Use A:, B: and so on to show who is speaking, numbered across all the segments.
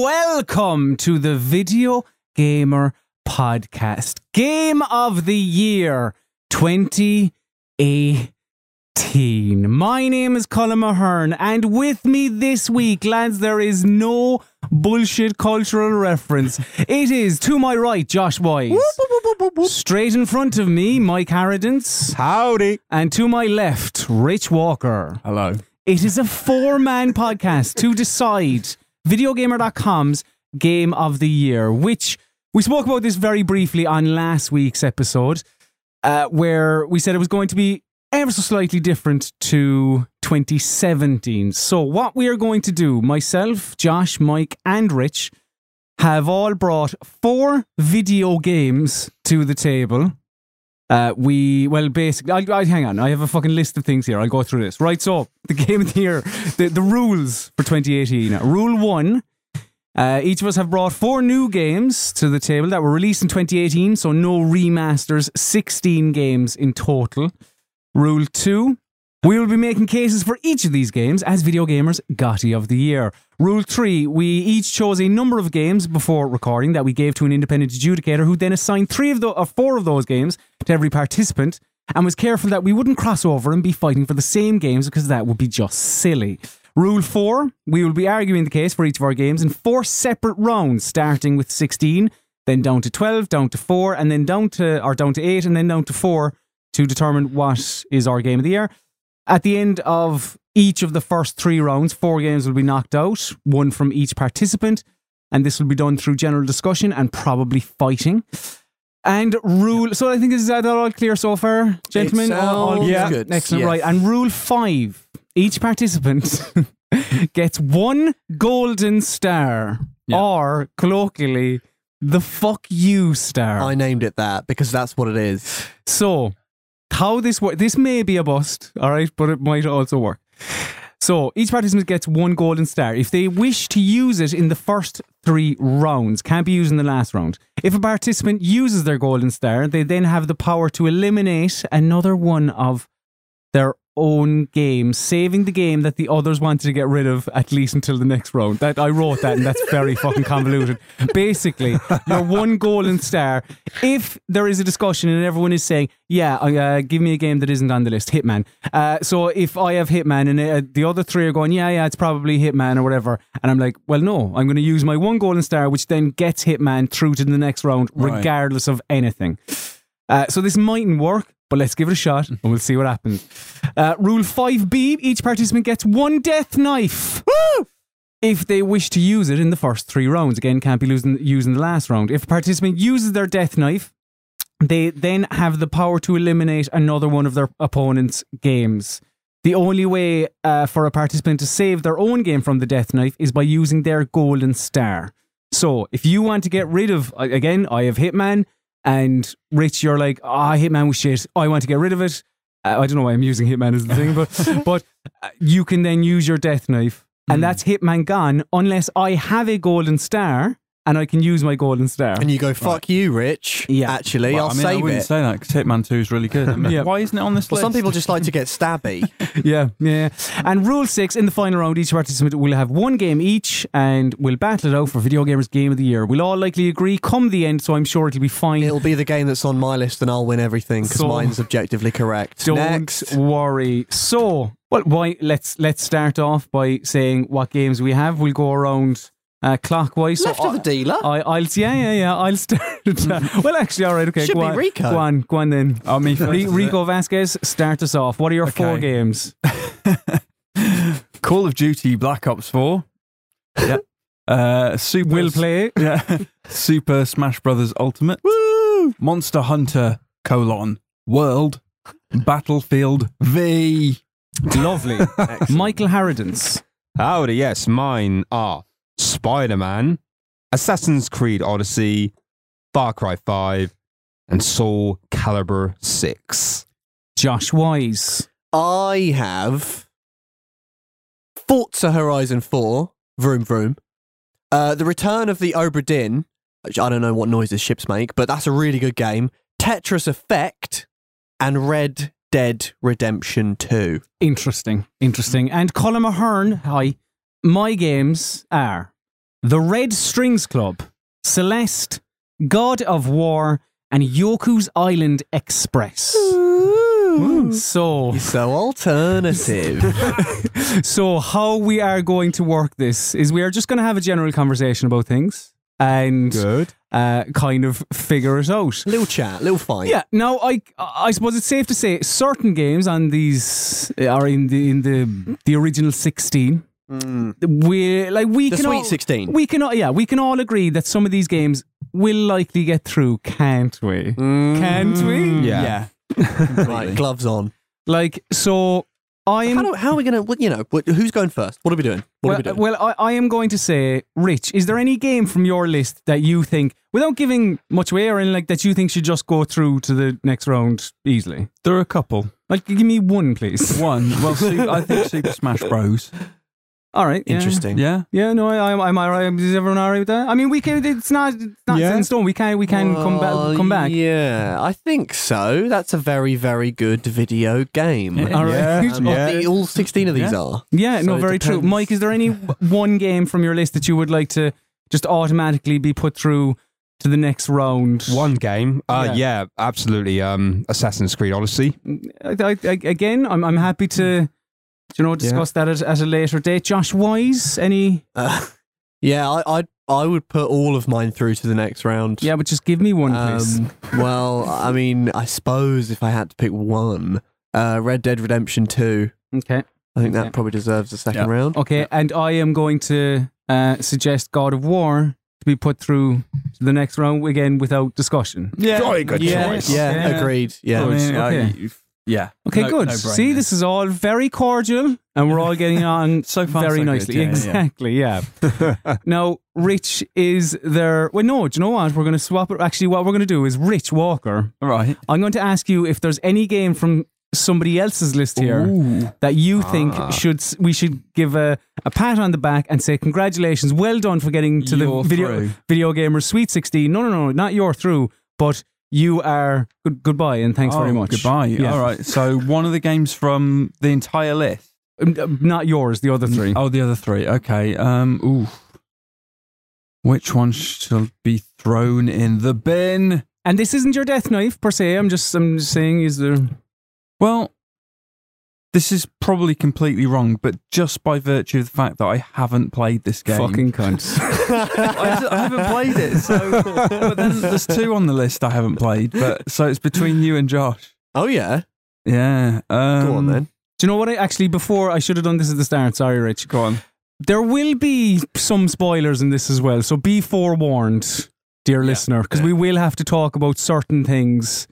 A: Welcome to the Video Gamer Podcast. Game of the Year 2018. My name is Colin Mahern, and with me this week, lads, there is no bullshit cultural reference. It is to my right, Josh Wise. Straight in front of me, Mike Harridance.
B: Howdy.
A: And to my left, Rich Walker.
B: Hello.
A: It is a four man podcast to decide videogamer.com's game of the year, which we spoke about this very briefly on last week's episode, uh, where we said it was going to be ever so slightly different to 2017. So, what we are going to do, myself, Josh, Mike, and Rich, have all brought four video games to the table. Uh, we well, basically, I, I, hang on. I have a fucking list of things here. I'll go through this. Right, so the game of the year, the, the rules for 2018. Rule one: uh, each of us have brought four new games to the table that were released in 2018, so no remasters. 16 games in total. Rule two: we will be making cases for each of these games as Video Gamers Gotti of the Year. Rule three: we each chose a number of games before recording that we gave to an independent adjudicator, who then assigned three of the or four of those games to every participant, and was careful that we wouldn't cross over and be fighting for the same games because that would be just silly. Rule four: we will be arguing the case for each of our games in four separate rounds, starting with sixteen, then down to twelve, down to four, and then down to or down to eight, and then down to four to determine what is our game of the year. At the end of each of the first three rounds, four games will be knocked out, one from each participant, and this will be done through general discussion and probably fighting. And rule. So I think is that all clear so far, gentlemen? all, all
B: sounds Yeah.
C: good,
A: Excellent.
C: yes.
A: Right. And rule five: each participant gets one golden star, or colloquially, the "fuck you" star.
C: I named it that because that's what it is.
A: So, how this works, this may be a bust, all right, but it might also work. So, each participant gets one golden star. If they wish to use it in the first three rounds, can't be used in the last round. If a participant uses their golden star, they then have the power to eliminate another one of their own game, saving the game that the others wanted to get rid of at least until the next round. That I wrote that, and that's very fucking convoluted. Basically, your one golden star. If there is a discussion and everyone is saying, "Yeah, uh, give me a game that isn't on the list, Hitman." Uh, so if I have Hitman and uh, the other three are going, "Yeah, yeah, it's probably Hitman or whatever," and I'm like, "Well, no, I'm going to use my one golden star, which then gets Hitman through to the next round,
B: Right.
A: regardless of anything." Uh, so this mightn't work, but let's give it a shot and we'll see what happens. Uh, rule 5b each participant gets one death knife. If they wish to use it in the first three rounds, again, can't be losing, used in the last round. If a participant uses their death knife, they then have the power to eliminate another one of their opponent's games. The only way uh, for a participant to save their own game from the death knife is by using their golden star. So, if you want to get rid of, a- again, I have Hitman, and Rich, you're like, ah, Hitman was shit. I want to get rid of it. Uh, I don't know why I'm using Hitman as the thing, but but uh, you can then use your death knife, and that's Hitman gone. Unless I have a golden star, and I can use my golden star.
C: And you go, fuck you, Rich.
A: Yeah.
C: Actually,
B: Well,
C: I'll
B: I mean, I
C: save
B: wouldn't
C: it.
B: say that because Hitman 2 is really good. I mean,
A: Yeah.
B: Why isn't it on this
C: well,
B: list?
C: some people just like to get stabby.
A: yeah, yeah. And rule six in the final round, each participant will have one game each and we'll battle it out for Video Gamers Game of the Year. We'll all likely agree come the end, so I'm sure it'll be fine.
C: It'll be the game that's on my list and I'll win everything because
A: So-
C: mine's objectively correct.
A: Don't
C: Next.
A: worry. So, well, why? Let's let's start off by saying what games we have. We'll go around uh, clockwise.
C: Left
A: so
C: of the dealer.
A: I, I, will yeah, yeah, yeah. I'll start. well, actually, all right, okay.
C: Should
A: go
C: be
A: on,
C: Rico.
A: Go on, go on then.
B: Oh, me first,
A: Ri-
B: is it?
A: Rico Vasquez, start us off. What are your four
B: Okay.
A: games?
B: Call of Duty Black Ops 4. Yep. uh, Super
A: Will play.
B: Yeah. Super Smash Brothers Ultimate. Woo! Monster Hunter colon World Battlefield V.
A: Lovely. Michael Harridans.
D: Howdy, yes, mine are Spider Man, Assassin's Creed Odyssey, Far Cry 5, and Soul Calibur 6.
A: Josh Wise.
C: I have Forza Horizon 4, Vroom Vroom, uh, The Return of the Obra Dinn, which I don't know what noises ships make, but that's a really good game, Tetris Effect, and Red Dead Redemption 2.
A: Interesting. Interesting. And Colin Mahern. Hi. My games are The Red Strings Club, Celeste, God of War, and Yoku's Island Express. So,
C: So alternative.
A: so how we are going to work this is we are just going to have a general conversation about things and
D: Good.
A: uh, kind of figure it out.
C: little chat, little fight.
A: Yeah. Now, I I suppose it's safe to say certain games on these uh, are in the in the the original sixteen. We like we
C: Mm. The
A: can
C: Sweet
A: all,
C: 16.
A: We can all, yeah we can all agree that some of these games will likely get through, can't we?
C: Mm.
A: Can't we?
D: Yeah.
C: Right, gloves on.
A: Like so, I
C: How,
A: am.
C: do, how are we going to, you know, what, who's going first? What are we doing?
A: Well,
C: What are
A: uh,
C: we doing?
A: well I, I am going to say, Rich, is there any game from your list that you think, without giving much away or in like that you think should just go through to the next round easily?
B: There are a couple.
A: Like, give me one, please.
B: One, well, Su- I think Super Smash Bros.
A: All right. uh, yeah.
C: Interesting.
B: Yeah,
A: Yeah, no, I, I'm, I'm all right. Is everyone all right with that? I mean, we can. It's not. It's not
D: Yeah.
A: set in stone. We can. We can come
C: Well,
A: back. Come back.
C: Yeah, I think so. That's a very, very good video game.
B: Yeah.
A: All right.
D: Yeah.
A: Yeah.
C: Um,
D: Yeah.
C: the- all 16 of these
B: Yeah.
C: are. So
A: no,
C: it
A: very true.
C: depends.
A: Mike, is there any w- one game from your list that you would like to just automatically be put through to the next round?
D: One game. Uh,
A: Yeah.
D: yeah. absolutely. Um, Assassin's Creed Odyssey.
A: I, I, I, again, I'm, I'm happy to. You know, discuss that at, at a later date. Josh Wise, any?
C: Uh, yeah, I, I I would put all of mine through to the next round.
A: Yeah, but just give me one, please.
C: Um, well, I mean, I suppose if I had to pick one, uh, Red Dead Redemption 2.
A: okay,
C: I think that
A: Yeah.
C: probably deserves a second
B: Yeah. Oh,
C: round.
A: okay, and I am going to uh, suggest God of War to be put through to the next round again without discussion.
B: yeah,
D: Jolly good
B: yeah,
D: choice.
B: Yeah, Oh,
C: Yeah,
A: Yeah.
C: agreed. Yeah.
B: I mean, I-
A: Okay.
B: you've- yeah.
A: Okay,
B: No-
A: good.
B: no brainer.
A: See, this is all very cordial, and we're all getting on
B: So far,
A: very
B: so good.
A: nicely.
B: Yeah, yeah, yeah.
A: exactly, yeah. now, Rich is there. Well, no, do you know what? We're going to swap it. Actually, what we're going to do is Rich Walker.
B: All right.
A: I'm going to ask you if there's any game from somebody else's list here
B: Ooh.
A: that you think
B: Ah.
A: should we should give a, a pat on the back and say congratulations, well done for getting to
B: You're
A: the video
B: through.
A: video gamer Sweet 16. No, no, no, not you're through, but you are good, goodbye and thanks very
B: Oh,
A: much.
B: Goodbye.
A: Yeah.
B: All right. So one of the games from the entire list.
A: Um, uh, Not yours, the other three.
B: Oh, the other three. Okay. Um. Ooh. Which one shall be thrown in the bin?
A: And this isn't your death knife per se. I'm just I'm just saying is there
B: Well, this is probably completely wrong, but just by virtue of the fact that I haven't played this game,
A: fucking cunt.
B: I, just- I haven't played it. So, but then there's two on the list I haven't played. But so it's between you and Josh.
C: Oh, yeah.
B: Yeah. Um,
C: Go on then.
A: Do you know what I actually before I should have done this at the start, sorry Rich.
B: Go on.
A: There will be some spoilers in this as well, so be forewarned, dear listener, because we will have to talk about certain things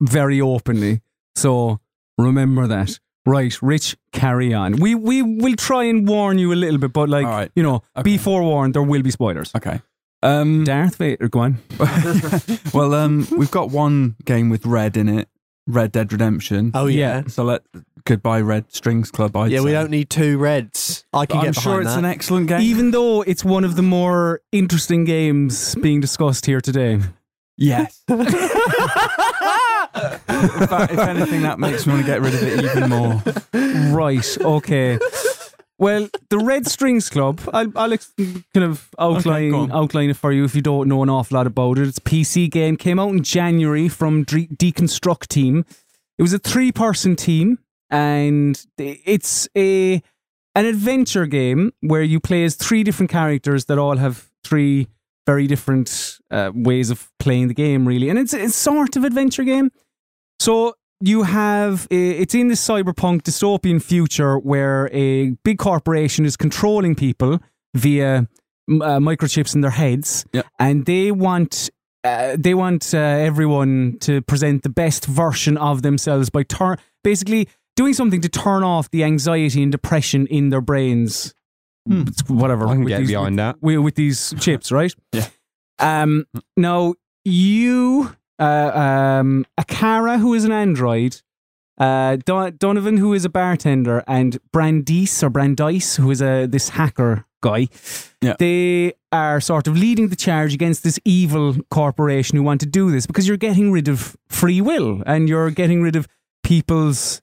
A: very openly. So remember that. Right, Rich, carry on. We we will try and warn you a little bit, but like
B: All right.
A: you know,
B: Okay.
A: be forewarned, there will be spoilers.
B: Okay. Um.
A: Darth Vader, go on.
B: well, um, we've got one game with red in it, Red Dead Redemption.
C: Oh, yeah.
B: So let goodbye Red Strings Club. i
C: Yeah, we don't need two reds. I can
B: uh, I'm
C: get
B: sure
C: behind
B: it's
C: that.
B: an excellent game.
A: Even though it's one of the more interesting games being discussed here today.
B: yes. In fact, if anything, that makes me want to get rid of it even more.
A: Right, okay. Well, the Red Strings Club, I'll, I'll ex- kind of outline,
B: go on.
A: outline it for you if you don't know an awful lot about it. It's a PC game, came out in January from Dre Deconstruct Team. It was a three person team, and it's a an adventure game where you play as three different characters that all have three very different uh, ways of playing the game, really. And it's it's sort of adventure game. So you have uh, it's in this cyberpunk dystopian future where a big corporation is controlling people via m- uh, microchips in their heads,
B: Yep.
A: and they want. Uh, they want uh, everyone to present the best version of themselves by turn, basically doing something to turn off the anxiety and depression in their brains. It's Whatever,
D: Hmm. I can
A: with
D: get
A: these-
D: behind that.
A: with, with these chips, right?
B: Yeah.
A: Um. Now you, uh, um, Akara, who is an android, uh, Don- Donovan, who is a bartender, and Brandice or Brandice, who is a this hacker guy.
B: Yeah.
A: They are sort of leading the charge against this evil corporation who want to do this because you're getting rid of free will and you're getting rid of people's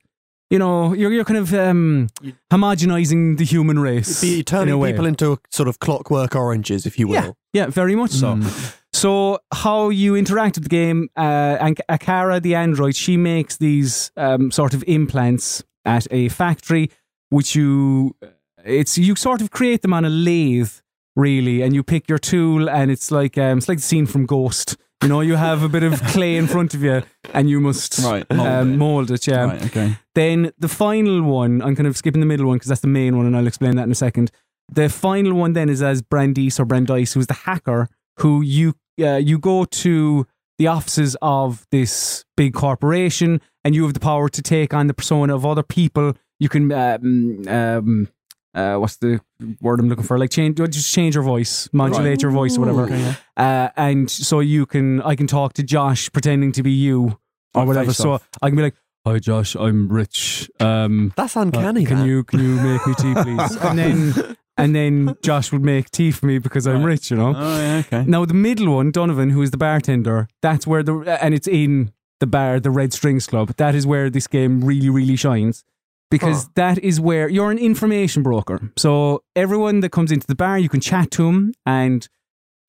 A: you know, you're, you're kind of um, homogenizing the human race.
C: Be
A: in a
C: turning
A: way.
C: people into a sort of clockwork oranges, if you will.
A: Yeah, yeah, very much so.
B: Mm.
A: So, how you interact with the game, uh, and Akara the android, she makes these um, sort of implants at a factory, which you uh, it's you sort of create them on a lathe, really, and you pick your tool, and it's like um, it's like the scene from Ghost. You know, you have a bit of clay in front of you, and you must
B: Right, mold
A: um,
B: it.
A: mold it. Yeah.
B: right, okay.
A: Then the final one, I'm kind of skipping the middle one because that's the main one, and I'll explain that in a second. The final one then is as Brandice or Brandice, who's the hacker, who you uh, you go to the offices of this big corporation, and you have the power to take on the persona of other people. You can um, um, uh, what's the word I'm looking for? Like change, just change your voice, modulate your voice, or whatever. Uh, and so you can, I can talk to Josh pretending to be you or
B: Oh,
A: whatever.
B: face
A: So
B: off.
A: I can be like, "Hi, Josh, I'm rich. Um,
C: That's
A: uh,
C: uncanny.
A: can
C: that.
A: you can you make me tea, please?" and then and then Josh would make tea for me because I'm
B: Right.
A: rich, you know.
B: Oh, yeah, okay.
A: Now the middle one, Donovan, who is the bartender, that's where the uh, and it's in the bar, the Red Strings Club. That is where this game really, really shines. Because that is where you're an information broker. So everyone that comes into the bar, you can chat to them and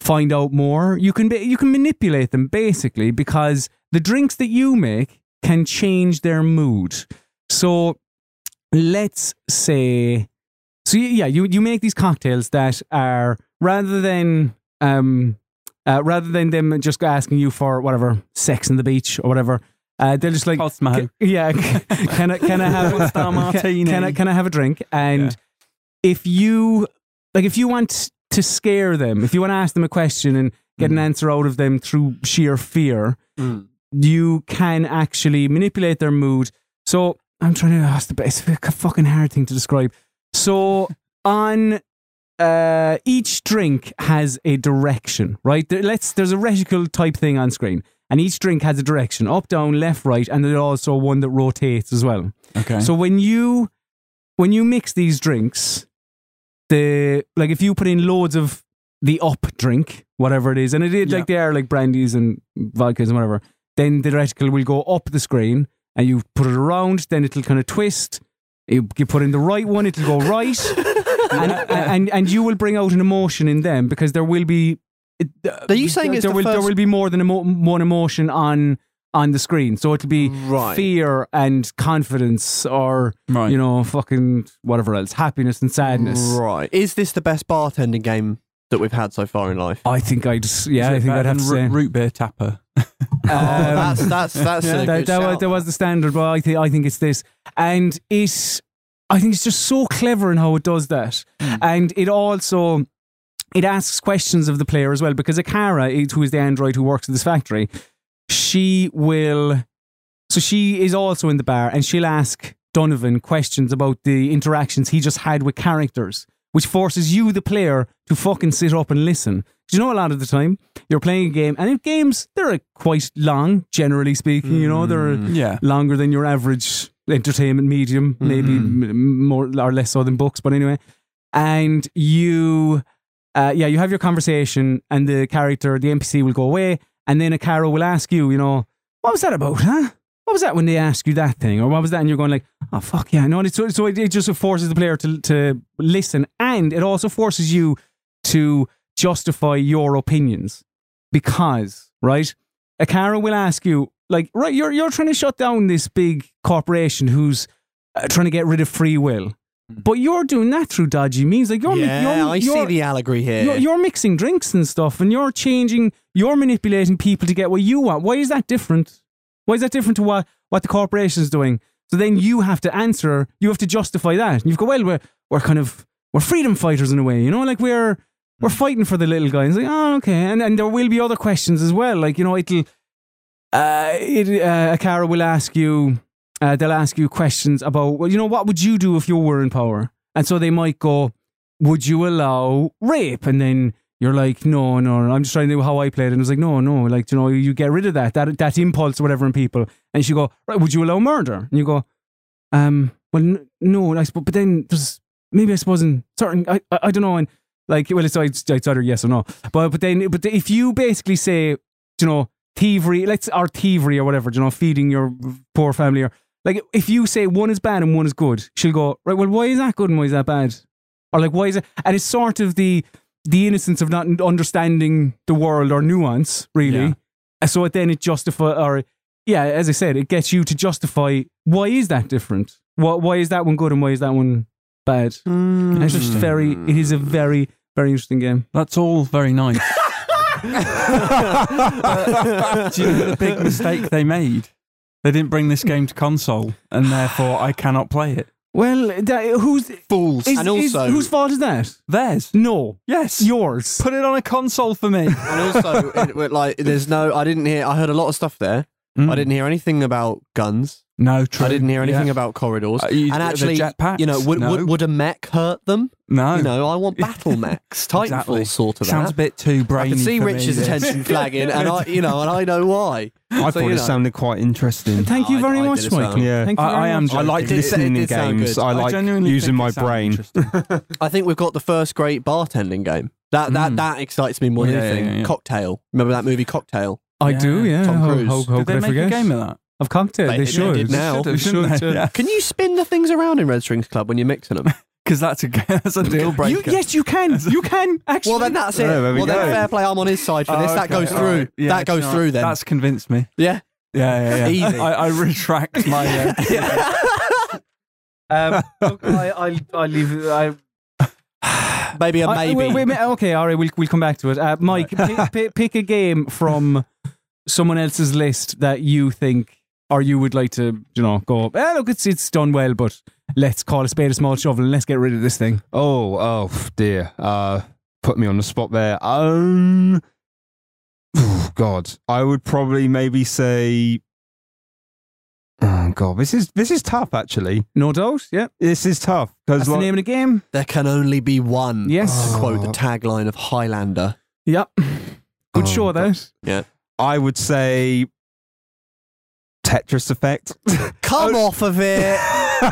A: find out more. You can ba- you can manipulate them basically because the drinks that you make can change their mood. So let's say so y- yeah, you you make these cocktails that are rather than um uh, rather than them just asking you for whatever sex on the beach or whatever, uh, they're just like,
B: Pulse Maho.
A: "Ca- yeah, c- can I can I have
B: One
A: can,
B: star
A: can I
B: martini.
A: can I have a drink? And if you like, if you want to scare them, if you want to ask them a question and get
B: Mm.
A: an answer out of them through sheer fear, you can actually manipulate their mood. So I'm trying to ask the best. It's a fucking hard thing to describe. So on uh, each drink has a direction, right? There, let's there's a reticle type thing on screen, and each drink has a direction: up, down, left, right, and there's also one that rotates as well.
B: Okay.
A: So when you when you mix these drinks, the like if you put in loads of the up drink, whatever it is, and it is
B: Yeah.
A: like they are like brandies and vodkas and whatever, then the reticle will go up the screen and you put it around, then it'll kind of twist. You, you put in the right one, it'll go right, and, and and you will bring out an emotion in them because there will be. it-
C: Are you saying
A: there,
C: it's
A: there
C: the
A: will there
C: first-
A: will be more than emo- one emotion on on the screen? So it'll be
C: Right.
A: fear and confidence, or
B: right.
A: you know, fucking whatever else, happiness and sadness.
C: Right. Is this the best bartending game that we've had so far in
B: Um,
C: life?
A: I think I'd, s- yeah,
B: Is
A: I
B: it
A: think I'd
B: better
A: have to
B: than
A: say
B: root, root beer tapper.
A: Um,
C: Oh, that's that's that's a
A: that,
C: good
A: that was,
C: shout.
A: that was the standard, but I think I think it's this, and it's I think it's just so clever in how it does that,
C: Hmm.
A: and it also it asks questions of the player as well because Akara, it- who is the android who works at this factory, she will, so she is also in the bar, and she'll ask Donovan questions about the interactions he just had with characters. Which forces you, the player, to fucking sit up and listen. 'Cause You know, a lot of the time you're playing a game, and if games they're uh, quite long, generally speaking. You know, they're
B: Yeah.
A: longer than your average entertainment medium, maybe m- m- more or less so than books, but anyway. And you, uh, yeah, you have your conversation, and the character, the NPC, will go away, and then a Akara will ask you, you know, what was that about, huh? What was that when they asked you that thing, or what was that? And you're going like, oh fuck yeah, no. And it's, so so it, it just forces the player to to listen, and it also forces you to justify your opinions because right Akara will ask you, like, right, you're you're trying to shut down this big corporation who's uh, trying to get rid of free will, but you're doing that through dodgy means. Like, you're mi-
C: Mm-hmm. yeah,
A: you're,
C: I
A: you're,
C: see the allegory here.
A: you're, you're mixing drinks and stuff, and you're changing, you're manipulating people to get what you want. Why is that different? Why is that different to what what the corporation's doing? So then you have to answer, you have to justify that, and you've got well, we're we're kind of we're freedom fighters in a way, you know, like we're we're fighting for the little guy. And it's like, oh, okay, and and there will be other questions as well, like you know, it'll uh, it, uh, Akara will ask you, uh, they'll ask you questions about, well, you know, what would you do if you were in power? And so they might go, would you allow rape? And then you're like, no, no, no. I'm just trying to do how I played. And it's like, no, no, like, you know, you get rid of that, that, that impulse or whatever in people. And she go, right, would you allow murder? And you go, um, well, n- no, I suppose, but then there's, maybe I suppose in certain, I, I, I don't know. And like, well, it's, it's, it's either yes or no. But, but then, but if you basically say, you know, thievery, let's, or thievery or whatever, you know, feeding your poor family or Like if you say one is bad and one is good, she'll go right. Well, why is that good and why is that bad? Or like why is it? And it's sort of the the innocence of not understanding the world or nuance really.
B: Yeah.
A: And So then it justify or yeah, as I said, it gets you to justify why is that different? Why why is that one good and why is that one bad? And it's just very. It is
C: Hmm.
A: a very very interesting game.
B: That's all very nice. Do you know the big mistake they made? They didn't bring this game to console, and therefore I cannot play it.
A: Well, that, who's
C: Fools.
A: is,
C: and
A: is-
C: also,
A: whose fault is that?
B: Theirs.
A: No,
B: Yes.
A: yours.
B: Put it on a console for me.
C: and also, it, we're like, there's no. I didn't hear. I heard a lot of stuff there.
B: Mm.
C: I didn't hear anything about guns.
B: No, true.
C: I didn't hear anything
B: Yeah.
C: about corridors.
B: Uh, you-
C: and
B: the
C: actually,
B: jetpacks?
C: you know, would,
B: No.
C: would would a mech hurt them?
B: No.
C: You know, I want battle mechs, Titanfall
B: Exactly.
C: sort of.
B: Sounds a
C: that.
B: bit too brainy.
C: I can see
B: for me,
C: Rich's
B: this.
C: attention flagging, and I, you know, and I know why.
D: I
C: So,
D: thought
C: you
D: it
C: know.
D: sounded quite interesting.
A: Thank you
C: I-
A: very
C: I did
A: much,
C: as well.
A: Michael.
D: Yeah.
A: Thank you
B: I-
A: very
B: I am
A: much.
D: I
B: joking.
D: like
C: did- it
D: listening in
C: did sound
D: games.
C: good.
D: I
B: I
D: like
B: genuinely
D: using
B: think
D: my
B: it sounds
D: brain.
B: interesting.
C: I think we've got the first great bartending game. That that
A: Hmm.
B: Mm.
C: that excites me more than
B: Yeah, yeah,
C: anything.
B: yeah, yeah.
C: Cocktail. Remember that movie Cocktail?
A: I
B: Yeah.
A: do, yeah.
C: Tom
A: How-
C: Cruise.
A: How, how
B: Did
A: could
B: they
A: I
B: make
A: forget?
B: a game of that?
A: of cocktail.
C: They-
A: They,
C: they
A: should.
C: did now.
A: They
B: Should've, shouldn't
A: should,
B: they?
A: yeah.
B: Yeah.
C: Can you spin the things around in Red Strings Club when you're mixing them?
B: Because that's a that's a deal breaker.
A: You, yes, you can. You can actually.
C: well, then that's it.
D: Yeah, there we
C: well, then
D: go.
C: fair play. I'm on his side for this.
B: Oh,
C: That
B: okay,
C: goes
B: all
C: through.
B: right. Yeah,
C: that goes
B: no,
C: through. Then
B: That's convinced me.
C: yeah.
B: Yeah, yeah, yeah.
C: Easy.
B: I, I retract my. Uh,
A: Um, look, I, I'll, I'll leave. I,
C: Maybe a
A: I-
C: maybe.
A: wait, wait, wait, okay, all right. We'll we'll come back to it. Uh, Mike, pick, pick, pick a game from someone else's list that you think or you would like to, you know, go. Eh, look, it's it's done well, but let's call a spade a small shovel and let's get rid of this thing.
D: Oh, oh pff, dear. Uh, put me on the spot there. Um, oh, God, I would probably maybe say. Oh God, this is this is tough. Actually,
A: No doubt. Yeah,
D: this is tough because
A: that's the name of the game.
C: There can only be one.
A: Yes.
C: To quote the
D: Oh.
C: tagline of Highlander.
A: Yep. Good
D: Oh,
A: show
D: God.
A: that.
D: I would say Tetris Effect.
C: Come off of it.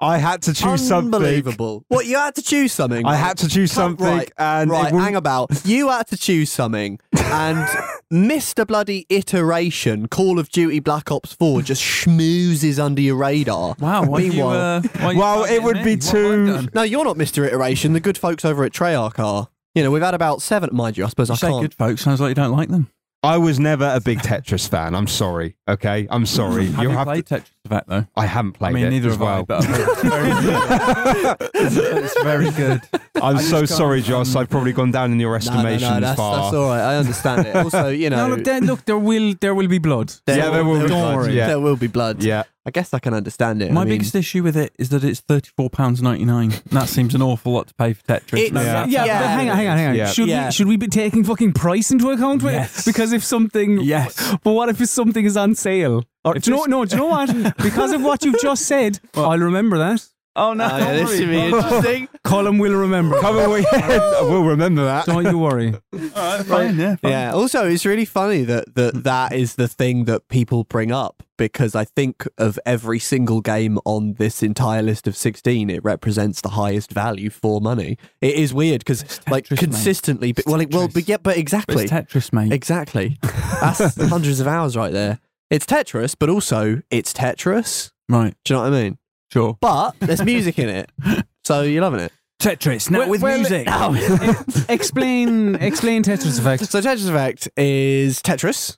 D: I had to choose something.
C: Unbelievable. What you had to choose something.
D: I had to choose
C: Can't-
D: something,
C: right,
D: and
C: right,
D: it wouldn't-
C: hang about. You had to choose something, and Mr. Bloody Iteration, Call of Duty Black Ops 4, just schmoozes under your radar.
B: wow. Why you,
C: Meanwhile-
B: uh, why you
D: Well, it
B: targeting
D: would
B: me?
D: be
B: What have I
D: too-
B: done?
C: No, you're not Mr. Iteration. The good folks over at Treyarch are. You know, we've had about seven. Mind you, I suppose I
B: You say
C: can't.
B: good folks. Sounds like you don't like them.
D: I was never a big Tetris fan. I'm sorry. Okay, I'm sorry.
B: Have you,
D: You'll have
B: played Tetris Effect though?
D: I haven't played
B: I mean,
D: it
B: neither
D: as
B: have
D: well.
B: I. But I've heard it's very good. it's very good.
D: I'm
B: I
D: so
B: just can't-
D: sorry, Joss. I've probably gone down in your
C: No, no, no,
D: estimations
C: that's,
D: far.
C: that's all right. I understand it. Also, you know,
A: No, look, there, look, there will there will be blood.
D: Yeah, there will be blood, yeah.
C: There will be blood.
D: Yeah,
C: I guess I can understand it.
B: My
C: I mean,
B: biggest issue with it is that it's thirty four pounds ninety nine. That seems an awful lot to pay for Tetris.
C: It-
B: No,
C: Yeah.
B: that's-
A: Yeah,
C: Yeah.
A: but hang on, hang on, hang on.
D: Yeah.
A: Should
C: Yeah.
A: we should we be taking fucking price into account? with-
B: Yes.
A: Because if something,
B: Yes.
A: but what if it's something is on sale? Or,
B: If
A: Oh, do you know?
B: it's-
A: No, do you know what? because of what you've just said, I'll remember that.
B: Oh no.
C: Oh, yeah, this should be interesting.
A: Colin will remember.
D: Come on, we- we'll remember that.
A: Don't you worry.
B: Fine, yeah. fine.
C: Yeah. Also, it's really funny that,
B: Hmm.
C: that that is the thing that people bring up because I think of every single game on this entire list of 16, it represents the highest value for money. It is weird because, like,
B: Tetris, mate.
C: consistently, but, well, it, well,
B: Tetris.
C: but yeah, but
B: But
C: exactly.
B: It's Tetris, mate.
C: exactly. That's hundreds of hours right there. It's Tetris, but also it's Tetris.
B: right.
C: Do you know what I mean?
B: Sure.
C: But there's music in it. So you're loving it.
B: Tetris. Now
A: Well-
B: with
A: well,
B: music.
A: explain, explain Tetris effect.
C: So Tetris Effect is Tetris,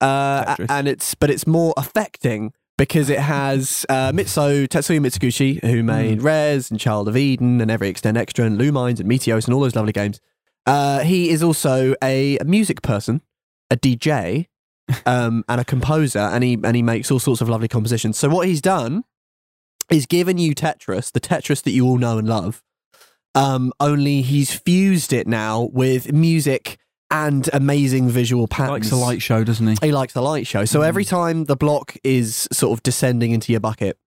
C: uh,
B: Tetris.
C: a- and it's but it's more affecting because it has uh, Mitso Tetsuya Mitsuguchi, who made Res and Child of Eden and Every Extend Extra and Lumines and Meteos and all those lovely games. Uh, he is also a music person, a DJ, um, and a composer, and he and he makes all sorts of lovely compositions. So what he's done is given you Tetris, the Tetris that you all know and love. Um, only he's fused it now with music and amazing visual patterns.
B: Likes a light show, doesn't he?
C: He likes the light show. So every time the block is sort of descending into your bucket,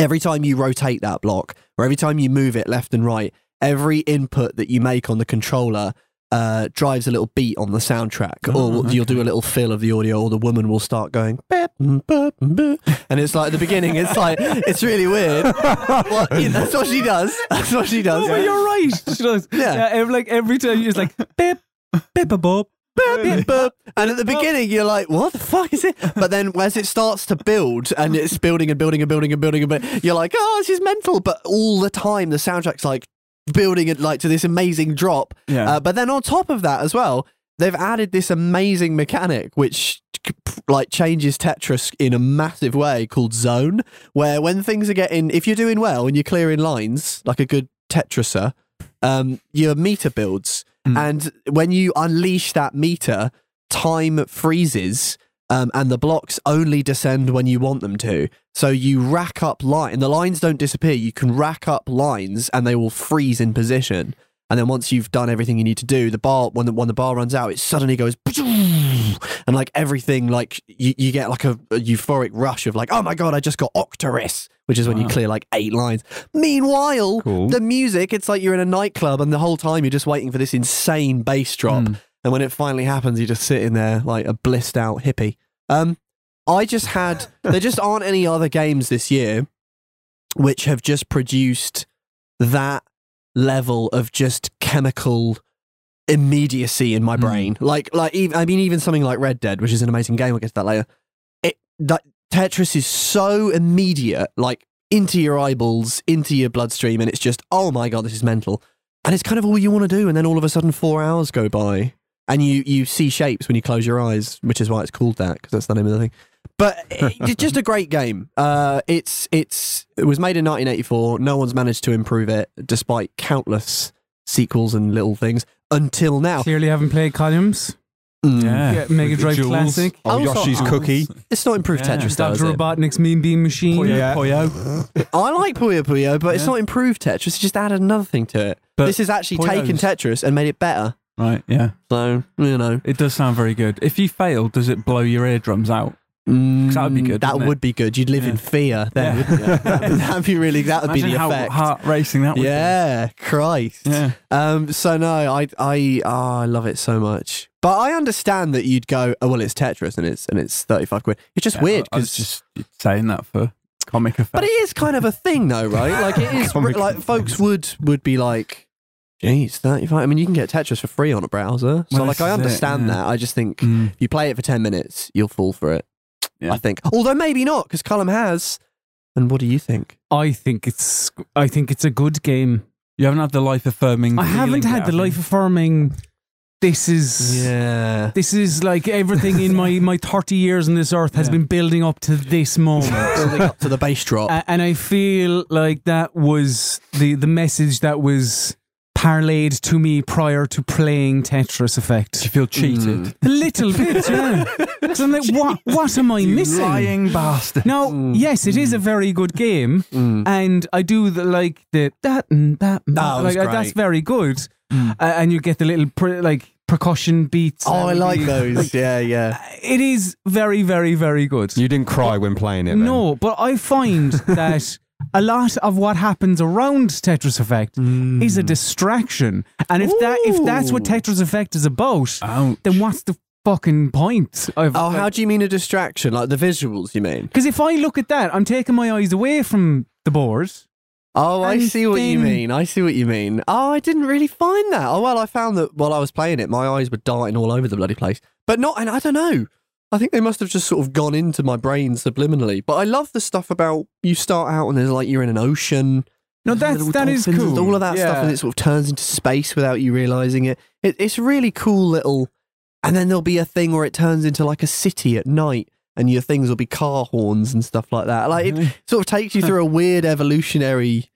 C: every time you rotate that block, or every time you move it left and right, every input that you make on the controller uh, drives a little beat on the soundtrack, or
B: Oh,
C: you'll do a little fill of the audio, or the woman will start going, "Beep, mm, boop, mm, boo." and it's like at the beginning, it's like it's really weird. Well, yeah, that's what she does. That's what she does.
A: Oh, but you're right. She does.
C: Yeah.
A: every, like every time it's like bip, bip, a bop.
C: burp, bip, burp. And at the beginning, you're like, what the fuck is it? But then as it starts to build, and it's building and building and building and building, but you're like, oh, this is mental. But all the time, the soundtrack's like building it like to this amazing drop.
B: Yeah.
C: Uh, but then on top of that as well, they've added this amazing mechanic which like changes Tetris in a massive way called zone, where when things are getting, if you're doing well and you're clearing lines like a good Tetriser, um, your meter builds, and when you unleash that meter, time freezes. Um, and the blocks only descend when you want them to. So you rack up line, and the lines don't disappear. You can rack up lines, and they will freeze in position. And then once you've done everything you need to do, the bar when the, when the bar runs out, it suddenly goes and like everything, like you, you get like a, a euphoric rush of like, oh my god, I just got Octorus, which is when you clear like eight lines. Meanwhile,
D: Cool.
C: the music, it's like you're in a nightclub, and the whole time you're just waiting for this insane bass drop. And when it finally happens, you're just sitting there like a blissed out hippie. Um, I just had there just aren't any other games this year which have just produced that level of just chemical immediacy in my
B: Mm.
C: brain. Like, like even, I mean, even something like Red Dead, which is an amazing game. We'll get to that later. It that Tetris is so immediate, like into your eyeballs, into your bloodstream, and it's just oh my god, this is mental. And it's kind of all you want to do, and then all of a sudden, four hours go by, and you you see shapes when you close your eyes, which is why it's called that because that's the name of the thing. But it- it's just a great game. Uh, it's it's it was made in 1984. No one's managed to improve it, despite countless sequels and little things until now.
A: Clearly haven't played columns.
C: Mm.
A: Yeah, Mega
B: With the
A: Drive
B: jewels.
A: Classic.
D: Oh,
C: Also-
D: Yoshi's Cookie.
C: It's not improved
B: Yeah.
C: Tetris,
A: Dr.
C: does it?
A: Robotnik's Mean Bean Machine.
B: Puyo,
D: Yeah.
B: Puyo.
C: I like Puyo Puyo, but it's
B: Yeah.
C: not improved Tetris. It's just added another thing to it.
B: But
C: this is actually taken
B: Puyo's-
C: Tetris and made it better.
B: Right, yeah.
C: So you know,
B: It does sound very good. If you fail, does it blow your eardrums out?
C: mm,
B: that would be good,
C: That
B: wouldn't it?
C: would be good. You'd live
B: Yeah.
C: in fear then.
B: Yeah.
C: Wouldn't you? That'd be really. That would be
B: Imagine
C: the
B: how
C: effect.
B: heart racing that would
C: yeah, Christ.
B: be. Yeah.
C: Um, so no, I I oh, I love it so much. But I understand that you'd go, oh well, it's Tetris and it's and it's thirty five quid. It's just
B: Yeah,
C: weird
B: I- I was
C: because
B: just saying that for comic effect.
C: But it is kind of a thing, though, right? Like it is.
D: Comic
C: like folks would would be like, "Geez, thirty-five." I mean, you can get Tetris for free on a browser, so
B: Well,
C: like
B: this
C: I
B: is it,
C: understand
B: yeah.
C: that. I just think
B: Mm.
C: if you play it for ten minutes, you'll fall for it.
B: Yeah.
C: I think. Although maybe not, because Cullum has. And what do you think?
A: I think it's I think it's a good game.
B: You haven't had the life affirming.
A: I haven't had the life affirming this is
C: Yeah.
A: this is like everything in my my 30 years on this earth has
B: Yeah.
A: been building up to this moment.
C: Building up to the bass drop.
A: A- and I feel like that was the the message that was parlayed to me prior to playing Tetris
B: Do you
A: Effect.
B: feel cheated?
A: A little bit, yeah. 'Cause I'm like, what what am I missing?
B: Lying bastard.
A: Now,
C: Mm.
A: yes, it is a very good game,
C: Mm.
A: and I do the, like the that and that. and
C: That
A: that,
C: was
A: like, uh, That's
C: great. Mm.
A: very good, Uh, and you get the little pre- like percussion beats.
C: Oh, I
A: and
C: like
A: the-
C: those. Yeah, yeah.
A: It is very, very, very good.
D: You didn't cry when playing it. then?
A: No, but I find that a lot of what happens around Tetris Effect is a distraction. And if that if that's what
C: Mm. Ooh.
A: Tetris Effect is about,
B: Ouch.
A: then what's the fucking point? Of,
C: Oh, how do you mean a distraction? Like the visuals, you mean?
A: Because if I look at that, I'm taking my eyes away from the board.
C: Oh, I
A: And
C: see what you
A: then-
C: mean. I see what you mean. Oh, I didn't really find that. Oh well, I found that while I was playing it, my eyes were darting all over the bloody place. But not, and I don't know. I think they must have just sort of gone into my brain subliminally. But I love the stuff about you start out and there's like you're in an ocean.
A: No,
C: there's
A: that's
C: little
A: that is
C: dolphins and
A: cool.
C: All of that stuff,
A: Yeah.
C: and it sort of turns into space without you realizing it. it. It's really cool little. And then there'll be a thing where it turns into like a city at night, and your things will be car horns and stuff like that. Like it sort of takes you through a weird evolutionary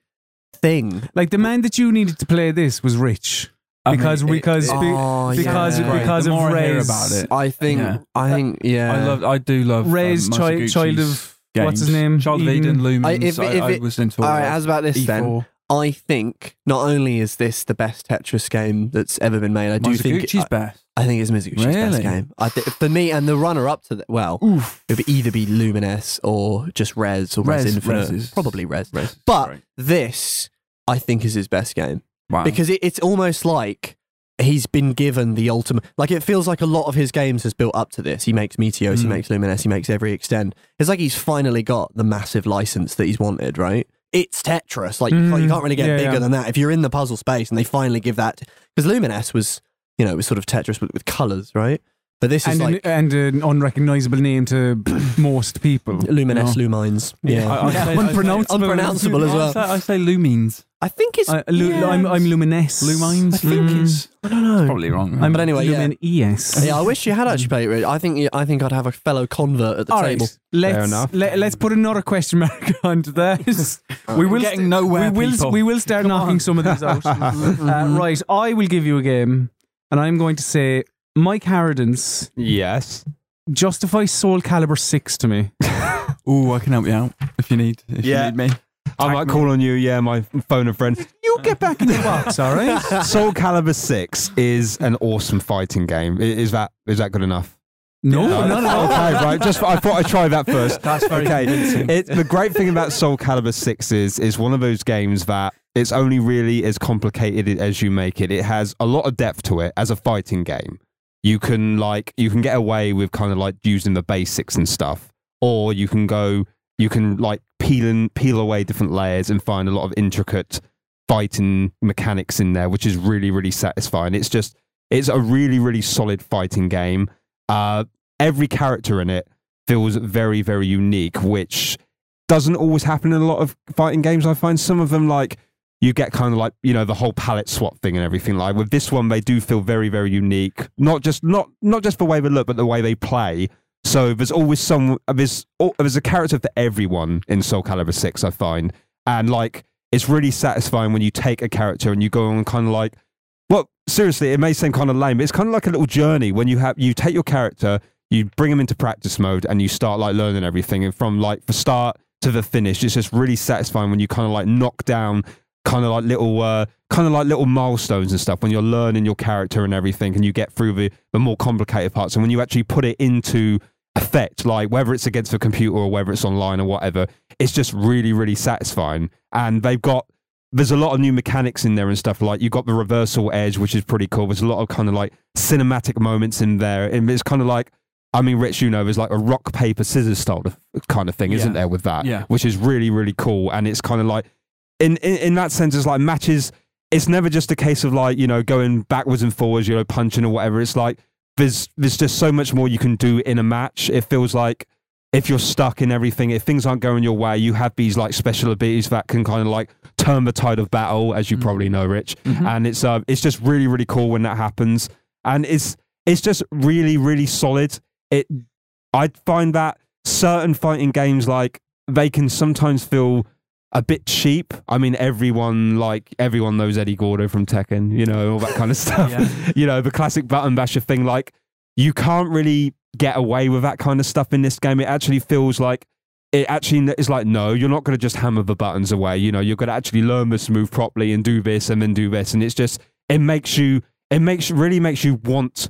C: thing.
A: Like the man that you needed to play this was rich
B: I mean,
A: because
B: it-
A: because
C: it-
A: be-
C: Oh, yeah.
A: because
C: Right.
A: because
B: The
A: of
B: more I hear
A: Ray's
B: about it,
C: I think.
B: Yeah.
C: I think. Yeah.
B: I love. I do love.
A: Ray's
B: um,
A: child
B: Masaguchi's
A: child of
B: games.
A: what's his name
B: Child of Eden, Lumens.
C: I-
B: I,
C: if- if
B: I
C: it-
B: was into E
C: All
B: all
C: right.
B: that.
C: How's about this then?
B: E4.
C: I think not only is this the best Tetris game that's ever been made, I do think. It,
B: Masaguchi's
C: I,
B: best.
C: I think it's Mizuguchi's best
B: Really?
C: game. I thi- for me, and the runner up to that. Well,
B: Oof.
C: it would either be Lumines or just Res or Res,
B: Res-
C: Infinite.
B: Res is-
C: Probably Res.
B: Res-
C: But
B: right.
C: this, I think, is his best game.
B: wow.
C: because it, it's almost like he's been given the ultimate like it feels like a lot of his games has built up to this he makes meteos
A: Hmm.
C: he
B: Mm.
C: makes lumines he makes every extend it's like he's finally got the massive license that he's wanted right it's tetris like you can't- you
A: Mm,
C: can't really get
A: yeah,
C: bigger
A: yeah.
C: than that if you're in the puzzle space and they finally give that because lumines was you know, it was sort of Tetris with, with colors, right? But this
A: and,
C: is like
A: an, and an unrecognizable name to most people. Oh.
C: Lumines, Lumines. Yeah.
B: I- I say- I say-
A: Unpronounceable.
C: Unpronounceable as
B: I
C: well.
B: say, I say lumines.
C: I think it's.
A: Uh, lu-
C: yeah,
A: I'm, I'm Lumines.
B: Lumines?
C: I think
A: Mm.
C: it's. I don't know. Um,
B: Probably wrong.
A: I'm
C: But anyway, yeah.
A: Lumen ES.
C: Yeah, I wish you had actually played it. Rich. I think I think I'd have a fellow convert at the
A: All right,
C: table.
A: let's
D: enough.
A: Let, us put another question mark onto this. we will
B: getting nowhere,
A: We will
B: people.
A: we will start knocking some of these out.
D: Mm-hmm.
A: uh, right, I will give you a game, and I'm going to say Mike Harridan's
D: Yes.
A: justify Soul Calibur six to me.
B: Ooh, I can help you out if you need. If
D: Yeah.
B: you need me.
D: I might call on you. Yeah, my phone and friend.
A: You get back in the box, all right?
D: Soul Calibur Six is an awesome fighting game. I- Is that is that good enough?
A: No, not at all.
D: Okay, right. Just I thought I'd try that first.
B: That's very
D: okay.
B: convincing.
D: It, the great thing about Soul Calibur 6 is, is one of those games that it's only really as complicated as you make it. It has a lot of depth to it as a fighting game. You can like you can get away with kind of like using the basics and stuff, or you can go you can like peel and peel away different layers and find a lot of intricate fighting mechanics in there, which is really really satisfying. It's just it's a really really solid fighting game. Uh, every character in it feels very very unique which doesn't always happen in a lot of fighting games i find some of them like you get kind of like you know the whole palette swap thing and everything like with this one they do feel very very unique not just not not just the way they look but the way they play so there's always some there's al- there's a character for everyone in soul calibur 6 i find and like it's really satisfying when you take a character and you go on kind of like well, seriously, it may seem kind of lame, but it's kind of like a little journey when you have you take your character, you bring them into practice mode, and you start like learning everything. And from like the start to the finish, it's just really satisfying when you kind of like knock down kind of like little uh, kind of like little milestones and stuff when you're learning your character and everything, and you get through the the more complicated parts. And when you actually put it into effect, like whether it's against the computer or whether it's online or whatever, it's just really really satisfying. And they've got there's a lot of new mechanics in there and stuff like you got the reversal edge which is pretty cool there's a lot of kind of like cinematic moments in there and it's kind of like i mean rich you know there's like a rock paper scissors style of- kind of thing isn't
B: Yeah.
D: there with that
B: Yeah.
D: which is really really cool and it's kind of like in, in in that sense it's like matches it's never just a case of like you know going backwards and forwards you know punching or whatever it's like there's there's just so much more you can do in a match it feels like if you're stuck in everything, if things aren't going your way, you have these like special abilities that can kind of like turn the tide of battle, as you probably know, Rich. And it's uh, it's just really really cool when that happens, and it's it's just really really solid. It I find that certain fighting games like they can sometimes feel a bit cheap. I mean, everyone like everyone knows Eddie Gordo from Tekken, you know, all that kind of stuff. You know, the classic button basher thing. Like you can't really get away with that kind of stuff in this game. It actually feels like it actually is like no, you're not going to just hammer the buttons away. You know, you're going to actually learn this move properly and do this and then do this, and it's just it makes you it makes really makes you want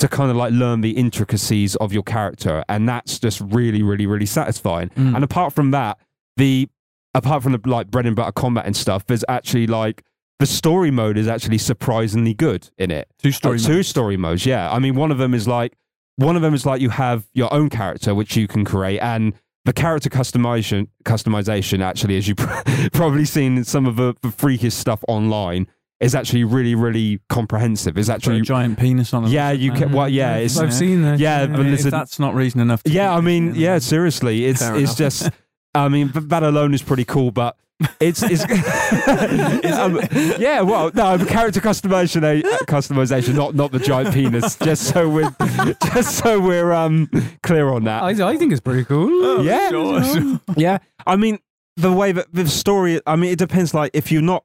D: to kind of like learn the intricacies of your character, and that's just really really really satisfying.
B: Mm.
D: And apart from that, the apart from the like bread and butter combat and stuff, there's actually like the story mode is actually surprisingly good in it.
B: Two stories.
D: Oh, two story modes. Yeah, I mean, one of them is like one of them is like you have your own character which you can create, and the character customization customization actually, as you have probably seen in some of the, the freakiest stuff online, is actually really really comprehensive. It's
B: Put a
D: actually
B: giant penis on. a
D: yeah, you
B: lizard
D: can.
B: man.
D: Well, yeah, it's
A: I've seen that.
D: yeah,
B: I
D: but
B: mean, if
D: listen-
B: that's not reason enough. to
D: yeah,
B: keep
D: I
B: it
D: mean,
B: in
D: yeah,
B: there.
D: seriously, it's
C: Fair
D: it's
C: enough.
D: just. I mean, th- that alone is pretty cool, but it's, it's Um, yeah. Well, no, the character customization, eh, customization, not not the giant penis. Just so we're just so we're um clear on that.
A: I, I think it's pretty cool.
D: yeah, yeah. I mean, the way that the story. I mean, it depends. Like, if you're not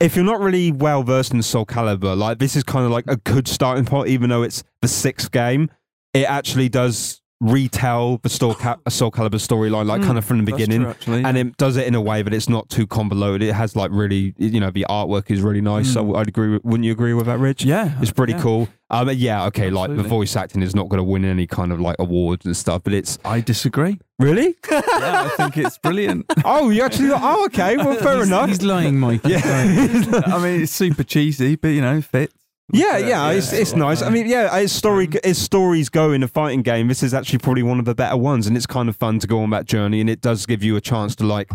D: if you're not really well versed in Soul Calibur, like this is kind of like a good starting point, even though it's the sixth game. It actually does retell the Soul, Cal- Soul Calibur storyline, like kind of from the
B: Mm, That's
D: beginning.
B: true, actually.
D: And it does it in a way that it's not too convoluted. It has like really, you know, the artwork is really nice. So I'd agree. With, wouldn't you agree with that, Rich?
B: Mm. yeah, uh,
D: It's pretty
B: yeah.
D: cool. Um, yeah, okay. Like the
B: Absolutely.
D: voice acting is not going to win any kind of like awards and stuff, but it's
B: I disagree.
D: really.
B: yeah, I think it's brilliant.
D: oh, you actually. Oh, okay. Well, fair
A: He's,
D: enough.
A: he's lying, Mike.
D: yeah.
B: I mean, it's super cheesy, but you know, it fits.
D: Yeah, yeah, it's, it's nice. I mean, yeah, it's story. It's stories go in a fighting game. This is actually probably one of the better ones, and it's kind of fun to go on that journey, and it does give you a chance to like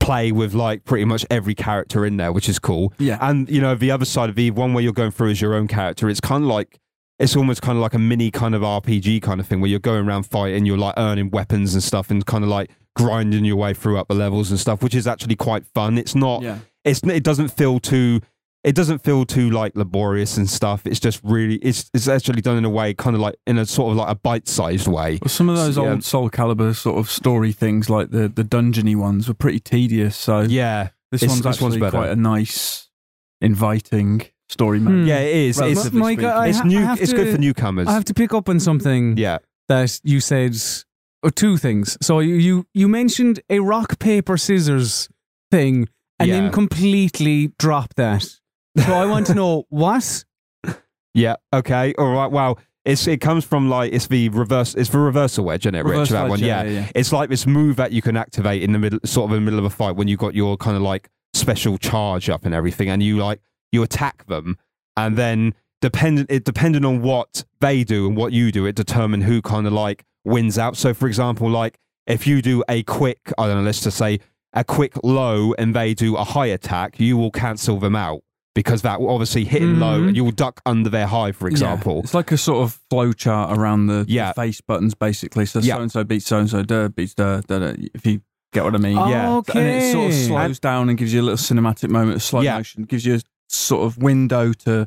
D: play with like pretty much every character in there, which is cool.
B: Yeah.
D: And you know, the other side of Eve, one where you're going through as your own character, it's kind of like it's almost kind of like a mini kind of RPG kind of thing where you're going around fighting, you're like earning weapons and stuff, and kind of like grinding your way through up the levels and stuff, which is actually quite fun. It's not.
B: Yeah.
D: It's it doesn't feel too. It doesn't feel too like laborious and stuff. It's just really. It's it's actually done in a way, kind of like in a sort of like a bite-sized way.
B: Well, some of those
D: Yeah.
B: old Soul Calibur sort of story things, like the the dungeony ones, were pretty tedious. So
D: Yeah.
B: this
D: it's-
B: one's
D: this one's
B: actually
D: better.
B: quite a nice, inviting story mode.
A: Hmm.
D: Yeah, it is.
B: Right.
D: It's,
B: relatively
A: Mike,
B: speaking.
A: I,
D: it's
A: ha- I
D: new.
A: have
D: It's
A: to,
D: good for newcomers.
A: I have to pick up on something
D: yeah.
A: that you said, or two things. So you you, you mentioned a rock paper scissors thing, and
D: Yeah.
A: then completely dropped that. So I want to know what.
D: Yeah. Okay. All right. Wow. It's it comes from like it's the reverse. It's the reversal wedge, isn't it, Rich?
B: Reverse
D: that
B: ledge,
D: one.
B: yeah,
D: Yeah.
B: yeah, yeah.
D: It's like this move that you can activate in the middle, sort of in the middle of a fight when you got your kind of like special charge up and everything, and you like you attack them, and then dependent it depending on what they do and what you do, it determine who kind of like wins out. So, for example, like if you do a quick, I don't know, let's just say a quick low, and they do a high attack, you will cancel them out because that will obviously hitting low,
A: Mhm.
D: and you will duck under their high, for
B: Yeah.
D: example.
B: It's like a sort of flow chart around the, the
D: Yeah.
B: face buttons, basically. So
D: Yeah.
B: so and so beats so and so, duh beats duh, duh, duh, if you get what I mean.
D: Yeah.
A: Okay.
B: And it sort of slows down and gives you a little cinematic moment of slow
D: Yeah.
B: motion, gives you a sort of window to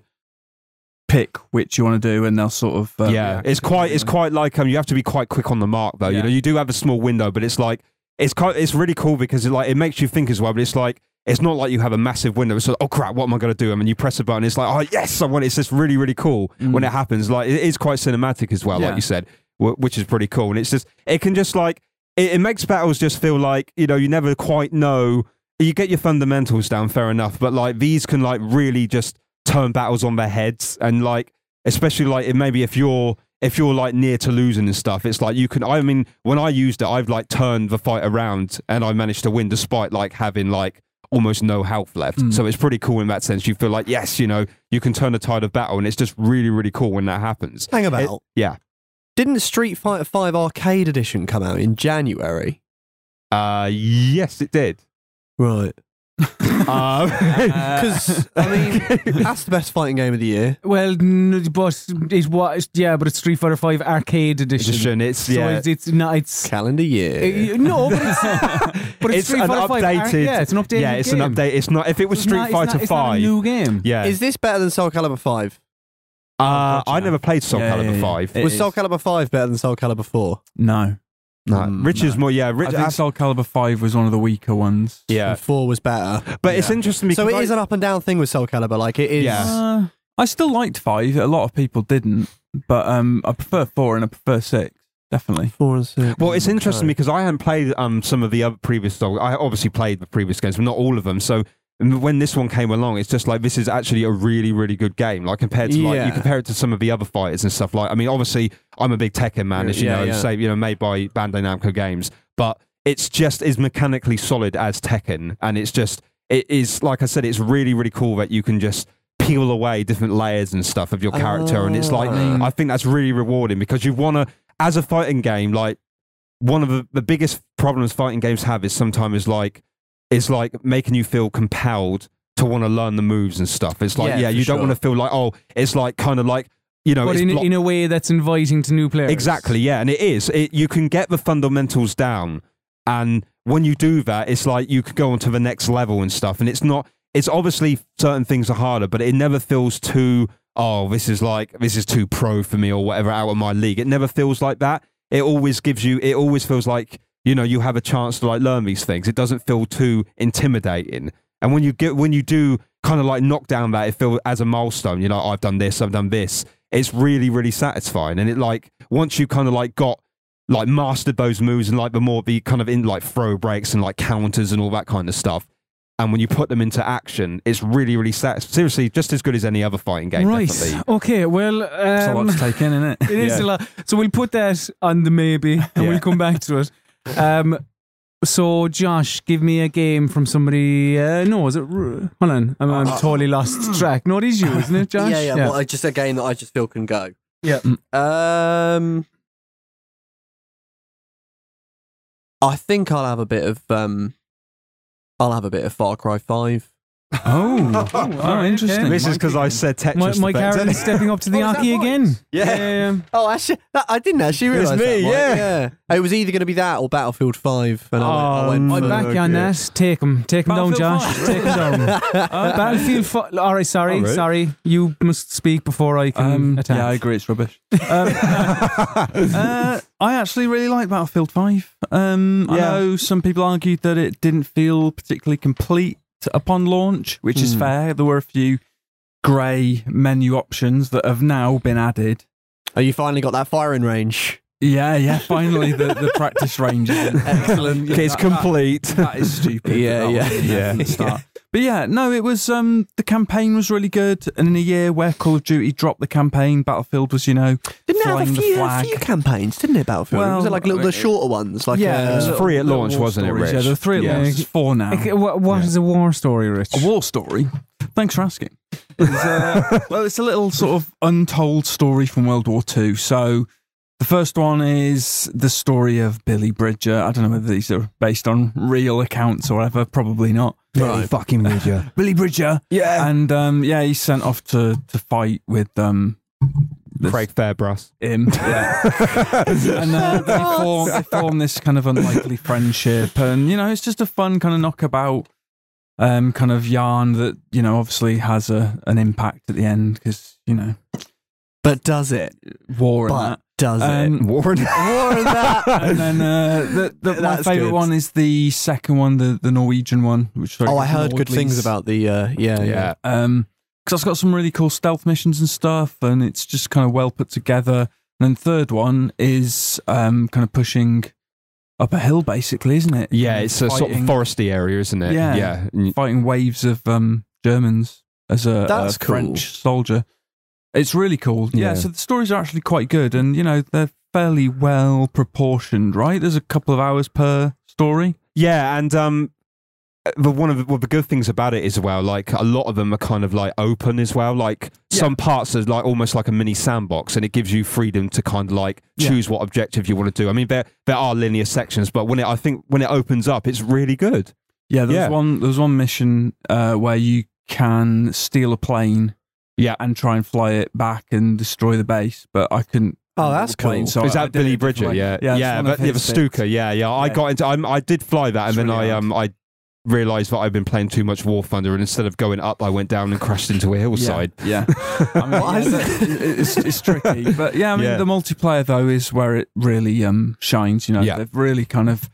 B: pick which you want to do, and they'll sort of. uh,
D: yeah,
B: react
D: it's
B: to it,
D: quite it's
B: really.
D: quite like um you have to be quite quick on the mark though. You
B: Yeah.
D: know, you do have a small window, but it's like it's quite it's really cool because it like it makes you think as well. But it's like it's not like you have a massive window. It's like oh crap, what am I going to do? And then you press a button, it's like oh yes, I want. It's just really really cool when it happens. Like it is quite cinematic as well,
B: Mm. Yeah.
D: like you said, w- which is pretty cool. And it's just it can just like it, it makes battles just feel like you know you never quite know. You get your fundamentals down, fair enough, but like these can like really just turn battles on their heads and like especially like it maybe if you're if you're like near to losing and stuff it's like you can i mean when i used it i've like turned the fight around and i managed to win despite like having like almost no health left
B: Mm.
D: so it's pretty cool in that sense you feel like yes you know you can turn the tide of battle and it's just really really cool when that happens
C: Hang about.
D: It- yeah
C: Didn't Street Fighter Five Arcade Edition come out in January?
D: uh yes it did
C: Right.
D: um,
C: Because, I mean, that's the best fighting game of the year.
A: Well, n- but it was yeah, but it's Street Fighter Five Arcade Edition.
D: edition, it's
A: So
D: yeah
A: it's, it's not it's
C: Calendar year.
A: uh, no, but it's, but it's,
D: It's
A: Street
D: an
A: Fighter 5 Ar-
D: updated-
A: yeah, it's an updated.
D: yeah it's
A: game.
D: an update it's not if it was
A: It's
D: street
A: not- it's not-
D: fighter
A: it's not
D: 5
A: a new game.
D: yeah
C: Is this better than Soul Calibur Five?
D: uh, i never played soul
B: Yeah, yeah,
D: calibur
B: yeah.
D: 5
B: It
C: Was
B: is.
C: Soul Calibur Five better than Soul Calibur Four?
B: No.
D: No,
C: Mm,
D: Rich is more. Yeah,
B: I
D: Rich.
B: think
D: abs-
B: Soul Calibur 5 was one of the weaker ones.
D: yeah,
C: And Four was better.
D: but it's
B: Yeah.
D: interesting because
C: so it
D: I-
C: is an up and down thing with Soul Calibur. Like it is.
D: Yeah.
B: Uh, I still liked 5. A lot of people didn't. But um, I prefer 4 and I prefer 6. Definitely.
C: Four and six.
D: Well, it's interesting
C: Okay.
D: because I hadn't played um, some of the other previous songs. I obviously played the previous games, but not all of them. So m- when this one came along, it's just like this is actually a really, really good game. Like compared to like
C: Yeah.
D: you compare it to some of the other fighters and stuff. Like I mean, obviously I'm a big Tekken man, as you
C: Yeah,
D: know,
C: yeah.
D: say you know made by Bandai Namco Games, but it's just as mechanically solid as Tekken, and it's just it is like I said, it's really, really cool that you can just peel away different layers and stuff of your character, and it's like
C: Ah.
D: I think that's really rewarding because you want to as a fighting game, like one of the, the biggest problems fighting games have is sometimes is like is like making you feel compelled to want to learn the moves and stuff. It's like
C: Yeah,
D: yeah,
C: for
D: you don't
C: sure.
D: want to feel like oh, it's like kind of like you know,
A: but
D: it's
A: in,
D: block-
A: in a way that's inviting to new players.
D: exactly yeah, and it is. It, you can get the fundamentals down, and when you do that, it's like you could go on to the next level and stuff. And it's not. It's obviously certain things are harder, but it never feels too. Oh, this is like this is too pro for me or whatever out of my league. It never feels like that. It always gives you. It always feels like you know you have a chance to like learn these things. It doesn't feel too intimidating. And when you get when you do kind of like knock down that, it feels as a milestone. You know, "Oh, I've done this. I've done this. It's really really satisfying. And it like once you kind of like got like mastered those moves and like the more the kind of in like throw breaks and like counters and all that kind of stuff. And when you put them into action, it's really, really sat- seriously just as good as any other fighting game.
A: Right.
D: Definitely.
A: Okay. Well,
B: It's a lot
A: um,
B: to take in, isn't it?
A: it is a
D: Yeah.
A: lot. So we'll put that on the maybe, and we'll
D: Yeah.
A: come back to it. Um, so Josh, give me a game from somebody. Uh, no, is it? Ru- Hold on, I'm, I'm totally lost track. No, it is you, isn't it, Josh?
C: Yeah, yeah. Well, I just a game that I just feel can go.
A: Yeah.
D: Mm.
C: Um. I think I'll have a bit of um, I'll have a bit of Far Cry 5.
B: Oh, oh, interesting.
D: This is because I said Tetris.
A: Mike, Mike
D: effect.
A: Harrison stepping up to the
C: Oh, is that
A: Aki
C: Mike's?
A: again.
D: Yeah.
C: Oh, actually, that- I didn't actually
D: It's
C: realise.
D: me,
C: that, Mike.
D: yeah.
C: It was either going to be that or Battlefield 5. And I went, I
A: I'm
C: went
A: back you on
D: Okay.
A: that. Take him. Take him down,
B: Battlefield
A: Josh.
B: five.
A: Take him down. Battlefield. Fi- All right, sorry,
D: All right.
A: sorry. You must speak before I can
B: Um,
A: attack.
B: yeah, I agree. It's rubbish. Um, uh, I actually really like Battlefield 5. Um, I
D: Yeah.
B: know some people argued that it didn't feel particularly complete upon launch, which is
C: Hmm.
B: fair. There were a few grey menu options that have now been added.
C: Oh, you finally got that firing range.
B: Yeah, yeah. Finally, the, the practice range is excellent.
D: Okay, it's
B: That- that-
D: complete.
B: that is stupid.
C: Yeah,
B: That
C: yeah.
B: one didn't happen at the
D: Yeah.
B: start. But yeah, no, it was um the campaign was really good, and in a year where Call of Duty dropped the campaign, Battlefield was you know
C: Didn't it have
B: flying
C: a
B: the
C: few, a
B: flag.
C: few campaigns, didn't it, Battlefield?
B: Well,
C: was it like little, the
B: it-
C: shorter ones? Like
A: Yeah, it was
C: uh,
D: free at launch,
B: war
D: wasn't it,
B: stories. Yeah,
D: Rich?
B: there were three at
D: Yeah.
B: launch. There's four now.
A: Okay, what what is a war story, Rich?
B: A war story. Thanks for asking. It's, uh, well, it's a little sort of untold story from World War II. So the first one is the story of Billy Bridger. I don't know whether these are based on real accounts or whatever. Probably not.
D: Billy fucking Bridger.
B: Billy Bridger.
D: yeah.
B: And um, yeah, he's sent off to, to fight with um, this-
D: Craig Fairbrass.
B: him. and uh, they, form, they form this kind of unlikely friendship, and you know, it's just a fun kind of knockabout um, kind of yarn that you know obviously has a an impact at the end because you know
C: But does it?
B: war and
C: But
B: that.
C: does it?
B: Um,
D: Warren.
C: More of that.
B: and then uh, the, the, my
C: That's
B: favourite
C: good.
B: one is the second one, the, the Norwegian one, which
C: Oh, I heard good things about the. Uh, yeah, yeah.
D: yeah.
B: um because that's got some really cool stealth missions and stuff and it's just kind of well put together and then third one is um kind of pushing up a hill basically isn't it
D: Yeah,
B: And
D: it's a sort of
B: fighting-
D: foresty area, isn't it?
B: Yeah.
D: Yeah. And-
B: fighting waves of um germans as a, a
C: That's cool.
B: french soldier it's really cool yeah,
D: Yeah.
B: so the stories are actually quite good and you know they're fairly well proportioned right there's a couple of hours per story
D: Yeah, and um, the one of the, well, the good things about it as well, like a lot of them are kind of like open as well. Like
B: Yeah.
D: some parts are like almost like a mini sandbox, and it gives you freedom to kind of like
B: Yeah.
D: choose what objective you want to do. I mean, there there are linear sections, but when it I think when it opens up, it's really good.
B: yeah there's
D: Yeah.
B: one there's one mission uh where you can steal a plane
D: Yeah,
B: and try and fly it back and destroy the base, but I couldn't.
C: Oh,
B: handle
C: that's
B: the plane,
C: cool.
B: so
D: is
B: I- I
D: that
B: did it
D: Billy
B: a different
D: Bridger?
B: way.
D: Yeah, yeah,
B: that's one
D: but
B: of
D: yeah, the
B: his bits.
D: Stuka. Yeah, yeah. I
B: Yeah.
D: got into I'm, I did fly that, and
B: It's
D: then
B: really
D: I um I realized that I've been playing too much War Thunder, and instead of going up, I went down and crashed into a hillside.
B: Yeah, yeah. I mean,
C: Why
B: yeah,
C: is
B: that- it's, it's tricky, but yeah, I mean,
D: Yeah.
B: the multiplayer though is where it really um shines. You know,
D: Yeah.
B: they've really kind of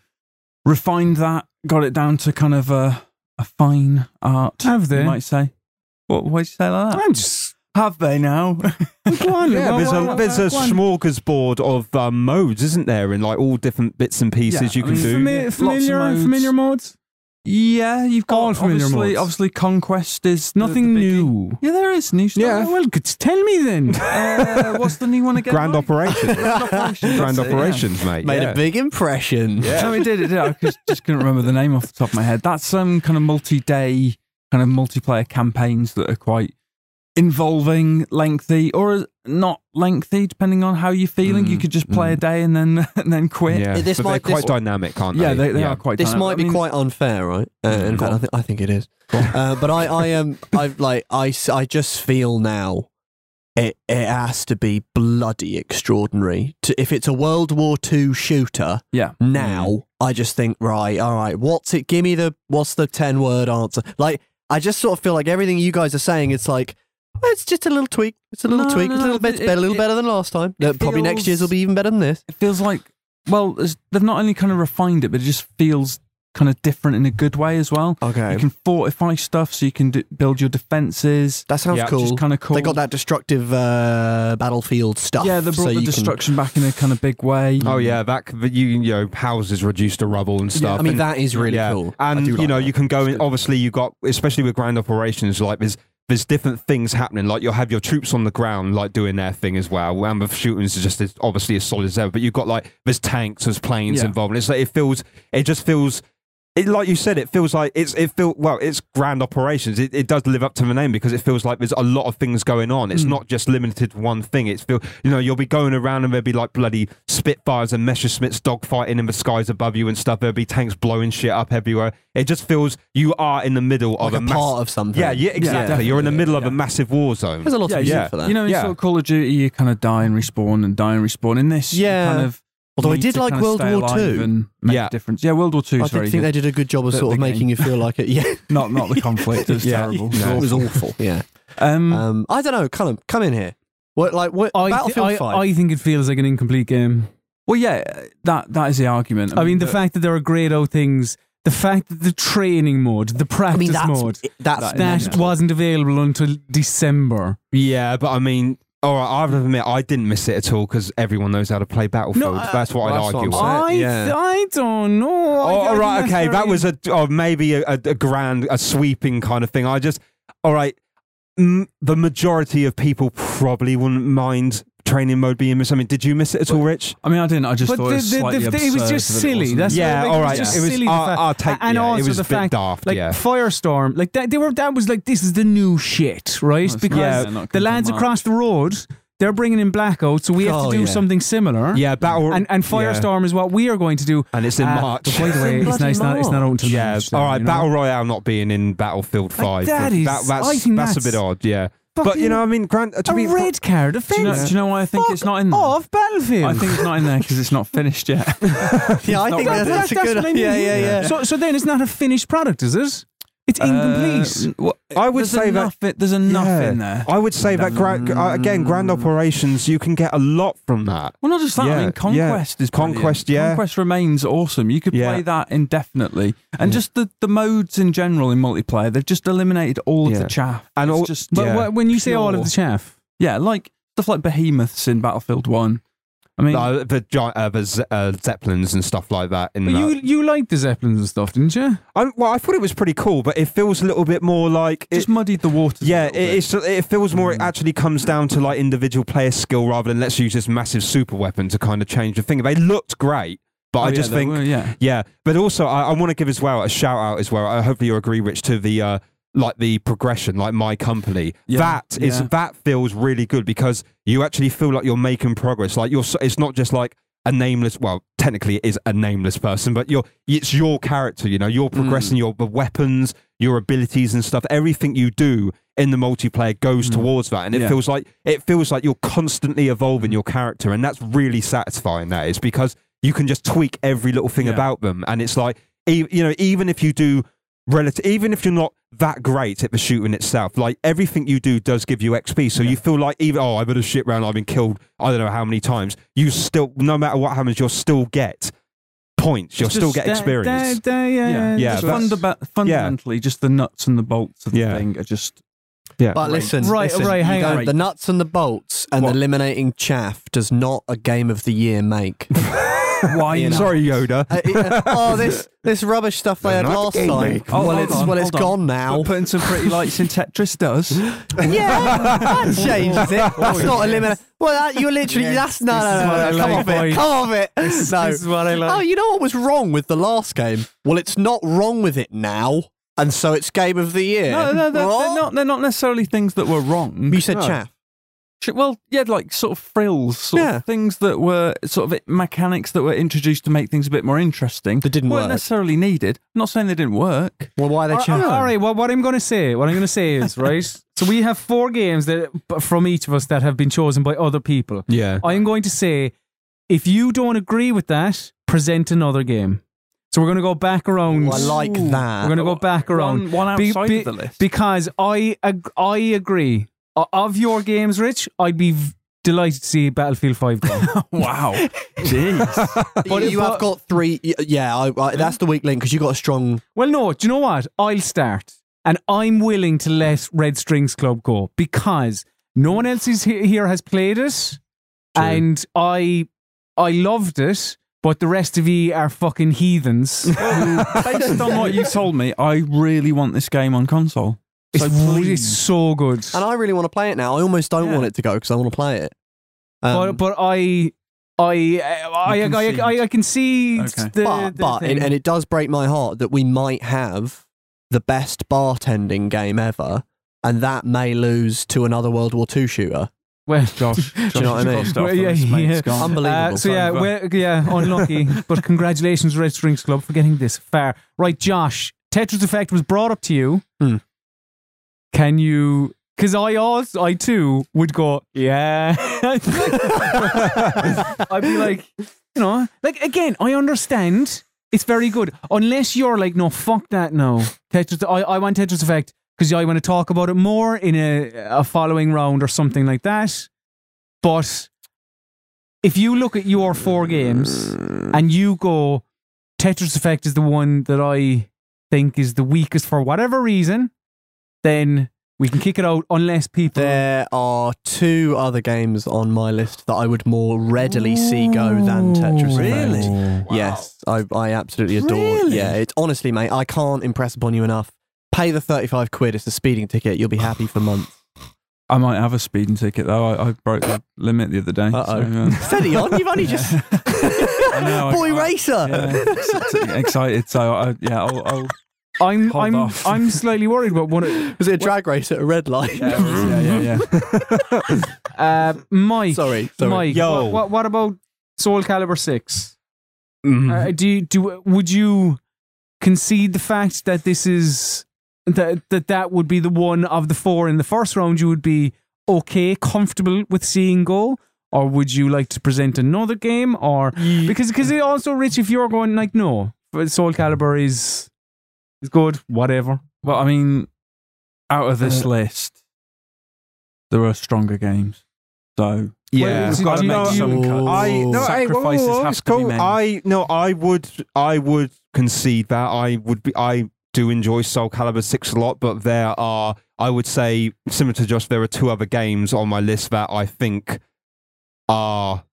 B: refined that, got it down to kind of a a fine art.
A: Have they?
B: You might say. What? Why'd you say like that?
A: I'm just
B: Have they now?
A: go on.
D: Yeah,
A: go
D: there's
A: on,
D: a there's a
A: go on.
D: smorgasbord of um, modes, isn't there? And like all different bits and pieces
B: Yeah,
D: you
B: I mean-
D: can do.
A: Fami-
B: Fami- Lots of
A: familiar
B: modes.
A: familiar modes.
B: yeah, you've got
A: All familiar
B: obviously,
A: modes.
B: obviously, conquest is the-
A: Nothing
B: the biggie.
A: new.
B: Yeah, there is new stuff.
A: Oh, well, good. tell me then.
B: uh, what's the new one again?
D: Grand
B: Mike?
D: operations,
B: operations.
D: grand
B: That's it, yeah.
D: operations, mate.
C: Made
D: yeah.
C: a big impression.
B: No, Oh, it did. It did. I just, just couldn't remember the name off the top of my head. That's some um, kind of multi-day, kind of multiplayer campaigns that are quite involving, lengthy, or not lengthy, depending on how you're feeling. you
C: Mm,
B: could just play a day and then and then quit.
D: Yeah.
C: This
D: but they're
C: might-
D: quite
C: this-
D: dynamic, aren't
B: Yeah,
D: they?
B: they, they are quite.
C: This
B: dynamic.
C: might
B: I
C: be
B: mean, Mm,
C: quite unfair, right? Uh, in
B: Go
C: fact, I,
B: on.
C: th- I think it is. Uh, but I, I am, I like, I, s- I just feel now it, it has to be bloody extraordinary. To, if it's a World War II shooter
B: Yeah. Mm.
C: now, I just think, right, all right, what's it? Give me the, what's the 10 word answer? Like, I just sort of feel like everything you guys are saying, it's like, well, it's just a little tweak. It's a little
B: No,
C: tweak.
B: no,
C: it's a little
B: but
C: bit
B: it-
C: better, a little
B: it-
C: better than last time.
B: it
C: Uh, Probably next
B: feels-
C: year's will be even better than this.
B: It feels like well, it's- they've not only kind of refined it, but it just feels kind of different in a good way as well.
C: Okay.
B: You can fortify stuff, so you can d- build your defenses.
C: That sounds
D: Yeah,
C: cool.
B: Which is kind of cool.
C: They got that destructive uh, battlefield stuff.
B: Yeah, they brought
C: so
B: the
C: you
B: destruction back in a kind of big way.
D: Oh yeah, that c- you you know houses reduced to rubble and stuff.
C: Can, I mean,
D: and-
C: that is really cool. I
D: And
C: do
D: you
C: like
D: know,
C: that.
D: you can go
C: It's
D: in.
C: good.
D: Obviously, you got especially with grand operations like there's there's different things happening. Like you'll have your troops on the ground, like doing their thing as well. And the shootings is just as, obviously as solid as ever. But you've got like there's tanks, there's planes
B: Yeah.
D: involved. And it's like it feels, it just feels it, like you said, it feels like it's it feel well, it's grand operations. It, it does live up to the name because it feels like there's a lot of things going on. It's not just limited to one thing. It's feel you know you'll be going around and there'll be like bloody Spitfires and Messerschmitts dogfighting in the skies above you and stuff. There'll be tanks blowing shit up everywhere. It just feels you are in the middle
C: Like
D: of
C: a
D: a mass-
C: part of something.
D: Yeah, yeah, exactly. You're in the middle of a massive war zone.
C: There's a lot
B: Yeah,
C: of music
D: yeah.
C: for that.
B: You know, in
D: Yeah.
B: sort of Call of Duty, you kind of die and respawn and die and respawn. In this, you
C: Yeah.
B: kind of.
C: Although I
B: need
C: did
B: to
C: like
B: kind of
C: World
B: stay
C: War
B: alive
C: Two.
B: and make
D: Yeah.
B: a difference. Yeah, World War Two
C: I
B: is very
C: did think they
B: good.
C: did a good job of
B: The-
C: sort of
B: the
C: making
B: game.
C: you feel like it. Yeah,
B: Not not the conflict. It was
D: Yeah.
B: terrible.
D: No.
C: it was awful. Yeah.
B: Um,
C: Um, I don't know. Callum, come in here. What like what?
A: I, th-
C: Battlefield
A: I,
C: Five.
A: I think it feels like an incomplete game.
B: well, yeah, that that is the argument.
A: I mean, the
B: but-
A: fact that there are grade O things, the fact that the training mode, the practice
C: I mean that's
A: mode,
C: that's
B: That-
A: that
B: yeah.
A: wasn't available until December.
D: Yeah, but I mean, all right, I have to admit, I didn't miss it at all because everyone knows how to play Battlefield.
A: No, uh,
D: that's what
C: that's
D: I'd
C: what
D: argue.
C: I'm
D: with.
C: saying.
A: I,
C: yeah.
A: I don't know.
D: Oh, all right, okay, that was a oh, maybe a, a, a grand, a sweeping kind of thing. I just, all right, m- the majority of people probably wouldn't mind training mode being missed. I mean, did you miss it at all, Rich?
B: I mean, I didn't. I just
A: But
B: thought
A: the-
B: it was
A: the- the-
B: slightly
A: it was
B: absurd
A: just
B: that it wasn't
A: silly.
B: there.
A: That's-
D: yeah,
A: like, it
D: all
A: was
D: right,
A: just
D: it was.
A: silly, the
D: I'll,
A: fact-
D: I'll take.
A: and
D: yeah,
A: also
D: it was
A: the
D: a bit
A: fact,
D: daft.
A: like
D: yeah,
A: Firestorm. Like that, they were. That was like this is the new shit, right?
B: Well, it's
A: because
B: nice, they're not
A: the lads
B: coming
A: across the road, they're bringing in blackout, so we have
C: Oh,
A: to do
C: yeah.
A: something similar.
D: yeah, battle
A: and and
D: yeah.
A: Firestorm is what we are going to do.
D: and it's in
A: Uh,
D: March.
A: but by the way,
C: It's in
A: it's, nice, not, it's not out until
D: Yeah,
A: March,
D: all right.
A: you know?
D: Battle Royale not being in Battlefield Five.
A: that is-
D: that's,
A: I think
D: that's,
A: that's
D: a bit odd. Yeah, but you know, I mean, Grant. To
A: a
D: be,
A: red card offence.
B: Do you, know, do you know why I think it's not in there?
A: Off Battlefield.
B: I think it's not in there because it's not finished yet.
C: yeah, I
B: not
C: think that's,
B: bad.
C: that's a good.
A: what I mean.
C: Yeah, yeah, yeah.
A: So, so then it's not a finished product, is it? It's incomplete.
B: Uh, well,
D: I would
B: there's
D: say that-
B: enough in- there's enough
D: Yeah.
B: in there.
D: I would say that gra- uh, again, grand
A: Mm.
D: operations. You can get a lot from that.
B: Well, not just that.
D: Yeah,
B: I mean,
D: yeah.
B: Conquest is brilliant.
D: Conquest, yeah.
B: Conquest remains awesome. You could
D: Yeah.
B: play that indefinitely, and just the, the modes in general in multiplayer, they've just eliminated all of
D: Yeah.
B: the chaff.
D: And
B: it's
D: all-
B: just
A: But
D: Yeah.
A: what, when you say all of
B: Pure.
A: the chaff,
B: yeah, like stuff like behemoths in Battlefield One. I mean,
D: No, the gi- uh, the ze- uh, zeppelins and stuff like that. In
A: but
D: that.
A: you you liked the zeppelins and stuff, didn't you?
D: I, well, I thought it was pretty cool, but it feels a little bit more like it,
B: just muddied the waters. a
D: yeah, it,
B: little bit.
D: it's, it feels more. It
B: Mm.
D: actually comes down to like individual player skill rather than let's use this massive super weapon to kind of change the thing. They looked great, but
B: Oh,
D: I
B: yeah,
D: just
B: they
D: think
B: were, yeah,
D: Yeah, but also I, I want to give as well a shout out as well. I hopefully you agree, Rich, to the uh, like the progression, like my company.
B: Yeah,
D: that is
B: yeah.
D: that feels really good because you actually feel like you're making progress. Like you're, so- it's not just like a nameless. Well, technically it is a nameless person, but you're it's your character. You know, you're
B: Mm.
D: progressing your the weapons, your abilities and stuff. Everything you do in the multiplayer goes towards that, and it
B: Mm. Yeah. Mm.
D: feels like it feels like you're constantly evolving your character, and that's really satisfying. That is because you can just tweak every little thing
B: Yeah.
D: about them, and it's like e- you know, even if you do relative, even if you're not that great at the shooting itself, like everything you do does give you XP, so you feel like even oh, I've been a shit round, I've been killed, I don't know how many times. You still, no matter what happens, you'll still get points, you'll still get
A: That-
D: experience.
A: that- that- yeah,
B: yeah,
D: Yeah,
B: Just
D: that's-
B: fundaba- fundamentally, just the nuts and the bolts of the
D: Yeah.
B: thing are just
C: But listen,
A: Right,
C: listen,
A: right,
C: you
A: hang
C: don't-
A: on.
C: The nuts and the bolts and
D: What?
C: eliminating chaff does not a game of the year make.
B: why
C: You know.
D: Sorry, Yoda.
C: Uh, yeah. oh, this this rubbish stuff they had
D: Not the
C: last
D: game
C: time.
D: make.
B: Oh,
C: well,
B: hold
C: it's
B: on,
C: well, it's
B: hold on.
C: gone now.
B: But putting some pretty lights in Tetris does.
C: yeah, that changes it. That's not eliminate. Well, that, you're literally that's no,
A: This is
C: no,
A: what I
C: no, no, Come
A: like,
C: off it.
A: boy.
C: Come off it. No.
A: This is what I
C: Oh,
A: like.
C: you know what was wrong with the last game? Well, it's not wrong with it now, and so it's game of the year.
B: No, no, they're,
C: What?
B: they're not. They're not necessarily things that were wrong.
C: You said
D: No.
C: chaff.
B: Sh- Well, yeah, like sort of frills, sort
C: Yeah.
B: of things that were sort of mechanics that were introduced to make things a bit more interesting.
C: That didn't
B: weren't
C: work.
B: necessarily needed. I'm not saying they didn't work.
C: Well, why are they
A: All right,
C: chaff?
A: all right, well, what I'm going to say, what I'm going to say is right. So we have four games that from each of us that have been chosen by other people.
D: Yeah.
A: I'm going to say, if you don't agree with that, present another game. So we're going to go back around.
C: Ooh, I like that.
A: We're going to go back around.
B: One, one
A: Be-
B: outside
A: be-
B: of the list.
A: Because I ag- I agree. O- Of your games, Rich, I'd be v- delighted to see Battlefield 5 gone.
B: wow, jeez.
C: But you have got three. y- Yeah, I, I, that's the weak link because you got a strong.
A: well, no, do you know what? I'll start. And I'm willing to let Red Strings Club go because no one else is he- here has played it. And I I loved it, but the rest of you are fucking heathens.
B: Based on what you told me, I really want this game on console.
A: it's,
B: So
A: really
B: please.
A: so good.
C: And I really want to play it now. I almost don't
B: Yeah.
C: want it to go because I want to play it. Um,
A: but but I I I I,
B: You
A: I, I, I can see
B: Okay.
A: the,
C: but
A: the
C: but
A: thing.
C: and, and it does break my heart that we might have the best bartending game ever, and that may lose to another World War II shooter.
A: well,
B: Josh, Josh
C: you know what I
B: has
C: mean?
B: got stuff
A: Well,
B: for
A: yeah,
B: us, mate.
A: yeah.
B: It's gone.
C: Unbelievable.
A: Uh, so yeah,
B: Fun.
A: well, yeah, unlucky, but congratulations, Red Strings Club, for getting this far. Right, Josh, Tetris Effect was brought up to you.
C: Hmm.
A: Can you? Because I also, I too would go, yeah. I'd be like, you know, like again, I understand. It's very good, unless you're like, no, fuck that, no. Tetris, I, I want Tetris Effect because I want to talk about it more in a, a following round or something like that. But if you look at your four games and you go, Tetris Effect is the one that I think is the weakest for whatever reason, then we can kick it out unless people.
C: There are two other games on my list that I would more readily see go than Tetris. Effect.
B: Really?
C: Yes, I, I absolutely adore.
B: Really?
C: Yeah, it's honestly, mate, I can't impress upon you enough. Pay the thirty-five quid; it's a speeding ticket. You'll be happy for months.
B: I might have a speeding ticket though. I, I broke the limit the other day. so,
C: Uh-oh.
B: yeah.
C: Steady on, you've only just
B: I know, I-
C: boy
B: I-
C: racer.
B: Yeah, ex- excited. So I, yeah, I'll, I'll
A: I'm
B: Hold
A: I'm
B: off.
A: I'm slightly worried about one. of-
C: Was it a drag race at a red light?
B: yeah, yeah, yeah, yeah.
A: Uh, Mike,
C: Sorry, sorry.
A: Mike,
D: Yo.
A: What, what, what about Soul Calibur Six?
D: Mm.
A: Uh, do you, do would you concede the fact that this is that that that would be the one of the four in the first round you would be okay comfortable with seeing go or would you like to present another game or because because it also rich if you're going like no but Soul Calibur is is good whatever
B: Well, I mean, out of
C: Uh,
B: this list, there are stronger games. So
A: Well,
D: yeah,
A: it's-
B: we've got to
A: do
B: make
A: you-
B: some cuts.
D: I no, hey, whoa, whoa,
B: Sacrifices
D: whoa,
B: have
D: it's
B: to be
D: cool.
B: made.
D: I no, I would, I would concede that I would be, I do enjoy Soul Calibur Six a lot, but there are, I would say, similar to Josh, there are two other games on my list that I think are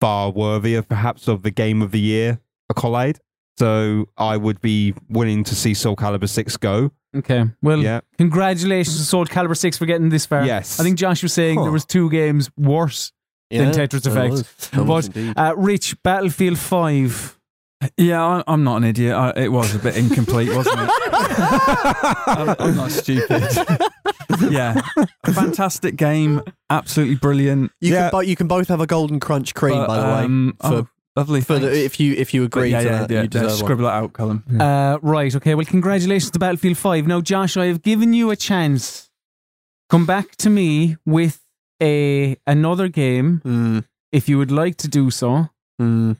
D: far worthier, perhaps, of the Game of the Year accolade. So I would be willing to see Soul Calibur Six go.
A: okay well
D: Yeah,
A: congratulations to Soul Calibur 6 for getting this far
D: yes.
A: I think Josh was saying
C: Huh.
A: there was two games worse
C: Yeah,
A: than Tetris
C: there
A: Effect.
C: was. There
A: But-
C: was indeed.
A: uh, Rich Battlefield 5
B: yeah, I, I'm not an idiot. I, it was a bit incomplete, wasn't it? I'm, I'm not stupid. yeah, a fantastic game, absolutely brilliant.
C: you
D: yeah.
C: can bo- you can both have a golden crunch cream,
B: But,
C: by the way.
B: um,
C: for-
B: oh, lovely.
C: For the,
B: thanks.
C: if you if you
B: But
C: agree
B: yeah,
C: to
B: yeah,
C: that,
B: yeah,
C: you deserve one.
B: scribble it out, Colin.
A: Uh, right, okay. Well, congratulations to Battlefield 5. Now, Josh, I have given you a chance. Come back to me with a another game
B: Hmm,
C: Mm,
A: if you would like to do so.
C: mm.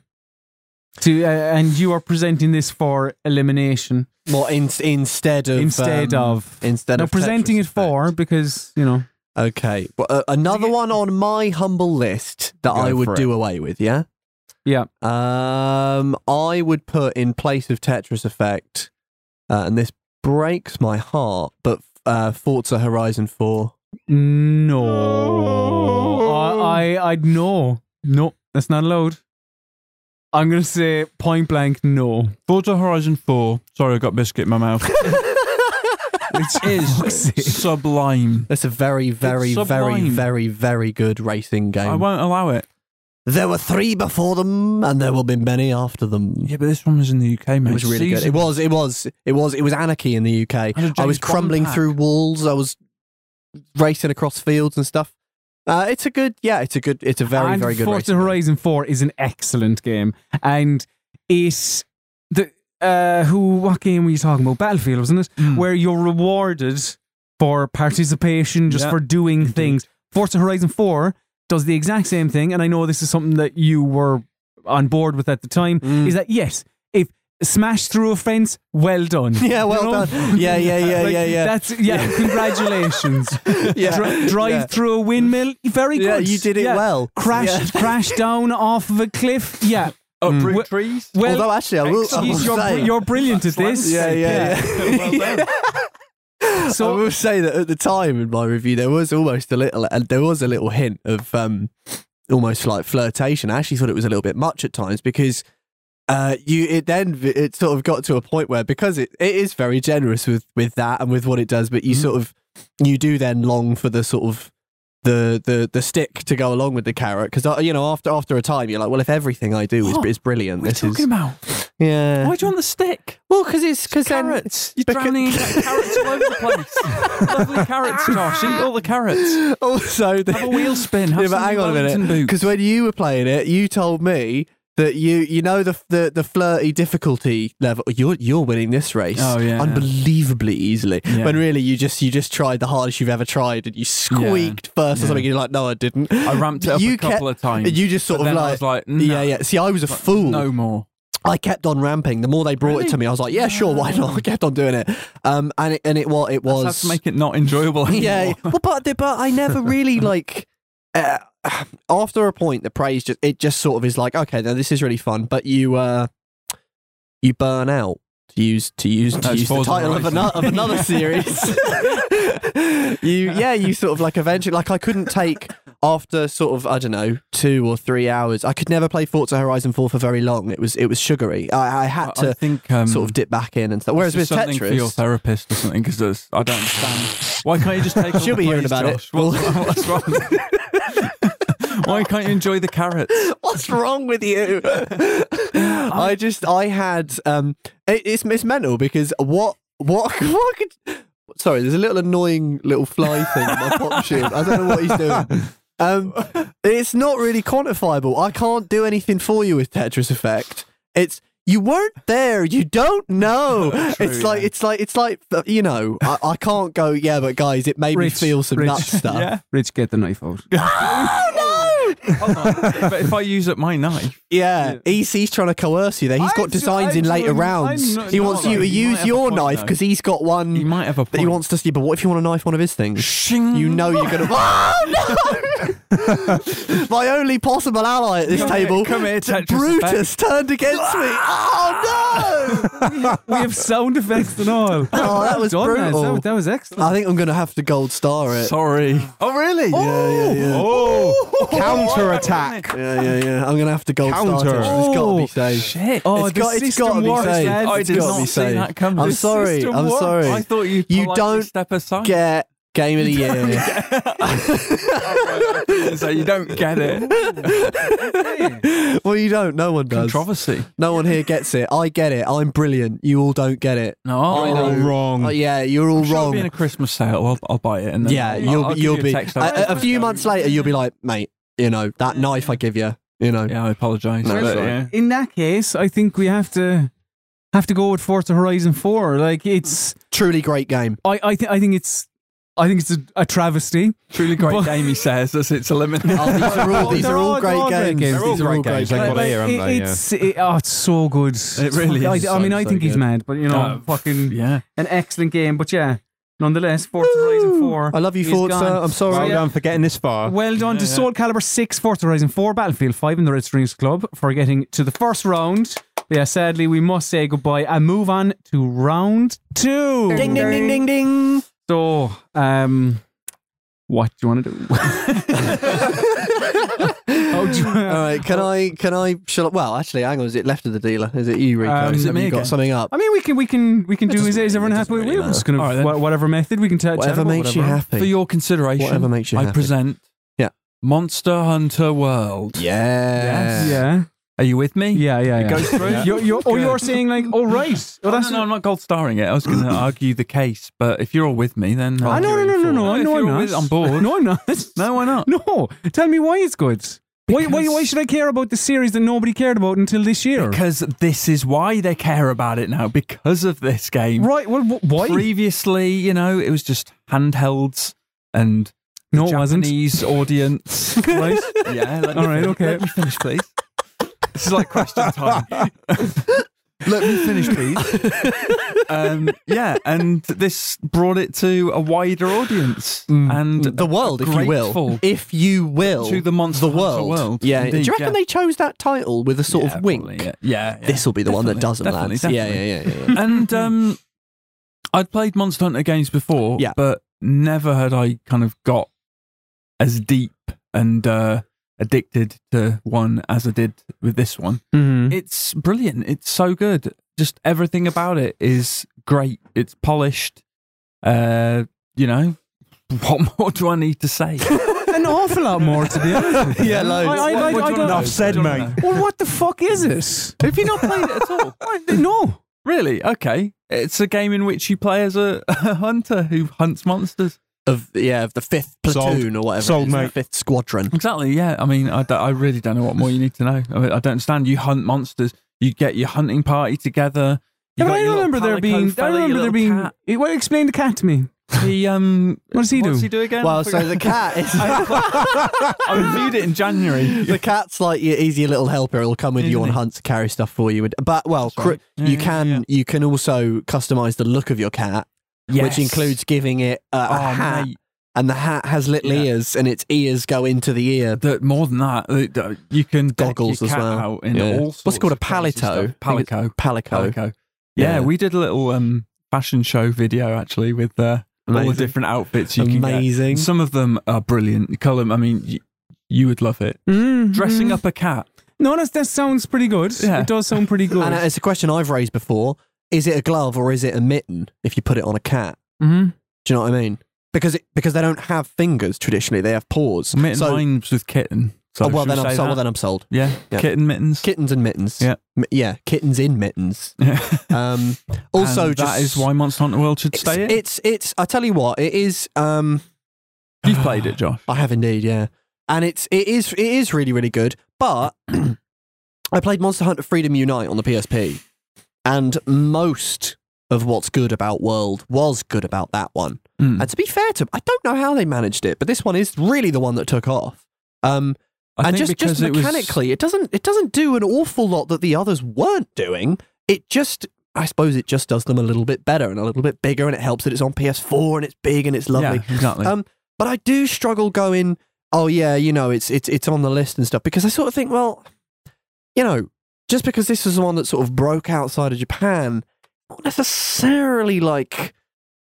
A: To uh, and you are presenting this for elimination
C: What in, instead of
A: instead
C: um,
A: of
C: instead
A: now
C: of
A: presenting
C: Tetris
A: it for
C: Effect.
A: because you know
C: Okay, but, uh, another one on my humble list that
D: Go
C: I
D: for
C: would
D: it.
C: do away with. Yeah,
A: yeah.
C: um, I would put in place of Tetris Effect, uh, and this breaks my heart. But uh, Forza Horizon Four.
A: No, I, I, I'd no, no. That's not allowed. I'm gonna say point blank no.
B: Forza Horizon 4. Sorry, I got biscuit in my mouth. Which is sublime.
C: That's a very, very, very,
B: sublime.
C: very, very good racing
B: I
C: game.
B: won't allow it.
C: There were three before them, and there will be many after them.
B: Yeah, but this one was in the UK, mate.
C: It was really good. It
B: Season-
C: was. It was. It was. It was anarchy in the UK.
B: James
C: I was
B: Bond
C: crumbling
B: pack.
C: through walls. I was racing across fields and stuff. Uh, it's a good. Yeah, it's a good. It's a very
A: and
C: very good.
A: Forza
C: racing game.
A: Horizon Four is an excellent game, and it's the uh, who what game were you talking about? Battlefield, wasn't it?
C: Hmm.
B: Mm.
A: Where you're rewarded for participation, just
B: Yeah,
A: for doing
B: indeed.
A: things. Forza Horizon Four does the exact same thing, and I know this is something that you were on board with at the time.
C: Mm.
A: Is that yes? If smash through a fence, well done.
C: Yeah, well
A: You know?
C: done. Yeah, yeah, yeah,
A: Like,
C: yeah, yeah.
A: That's yeah. Congratulations.
C: Yeah.
A: Dri- drive
C: Yeah.
A: through a windmill. Very good.
C: Yeah, you did it
A: Yeah
C: well.
A: crash
C: Yeah.
A: crash down off of a cliff. Yeah.
B: Uproot
A: Mm.
B: Oh, trees.
A: Well,
C: Although actually, I will. I will
A: geez, you're, br-
C: say,
A: you're brilliant at this.
C: yeah, yeah, yeah. I
A: So
C: will say that at the time in my review, there was almost a little, and there was a little hint of um, almost like flirtation. I actually thought it was a little bit much at times because uh, you it then it sort of got to a point where because it, it is very
B: Mm-hmm.
C: generous with with that and with what it does, but you sort of you do then long for the sort of the the the stick to go along with the carrot because you know after after a time you're like, well, if everything I do is,
B: What?
C: is brilliant,
B: What are you
C: this is
B: talking about?
C: yeah.
B: Why do you want the stick?
C: Well, because it's because
B: Carrots. You're drowning in carrots all over the place. Lovely carrots, Josh. Eat all the carrots.
C: also the,
B: Have a wheel spin. Have
C: Oh, yeah, but
B: some
C: hang on a
B: Wellington
C: minute.
B: boots.
C: Because when you were playing it, you told me that you you know the the, the flirty difficulty level. You're you're winning this race.
B: Oh, yeah.
C: unbelievably easily.
B: Yeah.
C: When really you just you just tried the hardest you've ever tried, and you squeaked first or
B: Yeah.
C: something. You're like, no, I didn't.
B: I ramped it up
C: You
B: a couple of times.
C: You just sort
B: but
C: of
B: then I
C: like,
B: was like, no,
C: yeah, yeah. See, I was a fool.
B: no more.
C: I kept on ramping. The more they brought it to me, I was like, yeah, sure, why not? I kept on doing it. Um, and it, and it what it was
B: Let's have to make it not enjoyable anymore.
C: yeah, well, but the- but I never really like. Uh, after a point, the praise just it just sort of is like, okay, now this is really fun, but you uh, you burn out to use to use to
B: That's
C: use the
B: Forza
C: title of,
B: Horizon.
C: ano- of another series. you yeah, you sort of like eventually like I couldn't take after sort of I don't know two or three hours. I could never play Forza Horizon Four for very long. It was it was sugary. I, I
B: I,
C: had
B: I
C: to
B: think um,
C: sort of dip back in and stuff. Whereas
B: this
C: with
B: is something for your
C: Tetris,
B: therapist or something because I don't understand. Why can't you just take? all
C: She'll
B: the
C: be hearing
B: praise,
C: about it.
B: Josh? What's, what's wrong? Why can't you enjoy the carrots?
C: What's wrong with you? I just, I had, um, it, it's, it's mental because what, what, what could, sorry, there's a little annoying little fly thing in my pop shield. I don't know what he's doing. Um, it's not really quantifiable. I can't do anything for you with Tetris Effect. It's, you weren't there. You don't know. it's like it's like it's like you know. I, I can't go. Yeah, but guys, it made
A: Rich,
C: me feel some
A: Rich,
C: nut stuff.
B: Yeah.
A: Rich, get the knife out.
C: Oh,
B: Hold on. But if I use up my knife,
C: Yeah, EC's trying to coerce you there. He's got
A: I'm ju-
C: designs
A: I'm
C: in later
A: doing-
C: rounds.
A: I'm not-
C: he
A: no,
C: wants
A: no,
C: you to
B: you might
C: use
B: have a
C: your
B: point,
C: knife
B: though.
C: because he's got one
B: you might have a point.
C: that he wants to see. But what if you want to knife one of his things?
B: Shing.
C: You know you're gonna. Oh, no! My only possible ally at this
B: Come here,
C: table,
B: come here, Tetris
C: Brutus, turned against me. Oh no!
A: we have sound effects and all.
C: Oh, that was
A: Done that.
C: brutal.
A: That, was- that was excellent.
C: I think I'm gonna have to gold star it.
B: Sorry.
D: Oh, really?
C: yeah, yeah.
D: Oh, counter attack.
C: Yeah, yeah, yeah. I'm gonna have to gold star
D: Counter.
C: it. It's gotta be
A: Oh,
C: saved.
A: Shit.
C: Oh,
A: Oh,
C: it's
A: the
C: got, it's
A: system
C: got to be
A: works,
C: saved.
A: lads.
B: I
C: It's
B: did
C: got
B: not
C: to be
B: see
C: saved.
B: that coming.
C: I'm
B: This
C: sorry.
B: system
C: I'm
B: works.
C: sorry.
B: I thought you
C: You
B: politely
C: don't
B: step aside.
C: Get game of the year.
B: so you don't get it.
C: well, you don't. No one does.
B: Controversy.
C: No one here gets it. I get it. I'm brilliant. You all don't get it.
B: No,
D: Oh,
B: I know.
D: wrong.
C: Oh, yeah, you're all
B: Mm. Sure, it'll
C: wrong.
B: be in a Christmas sale. I'll, I'll buy it. And then
C: yeah,
B: I'll-
C: you'll
B: I'll
C: be.
B: give
C: You'll
B: you a
C: be.
B: text
C: a,
B: over
C: a- a few months later, you'll be like, mate, you know that knife I give you. You know.
B: Yeah, I apologise.
C: No,
B: but,
C: sorry.
B: yeah.
A: In that case, I think we have to have to go with Forza Horizon Four. Like it's,
C: Truly great game.
A: I I, th- I think it's, I think it's a, a travesty.
B: Truly great
A: But-
B: game, he says, as it's eliminated.
C: Oh, these are all, these
A: They're
C: are all
A: all- they're all
C: great
A: great
C: games.
A: games. They're
D: all
C: These are
D: great
C: all
D: games.
C: great
D: They've
C: games.
D: got Well, they are,
A: it-
D: aren't they?
A: it's it, oh, it's so good. It's
B: really
A: I,
B: is
A: I mean, I
C: so
A: think he's
C: good.
A: mad, but you know,
B: Oh,
A: fucking
B: yeah.
A: an excellent game. But yeah, nonetheless, Forza Horizon Four.
C: I love you,
A: is
C: Forza.
A: gone.
C: I'm sorry.
D: Well
A: Yeah.
D: done for getting this far.
A: Well done to
B: Yeah.
A: Soul Calibur 6, Forza Horizon 4, Battlefield 5, and the Red Strings Club for getting to the first round. Yeah, sadly, we must say goodbye and move on to round two.
C: Ding ding ding ding ding.
A: So, um, what do you want to do? How do you
C: All right, can I can I shall I, well actually hang on, is it left of the dealer? Is it you, Rico?
A: Um,
B: is it
C: Have
B: me
C: you got
B: again?
C: something up?
A: I mean, we can we can we can do. Is,
C: doesn't
A: is
C: really-
A: everyone
C: it
A: happy?
C: doesn't really
A: We're just kind of
B: All right, then.
A: wha- whatever method we can tell.
C: Whatever makes you happy.
B: For your consideration,
C: Whatever makes you
B: I
C: happy.
B: present
C: Yeah.
B: Monster Hunter World.
C: Yeah.
A: Yeah,
B: Are you with me?
A: yeah, yeah. yeah.
B: It goes through.
A: You're, you're, oh,
B: Good.
A: you're saying like, oh, right. Oh,
B: Oh,
A: that's
B: no, no, I'm not gold starring it. I was going to argue the case, but if you're all with me, then
A: I know, Ah, no, no, no, no. I know I'm not.
B: on board.
A: No, I'm not.
B: No, why not?
A: No, tell me why it's good. Why, why,
B: Because-
A: why should I care about the series that nobody cared about until this year?
B: Because this is why they care about it now. Because of this game.
A: right, well, wh- why?
B: Previously, you know, it was just handhelds and
A: no, it wasn't.
B: Japanese audience.
A: Right?
B: yeah. Let me
A: All right,
B: finish.
A: okay.
B: Let me finish, please. This is like question time. Let me finish, please. um, yeah, and this brought it to a wider audience,
A: Mm.
B: and
C: The world, if you
B: Grateful.
C: will. If you will.
B: To the Monster Hunter
C: world.
B: world.
C: Yeah.
B: Indeed,
C: Do you reckon
B: yeah.
C: they chose that title with a sort
B: Yeah,
C: of wink?
B: probably, yeah, yeah, yeah.
C: This will be the one that doesn't
B: Definitely,
C: land.
B: definitely,
C: Yeah, yeah, yeah, yeah. yeah.
B: definitely. And um, I'd played Monster Hunter games before,
C: Yeah.
B: but never had I kind of got as deep and uh, addicted to one as I did with this one.
A: Mm-hmm.
B: It's brilliant. It's so good. Just everything about it is great. It's polished. Uh, you know, what more do I need to say?
A: an awful lot more, to be honest. with you.
C: Yeah, loads.
A: I, I, I,
B: What- what
A: I
B: do you
A: don't,
B: wanna know?
D: Enough said,
B: What do you wanna
D: mate.
B: know?
A: Well, what the fuck is it?
B: Have you not played it at all?
A: No.
B: Really? Okay. It's a game in which you play as a, a hunter who hunts monsters.
C: of yeah of the fifth
D: Sold.
C: platoon or whatever, it
D: Sold,
C: is, the
D: mate.
C: fifth squadron.
B: Exactly. Yeah. I mean, I, don't- I really don't know what more you need to know. I, mean, I don't understand. You hunt monsters. You get your hunting party together.
A: Yeah, but
B: You got
A: I
B: your little
A: remember there
B: palico
A: being. I
B: fella, your
A: remember there
B: little
A: being.
B: cat.
A: Eh, Well, explain the cat to me.
B: He um.
A: What does he
B: What
A: do?
B: does he do again?
C: Well,
B: I
C: so
B: forgot.
C: the cat is
B: I reviewed it in January.
C: the cat's like your easy little helper. It'll come with you on
B: Isn't it?
C: hunts, carry stuff for you. and- But well, cr-
B: right. Yeah,
C: you
B: yeah,
C: can
B: yeah.
C: you can also customize the look of your cat,
B: Yes.
C: which includes giving it uh, a
B: Oh,
C: hat.
B: mate.
C: And the hat has little
B: Yeah.
C: ears, and its ears go into the ear.
B: The, more than that, the- the- you can deck
C: Goggles
B: your
C: as
B: cat
C: well.
B: Out in
C: Yeah.
B: all
C: What's it
B: sorts
C: called,
B: of
C: a
B: crazy
C: palico?
B: stuff. Palico.
C: Palico.
B: Palico. Yeah,
C: Yeah.
B: we did a little um fashion show video actually with uh, all the
C: Amazing.
B: different outfits you can get.
C: Amazing.
B: And Some of them are brilliant. Colin, I mean, y- you would love
C: Mm-hmm.
B: it.
A: Mm,
B: Dressing
A: mm.
B: up a cat.
A: No, that's, that sounds pretty good.
B: Yeah.
A: It does sound pretty good.
C: And uh, it's a question I've raised before: Is it a glove or is it a mitten? If you put it on a cat,
A: mm-hmm.
C: do you know what I mean? Because it, because they don't have fingers traditionally; they have paws.
B: Mitten
C: so,
B: rhymes with kitten. So
C: oh, well,
B: should we
C: then I'm
B: say
C: sold. Well,
B: that?
C: then I'm sold.
B: yeah.
C: Yeah.
B: kitten mittens.
C: Kittens and mittens.
B: Yeah.
C: M- yeah. Kittens in mittens. Um, also, just
B: And that is why Monster Hunter World should
C: it's,
B: stay in.
C: it's it's. I tell you what, it is. Um,
B: You've played it, Josh.
C: I have indeed, yeah. And it's it is it is really really good. But I played Monster Hunter Freedom Unite on the PSP, and most of what's good about World was good about that one.
B: Mm.
C: And to be fair to, I don't know how they managed it, but this one is really the one that took off. Um,
B: I
C: and
B: think
C: just just
B: because it was-
C: mechanically, it doesn't it doesn't do an awful lot that the others weren't doing. It just I suppose it just does them a little bit better and a little bit bigger, and it helps that it's on PS4 and it's big and it's lovely.
B: Yeah, exactly.
C: Um, But I do struggle going, oh yeah, you know, it's it's it's on the list and stuff because I sort of think, well, you know, just because this was the one that sort of broke outside of Japan, not necessarily like.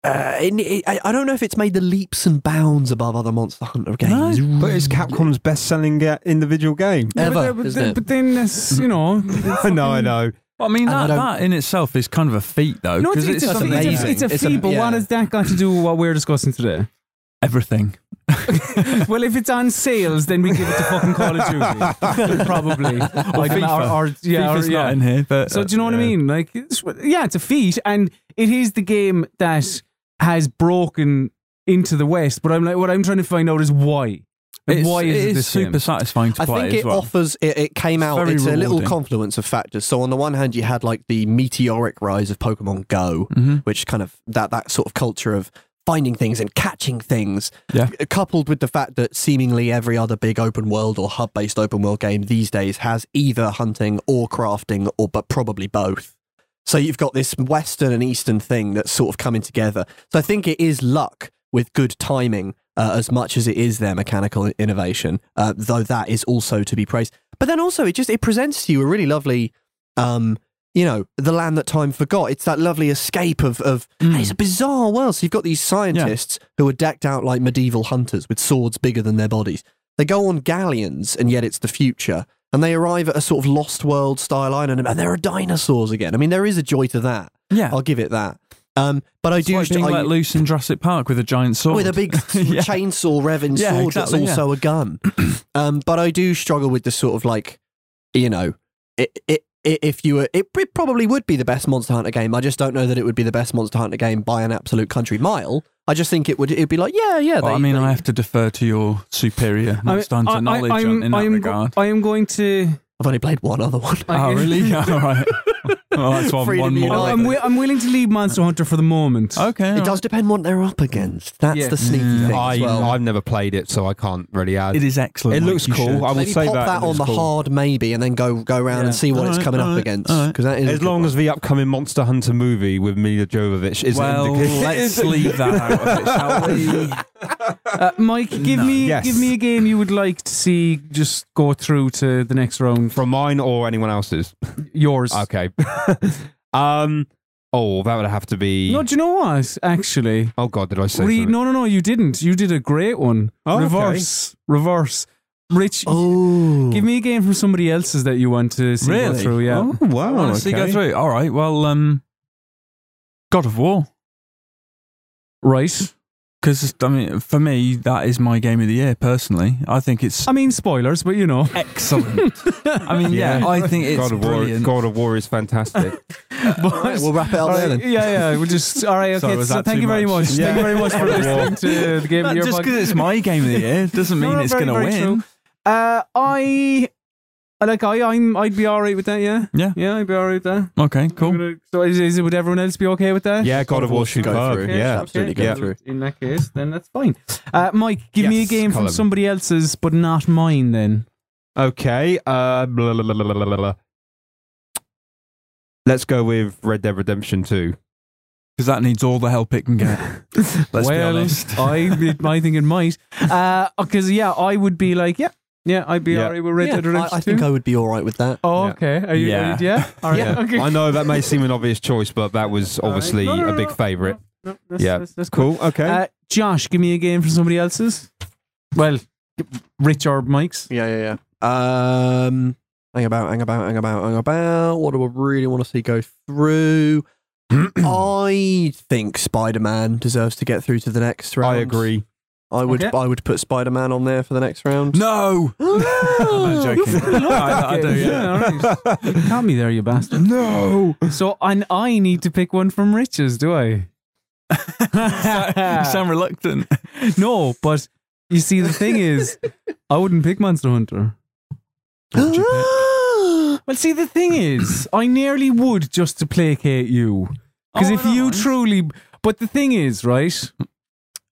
C: Uh, it, it, I, I don't know if it's made the leaps and bounds above other Monster Hunter games.
D: But it's Capcom's best-selling uh, individual game.
A: Yeah,
C: Ever,
A: but, but,
C: isn't it?
A: but then that's,
B: Mm.
A: you know.
D: I know, I know.
B: Well, I mean,
C: and I
B: that,
C: don't-
B: that in itself is kind of a feat, though,
A: No,
B: because
A: it's, it's, a,
C: just
A: fee- it's, a,
C: amazing.
A: it's a
C: It's a-
A: fee, but
C: yeah.
A: what has that got to do with what we're discussing today?
B: everything.
A: well, if it's on sales, then we give it to fucking Call of Duty. Probably. Or,
B: FIFA.
A: or, yeah, or-
B: FIFA's
A: yeah.
B: not in here, but
A: So do you know what
B: yeah.
A: I mean? Like, it's, yeah, it's a feat, and it is the game that has broken into the West. But I'm like, what I'm trying to find out is why. Like,
B: It's,
A: why is
B: it
A: it
B: is
A: this
B: super
A: game?
B: satisfying to
C: I
B: play
C: think
B: as
C: it
B: well.
C: offers. It, it came out.
B: very
C: It's a little
B: rewarding.
C: confluence of factors. So on the one hand, you had like the meteoric rise of Pokemon Go,
B: Mhm.
C: which kind of that that sort of culture of finding things and catching things, uh,
B: Yeah.
C: coupled with the fact that seemingly every other big open world or hub based open world game these days has either hunting or crafting or but probably both. So you've got this western and eastern thing that's sort of coming together. So I think it is luck with good timing uh, as much as it is their mechanical i- innovation, uh, though that is also to be praised. But then also it just it presents to you a really lovely um, you know, the land that time forgot. It's that lovely escape of, of and
B: Mm.
C: it's a bizarre world. So you've got these scientists who are decked out like medieval hunters with swords bigger than their bodies. They go on galleons, and yet it's the future. And they arrive at a sort of lost world style island, and there are dinosaurs again. I mean, there is a joy to that.
B: Yeah,
C: I'll give it that. Um, but I
B: it's
C: do
B: like being
C: I-
B: let loose in Jurassic Park with a giant sword.
C: with a big
B: Yeah.
C: chainsaw revving
B: Yeah,
C: sword
B: exactly, yeah.
C: that's also a gun. um, but I do struggle with the sort of like, you know, it, it, i if you were, it, it probably would be the best Monster Hunter game. I just don't know that it would be the best Monster Hunter game by an absolute country mile. I just think it would. It'd be like, yeah, yeah.
B: Well,
C: they-
B: I mean,
C: they-
B: I have to defer to your superior
A: I mean,
B: Monster Hunter
A: I- I-
B: knowledge on- in that
A: I'm go-
B: regard.
A: I am going to.
C: I've only played one other one.
B: oh,
A: I-
B: really? Yeah, all right. Well, that's one,
C: Freedom
B: one more.
A: I'm,
C: United.
A: I'm, wi- I'm willing to leave Monster Hunter for the moment.
B: Okay.
C: It
B: all
C: does depend what they're up against. That's
A: Yeah.
C: the sneaky thing.
D: I,
C: as well.
D: I've never played it, so I can't really
B: right.
D: add.
B: It is excellent.
D: It
B: Mike,
D: looks
B: you
D: cool.
B: should.
D: I will
C: Maybe
D: say
C: pop
D: that.
C: that,
D: it
C: on
D: looks
C: the
D: cool.
C: hard, maybe, and then go go around
B: Yeah.
C: and see what it's
B: Alright,
C: coming up
B: alright,
C: against.
B: alright.
C: Because that is a
D: As
C: good
D: long
C: one.
D: as the upcoming Monster Hunter movie with Mila Jovovich is
B: Well,
D: indicative.
B: let's leave that out of it, shall we?
A: Uh, Mike, give
B: No.
A: me
D: Yes.
A: give me a game you would like to see just go through to the next round.
D: from mine or anyone else's.
A: Yours.
D: Okay. um. Oh, that would have to be.
A: No, do you know what? Actually,
D: oh God, did I say?
A: Re-
D: something?
A: no, no, no, you didn't. You did a great one.
D: Oh, okay.
A: reverse, reverse. Rich,
C: oh,
A: give me a game from somebody else's that you want to see go
B: Really?
A: through. Yeah.
D: Oh wow.
B: Honestly,
D: okay.
B: go through. All right. Well, um, God of War.
A: Right.
B: Because, I mean, for me, that is my game of the year, personally. I think it's
A: I mean, spoilers, but you know.
B: excellent. I mean, yeah, I think it's
D: God of War.
B: brilliant.
D: God of War is fantastic.
C: Right, we'll wrap it up
A: All
C: there
A: right,
C: then.
A: yeah, yeah. We'll just all right. Okay,
B: Sorry, was
A: so
B: that
A: thank
B: too
A: you very
B: much?
A: much. Thank you very much for listening to the game.
B: Not
A: Your
B: just
A: Podcast.
B: because it's my game of the year doesn't mean
A: No, no,
B: it's
A: very,
B: going to
A: very
B: win.
A: true. Uh, I I like I I'm I'd be all right with that. Yeah,
B: Yeah.
A: yeah, I'd be all right with that.
B: Okay, cool.
A: So is, is it would everyone else be okay with that?
D: yeah, God of War
C: should go
D: superb.
C: through.
D: Yeah.
C: absolutely go
A: yeah.
C: through.
A: In that case, then that's fine. Uh, Mike, give me a
D: Yes,
A: game
D: Colin.
A: from somebody else's, but not mine. Then
D: Okay. Uh, blah, blah, blah, blah, blah, blah, blah. Let's go with Red Dead Redemption 2.
B: Because that needs all the help it can get. Let's be
A: well,
B: honest.
A: I I think it might. Because yeah, I would be like yeah, yeah, I'd be
D: Yeah.
A: all right with Red
C: Yeah,
A: Dead Redemption
C: I, I think
A: 2.
C: I would be all right with that.
A: Oh,
D: Yeah.
A: okay. Are you?
B: Yeah.
A: Yeah. yeah? All right.
C: Yeah.
A: Okay.
D: I know that may seem an obvious choice, but that was obviously
A: No, no, no,
D: a big
A: no.
D: favourite.
A: No, that's,
D: Yeah.
A: that's, that's cool.
D: Cool. Okay.
A: Uh, Josh, give me a game from somebody else's. Well, Rich or Mike's.
C: Yeah, yeah, yeah. Um, hang about, hang about, hang about, hang about. What do I really want to see go through? I think Spider Man deserves to get through to the next round.
D: I agree.
C: I would,
A: Okay.
C: I would put Spider Man on there for the next round.
B: no!
C: No,
B: joking. I, I do,
A: game.
B: yeah.
A: all right. You Got me there, you bastard.
B: No!
A: So, and I need to pick one from Rich's, do I?
B: you sound reluctant.
A: no, but you see, the thing is, I wouldn't pick Monster Hunter. Well, see, the thing is, I nearly would just to placate you. Because
B: Oh,
A: if
B: I know.
A: you truly. But the thing is, right?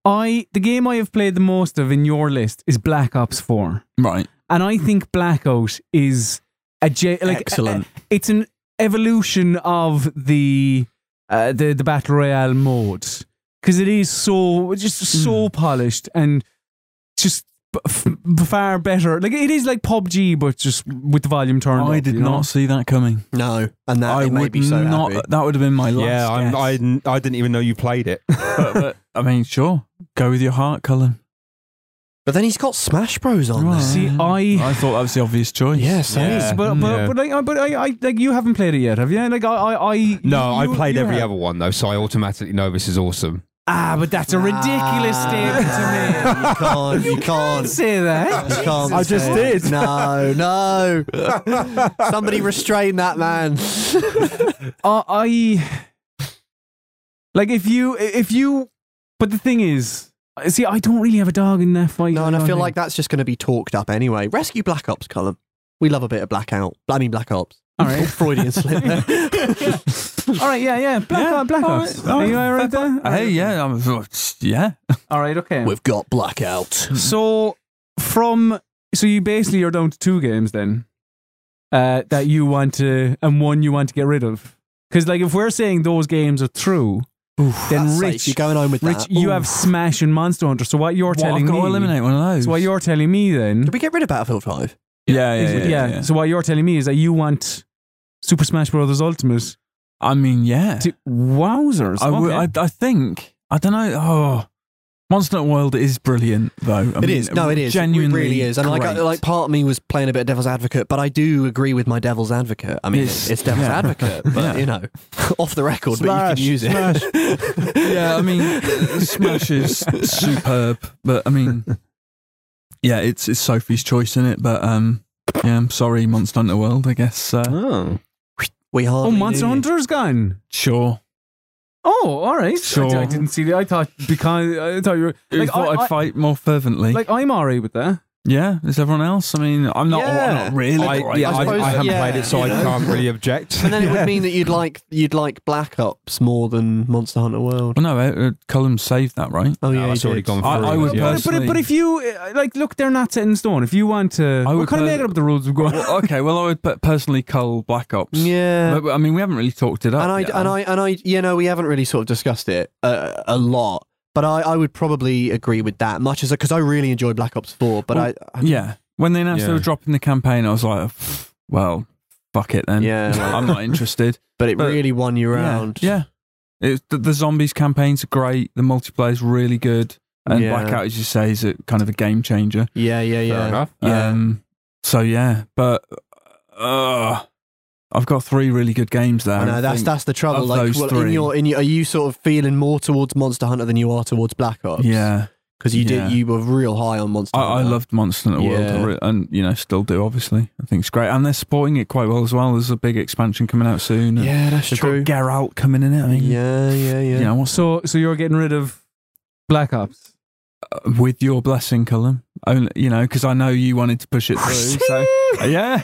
A: I the game I have played the most of in your list is Black Ops 4.
B: Right.
A: And I think Blackout is a ge- like
C: Excellent.
A: a- a- it's an evolution of the uh, the the battle royale mode because it is so just so polished and just b- f- far better. Like it is like PUBG, but just with the volume turned.
B: I
A: up,
B: did
A: you know?
B: not see that coming.
C: no, and that
B: I
C: it made
B: would
C: me so
B: not.
C: happy.
B: That would have been my last.
D: Yeah, I'm, I,
B: guess.
D: didn't- I didn't even know you played it.
B: but, but, I mean, sure. Go with your heart, Cullen.
C: But then he's got Smash Bros on
B: Right.
C: there.
A: See, I.
B: I thought that was the obvious choice.
C: Yeah, same.
D: Yeah.
A: But but,
D: Yeah.
A: but, like, I- but I, I like you haven't played it yet, have you? Like I I, I
D: No,
A: you-
D: I played
A: you
D: every
A: have.
D: other one, though, so I automatically know this is awesome.
A: Ah, but that's a ridiculous
C: Ah.
A: statement to me.
C: You can't. You can't.
A: Don't say that.
C: You can't
D: I just
C: say it.
D: did.
C: No, no. Somebody restrain that man.
A: uh, I like if you if you. But the thing is, see, I don't really have a dog in that fight.
C: No, and I feel
A: don't
C: like
A: think.
C: that's just going to be talked up anyway. Rescue Black Ops, Colin. We love a bit of blackout. I mean, Black Ops. Oh,
A: All right.
C: Freudian slip there.
A: all right, yeah, yeah, black,
B: Yeah,
A: Ops, black
B: all
A: ops.
B: right, all
A: Are you all right
B: right,
A: there? All
B: Hey,
A: right.
B: yeah, I'm, yeah.
A: All right, okay.
C: We've got blackout.
A: So from so you basically are down to two games then uh, that you want to and one you want to get rid of because like if we're saying those games are true, then
C: That's safe.
A: Rich,
C: You're going home with
A: Rich,
C: that.
A: you have Smash and Monster Hunter. So what you're
B: What, I've
A: telling
B: got
A: me?
B: to eliminate one of those.
A: So what you're telling me then?
C: Did we get rid of Battlefield 5?
B: yeah, yeah,
A: is-
B: yeah, yeah, yeah.
A: So what you're telling me is that you want Super Smash Brothers Ultimate
B: I mean, yeah.
A: to wowzers.
B: I, would-
A: okay.
B: I, I think I don't know. Oh, Monster Hunter World is brilliant, though. I
C: It is. No, it is.
B: Genuinely,
C: it really is. And like, I-
B: great.
C: like, part of me was playing a bit of devil's advocate, but I do agree with my devil's advocate. I mean,
B: Yes.
C: it's, devil's
B: Yeah.
C: advocate, but
B: Yeah.
C: you know, off the record, but you can use it.
B: yeah, I mean, Smash is superb, but I mean, yeah, it's it's Sophie's choice in it, but um, yeah, I'm sorry, Monster Hunter World. I guess uh,
D: Oh.
C: We hardly
A: oh, Monster
C: knew you.
A: Hunter's gone.
B: sure.
A: Oh, all right. I-
B: Sure.
A: I, didn't see that. I thought because I thought you were
B: Who
A: like,
B: thought I,
A: I,
B: would
A: I,
B: fight more fervently?
A: like I'm alright with that.
B: yeah, is everyone else? I mean, I'm not.
C: Yeah.
B: I'm not really.
D: I,
B: great.
D: yeah, I,
C: suppose-
D: I haven't
C: yeah,
D: played it, so
C: you
D: I
C: know.
D: can't really object.
C: But then it would mean that you'd like you'd like Black Ops more than Monster Hunter World.
B: well, no, uh, Column saved that, right?
C: Oh
D: No,
C: yeah,
D: that's
C: you
D: already
C: did.
D: gone
B: I-
D: through.
B: I
D: it,
B: would
D: yeah.
A: But, but,
B: Personally-
A: but if you uh, like, look, they're not set in stone. If you want to,
B: I
A: we're
B: would
A: kind of
B: per-
A: making up the rules. We've got.
B: Well, okay, well, I would pe- personally cull Black Ops.
C: Yeah.
B: But, but, I mean, we haven't really talked it up.
C: and I
B: yet.
C: and I and I you know we haven't really sort of discussed it uh, a lot, but I, I would probably agree with that much as because I really enjoy Black Ops Four, but
B: Well,
C: I, I
B: yeah. When they announced they
D: Yeah.
B: were dropping the campaign, I was like, "Pff, well, fuck it then.
C: Yeah, like-
B: I'm not interested.
C: but it
B: but-
C: really won you round.
B: Yeah. yeah. It's the, the zombies campaigns are great. The multiplayer is really good. And
C: Yeah.
B: Blackout, as you say, is a, kind of a game changer.
C: uh, yeah, yeah, yeah.
D: Fair enough.
C: Yeah.
B: Um, so, yeah. But, uh, I've got three really good games there.
C: I know that's
B: think-
C: that's the trouble.
B: of
C: Like,
B: those
C: well, in
B: three-
C: your in your, are you sort of feeling more towards Monster Hunter than you are towards Black Ops?
B: Yeah,
C: because you
B: yeah.
C: did you were real high on Monster.
B: I, I
C: Hunter.
B: loved Monster Hunter World, I
C: Yeah.
B: re- and you know still do. Obviously, I think it's great, and they're supporting it quite well as well. There's a big expansion coming out soon. and
C: Yeah, that's
B: they've
C: true.
B: Got Geralt coming in. I mean,
C: yeah, yeah, yeah.
B: you know, what's
A: So, so you're getting rid of Black Ops.
B: with your blessing, Cullen. Only, you know, because I know you wanted to push it through. so yeah,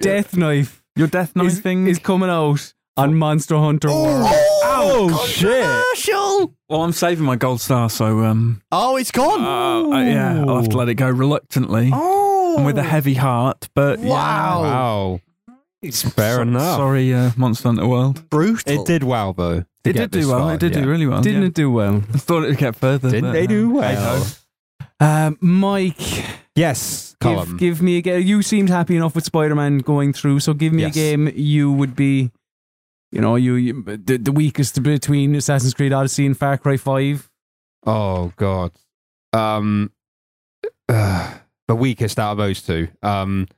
A: Death Knife
B: your death knife
A: is,
B: thing
A: is coming out on Monster Hunter World.
B: Oh shit!
C: Commercial!
B: Well, I'm saving my gold star, so um,
C: Oh, it's gone.
B: uh, uh, yeah, I'll have to let it go reluctantly
C: oh,
B: and with a heavy heart. But yeah.
C: Wow.
D: Wow. Fair
B: So-
D: enough.
B: Sorry, uh, Monster Hunter World.
C: brutal.
D: It did well, though. to
B: It
D: get
B: did do
D: this
B: well.
D: far,
B: it did
D: yeah.
B: do really well.
A: Didn't it do well?
B: yeah. thought it would get further.
D: Didn't
B: but,
D: they do
B: um,
D: well?
A: Um, Mike,
D: Yes,
A: give,
D: Column.
A: give me a game. You seemed happy enough with Spider-Man going through, so give me
D: Yes.
A: a game you would be, you know, you, you the, the weakest between Assassin's Creed Odyssey and Far Cry Five.
D: Oh god. Um uh, the weakest out of those two. Um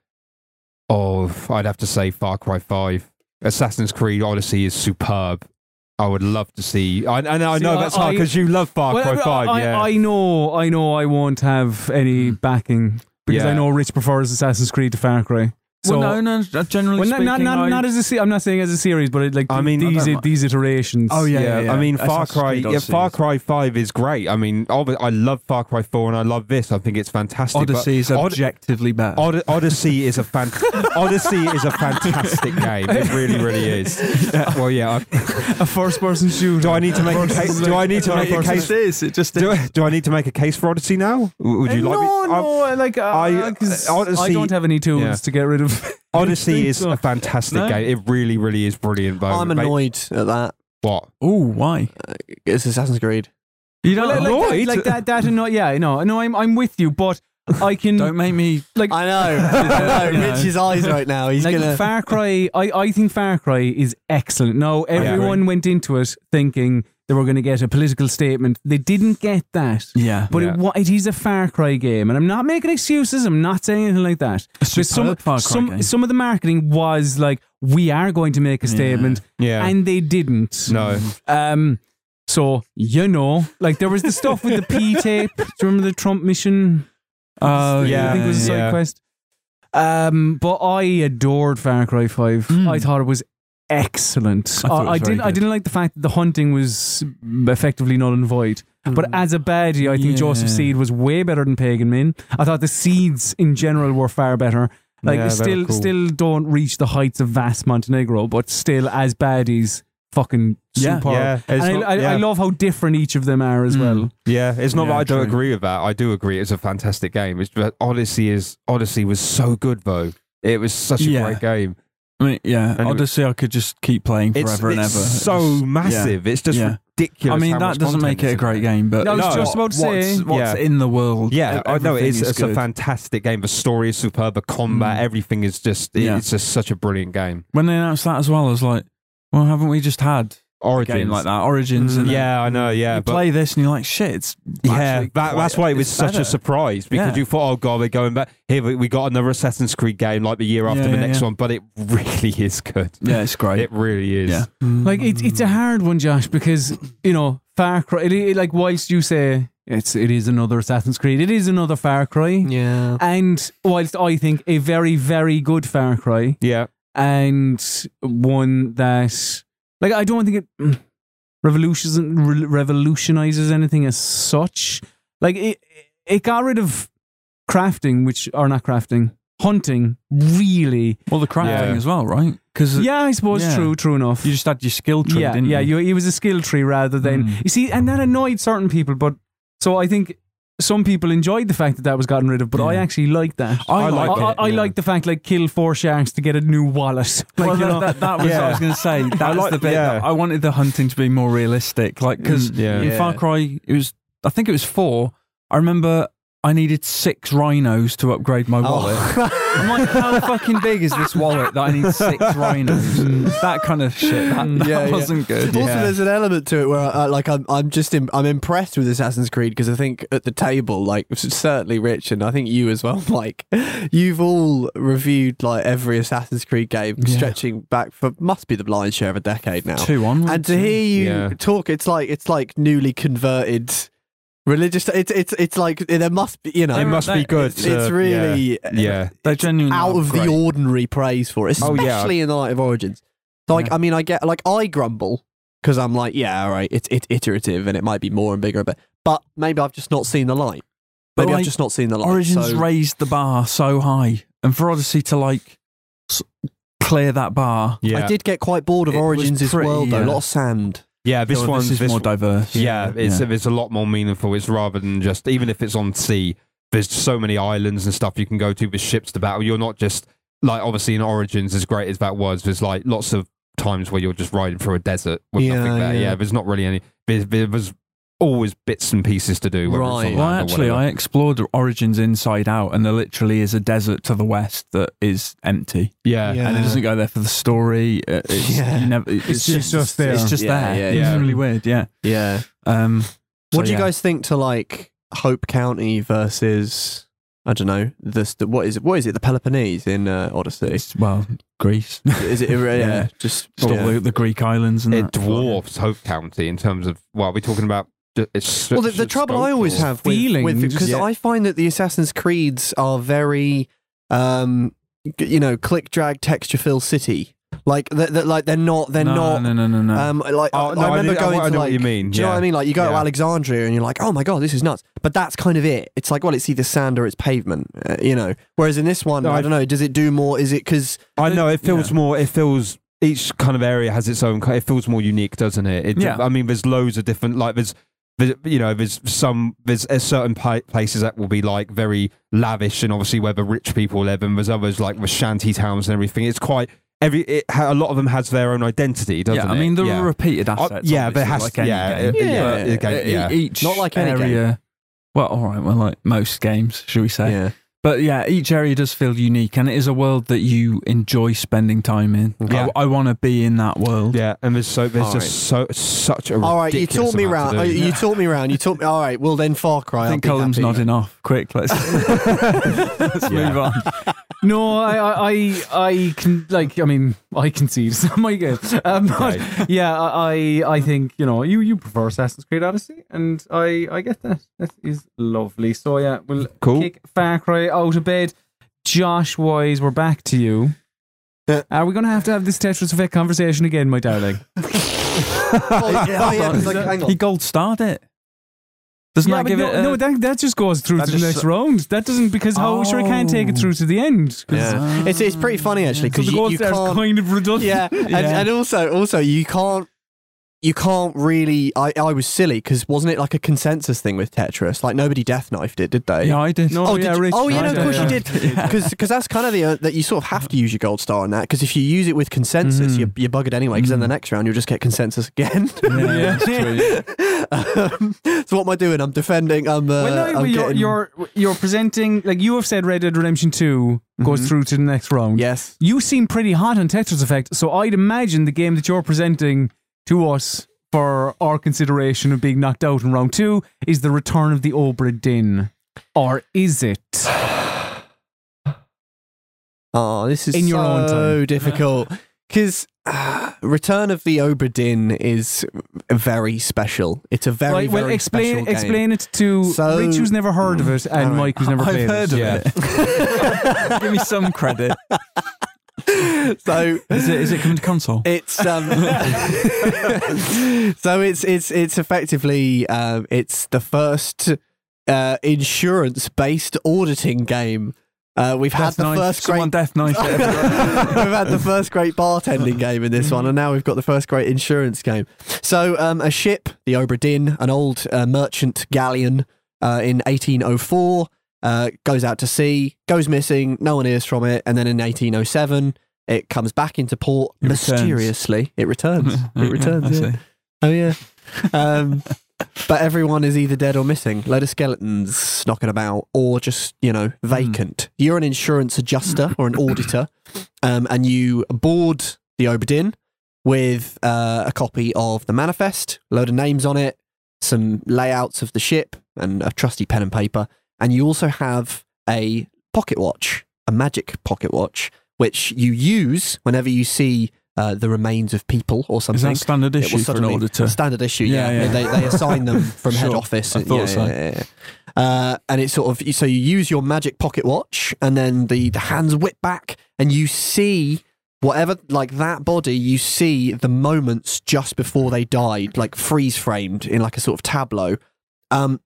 D: oh I'd have to say Far Cry 5. Assassin's Creed Odyssey is superb. I would love to see. I, and I
A: See,
D: know
A: I-
D: that's hard
A: I-
D: because you love Far
A: Well,
D: Cry
A: I-
D: 5,
A: I,
D: yeah. Hmm.
A: I know, I know, I won't have any backing because
D: Yeah.
A: I know Rich prefers Assassin's Creed to Far Cry. So,
B: Well, no, no. uh, Generally
A: Well, not,
B: speaking,
A: not, not,
B: I-
A: not as a se- I'm not saying as a series, but it, like
D: I
A: th-
D: mean, I
A: these
B: don't
A: i- these iterations.
B: Oh, yeah.
D: I mean,
B: yeah.
D: Far
B: Assassin's
D: Cry.
B: Creed
D: Yeah,
B: Odyssey
D: Far
B: is-
D: Cry Five is great. I mean, obvi- I love Far Cry Four, and I love this. I think it's fantastic. but
B: Odyssey is
D: Od-
B: objectively better.
D: Od- Odyssey is a fan- Odyssey is a fantastic game. It really, really is. Well, yeah. I-
A: a first-person shooter.
D: do I need to make a case? Do I need to make a case?
B: is. It just
D: Do I, do I need to make a case for Odyssey now? W- Would you like
A: no,
D: me? Um,
A: no, like uh,
D: I-
A: 'cause
D: uh,
A: I
D: Odyssey-
A: don't have any tools
D: Yeah.
A: to get rid of.
D: Odyssey is
A: so.
D: a fantastic
B: No.
D: game. It really, really is brilliant. Though.
C: I'm
D: Mate,
C: annoyed at that.
D: What?
B: Oh, why?
C: It's Assassin's Creed.
B: You
A: Well,
B: don't
A: like, like, like that, that, and not. Yeah, no, no, I'm, I'm with you, but I can
B: Don't make me.
A: like
C: I know. I know.
B: Yeah.
C: Rich's eyes right now. He's
A: like
C: gonna.
A: Far Cry. I, I think Far Cry is excellent. No,
D: agree.
A: everyone went into it thinking they were going to get a political statement. They didn't get that.
B: Yeah.
A: But
D: Yeah.
A: it, wa- it is a Far Cry game, and I'm not making excuses. I'm not saying anything like that.
B: It's
A: But some,
B: superb Far Cry
A: some,
B: game.
A: some of the marketing was like, "We are going to make a
B: Yeah.
A: statement,"
D: Yeah.
A: and they didn't.
D: no.
A: Um, so you know, like there was the stuff with the P tape. Do you remember the Trump mission? I
B: Oh,
A: think it was a side
D: yeah.
A: quest. Um, but I adored Far Cry Five.
B: Mm.
A: I thought it was excellent.
B: I
A: I,
B: thought it was
A: I
B: very
A: didn't. I
B: good.
A: didn't like the fact that the hunting was effectively null and void. But as a baddie, I think Joseph
B: Hmm. Yeah.
A: Seed was way better than Pagan Min. I thought the seeds in general were far better. Like they
D: Yeah, they were
A: still,
D: cool.
A: still don't reach the heights of Vast Montenegro, but still as baddies, fucking
B: Yeah.
A: superb.
D: Yeah. It's
A: And I,
D: not,
A: I,
D: yeah. Hmm.
A: I love how different each of them are as
B: Mm.
A: well.
D: Yeah, it's not
B: Yeah,
D: that I don't
B: true.
D: agree with that. I do agree. It's a fantastic game. It's but Odyssey is Odyssey was so good though. It was such a
B: Yeah.
D: great game.
B: I mean, yeah.
D: And it-
B: Odyssey, I could just keep playing
D: It's,
B: forever and ever.
D: it's
B: It
D: so
B: just- yeah.
D: massive. It's just
B: Yeah.
D: ridiculous.
B: I mean,
D: how
B: that
D: much
B: doesn't
D: content
B: make it
D: is
B: a
D: in
B: great
D: there.
B: game, but
A: No, I was
D: No.
A: just about to say.
B: what's, what's
D: yeah.
B: in the world?
D: Yeah, I know
B: everything
D: it's,
B: is
D: it's a
B: good.
D: fantastic game. The story is superb. The combat,
B: Mm.
D: everything is just it-
B: Yeah.
D: it's just such a brilliant game.
B: When they announced that as well, I was like, well, haven't we just had a
D: Origins Mm,
B: game like that? Origins. And
D: Yeah, I know. Yeah,
B: you
D: but
B: play this and you're like, shit, it's
D: yeah,
B: actually
D: that, that's
B: quite-
D: why it was
B: it's
D: such
B: better.
D: a surprise because
B: Yeah.
D: you thought, oh god, we're going back here. We, we got another Assassin's Creed game like the year after
B: Yeah,
D: the
B: yeah,
D: next
B: yeah.
D: one, but it really is good.
B: Yeah, it's great.
D: It really is.
B: Yeah.
A: Like it's it's a hard one, Josh, because you know Far Cry. It, it, like whilst you say it's it is another Assassin's Creed, it is another Far Cry,
C: yeah.
A: and whilst I think a very very good Far Cry
D: Yeah.
A: and one that like I don't think it mm, revolution re- revolutionizes anything as such. Like it it got rid of crafting, which are not crafting. Hunting really,
B: Well, the crafting
D: Yeah.
B: as well, right? Because
A: yeah, I suppose
B: Yeah.
A: true, true enough.
B: you just had your skill tree,
A: yeah,
B: didn't
A: yeah,
B: you?
A: you? it was a skill tree rather than
B: Mm.
A: you see, and that annoyed certain people. But so I think some people enjoyed the fact that that was gotten rid of, but I
B: Yeah.
A: actually liked that.
B: I like
A: I,
B: it.
A: I
D: yeah.
A: like the fact like kill four sharks to get a new wallet. Like
B: well,
A: you
B: that,
A: know,
B: that, that was what I was going to say. That's
D: like-
B: the bit.
D: yeah.
B: that I wanted the hunting to be more realistic, like because
D: Mm, yeah.
B: in Far
C: Yeah.
B: Cry, it was. I think it was four. I remember I needed six rhinos to upgrade
C: Oh.
B: my wallet. I'm like, how fucking big is this wallet that I need six rhinos? that kind of shit. That, that
C: Mm, Yeah, yeah.
B: wasn't good.
C: Also, there's an element to it where, uh, like, I'm, I'm just, im- I'm impressed with Assassin's Creed because I think at the table, like, s- certainly Rich and I think you as well, Mike, you've all reviewed like every Assassin's Creed game
B: Yeah.
C: stretching back for must be the blind share of a decade now.
B: Two on.
C: And to hear you
D: Yeah.
C: talk, it's like it's like newly converted religious. It's it's it's like there must be, you know,
D: It must be good.
C: it's,
D: to-
C: it's really uh,
D: yeah. yeah.
B: They genuinely
C: out
B: are
C: of
B: great.
C: the ordinary praise for it,
D: Oh,
C: especially
D: yeah.
C: in the light of Origins. So, Like,
B: Yeah.
C: I mean, I get like I grumble because I'm like, yeah, all right, it's it's iterative and it might be more and bigger, but but maybe I've just not seen the light.
B: But,
C: Maybe I've
B: like,
C: just not seen the light.
B: Origins
C: so-
B: raised the bar so high, and for Odyssey to like s- clear that bar,
D: Yeah.
C: I did get quite bored of
B: It was
C: Origins'
B: pretty,
C: world though. A
B: yeah.
C: lot of sand.
D: Yeah, this
B: oh,
D: one's
B: this is
D: this
B: more diverse.
D: Yeah, it's it's a lot more meaningful. It's rather than just even if it's on sea, there's so many islands and stuff you can go to with ships to battle. You're not just like obviously in Origins, as great as that was, there's like lots of times where you're just riding through a desert with
C: Yeah,
D: nothing there.
C: yeah.
D: Yeah. there's not really any. There's, there was always bits and pieces to do. whether it's on
C: Right.
D: land
B: Well,
D: or
B: actually,
D: whatever.
B: I explored Origins inside out, and there literally is a desert to the west that is empty,
D: yeah,
C: Yeah.
B: and it doesn't go there for the story. uh, It's,
C: Yeah.
B: you never, it's,
A: just- just there.
B: It's just
C: Yeah,
B: there.
C: yeah,
D: yeah.
B: It's really weird. Yeah.
C: Yeah.
B: Um, so,
C: What do you
B: yeah.
C: guys think to like Hope County versus I don't know this the, what is it what is it the Peloponnese in uh, Odyssey?
B: It's, well, Greece,
C: Is it yeah,
B: Yeah.
C: just
B: It's all
C: yeah.
B: the, the Greek islands, and
D: it
B: that.
D: dwarfs Hope County in terms of well, we're talking about. It's
C: well the, the trouble I always have with
A: Feelings.
C: with because
A: Yeah.
C: I find that the Assassin's Creeds are very um g- you know click drag texture fill city like they're, they're- like they're not they're
B: no,
C: not
B: No, no, no, no.
C: um like
D: Oh,
C: I-
D: no,
C: I
D: I
C: remember
D: did- I-
C: going
D: I
C: to
D: know what
C: like
D: you mean,
C: do you know
D: yeah.
C: what I mean like you go to
D: Yeah.
C: Alexandria and you're like oh my god this is nuts but that's kind of it it's like well it's either sand or it's pavement uh, you know whereas in this one
D: No,
C: I
D: I-
C: don't know does it do more is it because
D: I know it feels more. It feels each kind of area has its own. ki- It feels more unique, doesn't it? it
B: Yeah.
D: I mean, there's loads of different. Like there's, there's you know, there's some. There's uh, certain pi- places that will be like very lavish, and obviously where the rich people live, and there's others like the shanty towns and everything. It's quite every. It, ha- a lot of them has their own identity, doesn't
B: yeah,
D: it?
B: I mean there
D: yeah. Oh,
B: are repeated assets.
D: Uh, yeah, there
B: obviously,
D: has-
B: like any
D: yeah,
B: game,
D: uh,
C: yeah,
B: but
C: yeah,
D: game,
B: e-
D: yeah.
B: each
C: Not like any
B: area. Well, all right, well, like most games, should we
D: Uh,
B: say?
C: Yeah.
B: But yeah, each area does feel unique, and it is a world that you enjoy spending time in.
D: Yeah.
B: I, want to be in that world.
D: Yeah, and there's so there's
C: All
D: just so such a.
C: All right, you
D: ridiculous
C: taught me
D: amount
C: round.
D: to
C: uh,
D: do.
C: You taught me round. You taught me. All right. Well, then Far Cry.
B: I think
C: I'll be
B: Colin's
C: happy.
B: nodding off. Quick, let's, let's
D: Yeah.
B: move on.
A: No, I, I, I, I can like. I mean, I concede. It's not my game. Um, but yeah, I, I I think you know you, you prefer Assassin's Creed Odyssey, and I, I get that. That is lovely. So yeah, we'll
D: Cool.
A: kick Far Cry out of bed. Josh Wise, we're back to you.
C: Yeah.
A: Are we going to have to have this Tetris Effect conversation again, my darling?
C: Oh, yeah, oh, yeah, 'cause, like, hang
B: He
C: on.
B: gold starred it. Doesn't
A: yeah,
B: that
A: but
B: give
A: no,
B: it? A,
A: no, that that just goes through
B: That
A: to the
B: just- uh,
A: next round. That doesn't because how sure I can't take it
B: Oh.
A: through to the end. 'Cause-
C: Yeah. It's it's pretty funny actually
A: So
C: because
A: the
C: you,
A: gold
C: you
A: star's
C: can't.
A: kind of redundant.
C: Yeah, and,
B: Yeah.
C: and also also you can't. You can't really. I, I was silly because wasn't it like a consensus thing with Tetris? Like nobody death knifed it, did they?
B: yeah, I did.
A: No,
C: Oh,
A: yeah,
C: did you-
A: Rich
C: oh yeah, no, of
A: knifed it,
C: course you
A: yeah.
C: did. Because that's kind of the uh, that you sort of have to use your gold star on that. Because if you use it with consensus,
A: Mm.
B: Mhm.
C: you're, you're buggered anyway. Because then the next round you'll just get consensus again.
B: Yeah, that's true.
C: um, so what am I doing? I'm defending. I'm. Uh,
A: well, no,
C: I'm
A: you're,
C: getting-
A: you're you're presenting like you have said. Red Dead Redemption 2 goes through to the next round.
C: Yes.
A: you seem pretty hot on Tetris Effect, so I'd imagine the game that you're presenting to us for our consideration of being knocked out in round two is the Return of the Obra Dinn, or is it?
C: Oh, this is
A: In your
C: so
A: own time.
C: difficult because Return of the Obra Dinn is very special. It's a very
A: right, well,
C: very
A: explain
C: special
A: explain it to
C: So-
A: Rich, who's never heard of it, and
C: Alright.
A: Mike, who's never
B: I've
A: played
B: heard
A: it.
B: of
D: Yeah.
B: it. give me some credit.
C: game. So
B: Is it is it coming to console?
C: It's um, so it's it's it's effectively um, it's the first uh, insurance based auditing game. Uh, we've had
B: Death
C: the
B: knife.
C: first
B: Someone
C: great.
B: death knife.
C: we've
B: it.
C: had the first great bartending game in this one, and now we've got the first great insurance game. So, um, a ship, the Obra Dinn, an old uh, merchant galleon uh, in 1804, uh, goes out to sea, goes missing, no one hears from it, and then in 1807, it comes back into port
B: It returns.
C: mysteriously. It returns.
B: Yeah,
C: it returns.
B: I
C: yeah. Oh yeah. Um, But everyone is either dead or missing. Load of skeletons knocking about, or just, you know,
B: Hmm.
C: vacant. You're an insurance adjuster or an auditor, um, and you board the Oberdin with uh, a copy of the manifest, load of names on it, some layouts of the ship, and a trusty pen and paper. And you also have a pocket watch, a magic pocket watch, which you use whenever you see uh, the remains of people or
B: Is
C: something.
B: that standard
C: It
B: issue
C: was
B: for an
C: suddenly
B: auditor?
C: Standard issue, yeah.
B: Yeah, yeah.
C: They, they assign them from head
B: Sure.
C: office.
B: I thought
C: yeah,
B: so.
C: yeah, yeah, yeah. Uh, and it's sort of so you use your magic pocket watch, and then the, the hands whip back, and you see whatever like that body. You see the moments just before they died, like freeze framed in like a sort of tableau. Um,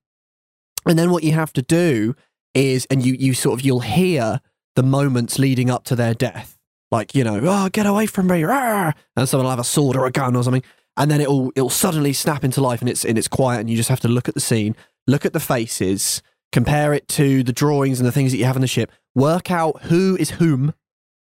C: and then what you have to do is, and you you sort of you'll hear the moments leading up to their death, like you know, oh, get away from me, rah!" and someone will have a sword or a gun or something, and then it'll it'll suddenly snap into life, and it's and it's quiet, and you just have to look at the scene, look at the faces, compare it to the drawings and the things that you have in the ship, work out who is whom,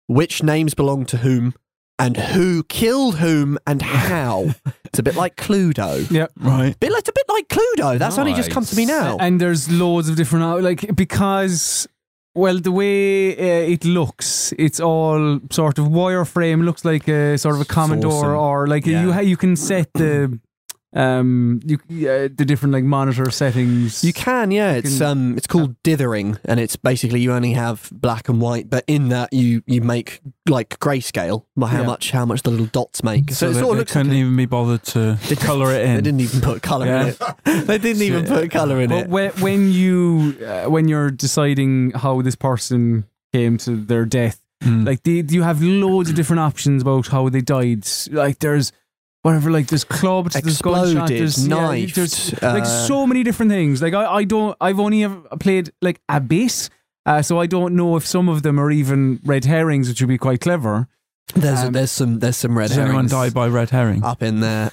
C: which names belong to whom. And who killed whom and how? it's a bit like Cluedo.
B: Right.
C: Bit, it's a bit like Cluedo. That's only just come to me
D: Nice.
C: now.
A: And there's loads of different out- like because well the way uh, it looks, it's all sort of wireframe. Looks like a sort of a commodore
D: awesome.
A: or like you
D: Yeah.
A: ha- you can set the um you uh, the different like monitor settings.
C: You can, yeah. It's
A: can-
C: um, it's called dithering, and it's basically you only have black and white, but in that you you make like grayscale, well, how
A: Yeah.
C: much how much the little dots make. So,
B: So,
C: it
B: they,
C: sort of
B: they
C: looks
B: couldn't even be bothered to colour it in.
C: they didn't even put color in it. They didn't even put color in
A: But
C: it.
A: when, when you uh, when you're deciding how this person came to their death,
B: Hmm.
A: like do do you have loads of different options about how they died. Like there's whatever, like there's clubbed, there's gunshot,
C: Exploded, uh,
A: there's yeah,
C: knife,
A: there's like so many different things. Like I, I don't, I've only ever played like a bit, uh, so I don't know if some of them are even red herrings, which would be quite clever.
C: There's
A: um,
C: there's some there's some red
B: Does anyone
C: herrings
B: die by red herring?
C: up in there.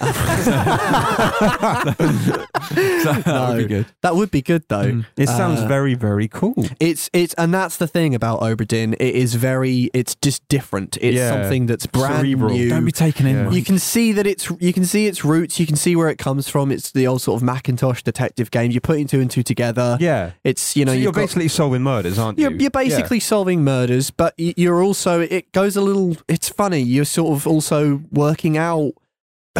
B: that
C: no.
B: would be good.
C: that would be good though.
D: It sounds
C: Uh,
D: very, very cool.
C: It's it's and that's the thing about Oberdin. It is very it's just different. It's
D: Yeah.
C: something that's brand
D: Cerebral.
C: new.
B: Don't be taken in.
D: Yeah.
B: Mike.
C: You can see that it's you can see its roots. You can see where it comes from. It's the old sort of Macintosh detective game. You're putting two and two together.
D: Yeah.
C: It's you know
D: so
C: you've
D: you're
C: got-
D: basically solving murders, aren't
C: you're,
D: you?
C: you're basically solving murders, but y- you're also it goes a little. It's funny. You're sort of also working out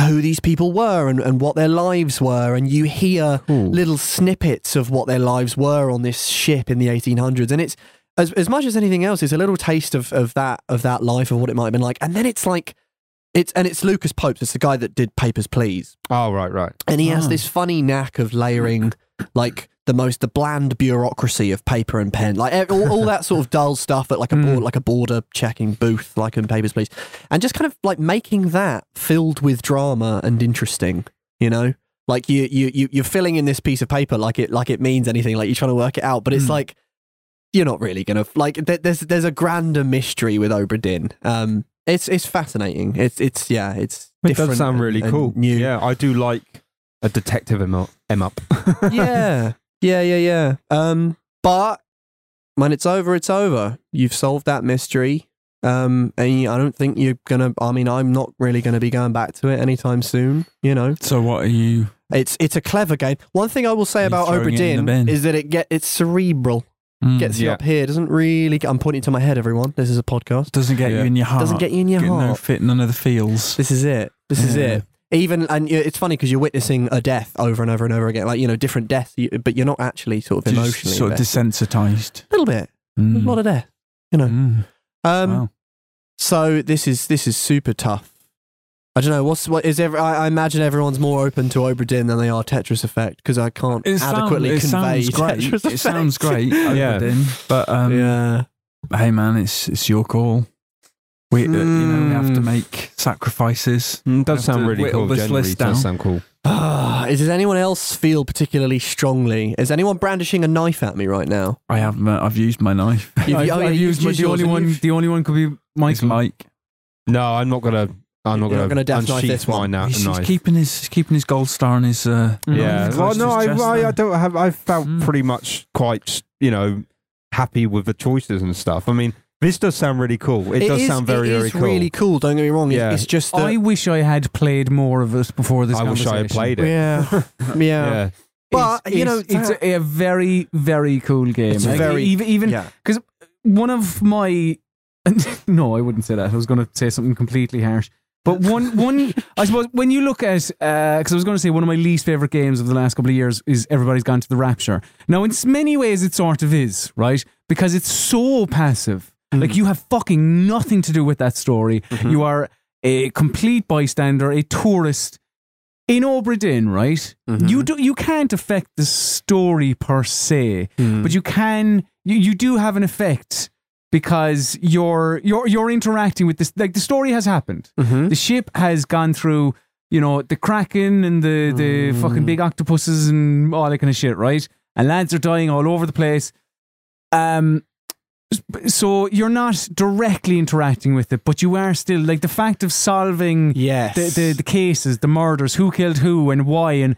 C: who these people were and, and what their lives were, and you hear
D: Cool.
C: little snippets of what their lives were on this ship in the 1800s, and it's. As, as much as anything else, it's a little taste of, of that of that life of what it might have been like, and then it's like, it's and it's Lucas Popes, it's the guy that did Papers Please,
D: Oh, right, right.
C: and he has
B: Ah.
C: this funny knack of layering like the most the bland bureaucracy of paper and pen like eh, all, all that sort of dull stuff at like a
D: Hmm.
C: board, like a border checking booth like in papers please and just kind of like making that filled with drama and interesting you know like you you, you you're filling in this piece of paper like it like it means anything like you're trying to work it out but it's
D: Hmm.
C: like you're not really gonna like there, there's there's a grander mystery with Oberdin um it's it's fascinating it's it's yeah it's
D: It does
C: different
D: sound
C: and-
D: really
C: and
D: cool.
C: new.
D: Yeah, I do like a detective em up. Em up.
C: yeah, yeah, yeah, yeah. Um, but when it's over, it's over. You've solved that mystery. Um, and you, I don't think you're gonna. I mean, I'm not really gonna be going back to it anytime soon. You know,
B: So what are you?
C: it's it's a clever game. One thing I will say
B: You're
C: about
B: throwing it in the
C: Oberdin
B: bin.
C: is that it get it's cerebral.
B: Mm.
C: Gets you
D: yeah.
C: up here. Doesn't really. I'm pointing to my head, everyone. This is a podcast.
B: doesn't get
D: Yeah.
B: you in your heart.
C: Doesn't get you in your
B: Get
C: heart.
B: No fit, none of the feels.
C: This is it. This is
B: Yeah.
C: it. Even and you- it's funny because you're witnessing a death over and over and over again, like you know different deaths, you- but you're not actually sort of
B: You're just
C: emotionally
B: sort of
C: invested.
B: desensitized.
C: a little bit.
B: Mm.
C: a lot of death. You know.
B: Mm.
C: Hmm. Um,
B: Wow.
C: So this is this is super tough. I don't know what's what is. Every, I, I imagine everyone's more open to Oberdin than they are Tetris Effect because I can't
B: It sound-
C: adequately
B: it
C: convey
B: sounds great.
C: Tetris Effect.
B: It sounds great.
D: Yeah.
B: Overdone. But um,
C: yeah.
B: hey, man, it's it's your call. We uh, you know we have to
D: Mm.
B: make sacrifices.
D: Mm, does
B: Have
D: sound
B: to
D: really
B: whittle
D: cool.
B: this
D: Generally,
B: list
D: does
B: down.
D: sound cool.
C: Ah, does anyone else feel particularly strongly? Is anyone brandishing a knife at me right now?
B: I have uh, I've used my knife.
C: You've-
A: I've,
C: oh, yeah,
A: I've
C: you've
A: used my, the
C: yours
A: only
C: and
A: one.
C: you've-
A: The only one could be
B: Mike,
A: Michael.
B: Mike.
D: No, I'm not gonna. I'm not
C: You're not gonna
D: gonna,
C: death knife
D: unsheath
C: this one.
D: my na-
B: He's, he's
D: knife.
B: keeping his he's keeping his gold star on his. Uh,
A: Mm.
D: yeah.
B: knife
D: Well,
B: close to
D: no,
B: his
D: I,
B: chest
D: I,
B: there.
D: I don't have. I felt
C: Hmm.
B: Mm.
D: pretty much quite, you know, happy with the choices and stuff. I mean, This does sound really cool. It, does
C: is-
D: sound very,
C: it is
D: very cool.
C: really cool. Don't get me wrong. It-
D: Yeah.
C: It's just
A: I
C: that.
A: wish I had played more of it before this.
D: I wish I had
A: conversation.
D: played it.
C: yeah, yeah.
D: Yeah.
C: But,
A: It's-
C: you know, uh,
A: it's, it's a, a very, very cool game. e-,
C: It's very-
A: even, even
C: Yeah.
A: one of my no, I wouldn't say that. I was going to say something completely harsh. But one, one, I suppose when you look at, because I was going to say one of my least favorite games of the last couple of years is Everybody's Gone to the Rapture. Now, in s- many ways, it sort of is right because it's so passive. Like you have fucking nothing to do with that story. You are a complete bystander, a tourist in Obradin, right? You do, you can't affect the story per se, but you can, you, you do have an effect because you're you're you're interacting with this like the story has happened the ship has gone through you know the kraken and the the fucking big octopuses and all that kind of shit right and lads are dying all over the place um so you're not directly interacting with it but you are still like the fact of solving
C: Yes.
A: the, the the cases the murders who killed who and why and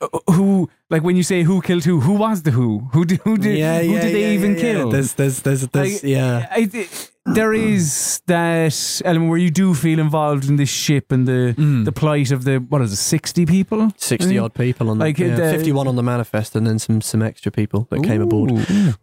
A: uh, who like when you say who killed who who was the who who did who did,
C: yeah,
A: who
C: yeah,
A: did they
C: yeah,
A: even
C: yeah, yeah.
A: kill
C: There's, uh, there's, there's, there's,
A: Like,
C: yeah.
A: I, th- there is that element where you do feel involved in this ship and the
C: Mm.
B: Mm.
A: the plight of the what is it, sixty people,
C: 60 odd people on
A: Mm. Like, uh,
C: the, yeah,
A: the-
C: 51 on the manifest and then some, some extra people that came aboard. Mm.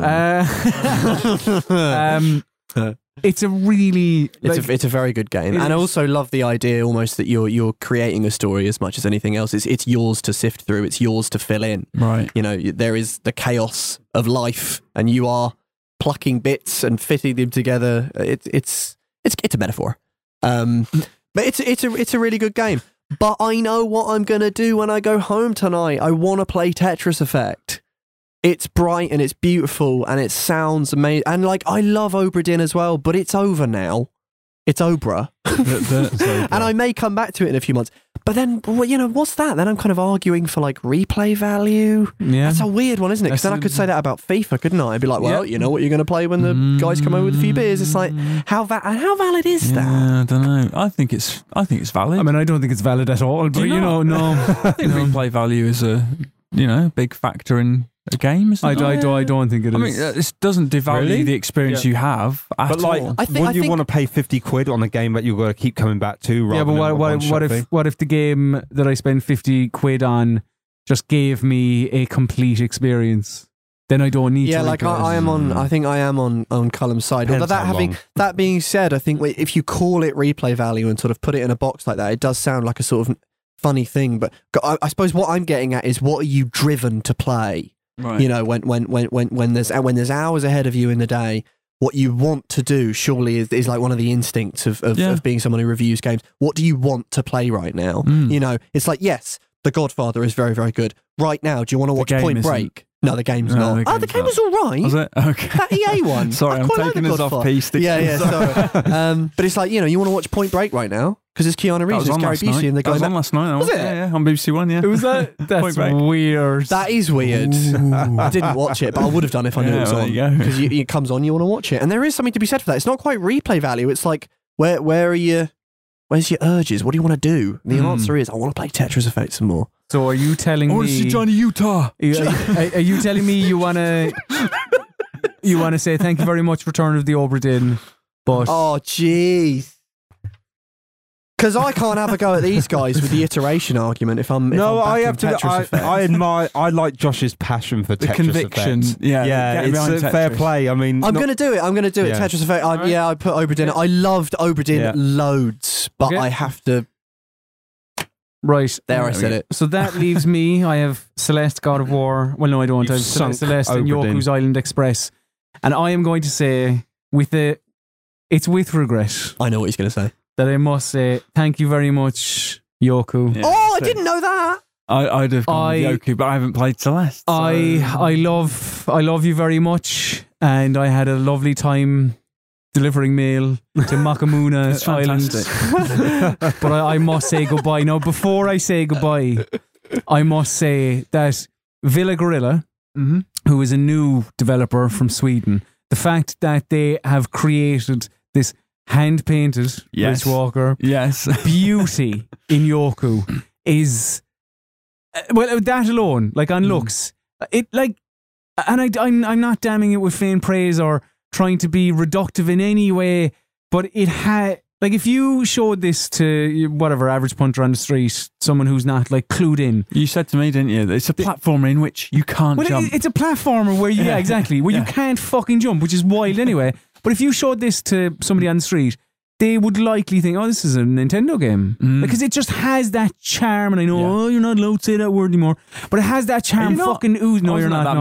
A: Uh, um,
C: Uh.
A: it's a really
C: It's,
A: like,
C: a, it's a very good game,
A: It
C: and I
A: is.
C: also love the idea almost that you're you're creating a story as much as anything else. It's it's yours to sift through, it's yours to fill in.
B: Right.
C: You know, y- there is the chaos of life, and you are plucking bits and fitting them together. It's it's it's it's a metaphor, um, but it's it's a it's a really good game. But I know what I'm gonna do when I go home tonight. I want to play Tetris Effect. It's bright and it's beautiful and it sounds amazing. And like I love Obradin as well, but it's over now. It's Obra. And I may come back to it in a few months. But then, well, you know, what's that? Then I'm kind of arguing for like replay value.
A: yeah.
C: That's a weird one, isn't it? Because then I could say that about FIFA, couldn't I? I'd be like, well, you know what you're going to play when the guys come over with a few beers. It's like, how va- and how valid is that?
B: Mm. Yeah, I don't know. I think it's I think it's valid.
A: I mean, I don't think it's valid at all, but
B: Do you
A: you know,
B: not? I
A: no,
B: think replay value is a you know big factor in a game. Isn't
A: I,
B: it?
A: I, do- I don't think it is.
B: I mean, uh, this doesn't devalue
D: Really?
B: the experience
D: Yeah.
B: you have at
D: But like,
B: all.
C: I thi-
D: would
C: I
D: you
C: think-
D: want to pay fifty quid on a game that you've got to keep coming back to? Rather
A: yeah, but
D: than
A: what,
D: a
A: what,
D: one-shot
A: what if
D: thing?
A: what if the game that I spend fifty quid on just gave me a complete experience? Then I don't need.
C: Yeah,
A: to
C: like
A: replay it.
C: I, I am on. I think I am on on Cullum's side.
D: Depends
C: Although that
D: how
C: having
D: long.
C: that being said, I think wait, if you call it replay value and sort of put it in a box like that, it does sound like a sort of funny thing. But I, I suppose what I'm getting at is what are you driven to play?
B: right.
C: you know when when when when when there's when there's hours ahead of you in the day what you want to do surely is, is like one of the instincts of, of,
B: Yeah.
C: of being someone who reviews games what do you want to play right now
B: Mm.
C: you know it's like yes the godfather is very very good right now do you want to watch
B: game
C: point
B: isn't.
C: break no the game's
B: No,
C: not
B: the
C: oh the
B: game's
C: game
B: not.
C: was all right
B: Was it okay?
C: that EA one.
B: Sorry,
C: I
B: I'm
C: quite like
B: taking
C: The
B: us off
C: Godfather.
B: piste.
C: yeah, yeah, sorry. um, but it's like you know, you want to watch Point Break right now because it's Keanu
B: That
C: Reeves,
B: was
C: it's
B: on
C: Gary
B: last night.
C: Busey, and the
B: That
C: guy.
B: was on last night. That
C: Was
B: one.
C: it?
B: Yeah, yeah, on BBC One. Yeah.
A: It was that. That's
B: back.
A: weird.
C: That is weird. I didn't watch it, but I would have done if I knew
B: Yeah,
C: it was
B: well,
C: on.
B: there you go.
C: Because it comes on, you want to watch it, and there is something to be said for that. It's not quite replay value. It's like where where are you? Where's your urges? What do you want to do? The
B: Hmm.
C: answer is I want to play Tetris Effect some more.
A: so are you telling
B: I
A: me?
B: want to see Oh, Johnny Utah.
A: Are you, are you- are you telling me you want to you want to say thank you very much, Return of the Obra Dinn, but
C: Oh jeez. Because I can't have a go at these guys with the iteration argument. If I'm if
D: No,
C: I'm
D: I
C: backing
D: have to.
C: Tetris
D: I,
C: Effect.
D: I admire. I like Josh's passion for
B: The
D: Tetris
B: conviction.
D: Effect.
B: Yeah,
D: yeah,
B: getting
D: it's
B: behind
D: a fair
B: Tetris.
D: play. I mean,
C: I'm
D: not-
C: gonna do it. I'm gonna do it.
D: Yeah.
C: Tetris Effect. I,
A: Alright.
C: Yeah, I put Obradin. I loved Obradin
D: Yeah.
C: loads, but
A: Okay.
C: I have to.
A: right
C: There, I said it.
A: So that leaves me. I have Celeste, God of War. Well, no, I don't.
D: You've
A: I have Celeste,
D: sunk
A: Celeste and
D: Obra Dinn.
A: Yoku's Island Express, and I am going to say with a it's with regret
C: I know what he's gonna say.
A: that I must say thank you very much, Yoku.
B: Yeah,
C: Oh, I
B: so-
C: didn't know that.
B: I, I'd have gone
A: I-
B: with Yoku, but I haven't played Celeste. so-
A: I I love I love you very much, and I had a lovely time delivering mail to
B: It's
A: Makamuna Island.
B: fantastic.
A: but I, I must say goodbye. Now, before I say goodbye, I must say that Villa Gorilla,
B: Mhm.
A: who is a new developer from Sweden, the fact that they have created this hand painted
B: Yes.
A: Rich Walker
B: Yes.
A: beauty in Yorku is uh, well that uh, alone like on looks it like and I, I'm, I'm not damning it with vain praise or trying to be reductive in any way, but it had like if you showed this to whatever average punter on the street, someone who's not like clued in.
B: You said to me, didn't you? that It's a platformer in which you can't
A: Well,
B: jump.
A: it, it's a platformer where you, yeah,
B: Yeah.
A: exactly where you
B: Yeah.
A: can't fucking jump, which is wild anyway. but if you showed this to somebody on the street. They would likely think, "Oh, this is a Nintendo game," because it just has that charm. And I know,
B: Mm. Yeah.
A: oh, you're not allowed to say that word anymore, but it has that charm.
B: you oh, not?
A: Fucking ooze! No,
B: I
A: you're
B: wasn't
A: not.
B: at that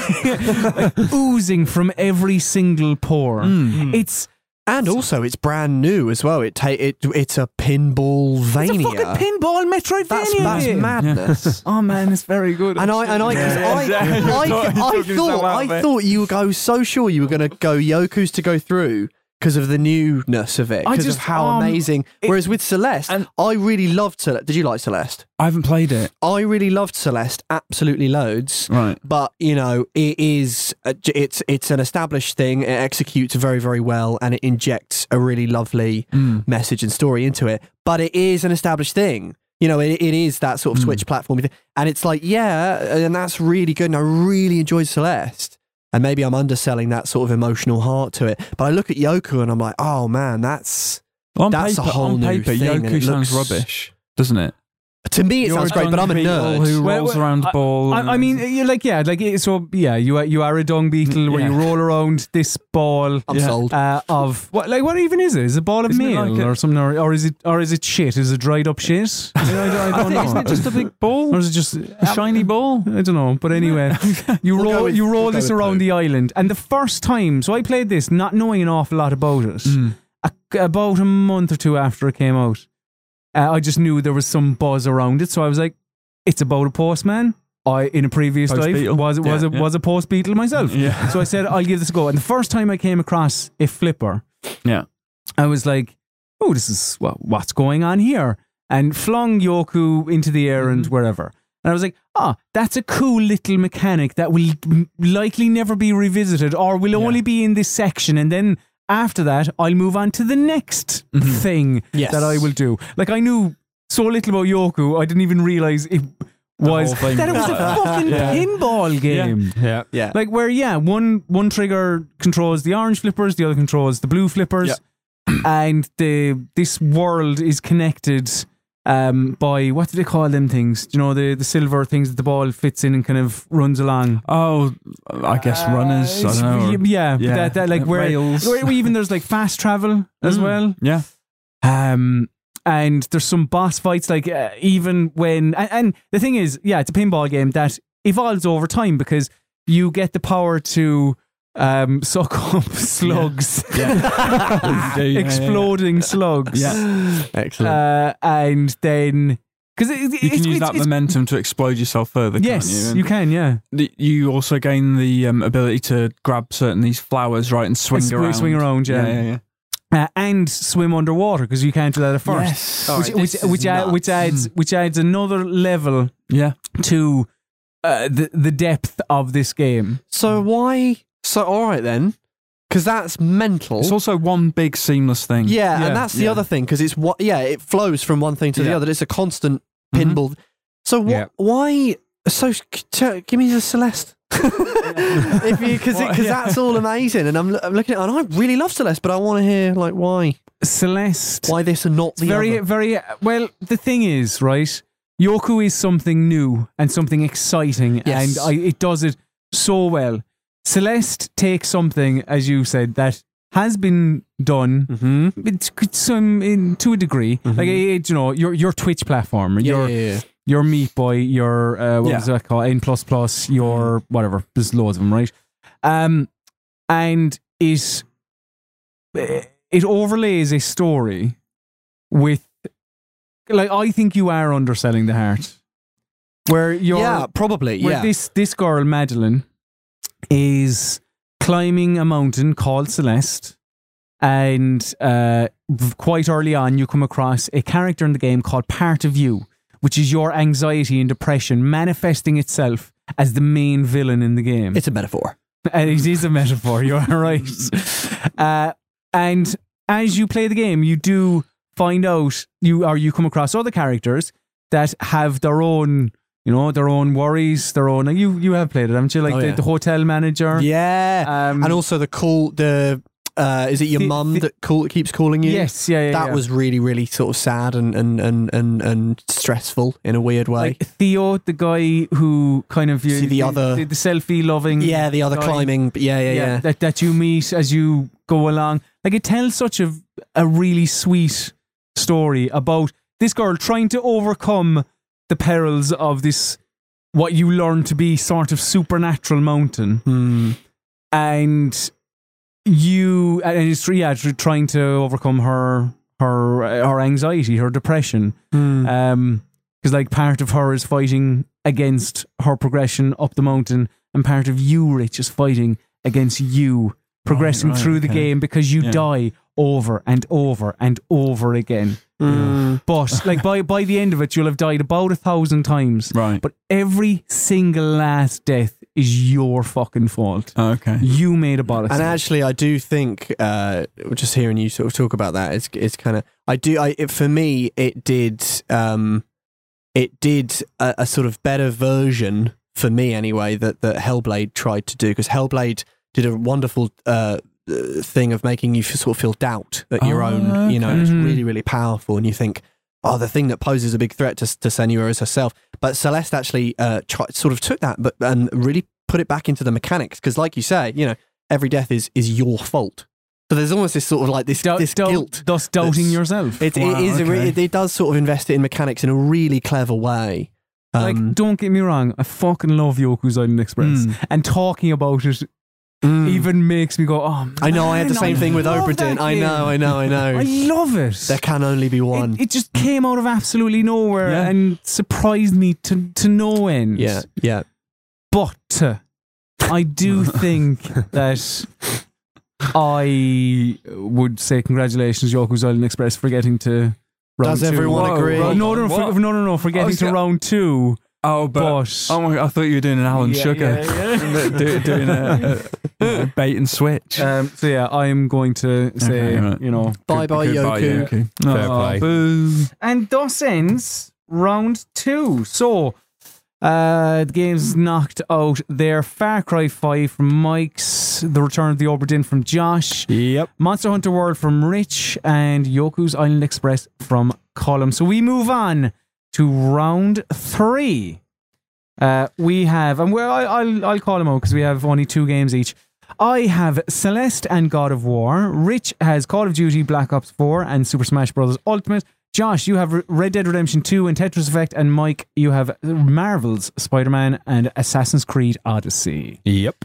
A: no.
B: meeting.
A: Uh, oozing from every single pore.
B: Mm.
A: It's,
C: And also, it's brand new as well. It ta- it it's a pinball
A: it's a
C: vania.
A: fucking pinball Metroidvania.
C: that's that's
A: game.
C: madness.
A: Oh man, it's very good.
C: And I and I, 'cause
B: Yeah,
C: I,
B: exactly.
C: I,
B: You're talking
C: I
B: yourself
C: thought
B: out
C: I
B: of it.
C: thought you were go so sure you were going to go Yoku's to go through because of the newness of it,
A: I
C: because of
A: just,
C: how
A: um,
C: amazing. Whereas with Celeste,
B: and-
C: I really loved Celeste. Did you like Celeste?
B: I haven't played it.
C: I really loved Celeste, absolutely loads.
B: Right.
C: But you know, it is a- j- it's it's an established thing. It executes very very well, and it injects a really lovely
A: Hmm.
C: message and story into it. But it is an established thing. You know, it, it is that sort of Switch platform, and it's like yeah, and that's really good. And I really enjoyed Celeste. And maybe I'm underselling that sort of emotional heart to it. But I look at Yoku and I'm like, oh man, that's
B: On
C: That's a
B: paper,
C: whole
B: on
C: new
B: paper,
C: thing, and
B: Yoku
C: it
B: sounds
C: looks-
B: rubbish, doesn't it?
C: to me it sounds great. But I'm a nerd.
B: who
A: Well,
B: rolls
A: well,
B: around
A: I-
B: ball.
A: I, I mean, you're like yeah, like it- so yeah. You are, you are a dung beetle where you
B: Yeah.
A: roll around this ball
C: I'm
B: Yeah.
C: sold.
A: uh, of what? Like what even is it? Is it a ball of
B: Isn't it
A: meal
B: like a-
A: or something, or, or is it or is it shit? Is it dried up shit? I don't, I don't know.
B: isn't it just a big
A: or
B: ball,
A: is it just
B: a shiny ball?
A: I don't know, but anyway, you
C: We'll
A: roll
C: go with-
A: you roll
C: we'll go
A: this
C: with
A: around
C: blue.
A: the island, and the first time, so I played this not knowing an awful lot about it.
B: Mm.
A: A- about a month or two after it came out, uh, I just knew there was some buzz around it, so I was like, "It's about a postman." I in a previous
B: Post
A: life
B: beetle.
A: was was
B: Yeah,
A: a,
B: yeah.
A: was a post beetle myself,
B: Yeah.
A: so I said I'll give this a go. And the first time I came across a flipper,
B: Yeah.
A: I was like, "Oh, this is what, what's going on here," and flung Yoku into the air
B: Mm-hmm.
A: and wherever. And I was like, "Ah, that's a cool little mechanic that will m- likely never be revisited, or will only be in this section, and then." After that, I'll move on to the next
B: Mm-hmm.
A: thing
C: Yes.
A: that I will do. Like I knew so little about Yoku, I didn't even realize it was
B: whole thing
A: that it was
B: was
A: a
B: like that.
A: fucking
B: Yeah.
A: pinball game.
D: Yeah.
C: yeah.
A: Like where yeah, one one trigger controls the orange flippers, the other controls the blue flippers, and the this world is connected um, by what do they call them things? Do you know the the silver things that the ball fits in and kind of runs along.
B: Oh, I guess runners. I
A: Uh, It's-
B: don't know. Hmm.
A: Yeah, but
B: yeah,
A: that, that like where,
B: rails.
A: where even there's like fast travel as
B: Mm.
A: well.
B: Yeah.
A: Um, and there's some boss fights, like uh, even when. And, and the thing is, yeah, it's a pinball game that evolves over time because you get the power to um, suck up slugs, exploding slugs.
B: Yeah.
C: Excellent.
A: Uh, and then. Because it, it,
B: You can
A: it's,
B: use
A: it's,
B: that
A: it's-
B: momentum to explode yourself further.
A: Yes,
B: can't
A: you
B: you?
A: can, yeah.
B: And th- you also gain the um, ability to grab certain these flowers, right, and swing
A: Sw-
B: around.
A: swing around, yeah.
B: yeah, yeah. yeah.
A: Uh, and swim underwater because you can't do that at first.
B: Yes. Hmm.
A: Which, which, which, add, which adds which adds another level
B: Yeah.
A: to uh, the the depth of this game.
C: So why? So all right then, because that's mental.
B: It's also one big seamless thing.
C: Oh. yeah,
A: yeah,
C: and that's the
B: yeah.
C: other thing because it's what. Yeah, it flows from one thing to the
B: Yeah.
C: other. It's a constant
B: Mhm.
A: Mm-hmm.
C: pinball. So wh-
D: Yeah.
C: why? So c- t- give me the Celeste. if you because
B: Well, yeah.
C: that's all amazing, and I'm, l- I'm looking at it, and I really love Celeste, but I want to hear like why
A: Celeste,
C: why this and not
A: it's
C: the
A: very
C: other.
A: very well. The thing is, right? Yoku is something new and something exciting,
C: Yes.
A: and I, it does it so well. Celeste takes something, as you said, that has been done
C: Mm-hmm.
A: it's, it's some in, to a degree. Like it, you know, your your Twitch platform, your your Meat Boy, your uh, what
B: Yeah.
A: was that called? N plus plus, your whatever. There's loads of them, right? Um, and it it overlays a story with like I think you are underselling the heart, where you're
C: yeah, probably.
A: where
C: Yeah,
A: this this girl Madeline is climbing a mountain called Celeste, and uh, v- quite early on, you come across a character in the game called Part of You, which is your anxiety and depression manifesting itself as the main villain in the game.
C: it's a metaphor.
A: And it is a metaphor. You are right. Uh, and as you play the game, you do find out you or you come across other characters that have their own you know, their own worries, their own. You you have played it, haven't you? Like
C: Oh,
A: the,
C: yeah.
A: the hotel manager.
C: Yeah.
A: Um,
C: and also the call the uh, is it your
A: The-
C: mum
A: the-
C: that call, keeps calling you?
A: yes, yeah, yeah.
C: That
A: yeah.
C: was really, really sort of sad and and, and, and and stressful in a weird way.
A: like Theo, the guy who kind of you,
C: See the other-
A: the, selfie loving.
C: yeah, the other
A: guy.
C: climbing. but Yeah, yeah, yeah.
A: That that you meet as you go along. Like it tells such a a really sweet story about this girl trying to overcome the perils of this what you learn to be sort of supernatural mountain
C: Hmm.
A: and you and it's yeah it's trying to overcome her her her anxiety her depression
C: Hmm.
A: um because like part of her is fighting against her progression up the mountain and part of you rich is fighting against you progressing
B: right,
A: through the
B: okay.
A: game because you
B: Yeah.
A: die over and over and over again
C: Hmm.
A: but like by by the end of it you'll have died about a thousand times
B: Right.
A: but every single last death is your fucking fault
B: Oh, okay.
A: you made a bollocks of
C: And
A: it.
C: actually, I do think uh, just hearing you sort of talk about that, it's it's kind of I do. I it, for me, it did um, it did a, a sort of better version for me anyway that that Hellblade tried to do because Hellblade did a wonderful uh, uh, thing of making you f- sort of feel doubt at your
B: Ah,
C: own. You know,
B: okay.
C: it's
A: Mhm.
C: really really powerful, and you think. Oh, the thing that poses a big threat to, to Senua is herself. But Celeste actually uh, tri- sort of took that, but and really put it back into the mechanics because, like you say, you know, every death is is your fault. So there's almost this sort of like this
A: Dou-
C: this
A: dou-
C: guilt.
A: thus doubting
C: that's-
A: yourself
C: It,
B: Wow,
C: it is a re-
B: okay.
C: it, it does sort of invest it in mechanics in a really clever way. Um,
A: like don't get me wrong I fucking love Yoku's Island Express
B: Mm.
A: and talking about it
C: mm.
A: even makes me go, oh, man,
C: I know I had the same thing with
A: love
C: Oberdin.
A: that
C: I
A: game.
C: know, I know, I know.
A: I love it.
C: there can only be one.
A: It, it just came out of absolutely nowhere
B: Yeah.
A: and surprised me to, to no end.
C: yeah, yeah.
A: But uh, I do think that I would say congratulations, Yoku's Island Express, for getting to round
C: Does
A: two.
C: everyone
B: Whoa,
C: agree?
A: No, no, no,
B: What?
A: for, no, no, no, for
B: I
A: getting
B: was
A: to
B: gonna-
A: round two.
B: Oh, but.
A: But.
B: Oh my God, I thought you were doing an Alan
A: Yeah,
B: Sugar.
A: yeah, yeah.
B: Do- doing a, a- a bait and switch.
A: Um, so yeah, I am going to say,
B: Okay, right.
A: you know,
C: Bye bye,
B: Goodbye,
C: Yoku.
B: Yoku.
D: Fair
B: Oh,
D: play.
B: boo.
A: And thus ends round two. So, uh, the game's knocked out there. Far Cry 5 from Mike's, The Return of the Oberdin from Josh,
D: Yep.
A: Monster Hunter World from Rich, and Yoku's Island Express from Column. So, we move on to round three. Uh, we have, and well, I, I'll, I'll call them out because we have only two games each. I have Celeste and God of War. Rich has Call of Duty, Black Ops 4, and Super Smash Bros. Ultimate. Josh, you have Re- Red Dead Redemption 2 and Tetris Effect. And Mike, you have Marvel's Spider Man and Assassin's Creed Odyssey.
D: Yep.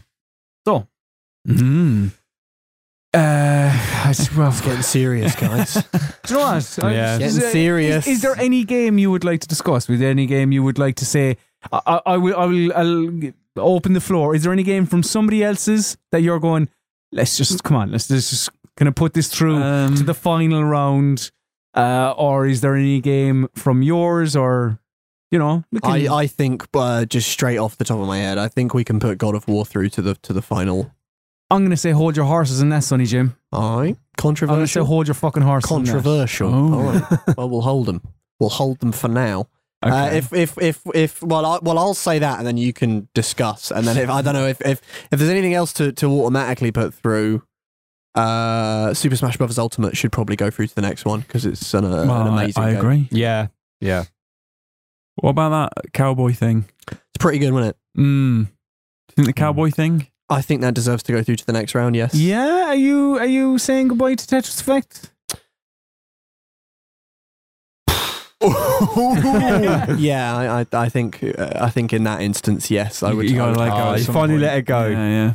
A: So, mm. uh, I s- well,
C: It's getting serious, guys.
A: do you know what? I-
D: Yeah.
C: Getting
A: is there-
C: serious.
A: Is there any game you would like to discuss? With any game you would like to say? I, I, I will. I will. I'll g- open the floor. Is there any game from somebody else's that you're going? Let's just come on. Let's, let's just kind of put this through
B: Um,
A: to the final round. Uh, or is there any game from yours? Or you know, we can-
C: I, I think uh, just straight off the top of my head, I think we can put God of War through to the to the final.
A: I'm going to say hold your horses in that, Sonny Jim.
C: All
A: I'm
C: right,
A: going to say
C: controversial.
A: hold your fucking horses. in that.
C: Controversial.
B: Oh.
C: All right. well, we'll hold them. We'll hold them for now. Uh,
B: okay.
C: if if if if well, I, well, I'll say that, and then you can discuss. And then if I don't know if if, if there's anything else to, to automatically put through, uh, Super Smash Brothers Ultimate should probably go through to the next one because it's an, uh,
B: Well,
C: an
B: I-
C: amazing.
B: I,
C: game.
B: agree.
D: Yeah. Yeah.
B: What about that cowboy thing?
C: It's pretty good, wasn't it?
B: Mm. Think the cowboy thing?
C: I think that deserves to go through to the next round. Yes.
A: Yeah, are you are you saying goodbye to Tetris Effect?
C: yeah, I, I, I think uh, I think in that instance, yes, I
B: You-
C: would.
B: you
C: I
B: gotta
C: would-
B: let go
D: Ah,
B: at
D: you
B: some
D: finally
B: point.
D: let it go.
B: Yeah, yeah.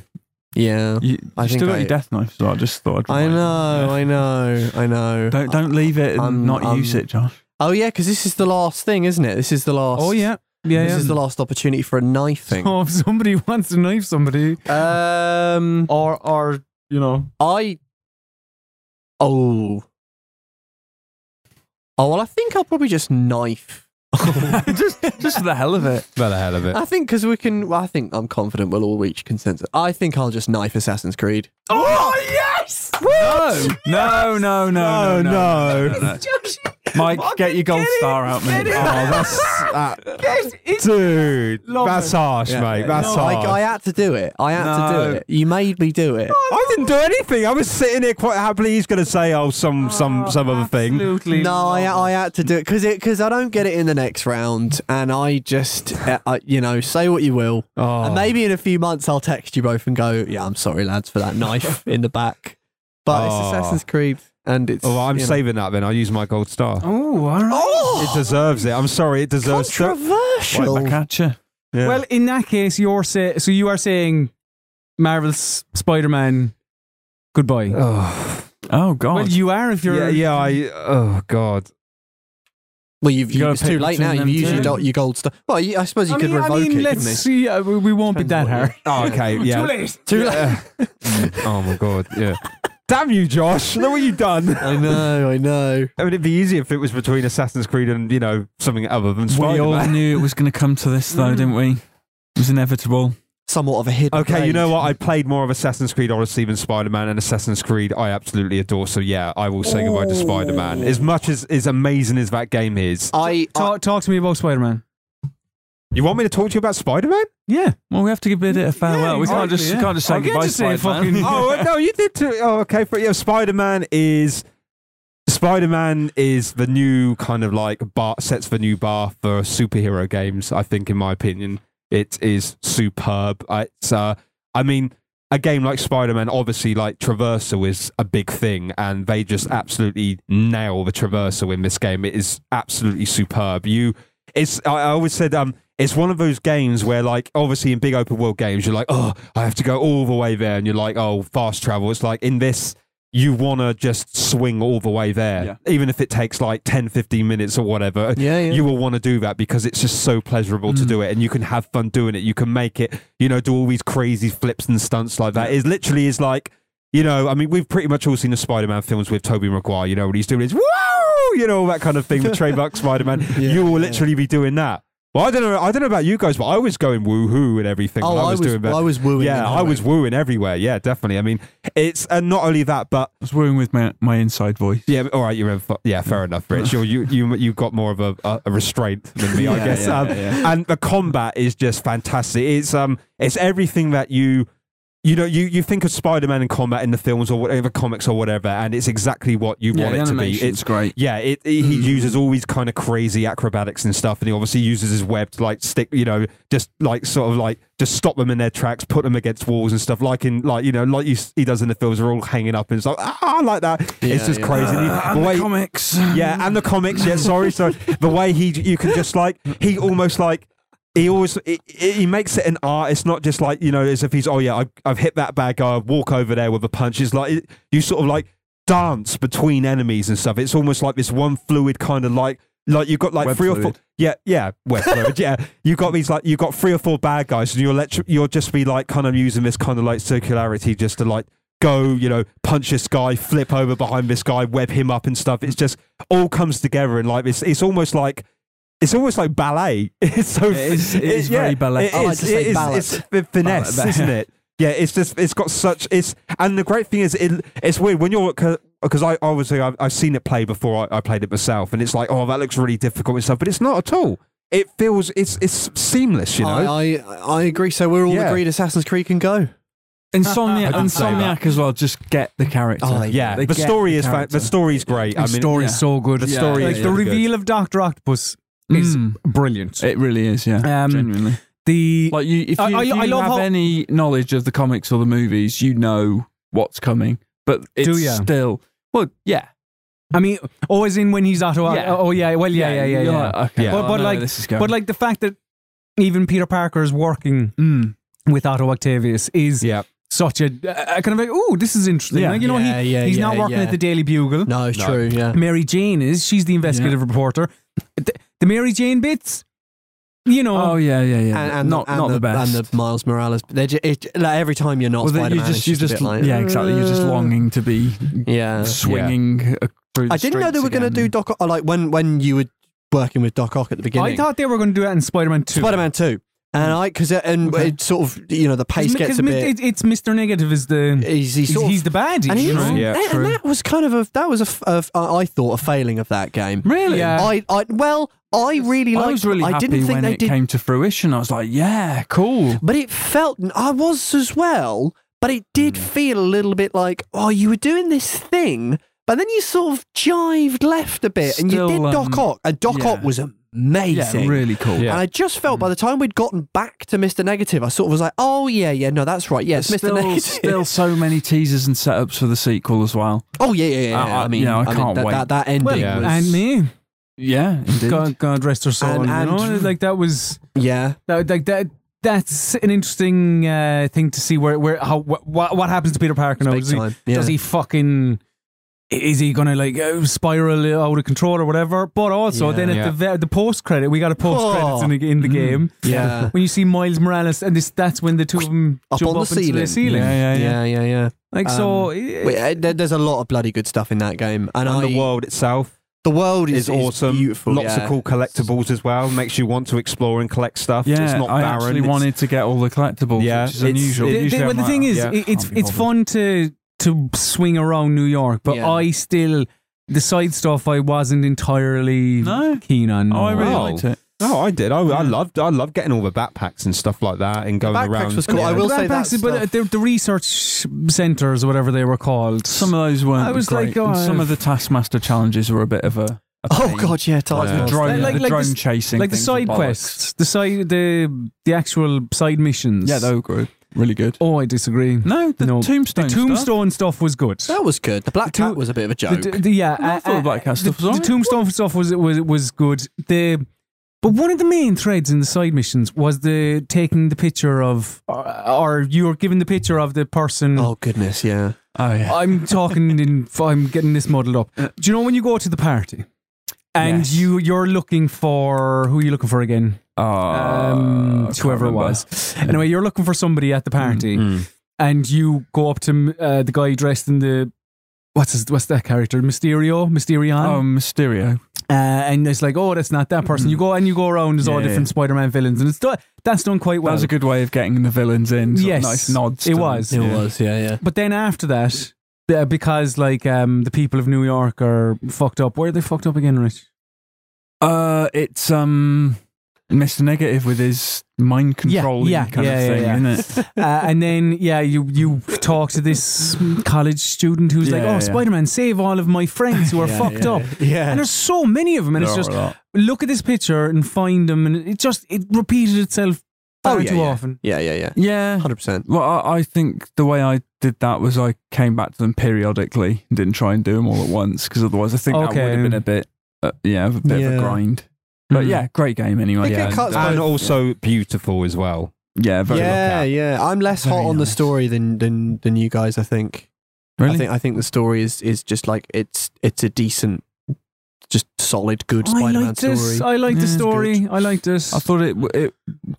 C: yeah,
B: You,
C: I
B: you
C: think
B: still got
C: I-
B: your death knife, so I just thought. I'd
C: I
B: remind you.
C: know,
B: Yeah.
C: I know, I know.
B: Don't don't leave it and
C: I'm-
B: not
C: I'm-
B: use it, Josh.
C: Oh yeah, because this is the last thing, isn't it? This is the last.
A: Oh yeah, yeah.
C: This
A: yeah.
C: is the last opportunity for a knifing.
A: Oh, if somebody wants to knife somebody,
C: Um,
A: or or you know,
C: I. Oh. Oh well, I think I'll probably just knife.
B: just just for the hell of it.
D: Well, the hell of it.
C: I think because we can. Well, I think I'm confident we'll all reach consensus. I think I'll just knife Assassin's Creed.
B: Oh yes! No, no, no, no, no, no, no, no, no. Mike, get your gold
A: Get it,
B: star out,
A: get
B: man.
A: it.
B: Oh, that's that-
D: Dude,
A: Love
D: that's
A: it.
D: harsh,
C: Yeah.
D: mate. That's
C: I,
D: harsh.
C: I had to do it. I had to
B: No.
C: do it. You made me do it.
D: I didn't do anything. I was sitting here quite happily. He's going to say, "Oh, some, some, some other thing."
A: Absolutely.
C: No, I, I had to do it because it because I don't get it in the next round, and I just uh, I, you know say what you will,
D: Oh.
C: and maybe in a few months I'll text you both and go, yeah, I'm sorry lads for that knife in the back, but
D: Oh.
C: it's Assassin's Creed, and it's
D: Oh, I'm
C: you know-
D: saving that. Then I'll use my gold star.
B: Oh, all right.
D: It deserves it. I'm sorry, it deserves. it.
C: controversial.
B: Right back at you.
D: Yeah.
A: Well, in that case, you're say- so you are saying Marvel's Spider-Man goodbye.
D: oh,
B: Oh, God.
A: well, you are if you're.
D: yeah, yeah. I, oh God.
C: Well, you've,
B: You
C: you
B: gotta
C: it's
B: pick
C: too late now.
B: between
C: You've
B: them
C: used your,
B: two.
C: do- your gold star. Well, you, I suppose you
A: I
C: could
A: mean, I
C: revoke
A: mean,
C: it,
A: let's
C: couldn't you?
A: see. Uh, we we won't be that
C: Depends what
A: hard.
D: Oh, okay. Yeah.
A: Too late.
C: Too late.
D: oh my god. Yeah. Damn you, Josh. Um, Look what you've done.
C: I know, I know.
D: I mean, it'd be easier if it was between Assassin's Creed and you know something other than
B: we all
D: Spider-Man.
B: knew it was going to come to this, though, didn't we? It was inevitable.
C: Somewhat of a hidden.
D: Okay, you
C: blade.
D: know what? I played more of Assassin's Creed Odyssey than Spider-Man, and Assassin's Creed I absolutely adore. So yeah, I will say goodbye to Spider-Man. As much as as amazing as that game is,
C: I, I
D: Uh,
A: Talk, talk to me about Spider-Man.
D: you want me to talk to you about Spider-Man?
A: Yeah.
B: Well, we have to give it a farewell. we can't
A: exactly,
B: just
A: yeah.
B: can't just say
A: I
B: goodbye,
A: can't just say
B: Spider-Man.
A: fucking-
D: oh no, you did too. Oh, okay. But yeah, Spider Man is Spider Man is the new kind of like bar sets the new bar for superhero games. I think, in my opinion, it is superb. Uh, It's uh, I mean. A game like Spider Man, obviously, like Traversal is a big thing, and they just absolutely nail the Traversal in this game. It is absolutely superb. You it's I, I always said um it's one of those games where like obviously in big open world games you're like oh I have to go all the way there and you're like oh fast travel it's like in this you want to just swing all the way there
B: Yeah.
D: even if it takes like 10 15 minutes or whatever
C: Yeah, Mm. yeah.
D: you will want to do that because it's just so pleasurable to do it and you can have fun doing it you can make it you know do all these crazy flips and stunts like that it literally is like you know, I mean, we've pretty much all seen the Spider-Man films with Tobey Maguire. You know, when he's doing his woo, you know, all that kind of thing. The trademark Spider-Man.
C: Yeah,
D: you will
C: yeah.
D: literally be doing that. Well, I don't know. I don't know about you guys, but I was going woohoo and everything.
C: Oh,
D: when
C: I was,
D: doing that.
C: I was wooing.
D: yeah,
C: and
D: I was
C: hoeing.
D: wooing everywhere. Yeah, definitely. I mean, it's and not only that, but
B: I was worrying with my, my inside voice.
D: yeah, all right, you're in, fu- yeah, fair enough, Rich. You're, you you you got more of a, a, a restraint than me, I
B: Yeah,
D: guess.
B: yeah,
D: um,
B: yeah,
D: And the combat is just fantastic. It's um, it's everything that you. You know, you, you think of Spider-Man in combat in the films or whatever comics or whatever, and it's exactly what you want
B: the
D: it to be.
B: animation's
D: It's
B: great.
D: yeah, it, it- he uses all these kind of crazy acrobatics and stuff, and he obviously uses his web to like stick, you know, just like sort of like just stop them in their tracks, put them against walls and stuff, like in like you know, like you, s- he does in the films, are all hanging up and it's like ah, I like that. it's just
C: yeah.
D: crazy. The-
B: Uh,
D: the
B: and the
D: way-
B: comics.
D: yeah, and the comics. Yeah, sorry, sorry. The way he, you can just like he almost like he always he, he makes it an art. It's not just like you know as if he's oh yeah I've, I've hit that bad guy. I walk over there with a punch. It's like it, you sort of like dance between enemies and stuff. It's almost like this one fluid kind of like like you've got like
B: Web
D: three or four.
B: fluid.
D: Yeah, yeah, web fluid. Yeah, you got these like you got three or four bad guys, and you'll let you'll just be like kind of using this kind of like circularity just to like go, you know, punch this guy, flip over behind this guy, web him up and stuff. It's just all comes together and like it's it's almost like it's almost like ballet. It's so
B: It is- it is very ballet. Oh,
D: It
C: I like
D: is,
C: to say
D: it is-
C: ballet.
D: it's f- finesse,
B: Ballet.
D: isn't it? Yeah, it's just it's got such it's and the great thing is it it's weird when you're because I obviously I've, I've seen it play before I, I played it myself and it's like oh that looks really difficult and stuff but it's not at all it feels it's it's seamless you know
C: I, I, I agree. So we're all
D: Yeah.
C: agreed. Assassin's Creed can go.
B: Insomniac,
D: didn't say
B: Insomniac as well. Just get the character.
C: Oh,
D: yeah
B: They
D: the
B: get
D: story
B: the
D: is fa-
B: character.
D: the story's great I
B: The
D: mean
B: story is
A: Yeah.
B: so good.
D: The story
A: Like
D: is
A: the
D: really good.
A: reveal of Doctor Octopus is
B: Mm.
A: brilliant.
B: It really is. Yeah,
A: Um,
B: genuinely.
A: the
B: Like you, if you,
A: I- I-
B: if you
A: I love
B: have
A: how-
B: any knowledge of the comics or the movies, you know what's coming. But it's
A: Do ya?
B: still well, yeah,
A: I mean, oh, as in when he's Otto.
B: Yeah.
A: Oh, yeah. Well, yeah, yeah, yeah, yeah.
B: you're Like, okay,
D: Yeah.
B: well,
A: But-
B: I
A: but
B: know
A: like-
B: where this is going.
A: But like the fact that even Peter Parker is working
B: Mm.
A: with Otto Octavius is
D: yeah
A: such a, a kind of like, oh, this is interesting.
B: Yeah.
A: Like, you know,
C: Yeah,
A: he,
C: yeah,
A: he's
C: yeah,
A: not working
C: yeah.
A: at the Daily Bugle.
C: No, it's
D: No.
C: true. Yeah.
A: Mary Jane is. She's the investigative reporter. The, the Mary Jane bits, you know.
B: Oh yeah, yeah, yeah.
C: And, and
B: not
C: and
B: not the, best.
C: And the Miles Morales. They're ju- it, like, every time you're not
B: well, that
C: Spider-Man,
B: you just
C: it's
B: you
C: a
B: just
C: bit like,
B: yeah, exactly. You're just
C: uh,
B: longing to be
C: Yeah.
B: swinging uh, through. The
C: I didn't know they
B: streets
C: were going to
B: again.
C: do Doc Ock. Like when when you were working with Doc Ock at the beginning.
A: I thought they were going to do that in Spider Man 2.
C: Spider-Man Two, and I because and
B: Okay.
C: it sort of you know the pace
A: It's mi-
C: gets
A: 'cause
C: a
A: mi-
C: bit.
A: it- it's Mr. Negative is the
C: He's, he's,
A: he's,
C: sort of-
A: he's the bad.
C: and, he
A: you
C: was,
A: know?
D: Yeah,
C: and- and
B: true.
C: that was kind of a that was a f- a f- I I thought a failing of that game.
B: Really?
A: Yeah.
C: I, I well I really liked,
B: I was really happy
C: didn't think
B: when
C: they
B: it
C: did
B: came to fruition. I was like, yeah, cool.
C: But it felt, I was as well, but it did feel a little bit like, oh, you were doing this thing, but then you sort of jived left a bit and you
B: Still,
C: did Doc
B: um,
C: Ock, and Doc Ock
B: yeah.
C: was amazing.
B: Yeah, really cool.
D: Yeah.
C: And I just felt by the time we'd gotten back to Mr. Negative, I sort of was like, oh, yeah, yeah, no, that's right. Yes, Mr.
B: Still,
C: Negative.
B: still so many teasers and setups for the sequel as well.
C: oh, yeah, yeah, yeah.
B: Uh, uh,
C: I mean,
B: yeah, I
C: I mean,
B: can't
C: that,
B: wait.
C: That, that ending
A: Well,
D: yeah.
C: was.
A: and me,
B: Yeah, indeed.
A: God, God rest her soul.
C: And-
A: you know?
C: and-
A: like that was
C: Yeah.
A: that, like that. That's an interesting uh, thing to see where where how what what happens to Peter Parker now.
C: big
A: Does he,
C: time, yeah.
A: does he fucking is he gonna like uh, spiral out of control or whatever? But also
C: Yeah. Oh.
A: then at
D: Yeah.
A: the ver- the post credit, we got a post credits in the in the game.
C: Mm. Yeah.
A: When you see Miles Morales, and this that's when the two of them
C: Up
A: jump
C: on the
A: up into
C: ceiling.
A: the ceiling.
B: yeah, yeah, yeah.
C: Yeah, yeah, yeah.
A: Like so, it-
C: Wait, uh, there- there's a lot of bloody good stuff in that game, and, I,
D: And the world itself
C: the world is,
D: is awesome.
C: beautiful.
D: Lots
C: yeah.
D: of cool collectibles as well. Makes you want to explore and collect stuff.
B: Yeah,
D: it's not
B: I
D: barren.
B: actually
D: it's-
B: wanted to get all the collectibles,
D: Yeah,
B: which is
D: it's-
B: unusual.
D: it-
A: The,
B: Usually
A: the,
B: I'm
A: well, the
B: like,
A: thing
B: "Oh,
A: is,
B: yeah,
A: it, it's
B: can't be
A: it's
B: bothered."
A: fun to to swing around New York, but
C: Yeah.
A: I still the side stuff I wasn't entirely
B: No?
A: keen on.
B: Oh, I really
D: Wow.
B: liked it.
D: Oh, I did. I, I loved. I loved getting all the backpacks and stuff like that, and going
C: backpacks
D: around.
C: was cool. I will say that
A: Backpacks, but uh,
C: stuff-
A: the, the research centers, or whatever they were called,
B: Some of those weren't.
A: I was
B: great,
A: like, oh,
B: and some
A: I've-
B: of the Taskmaster challenges were a bit of a. a
C: Oh
B: pain.
C: god, yeah, Tarzan.
D: Yeah.
B: The drone,
A: Like-
B: the
A: like
B: drone
A: this-
B: chasing,
A: like the
B: things
A: side
B: were bollocks.
A: quests, the side the the actual side missions.
B: Yeah, they were good. Really good.
A: oh, I disagree.
B: No, the
A: No.
B: tombstone.
A: the
B: stuff.
A: tombstone stuff, was good.
C: That was good. The black
A: The two-
C: cat was a bit of
A: The-
C: a joke.
A: the- the- yeah, uh,
B: I thought Black Cat stuff
A: the,
B: was alright.
A: the Tombstone stuff was was was good. The but one of the main threads in the side missions was the taking the picture of, or, or you were given the picture of the
B: Mm.
A: person.
C: oh goodness, yeah.
B: Oh yeah.
A: I'm talking in. I'm getting this muddled up. Do you know when you go to the party and
B: Yes.
A: you you're looking for who are you looking for again?
B: Uh,
A: Um,
B: can't
A: whoever it
B: remember.
A: was. Anyway, you're looking for somebody at the party and you go up to uh, the guy dressed in the what's his, what's that character Mysterio Mysterion
B: Oh, Mysterio.
A: uh, and it's like, oh, that's not that person. You go and you go around. There's all
B: Yeah,
A: different Spider-Man villains, and it's do- that's done quite
B: That
A: well.
B: was a good way of getting the villains in. Sort of
A: Yes,
B: nice nods.
A: it
B: to
A: was.
B: Them.
A: It
C: was, yeah, yeah.
A: but then after that, the- because like um, the people of New York are fucked up. Where are they fucked up again, Rich?
B: Uh, it's um, Mr. Negative with his mind
A: Yeah,
B: controlling
A: yeah,
B: kind
A: yeah,
B: of
A: yeah,
B: thing,
A: yeah.
B: isn't it?
A: uh, and then yeah, you you talk to this college student who's like,
B: Yeah,
A: oh,
B: yeah.
A: Spider-Man, save all of my friends who are fucked up.
C: Yeah.
A: And there's so many of them, and it's
B: There
A: just
B: are a lot.
A: look at this picture and find them, and it just it repeated itself far
C: Oh, yeah,
A: too
C: yeah.
A: often.
C: yeah, yeah, yeah.
B: yeah.
C: 100%.
B: Well, I, I think the way I did that was I came back to them periodically and didn't try and do them all at once because otherwise I think that would
A: Okay.
B: have been a bit, uh, yeah, a bit of
C: Yeah.
B: a grind. But
A: Hmm.
B: yeah, great game anyway.
C: It
B: Yeah,
C: can cut
B: uh,
D: and also beautiful as well.
B: yeah, very
C: yeah,
D: look
C: yeah. I'm less hot
B: Very
C: on the
B: nice.
C: story than than than you guys, I think. I
B: really.
C: think I think the story is is just like it's it's a decent just solid good
A: I
C: Spider-Man
A: like this.
C: story.
A: I like
B: Yeah,
A: the
B: it's
A: story. I like this.
B: I thought it w- it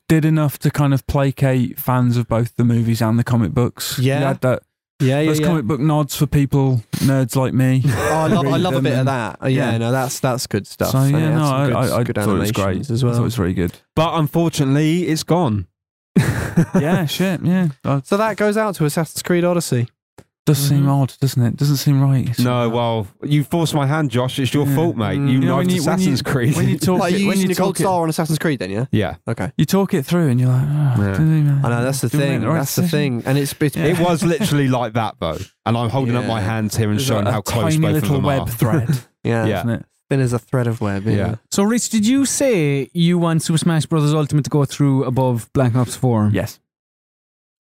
B: did enough to kind of placate fans of both the movies and the comic books.
C: Yeah.
B: You had that
C: yeah, yeah.
B: those
C: yeah.
B: comic book nods for people nerds like me.
C: Oh, I love, I
B: Read
C: love a
B: them
C: bit of
B: and-
C: that. Oh, Yeah,
B: yeah.
C: no, that's that's good stuff.
B: So
C: And it
B: yeah,
C: had
B: no,
C: some
B: I,
C: good-
B: I, I
C: good
B: thought it was
C: animations
B: great
C: as
B: I thought it
C: well.
B: was very good.
D: But unfortunately, it's gone.
B: yeah, shit. Yeah, that
C: So that goes out to Assassin's Creed Odyssey.
B: does seem
A: Mhm.
B: odd, doesn't it? Doesn't seem right.
D: No, well, you forced my hand, Josh. It's your
B: Yeah.
D: fault, mate.
C: Mm.
D: You,
C: You
B: know,
D: liked
B: when you- when
D: Assassin's Creed.
B: when you talk
C: Like,
B: it,
C: you
B: when
C: using
B: you
C: a gold
B: talk it,
C: star on Assassin's Creed then, yeah?
D: yeah,
C: Okay.
B: you talk it through, and you're like, oh,
D: Yeah.
B: do they, man?
C: I know that's the
B: Do we make
C: thing.
B: right
C: That's the
B: decision?
C: thing, and it's it's
B: Yeah.
D: it was literally like that though. And I'm holding up
C: Yeah.
D: my hands here and
B: There's
D: showing
B: a,
D: how
B: a
D: close
B: tiny
D: both of
B: little
D: them
B: web
D: are.
B: thread,
C: yeah,
D: Yeah.
B: isn't it?
C: thin as a thread of web. Yeah.
D: Yeah.
A: so, Rich, did you say you want Super Smash Bros. Ultimate to go through above Black Ops Four?
B: Yes,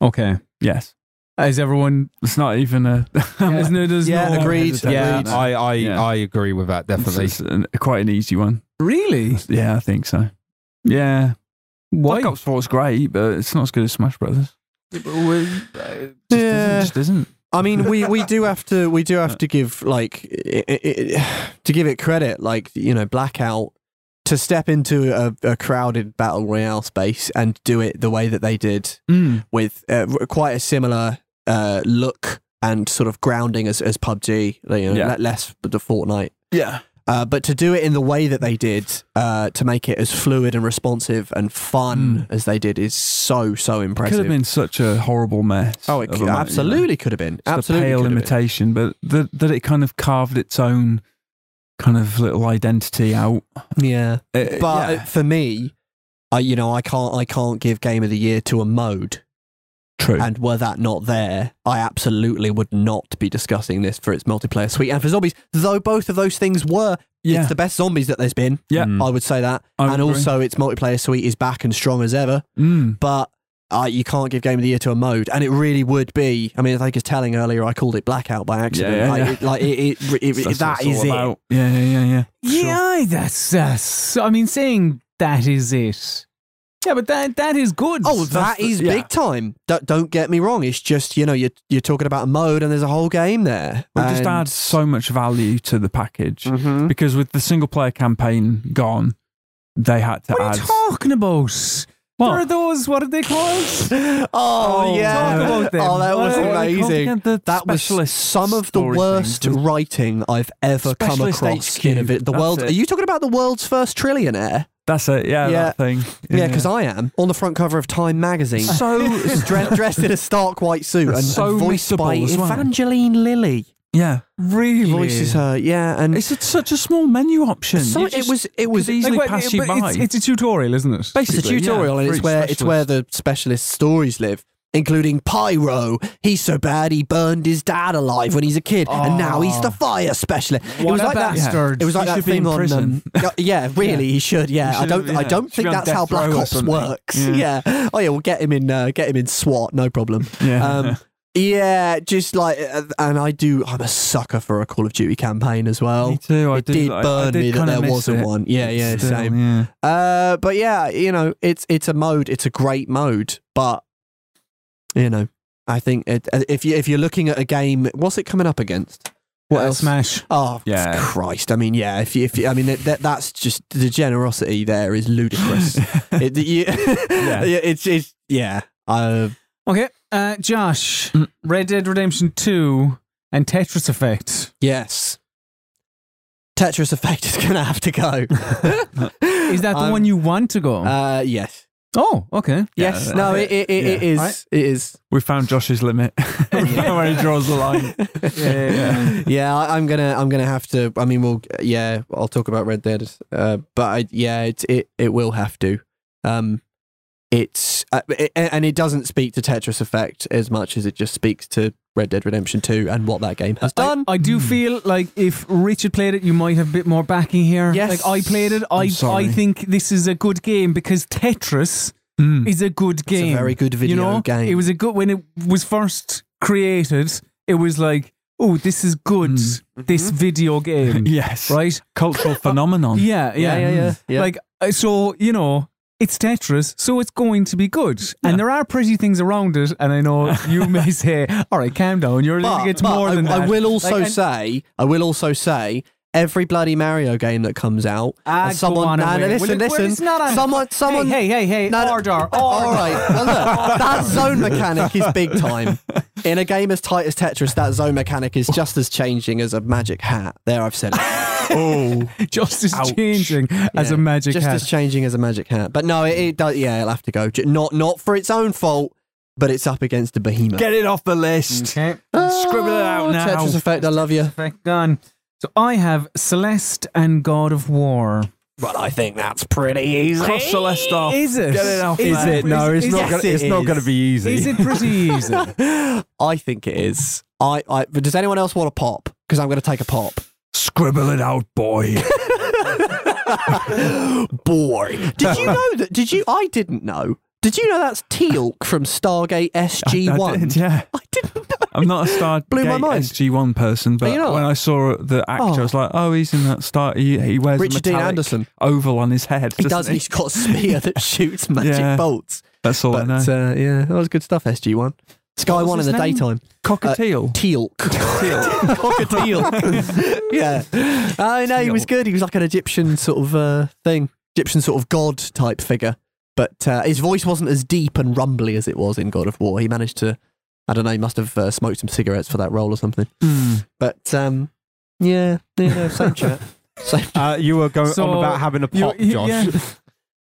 A: Okay.
B: yes.
A: Is everyone?
B: It's not even a.
A: Isn't it? There's
C: Yeah,
A: no-
C: agreed,
D: Yeah,
C: agreed.
D: I, I,
B: Yeah.
D: I agree with that
B: It's,
D: definitely.
B: it's an, quite an easy one.
A: Really?
B: Yeah, I think so. Yeah,
A: Why?
B: Black Ops 4 is great, but it's not as good as Smash Brothers.
C: uh,
B: Just
C: Yeah.
B: isn't, just isn't.
C: I mean, we, we do have to we do have to give like i i i to give it credit, like you know, Blackout to step into a, a crowded battle royale space and do it the way that they did with uh, r- quite a similar uh, look and sort of grounding as as PUBG, you know,
B: Yeah.
C: le- less the Fortnite.
B: Yeah,
C: Uh, but to do it in the way that they did, uh, to make it as fluid and responsive and fun as they did, is so so
B: Could
C: impressive.
B: have Hmm. been such a horrible mess.
C: oh, it
B: of a
C: c-
B: mo- you know.
C: absolutely could have been.
B: It's
C: absolutely,
B: a pale
C: could have been.
B: imitation, but that that it kind of carved its own kind of little identity out.
C: Yeah,
B: It-
C: but uh,
B: yeah,
C: for me, I you know I can't I can't give Game of the Year to a mode.
B: true.
C: And were that not there, I absolutely would not be discussing this for its multiplayer suite and for zombies. Though both of those things were,
B: yeah,
C: it's the best zombies that there's been.
B: yeah.
D: Mm.
C: I would say that,
B: I would
C: and
B: agree.
C: also its multiplayer suite is back and strong as ever.
B: Mm.
C: but uh, you can't give Game of the Year to a mode, and it really would be. I mean, I think it's telling earlier. I called it blackout by accident.
B: Yeah, yeah,
C: like,
B: yeah.
C: It, like it, it, it, it-
B: That's what
C: that
B: it's
C: is
B: all
C: it.
B: about. Yeah, yeah, yeah, yeah.
A: Yeah, that's that's. I mean, saying that is it. Yeah, but that that is good.
C: Oh, that
B: the-
C: is
B: yeah.
C: big time. Don't, don't get me wrong. It's just you know you're you're talking about a mode, and there's a whole game there.
B: Well, it just
C: And-
B: adds so much value to the package
C: Mhm.
B: because with the single player campaign gone, they had to
A: what are
B: add.
A: you talking about? What are
B: What?
A: those? What are they called?
C: Oh,
A: Oh,
C: yeah.
A: talk about them.
C: Oh, that was
A: What are they
B: Can't
C: amazing.
B: forget the
C: That was
B: specialist
C: some of the
B: story
C: worst
B: thing.
C: writing I've ever come
B: Specialist
C: across.
B: HQ,
C: in a bit. The
B: that's
C: world.
B: it.
C: Are you talking about the world's first trillionaire?
B: That's it. Yeah,
C: Yeah.
B: that thing.
C: Yeah, because I am on the front cover of Time magazine.
B: so
C: dressed, dressed in a stark white suit and,
B: So
C: and voiced by
B: missable as well.
C: Evangeline Lilly.
B: yeah,
A: Really?
C: Voices her, yeah, and
B: it's such a small menu option.
C: so
B: You
C: it
B: just
C: was it was
B: could easily
A: what-
B: pass you
A: but it's,
B: by.
A: it's a tutorial, isn't it?
C: it's a
B: Basically, yeah,
C: tutorial and
B: for
C: it's
B: each
C: where it's where the specialist stories live. Including Pyro, he's so bad he burned his dad alive when he's a kid, and now he's
B: Ah.
C: the fire specialist. it
A: What
C: was
A: a
C: like that.
A: bastard.
C: It was like
B: He
C: that
B: should be
C: thing
B: in
C: on. Um,
B: prison.
C: uh, yeah, really, he should. Yeah,
B: He
C: I
B: should,
C: don't. I
B: yeah.
C: don't
B: Should
C: think
B: be on
C: that's how
B: death
C: Black
B: row or
C: Ops
B: something.
C: works. Yeah.
B: Yeah.
C: Oh yeah, we'll get him in. Uh, get him in SWAT. No problem.
B: Yeah.
C: Um, yeah, just like, uh, and I do. I'm a sucker for a Call of Duty campaign as well.
B: me too. I
C: it did
B: I- I
C: burn
B: did
C: me that
B: kinda
C: there
B: miss
C: wasn't
B: it.
C: one. Yeah, yeah,
B: Still,
C: same.
B: yeah.
C: Uh, but yeah, you know, it's it's a mode. It's a great mode, but you know, I think it, uh, if you if you're looking at a game, what's it coming up against? What
A: Uh,
C: else?
A: Smash.
C: Oh
B: Yeah.
C: Christ! I mean, yeah. If you, if you, I mean, that, that that's just the generosity there is ludicrous. it, you, yeah. It's it's yeah. Uh,
A: Okay, uh, Josh,
B: Mm.
A: Red Dead Redemption 2 and Tetris Effect.
C: Yes. Tetris Effect is going to have to go.
A: Is that the one you want to go?
C: Uh, yes.
A: oh, okay.
C: Yes. No, it, it, it, it
B: Yeah.
C: is.
A: Right.
C: It is.
B: We found Josh's limit. Where he draws the line.
A: Yeah.
C: Yeah, I, I'm gonna, I'm gonna have to. I mean, we'll, yeah, I'll talk about Red Dead, uh, but I, yeah, it, it, it will have to. Um, it's, uh, it, and it doesn't speak to Tetris Effect as much as it just speaks to Red Dead Redemption Two and what that game has done.
A: I do feel like if Richard played it, you might have a bit more backing here.
C: Yes.
A: Like I played it. I
B: sorry.
A: I think this is a good game because Tetris
B: Mm.
A: is a good
C: Hmm. It's
A: game.
C: a very good video
A: you know,
C: game.
A: it was a good when it was first created. It was like, oh, this is good.
B: Mm.
C: Hmm.
A: This
C: Mm-hmm.
A: video game,
B: Yes.
A: right?
B: Cultural phenomenon.
A: Yeah, yeah,
C: yeah.
A: Like uh, so, you know, it's Tetris, so it's going to be good. And there are pretty things around it. And I know you may say, "All right, calm down. You're a little bit more
C: I,
A: than
C: I
A: that."
C: will also
A: Like, and-
C: say, I will also say, every bloody Mario game that comes out,
A: Ah,
C: and
A: go
C: someone,
A: on
C: no, no,
A: away. Will
C: listen,
A: it- well,
C: listen,
A: it's not on-
C: someone, someone,
A: hey, hey, hey, hey!
C: No, no.
A: order, order.
C: all right, well, look, that zone mechanic is big time. In a game as tight as Tetris, that zone mechanic is just as changing as a magic hat. There, I've said it.
B: Oh.
A: Just as
B: Ouch.
A: changing as
C: Yeah,
A: a magic
C: just
A: hat.
C: as changing as a magic hat. But no, it, it does. Yeah, it'll have to go. J- Not not for its own fault, but it's up against a behemoth.
B: Get it off the list.
A: okay.
B: Scribble it out
C: Oh,
B: now.
C: Tetris effect. I love you.
A: Perfect gun. So I have Celeste and God of War.
C: But I think that's pretty easy.
B: Cross the list off.
A: Is Oh, it?
B: Get it off
A: Is
B: there.
A: it? No, it's not
C: Yes,
D: gonna,
C: it
D: it's not
C: is.
D: going to be easy.
A: Is it pretty easy?
C: I think it is. I, I but does anyone else want a pop? Because I'm going to take a pop.
B: Scribble it out, boy.
C: Boy, did you know that? Did you? I didn't know. Did you know that's Teal'c from Stargate SG
B: I did,
C: One?
B: yeah.
C: I didn't know.
B: I'm not a Star
C: Blew my
B: Gate
C: mind.
B: SG1 person, but
C: you not?
B: when I saw the actor, I was like, oh, he's in that Star. He, he wears
C: Richard
B: a
C: Dean
B: metallic
C: Anderson.
B: oval on his head.
C: He
B: doesn't
C: does. and He's got a spear that shoots magic
B: Yeah. Oh,
C: bolts.
B: That's all I
C: But
B: know.
C: uh, yeah, that was good stuff. SG One, Sky One in the
B: his name?
C: daytime.
B: Cockatiel.
C: Teal'c. Cockatiel. yeah. I know he was good. He was like an Egyptian sort of uh, thing, Egyptian sort of god type figure. But uh, his voice wasn't as deep and rumbly as it was in God of War. He managed to, I don't know, he must have uh,
B: Hmm.
C: smoked some cigarettes for that role or something.
B: Mm.
C: But um, yeah, yeah, same chat. So-
D: Uh, you were going
A: So,
D: on about having a
A: you-
D: pop,
A: you-
D: Josh.
A: yeah.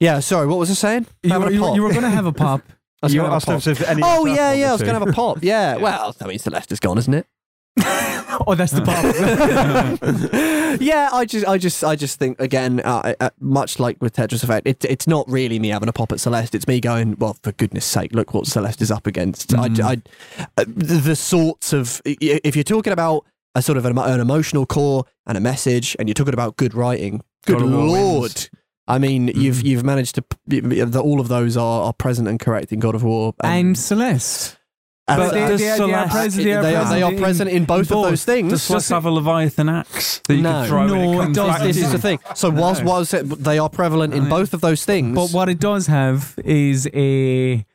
C: yeah, sorry, what was I saying?
A: You,
C: Having
A: were- you
C: a
A: were-
C: pop.
A: you were going to have a pop.
C: I was
D: You
C: gonna have a
D: asked
C: pop.
D: us if anyone
C: Oh
D: else
C: yeah, yeah. I was
D: wanted
C: gonna have a pop. Yeah. Well, I mean, Celeste's gone, isn't it?
A: Oh, that's the pop.
C: yeah, I just, I just, I just think again, uh, uh, much like with Tetris Effect, it, it's not really me having a pop at Celeste. It's me going, well, for goodness sake, look what Celeste is up against. I, I- uh, the the sorts of i- i- if you're talking about a sort of an, emo- an emotional core and a message, and you're talking about good writing. Good
B: God of War wins.
C: lord. I mean, you've you've managed to p- y- the, all of those are, are present and correct in God of War,
A: and Celeste.
C: and-
A: But they,
C: and-
A: they, they, are
B: Celeste-
A: pres-
C: they
A: they are
C: are, they
A: present.
C: are, present in both, of those things.
B: Does Celeste have a Leviathan axe that you
C: No.
B: can throw
A: No, it
B: and it comes
A: doesn't.
B: back to
C: this
B: you?
C: is the thing. So whilst, whilst it- they are prevalent in
B: Right.
C: both of those things,
A: But what it does have is a.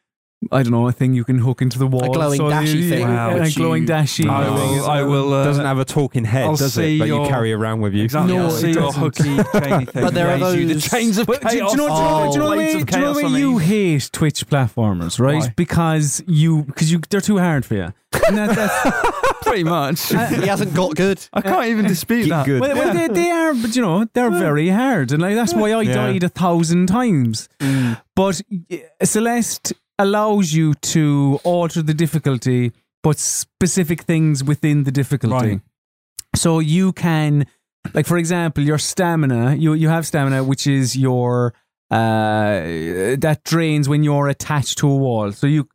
A: I don't know, a thing you can hook into the wall.
C: glowing
A: so
C: dashy
A: you-
C: thing,
A: yeah, A
B: which
A: glowing
B: you-
A: dashy.
B: I will. I will. Uh,
D: doesn't have a talking head,
B: I'll
D: does it?
B: see
D: That you
B: your-
D: carry around with you.
B: exactly.
A: No,
B: I'll
A: it
B: see your
A: doesn't.
B: hooky chainy thing.
C: But there are
B: raise you the
C: those-
B: chains of
A: But do, do
B: chaos.
A: you know, do you know,
C: Oh.
A: do you know, the
B: Blades
A: way,
B: of
A: do you know the
B: chaos, I
A: way you
B: mean.
A: hate Twitch platformers, right?
B: Why?
A: Because you because you they're too hard for you. And that, that's,
B: Pretty much.
A: Uh,
C: he hasn't got good.
B: I can't even dispute
D: Get
B: that.
D: good.
A: well, well, they, they are, but you know, they're very hard, and like, that's why I
D: Yeah. Mm.
A: died a thousand times. But y- Celeste allows you to alter the difficulty, but specific things within the difficulty.
B: Right.
A: So you can, like for example, your stamina. You you have stamina, which is your uh that drains when you're attached to a wall. So you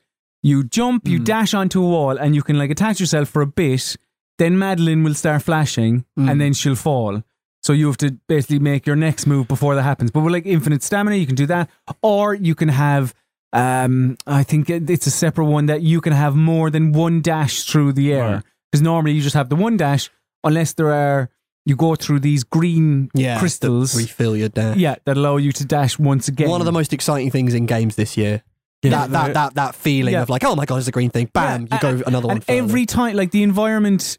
A: you jump,
D: Mm.
A: you dash onto a wall, and you can like attach yourself for a bit. Then Madeline will start flashing,
C: Mm.
A: and then she'll fall. So you have to basically make your next move before that happens. But with like infinite stamina, you can do that, or you can have. Um, I think it- it's a separate one that you can have more than one dash through the air
B: Right.
A: because normally you just have the one dash unless there are you go through these green crystals.
C: that refill your dash.
A: yeah, that allow you to dash once again.
C: One of the most exciting things in games this year. that, that, that, that feeling
A: Yeah.
C: of like, oh my god, it's a green thing. Bam,
A: Yeah,
C: you go another one.
A: and every time like the environment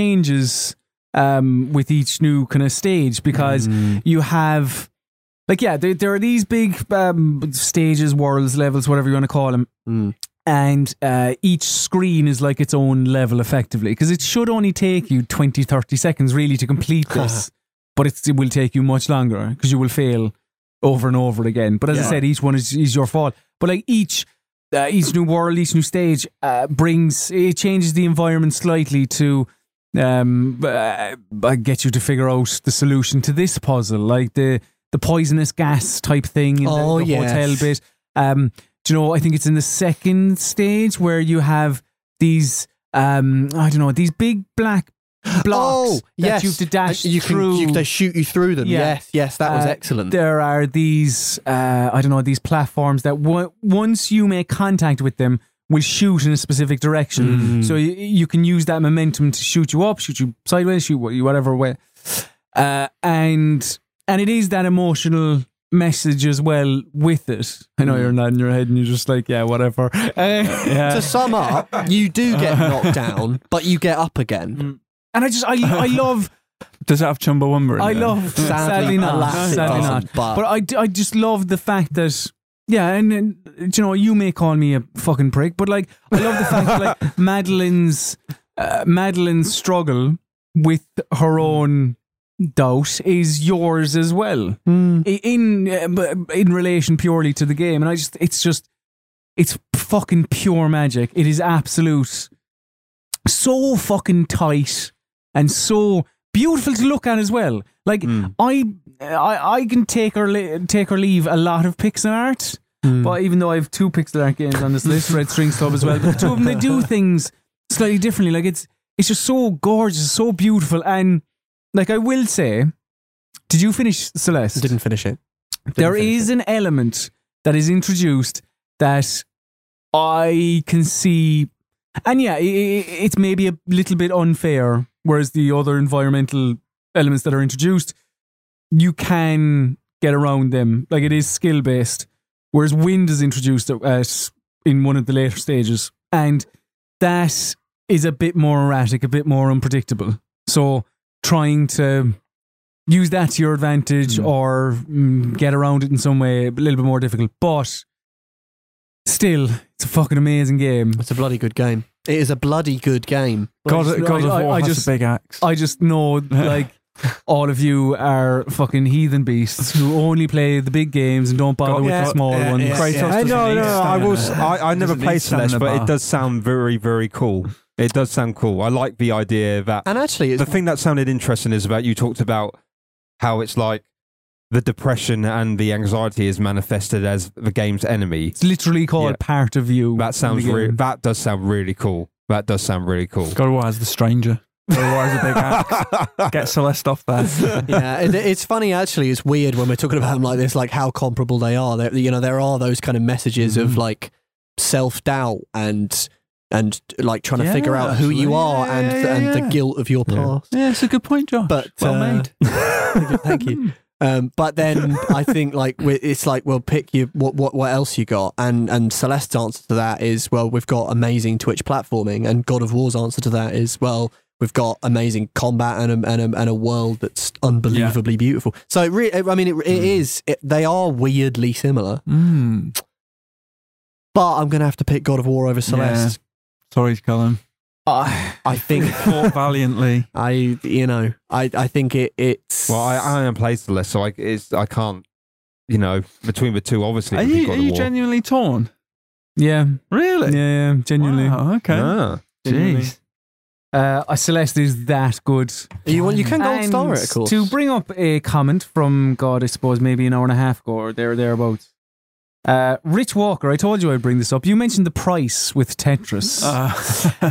A: changes um with each new kind of stage because you have like yeah there, there are these big um stages worlds levels whatever you want to call them
C: Mm.
A: and uh, each screen is like its own level effectively because it should only take you 20 30 seconds really to complete this but it's, it will take you much longer because you will fail over and over again but as i
C: Yeah.
A: said each one is, is your fault but like each uh, each new world each new stage uh, brings it changes the environment slightly to um, uh, I get you to figure out the solution to this puzzle, like the the poisonous gas type thing in
C: Oh,
A: the, the
C: yes.
A: hotel bit. Um, do you know? I think it's in the second stage where you have these. Um, I don't know these big black blocks
C: oh,
A: that
C: yes.
A: you have to dash
C: you can,
A: through.
C: You, they shoot you through them.
A: Yeah.
C: Yes, yes, that was
A: Uh,
C: excellent.
A: there are these. Uh, I don't know these platforms that w- once you make contact with them. Will shoot in a specific direction, so you, you can use that momentum to shoot you up, shoot you sideways, shoot wh- you whatever way uh, and and it is that emotional message as well with it. I know you're nodding your head and you're just like, yeah, whatever. Uh,
C: to sum up, you do get knocked down, but you get up again.
A: And I just I I love
B: Does it have Chumbawamba in
A: I
B: it?
A: love sadly, not
C: alas, it
A: sadly not.
C: doesn't, But,
A: But I, d- I just love the fact that yeah, and, and you know you may call me a fucking prick, but like I love the fact that like Madeline's uh, Madeline's struggle with her own doubt is yours as well.
C: Mm.
A: i- in um, in relation purely to the game and i just it's just it's fucking pure magic it is absolute so fucking tight and so beautiful to look at as well like I, I i can take or le- take or leave a lot of pixel art but even though i have two pixel art games on this list red strings club as well but the two of them they do things slightly differently like it's it's just so gorgeous so beautiful and like i will say did you finish celeste
C: didn't finish it.
A: there
C: finish
A: is an element that is introduced that I can see, and yeah, i- i- it's maybe a little bit unfair. Whereas the other environmental elements that are introduced, you can get around them. Like it is skill based. Whereas wind is introduced at, at, in one of the later stages, and that is a bit more erratic, a bit more unpredictable. So trying to use that to your advantage or mm, get around it in some way, a little bit more difficult. But still, it's a fucking amazing game.
C: It's a bloody good game. It is a bloody good game.
B: God, God of
A: I- I-
B: War
A: I
B: has
A: just-
B: a big axe.
A: I just know, like, all of you are fucking heathen beasts who only play the big games and don't bother
B: Got-
A: with
B: yeah,
A: the small
B: yeah,
A: ones.
B: yeah,
A: Kratos
B: yeah.
D: I
A: doesn't
D: no,
A: need
D: no, I will. s-
A: stamina.
D: I, I never
B: Doesn't need
D: played Celeste,
B: stamina
D: but it
B: bar.
D: does sound very, very cool. It does sound cool. I like the idea that
C: And actually, it's
D: the thing that sounded interesting is about you talked about how it's like the depression and the anxiety is manifested as the game's enemy.
A: It's literally called
D: Yeah.
A: part of you.
D: That sounds
A: in the
D: re-
A: game.
D: that does sound really cool. That does sound really cool.
B: Otherwise, the stranger. Otherwise, a big axe. Get Celeste off there.
C: yeah, it, it's funny actually. It's weird when we're talking about them like this, like how comparable they are. There, you know, there are those kind of messages
B: Mm-hmm.
C: of like self doubt and and like trying to figure out who you
B: Yeah,
C: are and
B: yeah,
C: and the
B: yeah.
C: guilt of your
D: Yeah.
C: past.
B: yeah, it's a good point, Josh.
C: But
B: well
C: uh,
B: made.
C: thank you. Um, but then I think like we it's like well pick you what what what else you got and and Celeste's answer to that is well we've got amazing Twitch platforming and God of War's answer to that is well we've got amazing combat and a, and a, and a world that's unbelievably beautiful. So it really I mean it,
D: Hmm.
C: it is it, they are weirdly similar,
B: Mm.
C: but I'm gonna have to pick God of War over Celeste.
B: Sorry, Colin.
C: I think
B: Fought valiantly.
C: I you know I I think it it's
D: well, I, I am played Celeste, so I it's, I can't. You know, between the two, obviously.
B: Are
D: it'd be
B: you,
D: God
B: are
D: of
B: you
D: War.
B: genuinely torn?
A: yeah, yeah,
B: Really?
A: yeah, genuinely.
B: Wow, okay.
D: Ah.
A: Genuinely.
B: Jeez.
A: Uh, uh, Celeste is that good.
C: you want you can gold
A: And
C: star it of course.
A: To bring up a comment from God, I suppose maybe an hour and a half ago or there thereabouts. Uh, Rich Walker, I told you I'd bring this up. You mentioned the price with Tetris.
B: Uh,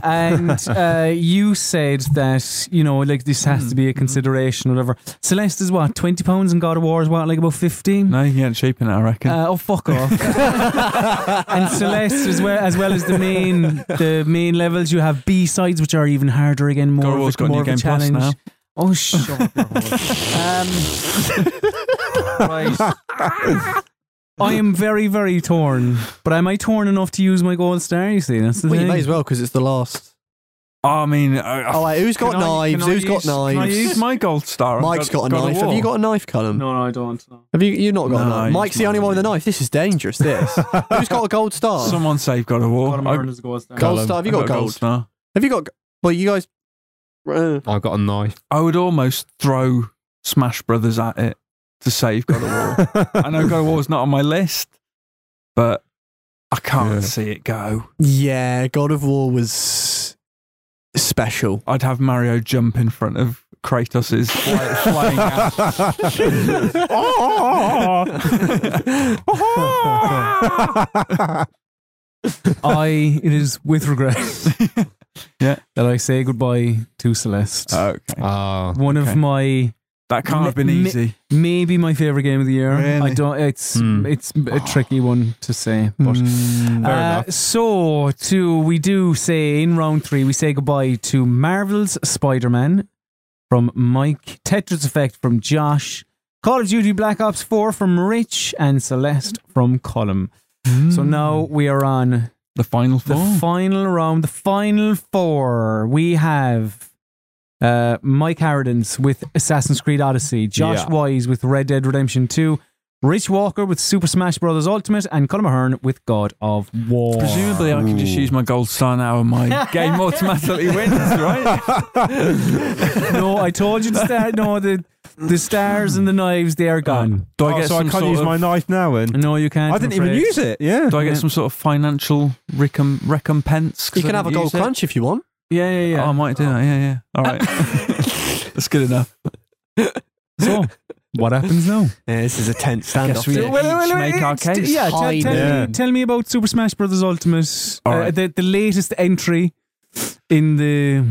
A: and uh, you said that you know, like this has to be a consideration, whatever. Celeste is what twenty pounds, and God of War is what like about fifteen.
B: no, you can get cheap in it, I reckon.
A: Uh, oh fuck off! and Celeste as well as well as the main the main levels. You have B sides, which are even harder again, more
B: God
A: of
B: of
A: a-
B: War's got a
A: more of a
B: new Game Plus
A: challenge.
B: now.
A: Oh shut up, your whore. um, right. I am very very torn, but am I torn enough to use my gold star? You see, that's the
C: well, you
A: thing.
C: may as well because it's the last.
B: I mean, I,
C: Oh, wait, who's got
A: Can I-
C: knives?
A: can I
C: Who's
A: use-
C: got
A: can I
B: I
C: knives?
B: use my gold star.
C: Mike's got, a knife. Have you got a knife, Cullen?
A: no, no, I don't. No.
C: Have you? You've not got a
B: No,
C: knife.
B: he's
C: Mike's the
B: not
C: only one with a
B: really.
C: knife. This is dangerous. This. Who's got a gold star?
B: Someone save God of War. I-
A: as gold star.
C: gold star. Have you got,
B: I a
C: gold?
B: star.
C: Have you got? Well, you guys. Uh,
D: I got a knife.
B: I would almost throw Smash Brothers at it to save God of War. I know God of War's not on my list, but I can't
D: Yeah.
B: see it go.
C: yeah, God of War was special.
B: I'd have Mario jump in front of Kratos's fly, flying ass.
A: I it is with regret
B: Yeah.
A: that I say goodbye to Celeste.
C: Uh,
B: Okay.
D: Ah.
A: one
B: okay.
A: of my
B: That can't have been
A: Mi- mi-
B: easy.
A: maybe my favorite game of the year. I
B: Really?
A: don't. It's
D: Hmm.
A: it's a tricky one to say, but.
B: Mm.
A: Uh,
D: enough.
A: so, to we do say in round three, we say goodbye to Marvel's Spider Man from Mike, Tetris Effect from Josh, Call of Duty Black Ops 4 from Rich, and Celeste from Column. So now we are on
B: the final four.
A: the
D: Oh.
A: final round, the final four. We have uh, Mike Harridans with Assassin's Creed Odyssey, Josh
D: Yeah.
A: Wise with Red Dead Redemption 2, Rich Walker with Super Smash Bros. Ultimate, and Colin Mahern with God of War.
B: Presumably, I can just
D: Ooh.
B: use my gold star now, and my game automatically wins, right?
A: no, I told you the star. No, the the stars and the knives they are gone.
B: Do I
D: Oh,
B: get
D: so I
B: some
D: can't
B: sort
D: use
B: of,
D: my knife now, and
A: No, you can't.
D: Ah. I
A: I'm
D: didn't even
A: afraid.
D: use it. Yeah.
B: Do I get some sort of financial recom- recompense? 'cause
C: You can
B: I
C: have a
B: didn't
C: gold
B: use it?
C: crunch if you want.
A: Yeah, yeah,
B: Oh, I
A: yeah.
B: might do that. Yeah, yeah. All right. That's good enough.
A: so, what happens now?
C: Yeah, this is a tense standoff.
B: Guess we-
C: Yeah.
B: Well, well, well, make our
A: it's-
B: case.
A: Yeah, tell,
C: Hide
A: tell
D: it.
A: Me, tell me about Super Smash Brothers Ultimate,
B: All
A: uh,
B: right.
A: the, the latest entry in the.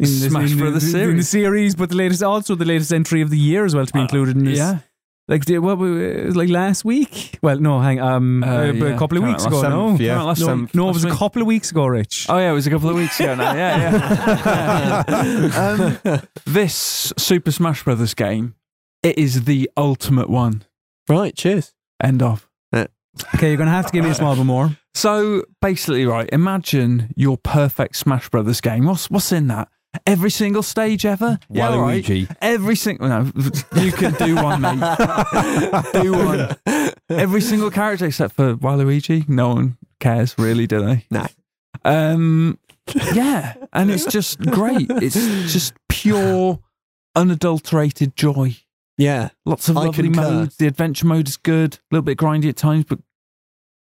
A: In
B: Smash
A: in
B: Brothers
A: in the
B: series.
A: series, but the latest, also the latest entry of the year as well to be
B: Uh,
A: included in this.
B: Yeah.
A: like the- what we- it was like last week. Well, no, hang um,
B: Uh,
A: uh, but a
B: yeah.
A: couple of
D: Came out
A: weeks
D: last
A: ago.
D: seventh,
A: no,
D: yeah.
B: Came out last
A: no,
B: seventh.
A: no, it was a
B: Last week.
A: couple of weeks ago, Rich.
B: Oh yeah, it was a couple of weeks ago now. Yeah, yeah. um, this Super Smash Brothers game, it is the ultimate one.
C: Right. Cheers.
B: End of.
A: Okay, you're gonna have to give me a small bit more.
B: So basically, right, imagine your perfect Smash Brothers game. What's what's in that? Every single stage ever? Yeah, all right.
D: Waluigi.
B: Every single no, you can do one, mate. do one. Every single character except for Waluigi. No one cares, really, do they?
C: No.
B: Um, yeah, and it's just great. It's just pure unadulterated joy.
C: Yeah.
B: Lots of
C: I
B: lovely
C: concur.
B: modes. The adventure mode is good. A little bit grindy at times, but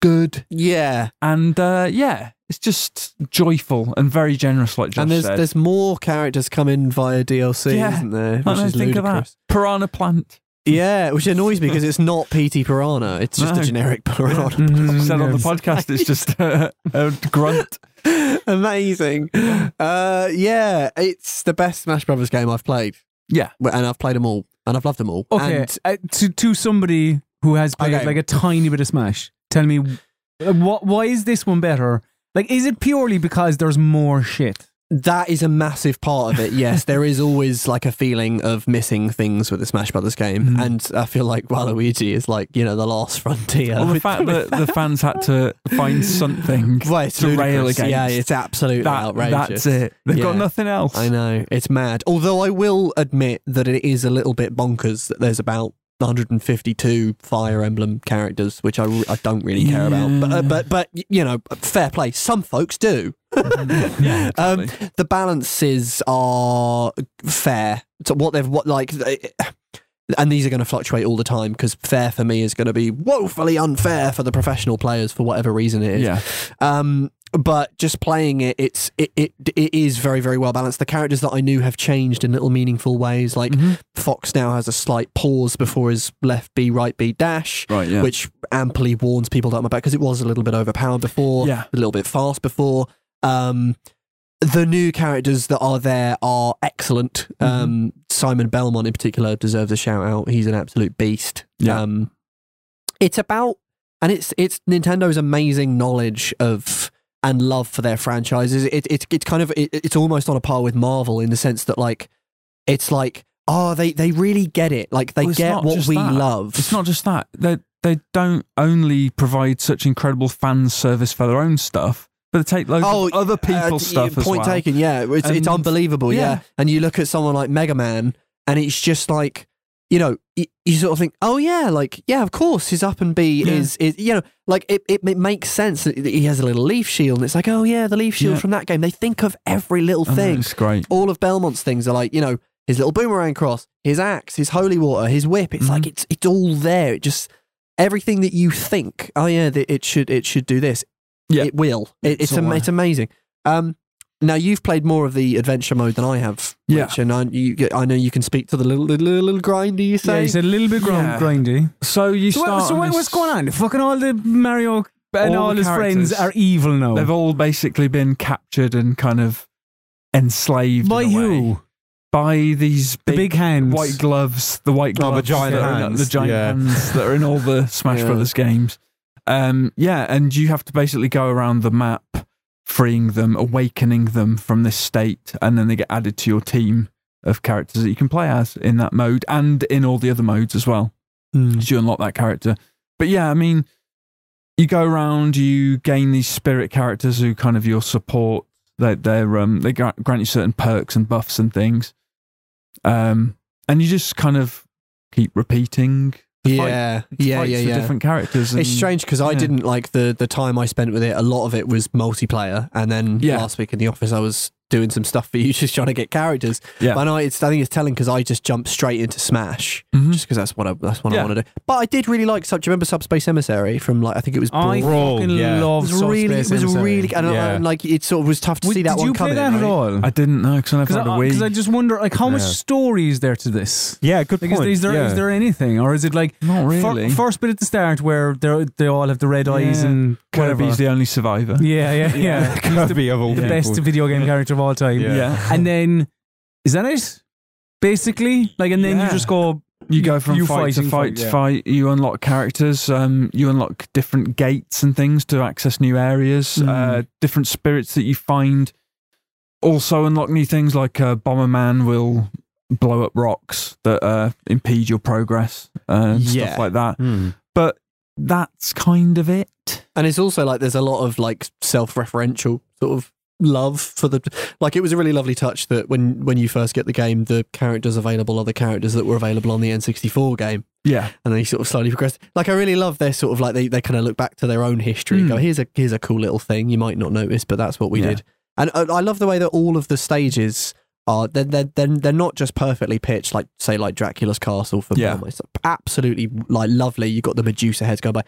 B: good.
C: Yeah.
B: And uh, yeah, it's just joyful and very generous, like Josh
C: and there's
B: said.
C: there's more characters coming via DLC,
B: Yeah.
C: isn't there?
B: I
C: Which
B: know,
C: is
B: think of that.
C: ludicrous.
B: Piranha plant.
C: Yeah, which annoys me because it's not PT Piranha. It's just
B: No.
C: a generic Piranha. Mm,
B: I said on the
A: yes.
B: podcast, it's just a, a grunt.
C: Amazing. Uh, yeah, it's the best Smash Brothers game I've played.
B: Yeah.
C: Well, And I've played them all. And I've loved them all.
A: Okay,
C: And
A: uh, to to somebody who has played
C: Okay.
A: like a tiny bit of Smash, tell me uh, what why is this one better? Like, is it purely because there's more shit?
C: that is a massive part of it. Yes, there is always like a feeling of missing things with the Smash Brothers game.
B: Mm-hmm.
C: And I feel like Waluigi is like, you know, the last frontier.
B: Well, the
C: with-
B: fact that the fans had to find something
C: Right, it's
B: to rail
C: ludicrous.
B: against.
C: Yeah, it's absolutely
B: that,
C: outrageous.
B: that's it. They've got
C: Yeah.
B: nothing else.
C: I know it's mad. Although I will admit that it is a little bit bonkers that there's about 152 Fire Emblem characters, which I, re- I don't really care about. But, uh, but but y- you know, fair play. Some folks do.
B: Yeah,
C: Um,
B: exactly.
C: the balances are fair. So what they've what like. They, and these are going to fluctuate all the time because fair for me is going to be woefully unfair for the professional players for whatever reason it is.
B: yeah.
C: Um, but just playing it, it's it, it it is very very well balanced. The characters that I knew have changed in little meaningful ways. Like
B: Mhm.
C: Fox now has a slight pause before his left B right B dash,
B: Right, yeah.
C: which amply warns people that I'm about because it was a little bit overpowered before,
B: Yeah.
C: a little bit fast before. Um, the new characters that are there are excellent.
B: Mm-hmm.
C: Um, Simon Belmont in particular deserves a shout out. He's an absolute beast.
B: Yeah.
C: Um, it's about and it's it's Nintendo's amazing knowledge of and love for their franchises. It, it it's kind of it, it's almost on a par with Marvel in the sense that like it's like oh they they really get it like they
B: Well, it's
C: get
B: not
C: what
B: just
C: we
B: that.
C: love.
B: It's not just that they they don't only provide such incredible fan service for their own stuff, but they take loads
A: Oh,
B: of other
C: uh,
B: people's stuff
C: Point
B: as well.
C: taken. Yeah, it's, it's
B: And-
C: unbelievable. Yeah.
B: yeah.
C: and you look at someone like Mega Man, and it's just like you know you, you sort of think, oh yeah, like yeah, of course his up and B
B: Yeah.
C: is is you know like it, it it makes sense that he has a little leaf shield, and it's like oh yeah, the leaf shield
B: Yeah.
C: from that game. They think of every little
B: I know,
C: thing.
B: It's great.
C: All of Belmont's things are like you know his little boomerang cross, his axe, his holy water, his whip. It's
B: Mm-hmm.
C: like it's it's all there. It just everything that you think. Oh yeah, th- it should it should do this.
B: Yeah.
C: it will. It,
B: It's
C: it's am-
B: all
C: it's amazing. Um, now you've played more of the adventure mode than I have.
B: Yeah.
C: Rich, and I, you, I know you can speak to the little little, little grindy. You
A: yeah,
C: say
A: it's a little bit grind-
B: Yeah.
A: grindy.
B: So you
A: So,
B: start.
A: what, so
B: on
A: what-
B: this-
A: what's going on? Fucking all the Mario and
B: All
A: all,
B: the
A: his
B: characters.
A: friends are evil
B: They've
A: now.
B: all basically been captured and kind of enslaved
A: By
B: in a way.
A: who?
B: By these
A: The
B: big,
A: big hands.
B: white gloves, the white
D: Oh,
B: gloves,
D: the giant
B: that are in-
D: hands,
B: the giant
D: yeah.
B: hands that are in all the Smash
C: Yeah.
B: Brothers games. Um, yeah, and you have to basically go around the map, freeing them, awakening them from this state, and then they get added to your team of characters that you can play as in that mode and in all the other modes as well
C: Mm.
B: as you unlock that character. But yeah, I mean, you go around, you gain these spirit characters who kind of your support. They they're um they gra- grant you certain perks and buffs and things. Um, and you just kind of keep repeating. the fight-
C: yeah, yeah,
B: fights
C: yeah,
B: with
C: yeah.
B: Different characters. And,
C: It's strange because I
B: yeah.
C: didn't like the the time I spent with it. A lot of it was multiplayer, and then
B: Yeah.
C: last week in the office, I was doing some stuff for you, just trying to get characters.
B: Yeah.
C: but I know it's. I think it's telling because I just jumped straight into Smash,
A: Mm-hmm.
B: Mhm.
C: just because that's what I that's what
B: Yeah.
C: I want to do. But I did really like. Sub, do you remember Subspace Emissary from like I think it was.
A: I
C: Brawl?
D: Brawl,
A: fucking
D: yeah.
C: it
A: love
C: was really, it
A: Subspace
C: was
A: Emissary.
C: really, and,
D: Yeah.
C: and like it sort of was tough to
A: Would-
C: see that
A: Did
C: one
A: you play
C: coming.
A: that at
C: right?
A: all?
B: I didn't know because I never
A: Because
B: had a
A: I, 'cause I
B: Wii.
A: just wonder, like, how much
D: Yeah.
A: story is there to this?
D: Yeah, good
A: Like, is,
D: point.
A: is there is
D: yeah.
A: there anything, or is it like
B: Not
A: fir-
B: really.
A: first bit at the start where they they all have the red eyes
B: Yeah.
A: and whatever?
B: Kirby's the only survivor.
A: yeah, yeah, yeah.
D: Kirby of all
A: the
D: people.
A: best video game character of all time.
D: Yeah.
A: And then is that it? Basically, like, and then
B: Yeah.
A: you just go.
B: You go from
A: You
B: fight to
A: fighting,
B: fight
A: fight,
B: to
A: yeah.
B: fight. You unlock characters. Um, you unlock different gates and things to access new areas. Uh, different spirits that you find. Also unlock new things like uh, Bomberman will blow up rocks that uh, impede your progress uh, and
C: Yeah.
B: stuff like that.
D: Hmm.
B: But that's kind of it.
C: And it's also like there's a lot of like self-referential sort of love for the like it was a really lovely touch that when when you first get the game the characters available are the characters that were available on the N64 game
B: Yeah,
C: and then you sort of slowly progress like I really love their sort of like they, they kind of look back to their own history and go here's a here's a cool little thing you might not notice but that's what we
B: Hmm.
C: uh,
B: Yeah.
C: did and I, I love the way that all of the stages are they're, they're, they're, they're not just perfectly pitched like say like Dracula's castle for
B: Yeah.
C: yeah. It's absolutely like lovely. You've got the Medusa heads going by.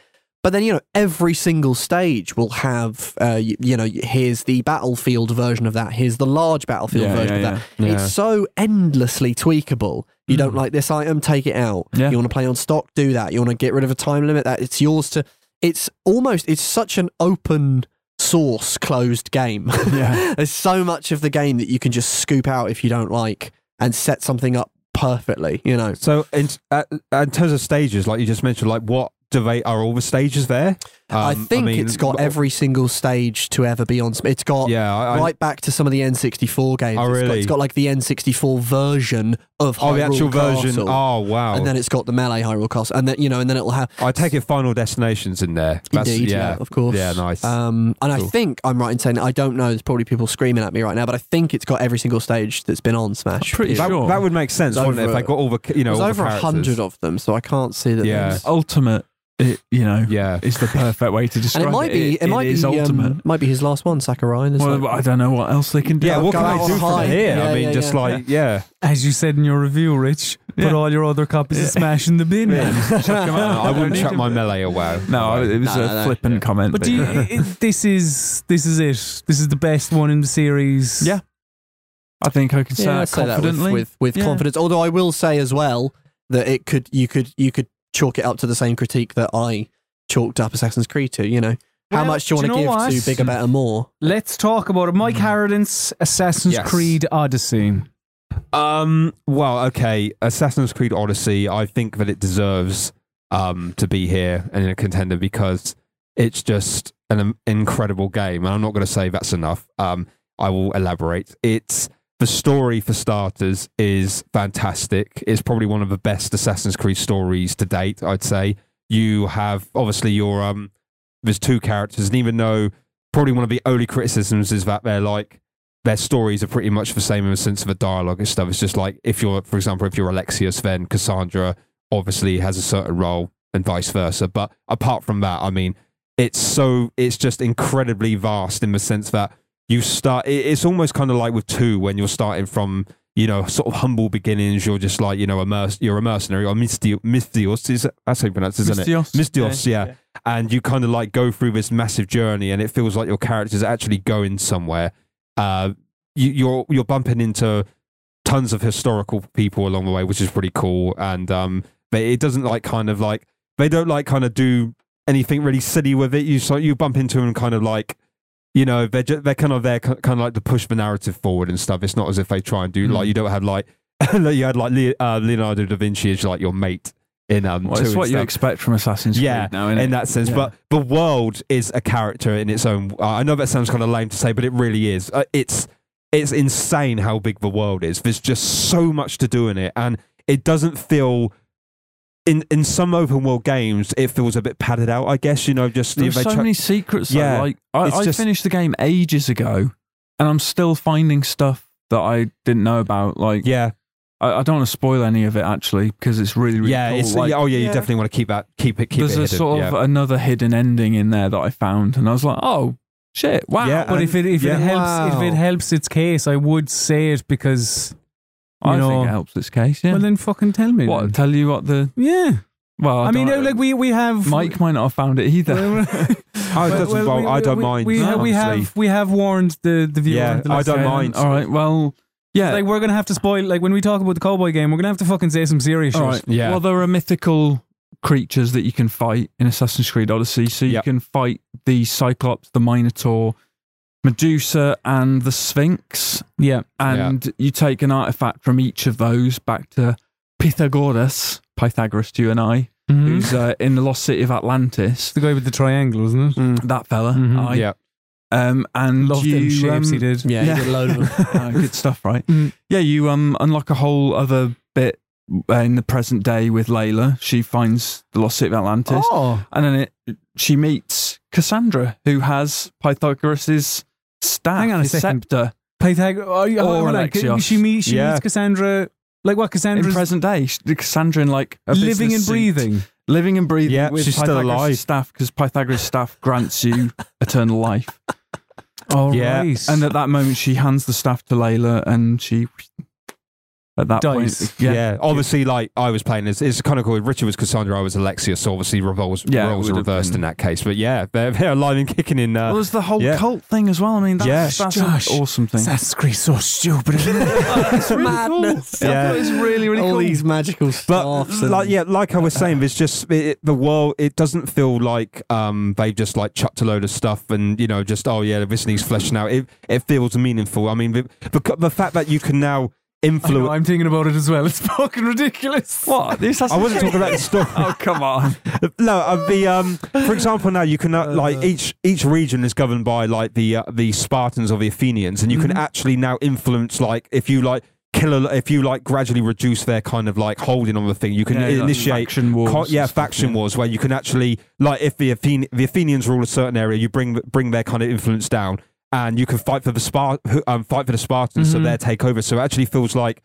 C: But then you know every single stage will have uh, you, you know here's the battlefield version of that. Here's the large battlefield
B: Yeah,
C: version
B: yeah,
C: of that.
B: yeah.
D: Yeah. Mm.
C: It's so endlessly tweakable. You don't like this item, take it out.
B: Yeah.
C: You want to play on stock, do that. You want to get rid of a time limit, that it's yours to. It's almost it's such an open source closed game.
B: Yeah.
C: There's so much of the game that you can just scoop out if you don't like and set something up perfectly. You know,
D: So in, uh, in terms of stages, like you just mentioned, like what do they are all the stages there?
C: I
D: Um,
C: think
D: mean,
C: it's got
D: wh-
C: every single stage to ever be on. sp- It's got.
D: Yeah, I, I,
C: Right back to some of the N64 games.
D: Oh,
C: It's got-
D: really?
C: it's got like the N64 version of
D: oh, the
C: Hyrule
D: actual version.
C: Castle.
D: Oh wow!
C: and then it's got the melee Hyrule Castle, and then you know, and then it'll have
D: I take it. Final Destinations in there. That's,
C: indeed, yeah.
D: yeah,
C: of course,
D: yeah, nice.
C: Um, and I
D: Cool.
C: think I'm right in saying I don't know. There's probably people screaming at me right now, but I think it's got every single stage that's been on Smash.
B: I'm pretty
C: Yeah.
D: that,
B: sure.
D: that would make sense,
C: It's
D: wouldn't it? If
C: over-
D: I got all the, you know,
C: There's
D: all the
C: over a
D: characters.
C: hundred of them, so I can't see that.
D: Yeah.
C: there's-
B: ultimate, it, you know,
D: Yeah,
B: is the perfect way to
C: and
B: describe
C: it might be, it, might
B: is
C: be,
B: ultimate.
C: um, might be his last one, Sakurai. and it's
B: well,
C: like-
B: I don't know what else they can do.
D: yeah. What
C: go
D: can I
C: out
D: do
C: on
D: from
C: high.
D: here?
C: Yeah,
D: I mean,
C: yeah,
D: just
C: yeah.
D: like yeah.
A: As you said in your review, Rich,
B: Yeah.
A: put all your other copies of
B: Yeah.
A: Smash in the bin.
D: Yeah.
A: man.
D: I wouldn't chuck my melee away.
B: No, I- it was
C: No,
B: a
C: no, no.
B: flippant comment.
A: But uh, do you,
B: yeah.
A: it, this is this is it. This is the best one in the series.
B: Yeah. I think I can say
C: yeah, I
B: that
C: say that with-
B: confidently.
C: with with
B: Yeah.
C: confidence. Although I will say as well that it could, you could, you could chalk it up to the same critique that I chalked up Assassin's Creed to. You know, how
A: Well,
C: much do
A: do
C: you want
A: you
C: to
A: know
C: give
A: what?
C: to bigger, better, more?
A: Let's talk about it. Mike Harridan's Assassin's
D: Yes.
A: Creed Odyssey.
D: Um. Well, okay. Assassin's Creed Odyssey. I think that it deserves um to be here and in a contender because it's just an um, incredible game, and I'm not going to say that's enough. Um, I will elaborate. It's the story for starters is fantastic. It's probably one of the best Assassin's Creed stories to date. I'd say you have obviously your um. There's two characters, and even though probably one of the only criticisms is that they're like their stories are pretty much the same in the sense of a dialogue and stuff. It's just like if you're, for example, if you're Alexius, then Cassandra obviously has a certain role and vice versa. But apart from that, I mean, it's so it's just incredibly vast in the sense that you start. it- It's almost kind of like with two when you're starting from you know sort of humble beginnings. You're just like you know a merc- you're a mercenary or Misthios. Misthios is that's how you pronounce, it, isn't it?
B: Mistios.
D: Mistios, yeah. And you kind of like go through this massive journey, and it feels like your character's actually going somewhere. Uh, you, you're you're bumping into tons of historical people along the way, which is pretty cool. And um, but it doesn't like kind of like they don't like kind of do anything really silly with it. You so you bump into them kind of like you know they're ju- they're kind of there ki- kind of like to push the narrative forward and stuff. It's not as if they try and do
B: Hmm.
D: like you don't have like you had like Le- uh, Leonardo da Vinci as like your mate in um.
B: Well, it's
D: two and
B: what you
D: stuff
B: expect from Assassin's
D: yeah, uh,
B: Creed now, innit?
D: in that sense.
B: Yeah.
D: But the world is a character in its own. Uh, I know that sounds kind of lame to say, but it really is. Uh, it's it's insane how big the world is. There's just so much to do in it, and it doesn't feel. In, in some open world games, it feels a bit padded out. I guess you know, just
B: There's
D: they
B: so
D: chuck-
B: many secrets. though.
D: Yeah,
B: like I,
D: it's
B: I
D: just-
B: finished the game ages ago, and I'm still finding stuff that I didn't know about. Like
D: yeah,
B: I, I don't want to spoil any of it actually because it's really really
D: yeah,
B: cool.
D: it's
B: like,
D: yeah, oh yeah, you
C: Yeah.
D: definitely want to keep that, keep it, keep
B: there's
D: it.
B: a
D: hidden,
B: sort of uh,
D: yeah.
B: another hidden ending in there that I found, and I was like, oh shit, wow.
D: Yeah,
A: But if it if
D: Yeah.
A: it helps
C: Wow.
A: if it helps its case, I would say it because you
B: I
A: know.
B: think it helps this case. Yeah.
A: well then fucking tell me.
B: what
A: then.
B: tell you what the
A: Yeah.
B: well?
A: I,
B: I,
A: mean, uh,
B: don't-
A: like we we have
B: Mike might not have found it either.
A: Well,
D: Oh, it doesn't
A: well,
D: bother- I don't mind.
A: We,
B: No,
A: we
D: honestly.
A: have we have warned the the viewer.
D: Yeah,
A: the
D: I don't
A: listener.
B: Um,
D: mind.
B: All right. Well, yeah.
A: Like we're gonna have to spoil. Like when we talk about the cowboy game, we're gonna have to fucking say some serious
B: All
A: shit.
B: right.
D: Yeah.
B: Well, there are mythical creatures that you can fight in Assassin's Creed Odyssey. So you
D: Yep.
B: can fight the Cyclops, the Minotaur, Medusa, and the Sphinx.
A: Yeah.
B: And you take an artifact from each of those back to Pythagoras, Pythagoras to you and I,
A: Mhm.
B: who's uh, in the lost city of
A: It's
B: Atlantis.
A: the guy with the triangle, isn't it?
B: That fella.
A: Mhm.
B: I,
D: Mm. yeah,
B: Um, and
A: Loved
B: you,
A: them shapes
B: um,
A: he did.
C: Yeah,
B: Yeah.
C: you get a load of them.
B: Ah, good stuff, right?
A: Mm.
B: Yeah, you um unlock a whole other bit uh, in the present day with Layla. She finds the lost city of Atlantis,
A: Oh,
B: and then it she meets Cassandra, who has Pythagoras's staff,
A: Hang on a
B: his
A: second.
B: scepter
A: Pythag- oh, yeah,
B: Or
A: hold on,
B: Alexios.
A: She meets she
D: Yeah.
A: meets Cassandra. Like what?
B: in
A: Cassandra's
B: present day. She- the Cassandra in like a
A: living and
B: business suit.
A: breathing.
B: living and breathing.
D: Yeah,
B: with
D: she's still
B: Pythagoras'
D: alive.
B: staff because Pythagoras' staff grants you eternal life.
A: All right.
D: Yeah,
B: And at that moment, she hands the staff to Layla, and she at that
A: Dies.
B: point, yeah,
D: Yeah. obviously, like I was playing as it's kind of cool. Richard was Cassandra, I was Alexia, so obviously revolves,
B: Yeah, it
D: roles are
B: would have
D: reversed
B: been-
D: in that case. But yeah, they're, they're alive and kicking in.
B: Well,
D: Uh,
B: there's the whole
D: Yeah.
B: cult thing as well. I mean, that's,
D: Yeah.
B: that's
A: Josh.
B: an awesome thing.
A: Sanskrits so stupid.
C: It's madness.
D: Yeah.
B: I thought it was really, really
C: All
B: cool.
C: these magical
D: but
C: staffs. and-
D: like, yeah, like I was saying, it's just it, it- the world. It doesn't feel like um, they've just like chucked a load of stuff and you know just oh yeah, this needs fleshing out. It it feels meaningful. I mean, the, the, the fact that you can now influence.
A: I'm thinking about it as well. It's fucking ridiculous.
B: What? This
D: I wasn't talking about the story.
B: Oh come on!
D: no, uh, the um, for example, now you can uh, like each each region is governed by like the uh, the Spartans or the Athenians, and you
B: Mm-hmm.
D: can actually now influence like if you like kill a, if you like gradually reduce their kind of like holding on the thing, you can
B: Yeah, like
D: initiate
B: faction wars
D: co-
B: and
D: yeah,
B: stuff,
D: faction
B: yeah.
D: wars where you can actually like if the Athen- the Athenians rule a certain area, you bring bring their kind of influence down, and you can fight for the Spar- who- um, fight for the Spartans, so they take over. So it actually feels like.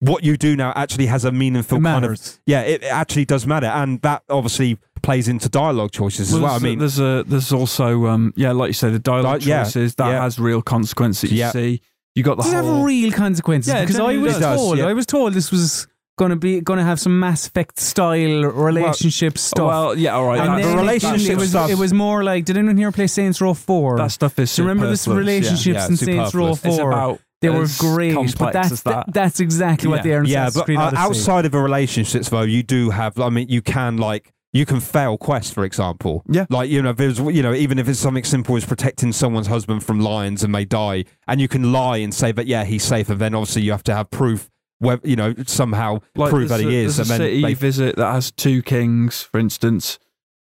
D: What you do now actually has a meaningful
A: It
D: kind of
A: matters.
D: yeah, it, it actually does matter, and that obviously plays into dialogue choices as well. I
B: there's,
D: mean,
B: there's a there's also um, yeah, like you say, the dialogue
D: Like, yeah,
B: choices that
D: yeah.
B: has real consequences. You
D: Yeah.
B: see, you got the
A: Does it have
B: whole
A: real consequences?
B: Yeah, it
A: because I
B: generally
A: was
D: does. It does,
A: told,
D: yeah.
A: I was told this was gonna be gonna have some Mass Effect style relationship stuff.
B: Well, yeah, all right.
A: and
D: the
A: then it-
D: relationship
A: it was
D: stuff-
A: it was more like, did anyone here play Saints Row Four?
B: that stuff is.
A: Do you remember this
B: superfluous, yeah.
A: relationships
D: yeah,
A: in Saints Row
D: superfluous.
A: Four?
B: It's about
A: they were
B: as
A: great, but
B: complex
A: that's
B: as that.
A: that's exactly what
B: Yeah.
A: they are. In
D: yeah,
A: Assassin's
D: but
A: Creed
D: uh,
A: Odyssey.
D: outside of the relationships, though, you do have. I mean, you can like you can fail quests, for example.
B: Yeah.
D: like you know, if there's you know, even if it's something simple as protecting someone's husband from lions and they die, and you can lie and say that yeah, he's safe, and then obviously you have to have proof. Where, you know, somehow prove that
B: there's
D: he
B: a-
D: is,
B: There's
D: and
B: a
D: then
B: city
D: they-
B: you visit that has two kings, for instance,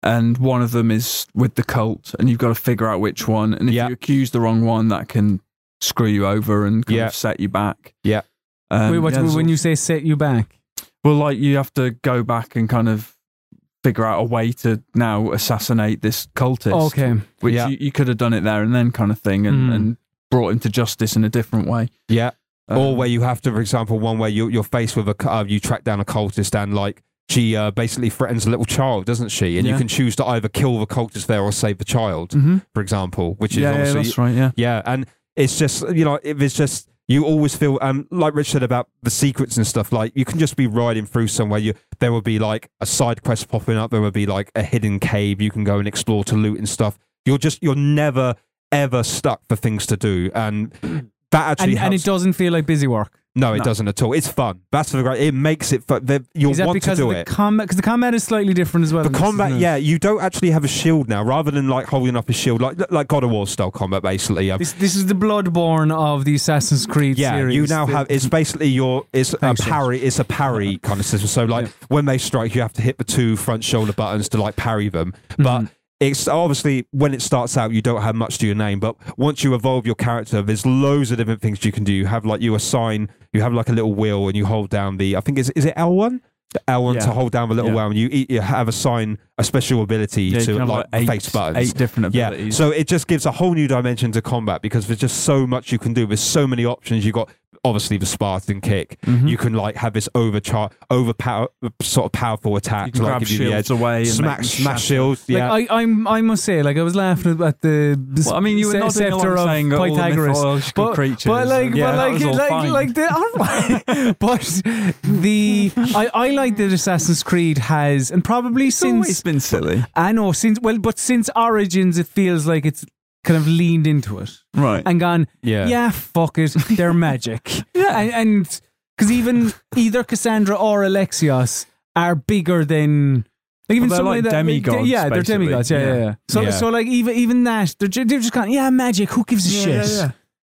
B: and one of them is with the cult, and you've got to figure out which one. And if
D: Yeah.
B: you accuse the wrong one, that can screw you over and kind
D: Yeah.
B: of set you back.
D: Yeah.
B: Um,
A: Wait, what,
B: yeah, there's
A: when
B: a-
A: you say set you back,
B: well, like you have to go back and kind of figure out a way to now assassinate this cultist,
A: okay,
B: which
D: Oh, Yeah. Hmm.
B: you, you could have done it there and then, kind of thing, and,
A: Mm.
B: and brought him to justice in a different way.
D: yeah, or
B: Um,
D: where you have to, for example, one where you, you're faced with a, cu- uh, you track down a cultist and like she uh, basically threatens a little child, doesn't she? And you
B: Yeah.
D: can choose to either kill the cultist there or save the child,
B: Mhm.
D: for example, which is
B: yeah, yeah,
D: obviously
B: that's right, yeah.
D: yeah, and it's just you know, it was just you always feel um like Rich said about the secrets and stuff. Like you can just be riding through somewhere. You there will be like a side quest popping up. There will be like a hidden cave you can go and explore to loot and stuff. You're just you're never ever stuck for things to do, and that
A: and,
D: actually
A: and
D: helps.
A: it doesn't feel like busy work.
D: No, it
B: No.
D: doesn't at all. It's fun. That's the great. It makes it fun. They- You'll
A: Is that
D: want to
A: because of
D: do
A: the
D: it.
A: combat? Because the combat is slightly different as well.
D: The
A: in this,
D: combat,
A: isn't it?
D: yeah, you don't actually have a shield now. Rather than like holding up a shield, like like God of War style combat, basically. Um,
A: This, this is the Bloodborne of the Assassin's Creed
D: yeah,
A: series.
D: you now
A: The-
D: have. It's basically your. It's
A: Thanks,
D: a
A: Josh.
D: parry. It's a parry kind of system. So like when they strike, you have to hit the two front shoulder buttons to like parry them.
B: Mm-hmm.
D: But it's obviously when it starts out, you don't have much to your name. But once you evolve your character, there's loads of different things you can do. You have like you assign. You have like a little wheel, and you hold down the. I think is is it L one. The L one to
B: Yeah.
D: hold down the little
B: Yeah.
D: wheel, and you, eat- you have a sign, a special ability
B: Yeah, you
D: to
B: can have,
D: like,
B: like, eight-
D: face buttons.
B: eight different
D: Yeah.
B: abilities.
D: So it just gives a whole new dimension to combat because there's just so much you can do. There's so many options. You've got obviously the Spartan kick.
B: Mm-hmm.
D: You can like have this overchar overpower sort of powerful attack
B: You
D: to
B: can
D: like
B: grab
D: give you the
B: shields
D: edge.
B: away and make
D: smack
B: them
D: smash
B: shatter.
D: shields.
A: Like,
D: Yeah.
A: I, I'm, I must say, like I was laughing at the.
B: Well, I mean, you were
A: se-
B: nodding
A: scepter
B: along
A: of
B: saying "Oh, all the
A: Pythagoras,
B: mythological
A: but,
B: creatures,
A: But like,
B: and uh, yeah, that
A: but
B: was
A: like,
B: all
A: like,
B: fine.
A: like the. but the I, I like that Assassin's Creed has, and probably since
B: been silly,
A: I know since well, but since Origins, it feels like it's kind of leaned into it
B: right?
A: and gone.
D: Yeah.
A: yeah, fuck it, they're magic. yeah, and because even either Cassandra or Alexios are bigger than. Like even
B: Well, they're
A: somebody
B: like
A: that,
B: demigods,
A: yeah, they're
B: basically.
A: demigods, yeah, yeah.
B: Yeah.
A: yeah. So,
D: Yeah.
A: so like even even that, they're, ju- they're just kind of yeah, magic. Who gives a shit?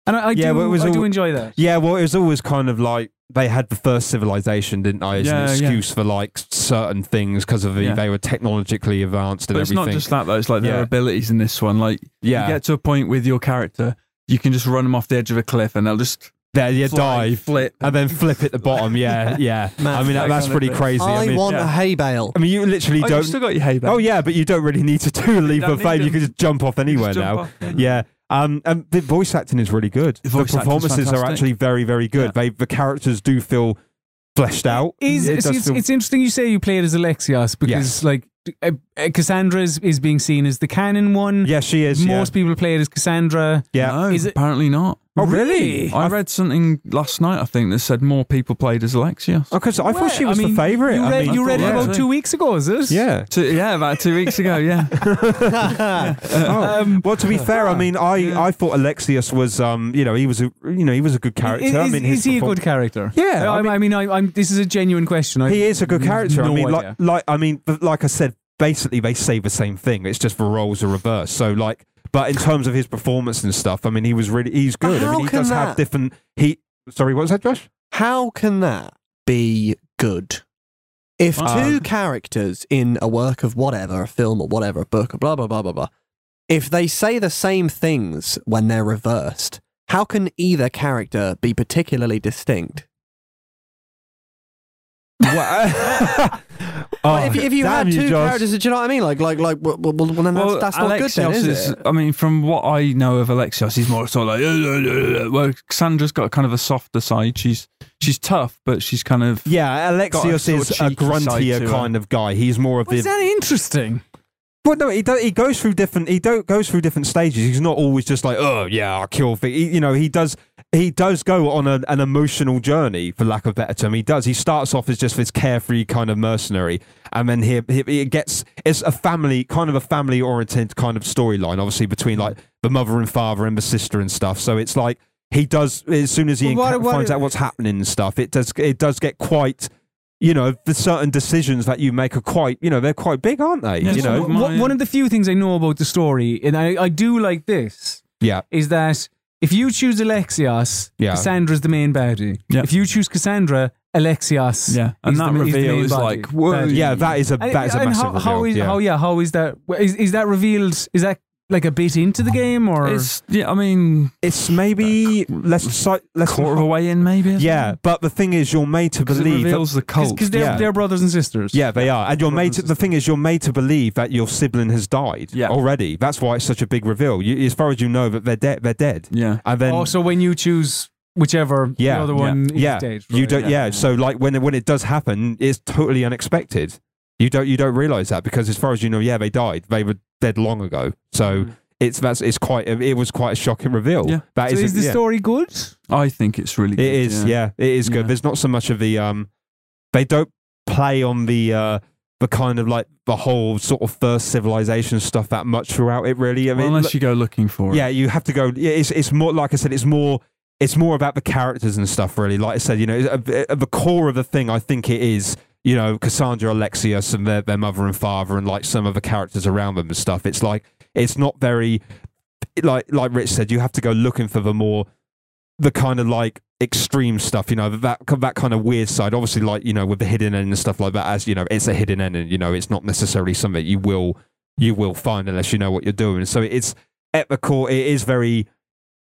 A: And I, I
D: Yeah,
A: do,
D: well, it was
A: I do
D: all-
A: enjoy that.
D: Yeah, well, it was always kind of like they had the first civilization, didn't I? As an
B: Yeah, yeah.
D: excuse for like certain things because of the,
B: Yeah.
D: they were technologically advanced and
B: But it's
D: everything.
B: not just that though. It's like their
D: Yeah.
B: abilities in this one. Like
D: yeah,
B: you get to a point with your character, you can just run them off the edge of a cliff, and they'll just
D: there, you
B: fly,
D: dive
B: flip.
D: and then flip at the bottom. Yeah, yeah. I mean, that, that's pretty crazy.
C: I,
D: I mean,
C: want
B: yeah.
C: a hay bale.
D: I mean, you literally
B: Oh,
D: don't.
B: you've still got your hay back.
D: Oh yeah, but you don't really need to do a leap
B: don't
D: of faith.
B: need
D: You can
B: to.
D: just jump off anywhere
B: jump
D: now.
B: off, yeah.
D: Yeah. Um, and the voice acting is really good. The,
B: voice acting's
D: performances are
B: fantastic.
D: actually very, very good.
B: Yeah.
D: They the characters do feel fleshed out.
A: Is,
D: It
A: it's,
D: does
A: it's,
D: feel-
A: it's interesting you say you played as Alexios because
D: Yes.
A: like e- uh, Cassandra is, is being seen as the canon one.
D: Yeah, she is. yeah.
A: Most people play it as Cassandra.
D: yeah.
B: No,
A: Is it-
B: apparently not.
D: Oh, really?
B: I read something last night, I think, that said more people played as Alexia.
D: Okay, so Oh, I
A: Well,
D: thought she was
A: mean,
D: the favorite.
A: You read,
D: I mean,
A: you read it
B: yeah.
A: about two weeks ago, is it?
D: yeah.
B: Two, yeah, about two weeks ago, yeah.
D: Oh. well, to be fair, I mean, I, I thought Alexius was, um, you know, he was a, you know, he was a good
A: I-
D: character.
A: Is,
D: I mean, his
A: is he a
D: perform-
A: good character?
D: Yeah,
A: I,
D: I
A: I mean, I am this is a genuine question. I,
D: He is a good character.
A: No
D: I mean,
A: idea.
D: like, like, I mean, but like I said, basically they say the same thing. It's just the roles are reversed. So, like, but in terms of his performance and stuff, I mean, he was really, he's
C: But
D: good. I
C: how
D: mean, he
C: can
D: does
C: that-
D: have different. He, sorry, what was that, Josh?
C: How can that be good? If two
D: Uh,
C: characters in a work of whatever, a film or whatever, a book or blah, blah, blah, blah, blah, if they say the same things when they're reversed, how can either character be particularly distinct?
D: What?
C: Well, if, if you
D: Oh, damn
C: had two
D: Josh.
C: characters, do you know what I mean? Like, like, like, well, well, well then that's, that's not good, then,
B: Alexios
C: is,
B: is,
C: it?
B: I mean, from what I know of Alexios, he's more sort of like, "Uh, uh, uh, uh," where Sandra's got kind of a softer side. She's she's tough, but she's kind of
D: yeah, Alexios
B: sort of
D: is
B: cheeky
D: a
B: side to
D: gruntier
B: him.
D: kind of guy. He's more of
A: Well,
D: the
A: is that interesting?
D: Well, no, he do, he goes through different he do, goes through different stages. He's not always just like, oh yeah, I'll kill. Thing. He, you know, he does he does go on a, an emotional journey, for lack of a better term. He does. He starts off as just this carefree kind of mercenary, and then he, he it gets it's a family kind of a family oriented kind of storyline, obviously between like the mother and father and the sister and stuff. So it's like he does as soon as he
A: Well, what-
D: enca-
A: what-
D: finds out what's happening and stuff. It does it does get quite. You know, the certain decisions that you make are quite, you know, they're quite big, aren't they?
B: Yeah,
D: you know,
B: so
A: Wha-
B: my-
A: one of the few things I know about the story, and I, I do like this,
D: Yeah.
A: is that if you choose Alexios,
D: Yeah.
A: Cassandra's the main baddie.
B: Yeah.
A: If you choose Cassandra, Alexios,
B: yeah. And
A: is the
B: that
A: ma- is the
B: reveal
A: main
B: is
A: body.
B: like, whoa,
A: Body.
D: Yeah, that is a
A: And-
D: that is a
A: and
D: massive
A: how, how
D: reveal,
A: is how yeah how is that is, is that revealed? Is that like a bit into the game or
B: It's yeah. I mean,
D: It's maybe less si- less
B: quarter of a way in, maybe.
D: Yeah, but the thing is, you're made to
B: 'Cause it
D: believe. That,
B: reveals the cult.
A: because they're,
D: yeah.
A: they're brothers and sisters?
D: yeah, they are, and you're made. To,
B: Brothers
D: the thing is, you're made to believe that your sibling has died
B: Yeah.
D: already. That's why it's such a big reveal. You, as far as you know, that they're dead. They're dead,
B: yeah.
D: and then.
A: Oh, so when you choose whichever
D: Yeah,
A: the other
D: yeah,
A: one is
D: yeah,
A: dead,
D: you
A: right?
D: don't.
B: yeah.
D: Yeah. so like when when it does happen, it's totally unexpected. You don't you don't realize that because as far as you know, yeah, they died. They were dead long ago. So it's that's it's quite. It was quite a shocking reveal.
B: Yeah.
D: That
A: So
D: is
A: is the
D: Mm. yeah.
A: story good?
B: I think it's really. Good,
D: It is, yeah. It is good.
B: Yeah.
D: There's not so much of the um they don't play on the uh the kind of like the whole sort of first civilization stuff that much throughout it really. I
B: Well,
D: mean
B: unless you go looking for
D: look-
B: it.
D: Yeah, you have to go yeah, it's it's more like I said, it's more it's more about the characters and stuff really. Like I said, you know, at, at the core of the thing I think it is you know, Cassandra, Alexius, and their, their mother and father, and like some of the characters around them and stuff. It's like, it's not very, like like Rich said, you have to go looking for the more the kind of like extreme stuff, you know, that that kind of weird side. Obviously, like you know, with the hidden end and stuff like that. As you know, it's a hidden end, and you know, it's not necessarily something you will you will find unless you know what you're doing. So it's at the core, it is very.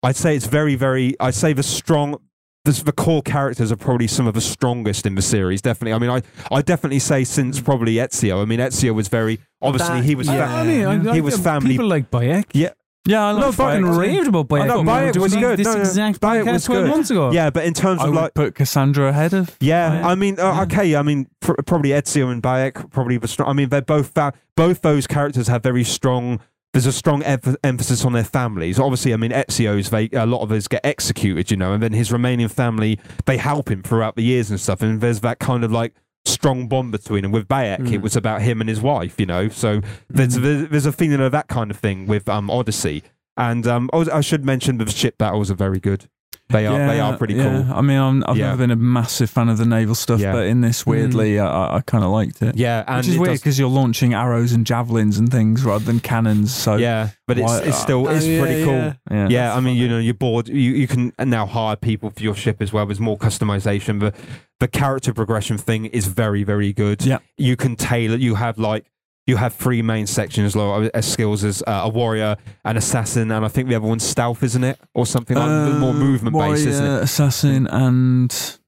D: I'd say it's very, very. I'd say the strong, the, the core characters are probably some of the strongest in the series. Definitely. I mean, I, I definitely say since probably Ezio. I mean, Ezio was very obviously
C: That-
D: he was.
C: yeah.
D: fa-
A: I mean, I,
D: He was
A: I,
D: family-
A: People like Bayek.
B: yeah. I like
A: No, fucking
B: Bayek.
A: raved about Bayek.
D: I know,
A: when we were
D: Bayek
A: doing
D: was good.
A: This
D: No, no,
A: exact
D: Bayek
A: podcast
D: was
A: 12
D: good.
A: months ago.
D: Yeah, but in terms
B: I
D: of
B: would
D: like
B: put Cassandra ahead of.
D: Yeah,
B: Bayek.
D: I mean, uh,
B: Yeah.
D: okay, I mean, pr- probably Ezio and Bayek, probably the strong. I mean, they're both fa- both those characters have very strong. There's a strong emph- emphasis on their families. Obviously, I mean, Ezio's they a lot of us get executed, you know, and then his remaining family they help him throughout the years and stuff. And there's that kind of like strong bond between them. With Bayek,
B: Mm.
D: it was about him and his wife, you know. So there's
B: Mm-hmm.
D: there's, there's a feeling of that kind of thing with um Odyssey. And um, I, was- I should mention the ship battles are very good. They are they are pretty
B: yeah.
D: cool.
B: I mean, I'm, I've
D: Yeah.
B: never been a massive fan of the naval stuff,
D: Yeah.
B: but in this, weirdly, I- I, I kind of liked it.
D: Yeah, and
B: Which is
D: it
B: weird
D: does-
B: because you're launching arrows and javelins and things rather than cannons. So
D: yeah, Oh, but it's,
B: Why-
D: it's still
C: Oh,
D: it's
C: yeah,
D: pretty cool.
C: yeah.
D: Yeah,
B: yeah,
D: I mean, you know, you're bored. You you can now hire people for your ship as well. There's more customization. The the character progression thing is very very good.
B: Yeah.
D: you can tailor. You have like you have three main sections like, as skills as uh, a warrior, an assassin, and I think the other one's stealth, isn't it, or something like more
B: Um,
D: movement based, isn't it?
B: warrior, assassin, and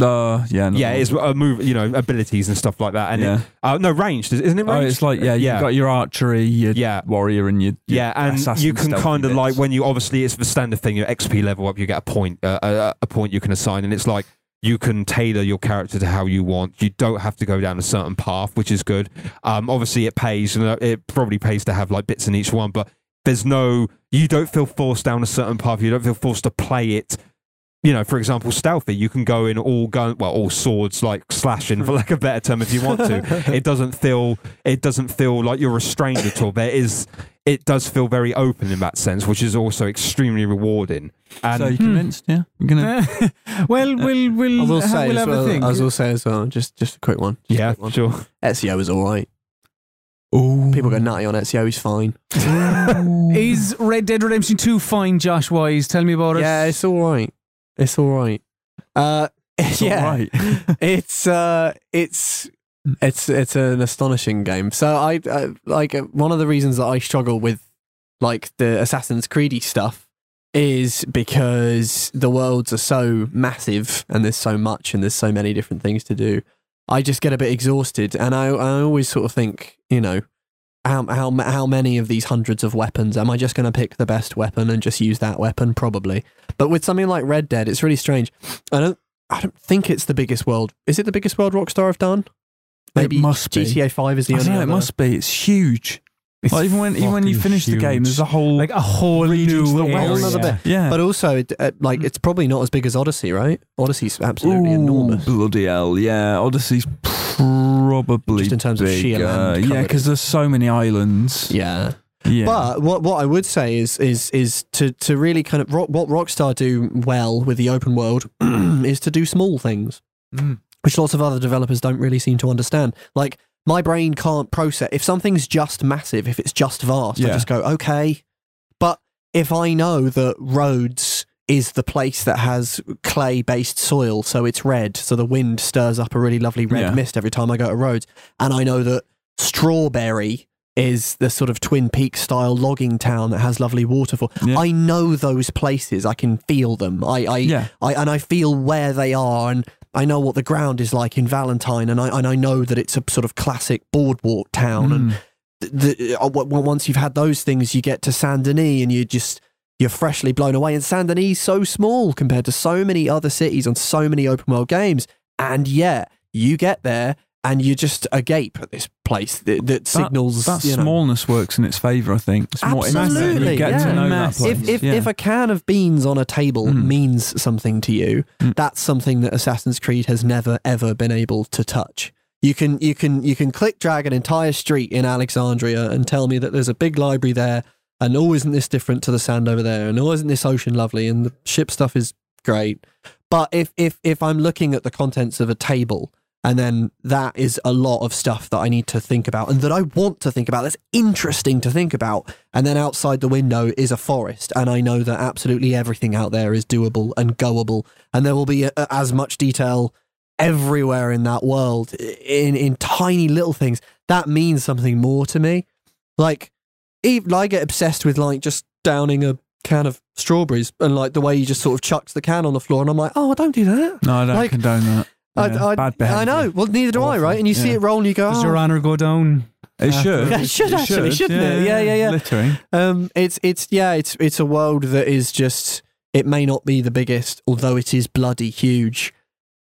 B: uh, yeah, no,
D: Yeah, it's a move, you know, abilities and stuff like that. And
B: yeah.
D: it, uh, no, ranged, isn't it?
B: Oh,
D: Ranged?
B: it's like yeah, you've
D: yeah,
B: got your archery, your
D: yeah.
B: warrior, and your, your
D: yeah, and
B: assassin
D: you can
B: stealthy
D: kind of
B: bits.
D: uh, like when you obviously it's the standard thing. Your XP level up, you get a point, uh, a, a point you can assign, and it's like you can tailor your character to how you want. You don't have to go down a certain path, which is good. Um, obviously, it pays, and uh, it probably pays to have like bits in each one, but there's no, you don't feel forced down a certain path. You don't feel forced to play it. You know, for example, stealthy, you can go in all gun, well, all swords, like slashing, for
B: Hmm.
D: lack of a better term, if you want to. it doesn't feel, it doesn't feel like you're restrained at all. There is, it does feel very open in that sense, which is also extremely rewarding. And Hmm.
B: so you convinced? Yeah, you're gonna.
A: well, we'll we'll,
C: I will
A: ha-
C: say
A: we'll
C: as
A: have a
C: well.
A: think.
C: I will say as well. Just just a quick one. Just a
D: yeah,
C: quick one.
D: sure.
C: SEO E is all right.
B: Ooh.
C: People go nutty on SEO. He's fine.
A: Is Red Dead Redemption 2 fine, Josh Wise? Tell me about it.
C: Yeah, it's all right. It's all right. Uh, yeah,
B: right.
C: it's uh, it's it's it's an astonishing game. So I uh, like uh, one of the reasons that I struggle with like the Assassin's Creedy stuff is because the worlds are so massive and there's so much and there's so many different things to do. I just get a bit exhausted, and I I always sort of think, you know, how how how many of these hundreds of weapons am I just going to pick the best weapon and just use that weapon? Probably. But with something like Red Dead, it's really strange. I don't I don't think it's the biggest world. Is it the biggest world Rockstar have done? Maybe
B: it must be.
C: GTA Five is the
B: I
C: only.
B: know it
C: other-
B: must be. It's huge. Like, even when even when you
A: fucking
B: finish the game,
A: huge.
B: there's a whole
A: like a whole
B: region
A: new
B: to the
A: area.
C: world. Another bit.
B: yeah.
C: But also, it, uh, like, it's probably not as big as Odyssey, right? Odyssey's absolutely
B: Ooh,
C: enormous.
B: Bloody hell! Yeah, Odyssey's probably
C: Just in terms of sheer
B: bigger.
C: land
B: yeah,
C: covered.
B: because there's so many islands.
C: Yeah.
B: Yeah.
C: But what what I would say is is is to to really kind of rock, what Rockstar do well with the open world is to do small things,
B: Mm.
C: which lots of other developers don't really seem to understand. Like my brain can't process if something's just massive, if it's just vast, I
B: Yeah.
C: just go okay. But if I know that Rhodes is the place that has clay based soil, so it's red, so the wind stirs up a really lovely red
B: Yeah.
C: mist every time I go to Rhodes, and I know that Strawberry is the sort of Twin Peaks style logging town that has lovely waterfall.
B: Yeah.
C: I know those places. I can feel them. I, I,
B: yeah,
C: I and I feel where they are, and I know what the ground is like in Valentine, and I and I know that it's a sort of classic boardwalk town, and
B: Mm.
C: the, uh, w- w- once you've had those things, you get to Saint Denis and you just you're freshly blown away. And Saint Denis is so small compared to so many other cities on so many open world games, and yet you get there and you're just agape at this place that, that signals
B: that
C: you know,
B: smallness works in its favour. I think it's more immersive.
C: Absolutely,
B: You get
C: yeah.
B: to know that
A: Massive.
B: place.
C: if if,
B: yeah.
C: if a can of beans on a table
B: Mm.
C: means something to you,
B: Mm.
C: that's something that Assassin's Creed has never ever been able to touch. You can you can you can click drag an entire street in Alexandria and tell me that there's a big library there, and oh isn't this different to the sand over there, and oh isn't this ocean lovely, and the ship stuff is great. But if if if I'm looking at the contents of a table and then that is a lot of stuff that I need to think about and that I want to think about. That's interesting to think about. And then outside the window is a forest. And I know that absolutely everything out there is doable and goable. And there will be a, as much detail everywhere in that world in, in tiny little things. That means something more to me. Like, even, I get obsessed with like just downing a can of strawberries and like the way he just sort of chucks the can on the floor. And I'm like, oh, I don't do that.
B: no, I don't
C: like-
B: condone that.
C: I-
B: Yeah,
C: I,
B: bad
C: I
B: behaviour.
C: know. Well, neither do I,
B: Awful.
C: right? And you see
B: Yeah.
C: it roll and you go,
A: Does
C: oh.
A: your honor go down?
B: It should.
A: Yeah,
C: it should actually, shouldn't it? Yeah, yeah, yeah.
B: Littering.
C: um, it's it's yeah, it's it's a world that is just. It may not be the biggest, although it is bloody huge.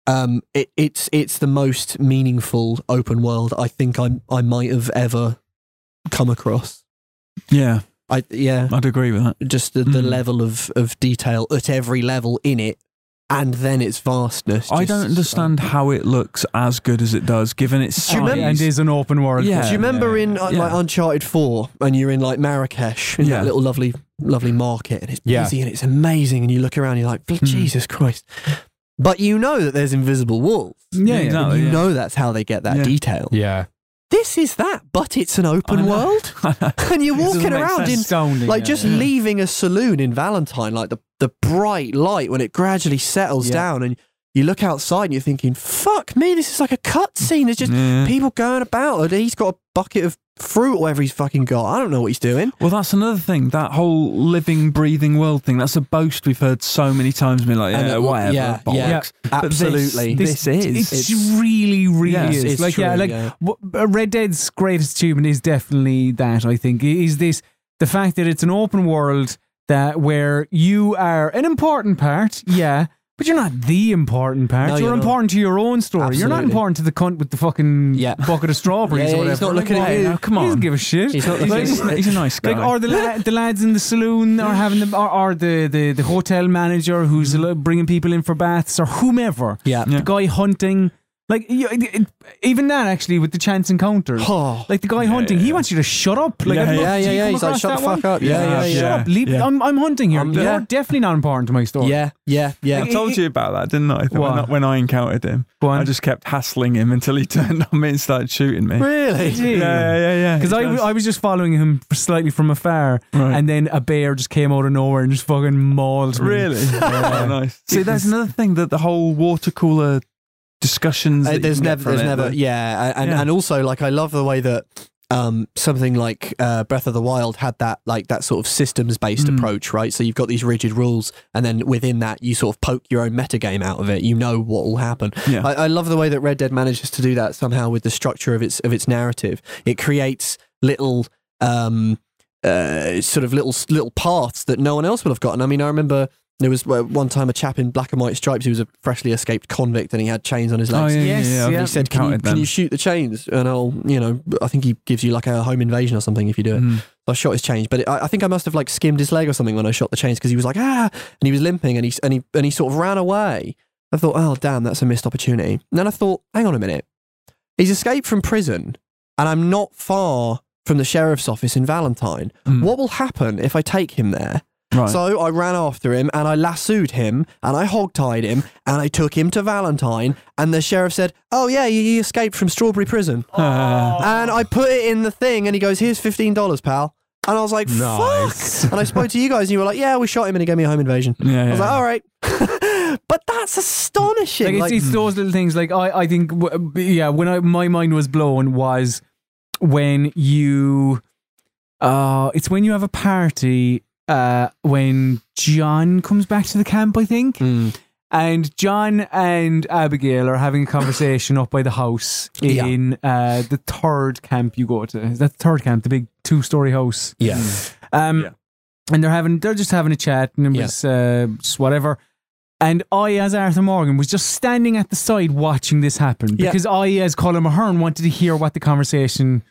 C: Um, it, it's it's the most meaningful open world I think I I might have ever come across.
B: Yeah,
C: I yeah,
B: I'd agree with that.
C: just the, the
B: Mm.
C: level of of detail at every level in it, and then its vastness.
B: I
C: just-
B: don't understand how it looks as good as it does, given its
C: Do you
B: size.
C: remember-
A: Oh, And is an open world.
B: Yeah.
C: Do you remember in uh,
B: yeah.
C: like Uncharted Four when you're in like Marrakesh in
B: Yeah.
C: that little lovely, lovely market and it's
D: Yeah.
C: busy and it's amazing and you look around and you're like,
B: Hmm.
C: Jesus Christ! But you know that there's invisible walls.
A: Yeah,
B: Yeah,
A: yeah.
B: exactly. Oh,
C: you know that's how they get that
B: Yeah.
C: detail.
D: Yeah.
C: This is that, but it's an open
B: know.
C: world, and you're
B: It doesn't
C: walking
B: make
C: around in
B: sense.
A: Astounding.
C: like
A: yeah.
C: just
A: Yeah.
C: leaving a saloon in Valentine, like the the bright light when it gradually settles
A: Yeah.
C: down and you look outside and you're thinking, "Fuck me, this is like a cutscene." It's just
B: Yeah.
C: people going about. He's got a bucket of fruit, or whatever he's fucking got. I don't know what he's doing.
B: Well, that's another thing. That whole living, breathing world thing. That's a boast we've heard so many times. Been like,
C: And
B: yeah,
C: it-
B: whatever.
C: yeah, yeah.
B: bollocks. But this-
C: Absolutely.
B: This, is.
A: It's, really, really
B: Yeah,
A: is.
C: it's
A: like, yeah,
C: true,
A: like
C: yeah.
A: what- uh, Red Dead's greatest achievement is definitely that. I think is this the fact that it's an open world that where you are an important part, yeah, But you're not the important part.
C: No,
A: you're,
C: you're not.
A: important to your own story. You're not
C: Absolutely.
A: important to the cunt with the fucking
C: Yeah.
A: bucket of strawberries or
C: Yeah, yeah,
A: whatever.
C: he's not looking
A: Like,
C: at you.
A: why?
B: No, come
A: He doesn't
B: on.
A: give a shit.
C: He's not
A: like,
C: looking
B: He's, he's a nice guy.
A: like, or the, la- the lads in the saloon are having the or, or the, the, the hotel manager
C: Mm-hmm.
A: who's lo- bringing people in for baths or whomever.
C: Yeah.
B: Yeah.
A: The guy hunting. Like, you- it- it- even that actually with the chance encounters.
C: Oh.
A: Like the guy hunting, he wants you to shut up. Like,
B: Yeah,
A: I don't know,
C: Yeah,
A: do
C: yeah,
A: you
C: yeah.
A: come
C: He's like,
A: across
C: shut the
A: that one?
C: fuck up. Yeah, yeah,
B: Yeah.
C: yeah.
A: Shut up, leave.
B: Yeah.
A: I'm, I'm hunting here.
C: Um,
A: You're
C: yeah.
A: definitely not important to my story.
C: Yeah, yeah, yeah.
B: I told you about that, didn't I? That When, I
A: What?
B: when I encountered him,
A: Go on.
B: I just kept hassling him until he turned on me and started shooting me.
C: Really?
B: Yeah, yeah, yeah. yeah.
A: Because I,
B: He does.
A: I was just following him slightly from afar,
B: Right.
A: and then a bear just came out of nowhere and just fucking mauled me.
B: Really? Oh, nice. See, that's another thing that the whole water cooler discussions.
C: Uh,
B: that you
C: there's
B: can get
C: never,
B: from
C: there's
B: it,
C: never,
B: like-
C: yeah, a- and
B: Yeah.
C: and also like I love the way that um something like uh, Breath of the Wild had that like that sort of systems based
B: Mm.
C: approach, right? So you've got these rigid rules, and then within that you sort of poke your own metagame out of it. You know what will happen.
B: Yeah.
C: I, I love the way that Red Dead manages to do that somehow with the structure of its of its narrative. It creates little um, uh, sort of little little paths that no one else would have gotten. I mean, I remember there was uh, one time a chap in black and white stripes who was a freshly escaped convict and he had chains on his
B: Oh,
C: legs.
A: Yes,
B: I've
A: yeah.
C: He said, can you,
B: encountered
C: can
B: them.
C: you shoot the chains? And I'll, you know, I think he gives you like a home invasion or something if you do it.
B: Mm.
C: So I shot his chains, but it, I, I think I must have like skimmed his leg or something when I shot the chains because he was like, ah, and he was limping and he, and he, and he sort of ran away. I thought, oh, damn, that's a missed opportunity. And then I thought, hang on a minute. He's escaped from prison and I'm not far from the sheriff's office in Valentine.
B: Mm.
C: What will happen if I take him there?
B: Right.
C: So I ran after him and I lassoed him and I hogtied him and I took him to Valentine and the sheriff said, "Oh yeah, you, you escaped from Strawberry Prison."
B: Uh,
C: And I put it in the thing and he goes, "Here's fifteen dollars, pal." And I was like,
D: Nice.
C: "Fuck!" And I spoke to you guys and you were like, "Yeah, we shot him and he gave me a home invasion."
B: yeah, yeah.
C: I was like, "All right," but that's astonishing.
A: Like,
C: like- hmm.
A: it's, it's those little things. Like I, I think, w- yeah. When I, my mind was blown was when you, uh, it's when you have a party. Uh, when John comes back to the camp, I think,
C: Mm.
A: and John and Abigail are having a conversation up by the house
C: Yeah.
A: in uh, the third camp you go to. Is that the third camp? The big two-story house.
C: yeah,
A: Um,
B: Yeah.
A: and they're having they're just having a chat and it
C: Yeah.
A: was uh, just whatever. And I, as Arthur Morgan, was just standing at the side watching this happen
C: Yeah.
A: because I, as Colin Mahern, wanted to hear what the conversation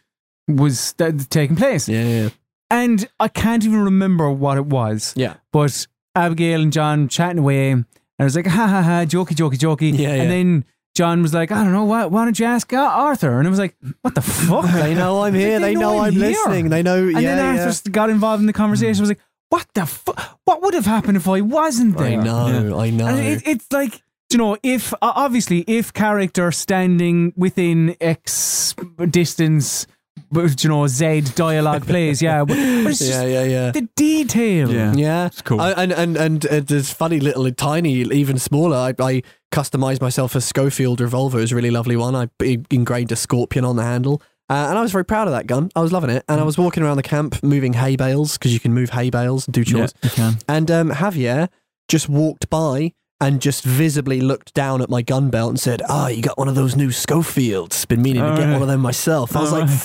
A: was that, taking place.
C: mm, yeah, yeah,
A: And I can't even remember what it was,
C: yeah.
A: but Abigail and John chatting away, and I was like, ha ha ha, jokey, jokey, jokey.
C: Yeah, yeah.
A: And then John was like, I don't know, why, why don't you ask uh, Arthur? And I was like, what the fuck?
C: They know I'm here.
A: They
C: They,
A: know
C: know,
A: I'm
C: I'm
A: here.
C: listening. They know.
A: And
C: yeah,
A: then
C: yeah.
A: Arthur got involved in the conversation. was like, what the fuck? What would have happened if I wasn't there?
C: I know. I know.
A: And it, it's like, you know, if uh, obviously if character standing within X distance, but, you know, Z dialogue plays, yeah. But, but it's
C: yeah,
A: just
C: yeah, yeah.
A: the detail.
B: yeah.
C: Yeah,
B: It's cool.
C: I, and and and uh, there's funny little tiny, even smaller. I, I customized myself a Schofield revolver. It was a really lovely one. I b- engraved a scorpion on the handle, uh, and I was very proud of that gun. I was loving it,
B: Mm.
C: and I was walking around the camp moving hay bales because you can move hay bales and do
B: Yeah,
C: chores.
B: you can.
C: And um, Javier just walked by and just visibly looked down at my gun belt and said, "Ah, you got one of those new Schofields. Been meaning to
B: Oh,
C: get
B: really?
C: one of them myself." I was
B: Oh,
C: like,
B: right.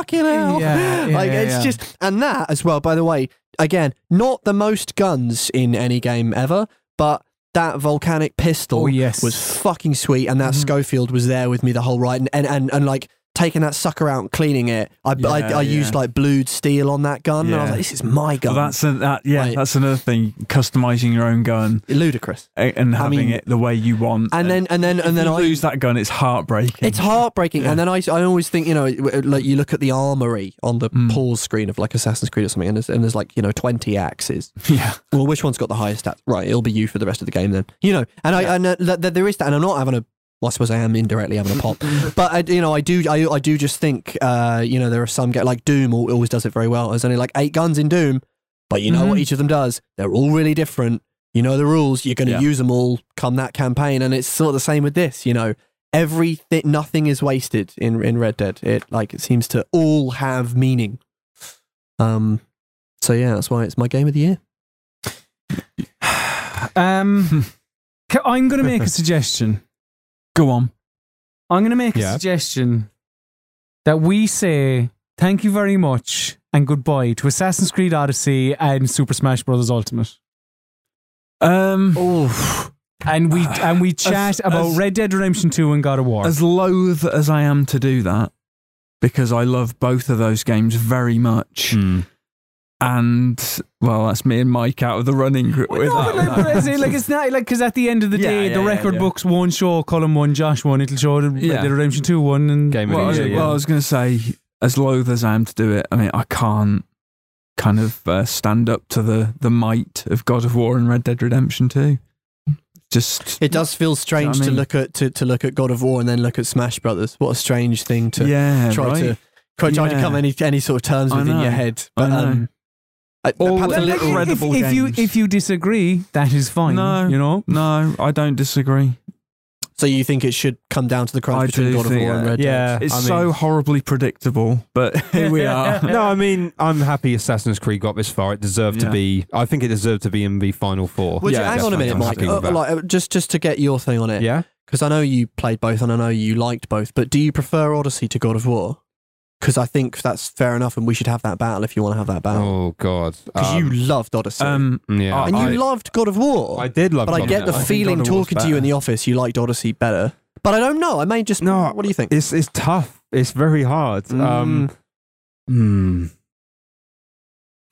C: "Fucking hell!"
A: Yeah, yeah,
C: like
A: yeah,
C: it's
A: yeah.
C: just, and that as well. By the way, again, not the most guns in any game ever, but that volcanic pistol
A: Oh, yes.
C: was fucking sweet, and that
B: Mm-hmm.
C: Schofield was there with me the whole ride, and and and, and like. Taking that sucker out and cleaning it, I, I,
B: Yeah,
C: I
B: yeah.
C: used like blued steel on that gun, and I was
B: Yeah.
C: like, "This is my
B: Well,
C: gun."
B: that's a, that. Yeah,
C: Right.
B: that's another thing. Customizing your own gun
C: ludicrous.
B: a- and having
C: mean-
B: it the way you want.
C: And then, and then, and then
B: Um, you
C: I
B: lose that gun. It's heartbreaking.
C: It's heartbreaking. And then I, I always think, you know, uh, like you look at the armory on the
B: Mm.
C: pause screen of like Assassin's Creed or something, and there's, and there's like, you know, 20 axes.
B: yeah.
C: Well, which one's got the highest stats? Right, it'll be you for the rest of the game then. You know, and I, and uh, th- th- there is that, and I'm not having a, well, I suppose I am indirectly having a pop, but I, you know, I do, I, I do just think, uh, you know, there are some, ga- like Doom al- always does it very well. There's only like eight guns in Doom, but you know
B: Mm-hmm.
C: what each of them does. They're all really different. You know the rules. You're going to
B: Yeah.
C: use them all come that campaign, and it's sort of the same with this. You know, everything, nothing is wasted in in Red Dead. It like it seems to all have meaning. Um, so yeah, that's why it's my game of the year.
A: Um, ca- I'm going to make a suggestion.
B: Go on.
A: I'm going to make a
D: Yeah.
A: suggestion that we say thank you very much and goodbye to Assassin's Creed Odyssey and Super Smash Bros. Ultimate.
B: Um,
C: Oh,
A: and we and we chat about
B: as-
A: Red Dead Redemption Two and God of War.
B: As loath as I am to do that, because I love both of those games very much,
D: Hmm.
B: and well, that's me and Mike out of the running group. with
A: no,
B: that
A: but like,
B: one.
A: but it's, like it's not like because at the end of the
B: Yeah,
A: day,
B: yeah,
A: the
B: yeah,
A: record
B: yeah.
A: books won't show Colin one, Josh one. It'll show the Red
B: Yeah.
A: Dead Redemption Two one and
D: Game of
B: well,
D: the
B: I,
D: year, yeah.
B: well, I was going to say, as loath as I am to do it, I mean, I can't kind of uh, stand up to the the might of God of War and Red Dead Redemption 2. Just
C: It does feel strange
B: mean?
C: to look at to, to look at God of War and then look at Smash Brothers. What a strange thing to
B: yeah,
C: try
B: right?
C: to try, try to
B: Yeah.
C: come any any sort of terms
B: I
C: with in
B: know.
C: your head.
B: I
C: But
B: know.
C: um, I-
B: All
C: perhaps a
B: the
A: Well, like,
C: little.
B: red-
A: if,
B: incredible
A: if you
B: games.
A: if you disagree, that is fine.
B: No.
A: you know.
B: No, I don't disagree.
C: So you think it should come down to the crunch
B: I
C: between
B: do
C: God of
B: think
C: War and
B: that-
C: Red
D: yeah.
C: Dead?
B: It's
D: I mean-
B: so horribly predictable, but here we are.
D: No, I mean, I'm happy Assassin's Creed got this far. It deserved to
B: Yeah.
D: be. I think it deserved to be in the final four.
C: Would you,
B: Yeah,
C: hang on a minute,
D: I'm
C: Mike.
D: happy with
C: Uh,
D: that.
C: like, uh, just just to get your thing on it,
D: yeah.
C: because I know you played both and I know you liked both. But do you prefer Odyssey to God of War? Because I think that's fair enough, and we should have that battle if you want to have that battle.
D: Oh God.
C: Because uh, you
D: Um,
C: loved Odyssey
B: Um,
D: Yeah.
B: I-
C: and you
D: I,
C: loved God of War.
D: I did love.
C: but I
D: Colin
C: get the
B: think
D: Howard.
C: feeling
B: God of War's
C: talking to you in
B: better.
C: the office, you liked Odyssey better. But I don't know. I may just.
D: No,
C: What do you think?
D: It's it's tough. It's very hard.
A: Mm.
D: Um, hmm.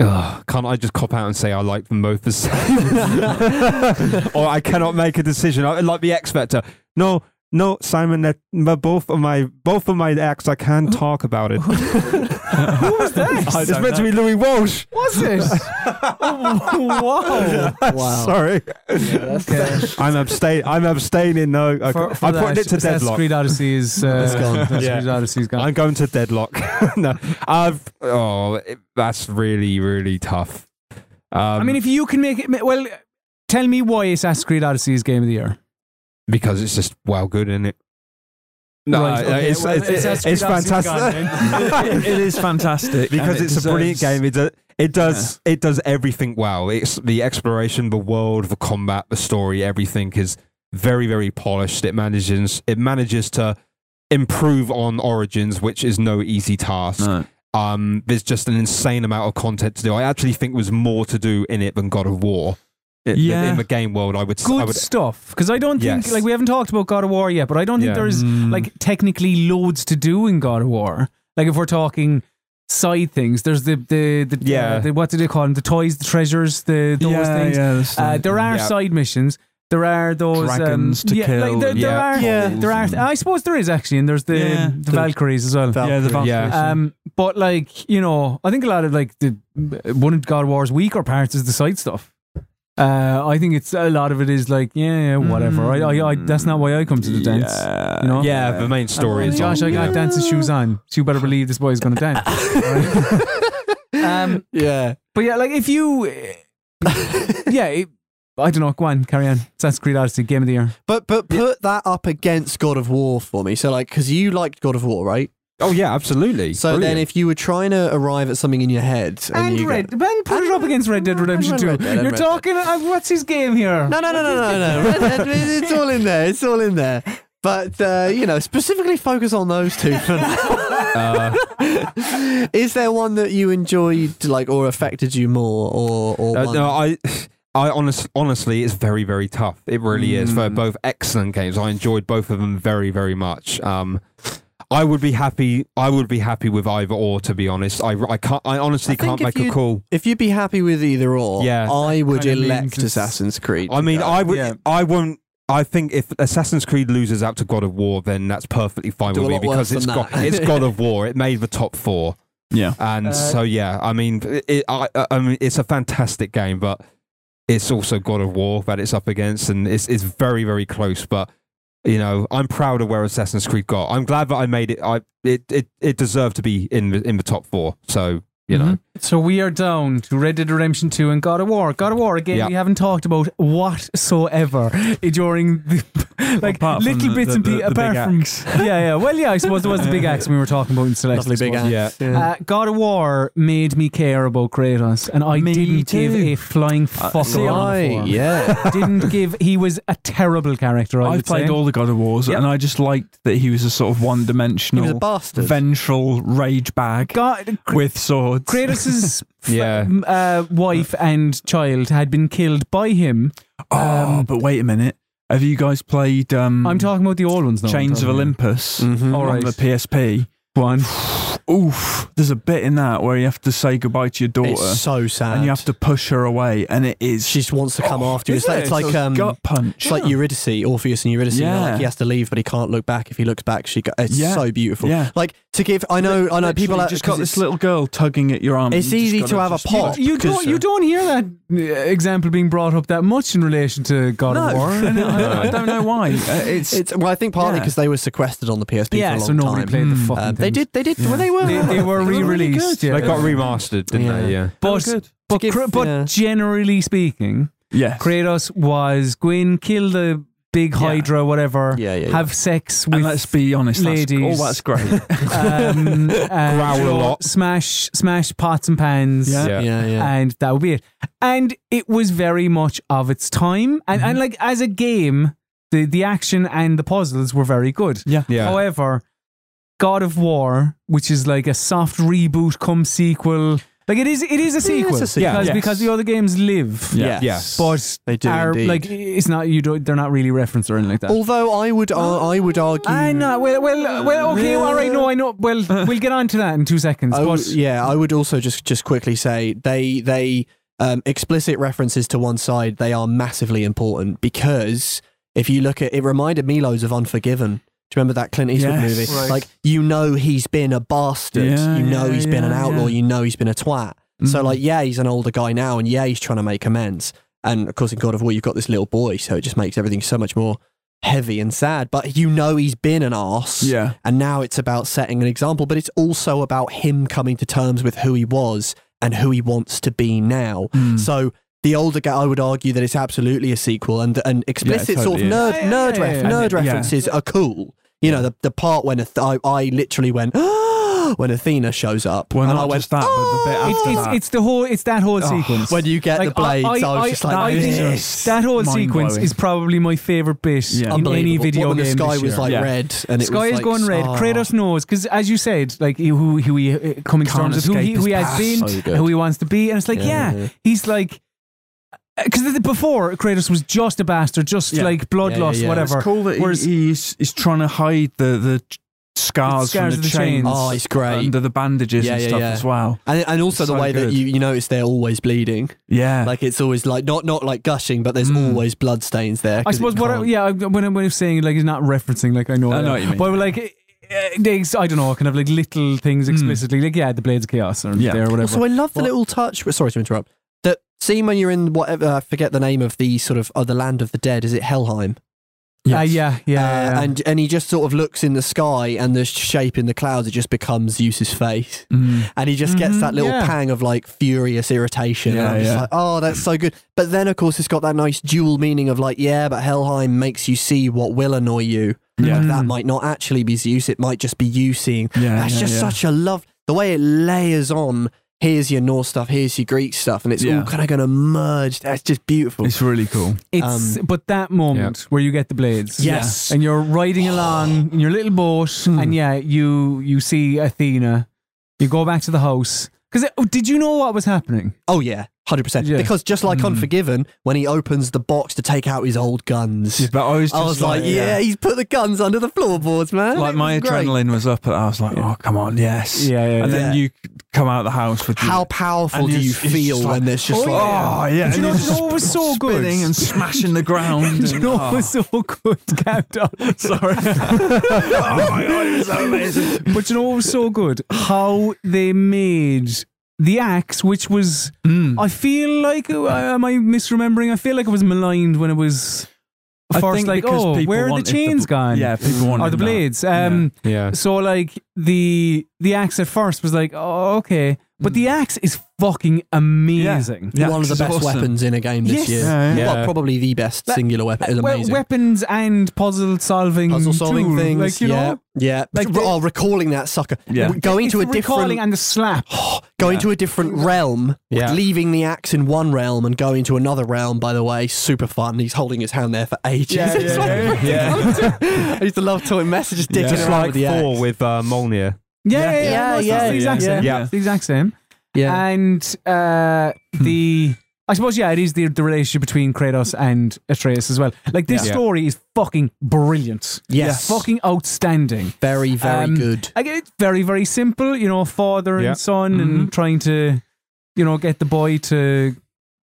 D: Ugh, can't I just cop out and say I like them both the same? or I cannot make a decision. I, like the X Factor. No, no, Simon. That but both of my both of my acts. I can talk about it.
A: Who was that?
D: it's meant to be Louis Walsh.
A: was it? Wow.
C: Oh, Wow.
D: Sorry, I'm abstain. I'm abstaining. No, okay.
A: For- for
D: I'm putting
A: that,
D: it to
A: Assassin's
D: deadlock.
A: Creed Odyssey is uh,
C: It's gone.
A: Assassin's
D: Yeah.
A: Creed Odyssey's gone.
D: I'm going to deadlock. no, I've. Oh, it, that's really really tough. Um,
A: I mean, if you can make it, ma- well, tell me why Assassin's Creed Odyssey is game of the year.
D: because it's just wow good in it. No,
A: Right, okay,
D: it's,
A: well,
D: it's, it's,
A: Assassin's Creed Odyssey's gone,
D: fantastic.
A: then.
B: it is fantastic
D: because
B: and it
D: it's a brilliant
B: deserves-
D: game. It, do, it does it does everything well. It's the exploration, the world, the combat, the story. Everything is very very polished. It manages it manages to improve on Origins, which is no easy task.
B: No.
D: Um, there's just an insane amount of content to do. I actually think there's more to do in it than God of War. It-
B: Yeah.
D: In the game world, I would. s- I
A: Good
D: would
A: stuff. Because I don't think,
D: Yes.
A: like, we haven't talked about God of War yet, but I don't think
D: Yeah. Mm.
A: there is, like, technically loads to do in God of War. Like, if we're talking side things, there's the, the, the,
D: Yeah.
A: the what do they call them? The toys, the treasures, the those
B: yeah,
A: things.
B: Mm. yeah, that's
A: Uh,
B: it.
A: there are
D: Yeah.
A: side missions. There are those um,
B: Dragons to
A: yeah, Like
B: kill
A: there,
B: and
A: there
D: yeah,
A: are,
C: Yeah.
A: there are. I suppose there is actually, and there's the,
B: Yeah.
A: the Valkyries as well.
B: yeah, the Valkyries,
D: Yeah.
B: yeah.
A: Um, but like you know, I think a lot of like the one of God of War's weaker parts is the side stuff. Uh, I think it's a lot of it is like yeah, yeah whatever. I, I, I, that's not why I come to the dance. you know?
D: Yeah, the main story is
A: Josh,
D: on,
A: I got
D: yeah.
A: dancing shoes on. So you better believe this boy's going to dance. Alright? um,
C: yeah.
A: but yeah, like if you, yeah, it, I don't know. Go on, carry on. That's Creed Odyssey, game of the year.
C: But but put that up against God of War for me. So like, because you liked God of War, right?
D: Oh yeah, absolutely.
C: So then, if you were trying to arrive at something in your head, and,
A: And
C: you
A: Red,
C: Go,
A: Ben, put it up against Red Dead Redemption
C: Red
A: Two.
C: Dead and
A: You're
C: Red
A: talking. Uh, what's his game here?
C: no, no, no, no, no, no. Red Dead, it's all in there. It's all in there. But uh, you know, specifically focus on those two for now.
D: uh,
C: Is there one that you enjoyed, like, or affected you more, or or
D: Uh,
C: one?
D: no, I, I honest, honestly, it's very, very tough. It really is. They're
B: Mm.
D: both excellent games. I enjoyed both of them very, very much. Um, I would be happy. I would be happy with either or. To be honest, I, I can't. I honestly
C: I think
D: can't
C: if
D: make a
C: you-
D: call.
C: If you'd be happy with either or,
D: Yeah.
C: I would
A: Kinda
C: elect
A: leans-
C: Assassin's Creed.
D: I mean, I would.
B: yeah.
D: I won't. I think if Assassin's Creed loses out to God of War, then that's perfectly fine
C: Do a
D: with me
C: lot worse
D: because
C: than
D: it's
C: that.
D: God, it's God of War. It made the top four,
B: yeah.
D: and
A: Uh,
D: so yeah. I mean, it, I, I mean, it's a fantastic game, but it's also God of War that it's up against, and it's it's very very close. But you know, I'm proud of where Assassin's Creed got. I'm glad that I made it. I it it, it deserved to be in the, in the top four. So you know,
A: Mm-hmm. So we are down to Red Dead Redemption 2 and God of War. God of War, again,
D: Yeah.
A: we haven't talked about whatsoever during the, like,
B: Apart from
A: little
B: the-
A: bits
B: the-
A: and
B: the-
A: pieces.
B: the big
A: Apart from, yeah, yeah. Well, yeah, I suppose there was the big axe we were talking about in Select.
C: Lovely
A: I
C: big
A: suppose.
C: axe.
D: yeah.
A: Uh, God of War made me care about Kratos, and I
B: Me
A: didn't
B: too.
A: give a flying
D: Uh,
A: fuck around
C: See, I,
A: for him.
C: yeah.
A: Didn't give. He was a terrible character. I
B: I've
A: would
B: played
A: say.
B: all the God of Wars,
A: Yep.
B: and I just liked that he was a sort of
C: He was a
B: one-dimensional,
C: bastard.
B: vengeful rage bag
A: God,
B: with swords.
A: Kratos's f-
D: Yeah.
A: m- uh, wife and child had been killed by him.
C: um,
B: oh, Um, but wait a minute. Have you guys played um,
A: I'm talking about the old ones now.
B: Chains of Olympus
C: Mhm.
B: on
A: Alright.
B: the PSP?
A: One.
B: Oof, there's a bit in that where you have to say goodbye to your daughter
C: It's so sad.
B: and you have to push her away, and it is
C: She just wants to come
B: Oh,
C: after you. It's
B: is
C: like,
B: it?
C: it's like
B: a
C: um,
B: gut punch.
C: it's like Eurydice, Orpheus and Eurydice. you know, like
B: Yeah.
C: he has to leave, but he can't look back. If he looks back, she. Go- it's
B: Yeah.
C: so beautiful.
B: Yeah.
C: Like to give. I know. I know. People
B: Literally
C: are
B: just
C: 'cause
B: got this
C: it's-
B: little girl tugging at your arm.
C: It's
B: You just
C: easy
B: gotta
C: to have a
B: just-
C: pop.
A: Oh, You don't,
C: Because,
A: you
C: uh,
A: don't hear that uh, example being brought up that much in relation to God
B: No,
A: of War.
B: I don't know why. Uh, It's,
C: It's well, I think partly
B: Yeah.
C: because they were sequestered on the PSP
A: yeah,
C: for a long
A: so nobody
C: time.
A: played the
B: Mm.
A: fucking
C: Uh, they
A: things.
C: did. They did. Well, they were.
A: Hmm. They, they were
C: really
A: re-released.
C: good.
A: yeah.
D: They got remastered,
C: Mm-hmm.
D: didn't
C: Yeah.
D: they? Yeah.
A: but
B: good.
A: but,
C: give-
A: cr- but
C: yeah.
A: generally speaking,
B: yes.
A: Kratos was Gwyn kill the big
B: Yeah.
A: Hydra, whatever.
C: Yeah, yeah, yeah.
A: Have sex
B: and
A: with
B: let's be honest,
A: ladies.
B: That's, oh, that's great.
A: um, uh,
D: Growl a lot.
A: smash smash pots and pans.
B: Yeah.
D: Yeah.
C: yeah, yeah.
A: and that would be it. And it was very much of its time, and and like as a game, the the action and the puzzles were very good.
B: yeah.
D: Yeah.
A: However, God of War, which is like a soft reboot come sequel, like it is it is a sequel,
C: it's a sequel.
A: because
D: Yes.
A: because the other games live,
B: Yeah.
C: Yes.
D: Yes.
A: but
C: They do
A: are
C: indeed. Oh,
A: like it's not you don't they're not really referenced or anything like that.
C: Although I would, ar- I would argue.
A: I know. Well, well, well. Okay. All right. No, I know. Well, we'll get on to that in two seconds.
C: I would-
A: but
C: Oh, yeah, I would also just just quickly say they they um, explicit references to one side they are massively important because if you look at it, reminded me loads of Unforgiven. Do you remember that Clint Eastwood
B: Yes.
C: movie?
B: Right.
C: Like you know he's been a bastard.
B: Yeah,
C: you know
B: yeah,
C: he's been an
B: yeah,
C: outlaw.
B: yeah.
C: You know he's been a twat. So
B: Mhm.
C: like yeah, he's an older guy now, and yeah, he's trying to make amends. And of course, in God of War, you've got this little boy, so it just makes everything so much more heavy and sad. But you know he's been an arse.
B: Yeah.
C: And now it's about setting an example, but it's also about him coming to terms with who he was and who he wants to be now.
B: Mm.
C: So the older guy, I would argue that it's absolutely a sequel, and and explicit sort of
D: totally is.
C: nerd
A: Yeah, yeah,
C: nerd,
A: yeah,
C: ref-
A: yeah.
C: nerd
B: And it- yeah.
C: references are cool. You know, the, the part when Ath- I, I literally went when Athena shows up,
B: Well,
C: and
B: not
C: I went, "Oh!"
B: just that, but the bit
A: it's,
B: after
A: it's,
B: that.
A: it's the whole. It's that whole sequence.
C: when you get the blades, I, was just like,
A: I think
C: "Yes."
A: that whole sequence
B: mind-blowing.
A: is probably my favorite bit
B: Yeah.
A: in any
C: Unbelievable.
A: video
C: when the
A: game.
C: sky
A: this
C: was
A: year.
C: like
B: Yeah.
C: red, and it
A: Sky
C: was
A: is
C: like,
A: going red.
C: "Oh."
A: Kratos knows because, as you said, like he- who who he uh, coming to
B: Can't
A: terms with who
B: escape
A: he, who
B: his
A: he has
B: past.
A: been,
C: So good.
A: who he wants to be, and it's like, yeah,
C: Yeah.
A: he's like, because before Kratos was just a bastard, just
B: Yeah.
A: like
C: Yeah, yeah,
A: bloodlust,
C: yeah.
A: whatever.
B: It's cool that he,
A: Whereas-
B: he's, he's trying to hide the, the ch- scars,
A: Scars
B: from
A: of
B: the,
A: the
B: chains.
A: chains.
C: Oh, it's great.
B: Under the bandages
C: Yeah,
B: and
C: yeah,
B: stuff
C: yeah.
B: as well.
C: And, and also the
B: So
C: way that
B: good.
C: you, you notice they're always bleeding.
B: Yeah.
C: Like it's always like not not like gushing, but there's
B: Mm.
C: always blood stains there.
A: I suppose what I, yeah I- when I'm, when I'm saying like he's not referencing like I know
B: I know
A: that.
B: what you mean.
A: but like uh, they I don't know kind of like little things explicitly like yeah the blades of chaos or
B: Yeah.
A: there or whatever
C: Also, I love Hmm. the
A: What?
C: little touch. Sorry to interrupt. That scene when you're in whatever I forget the name of the sort of oh, the land of the dead. Is it Helheim?
A: Uh, yeah yeah,
C: Uh,
A: yeah.
C: And and he just sort of looks in the sky, and the shape in the clouds it just becomes Zeus's face,
B: Mm.
C: and he just gets
A: Mhm,
C: that little
A: yeah.
C: pang of like furious irritation. and
B: Yeah,
C: I'm just
B: yeah.
C: like, oh, that's so good. But then of course it's got that nice dual meaning of like, yeah, but Helheim makes you see what will annoy you.
B: Yeah. Mm.
C: Like, that might not actually be Zeus. It might just be you seeing
B: Yeah,
C: That's
B: yeah,
C: just
B: yeah.
C: such a love. The way it layers on. Here's your Norse stuff. Here's your Greek stuff, and it's
B: Yeah.
C: all kind of going to merge. That's just beautiful.
B: It's really cool.
A: it's but that moment where you get the blades
C: Yes.
A: and you're riding along in your little boat and yeah you you see Athena you go back to the house because oh, did you know what was happening
C: oh yeah, hundred percent.
A: Yeah.
C: Because just
B: Mm.
C: like Unforgiven, when he opens the box to take out his old guns,
B: But I was,
C: I
B: just
C: was like, yeah, he's put the guns under the floorboards, man.
B: Like
C: It
B: my
C: was great.
B: adrenaline was up, and I was like, "Oh, come on, yes!"
A: Yeah, yeah,
B: and then
C: yeah.
B: you come out of the house with
C: How
B: your-
C: powerful
B: and
C: do
B: it's-
C: you
B: it's just
C: feel
B: like-
C: when there's just
B: oh,
C: like,
B: yeah,
A: But you
B: and
A: know,
B: it's
A: you know it was so good
B: spinning and smashing the ground.
A: you
B: and-
A: know
B: oh.
A: it was so good Captain
B: Sorry. oh my god, it was so amazing.
A: But you know what was so good? How they made the axe, which was, I feel like, uh, am I misremembering? I feel like it was maligned when it was
B: I
A: first,
B: think
A: like,
B: because
A: oh,
B: people
A: where are the
B: wanted
A: chains
B: the-
A: gone?
B: Yeah, people wanted
A: Or the
B: that.
A: blades.
B: Yeah.
A: Um,
D: Yeah.
A: So, like, the the axe at first was like, oh, okay. But
C: Hmm.
A: the axe is fucking amazing.
B: Yeah,
C: one of the
B: it's
C: best
B: awesome.
C: weapons in a game this
A: Yes.
C: year?
B: Yeah,
D: yeah.
C: Well, probably the best
A: That-
C: singular weapon. It's
A: We-
C: amazing.
A: weapons and puzzle solving,
C: puzzle solving
A: tool,
C: things.
A: like you
C: yeah,
A: know,
C: yeah.
A: Like
C: Like
A: the-
C: oh, recalling that sucker.
B: Yeah.
C: Going
A: It's
C: to a
A: the recalling
C: different Oh,
A: and the slap.
C: going to a different realm,
D: Yeah.
C: leaving the axe in one realm and going to another realm. By the way, super fun. He's holding his hand there for ages.
A: Yeah,
C: It's
A: yeah,
C: like,
A: yeah.
C: what the fuck? I used to love toy messages dicking
D: Just
C: around
D: like
C: with the axe.
D: four with uh, Molnir.
A: Yeah, yeah, yeah,
C: Yeah,
A: no, it's-
C: yeah,
A: it's the exact
B: yeah,
A: same.
D: yeah.
A: It's the exact same.
C: Yeah,
A: and uh, the I suppose, yeah, it is the, the relationship between Kratos and Atreus as well. Like, this
D: Yeah.
A: story is fucking brilliant.
C: Yes.
A: Fucking outstanding.
C: Very, very
A: Um,
C: good.
A: I get it's very, very simple, you know, father
D: Yeah.
A: and son and trying to, you know, get the boy to.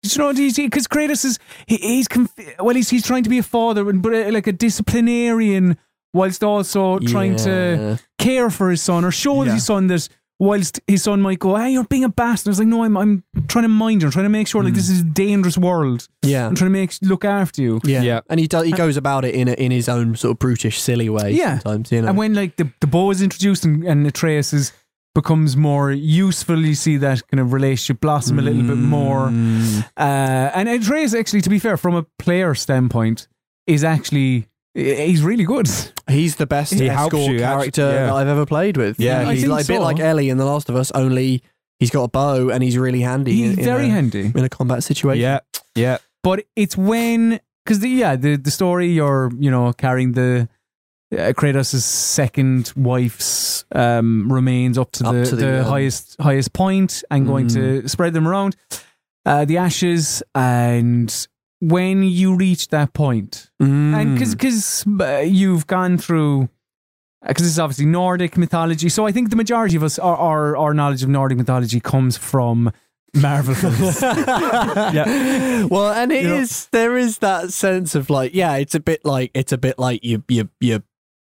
A: You know, because Kratos is he, he's conf- well, he's he's trying to be a father and but uh, like a disciplinarian, whilst also trying to care for his son or show
B: Yeah.
A: his son that whilst his son might go, hey, you're being a bastard. It's like, no, I'm, I'm trying to mind you. I'm trying to make sure like this is a dangerous world.
C: Yeah.
A: I'm trying to make look after you.
C: Yeah.
D: Yeah.
C: And he does, he goes about it in a, in his own sort of brutish, silly way.
A: Yeah.
C: Sometimes, you know.
A: And when like the, the bow is introduced and, and Atreus is, becomes more useful, you see that kind of relationship blossom a little bit more.
B: Mm.
A: Uh, and Atreus actually, to be fair, from a player standpoint, is actually he's really good.
C: he's the best
D: He helps
C: escort
D: you, actually,
C: character
D: yeah.
C: that I've ever played with.
D: Yeah, I
C: He's
A: think
C: like, a bit
A: so.
C: like Ellie in The Last of Us, only he's got a bow and he's really handy.
A: He's
C: in, in
A: very
C: a,
A: handy.
C: in a combat situation.
D: Yeah, yeah.
A: but it's when because the, yeah the, the story you're you know carrying the uh, Kratos' second wife's um, remains up to
C: Up
A: the,
C: to the,
A: the
C: um, Mm.
A: highest highest point and going to spread them around uh, the ashes and when you reach that point and
C: Mm.
A: because because uh, you've gone through because this is obviously Nordic mythology so I think the majority of us our, our, our knowledge of Nordic mythology comes from Marvel films
C: Well, and it is
A: You know-
C: there is that sense of like, yeah, it's a bit like it's a bit like you you you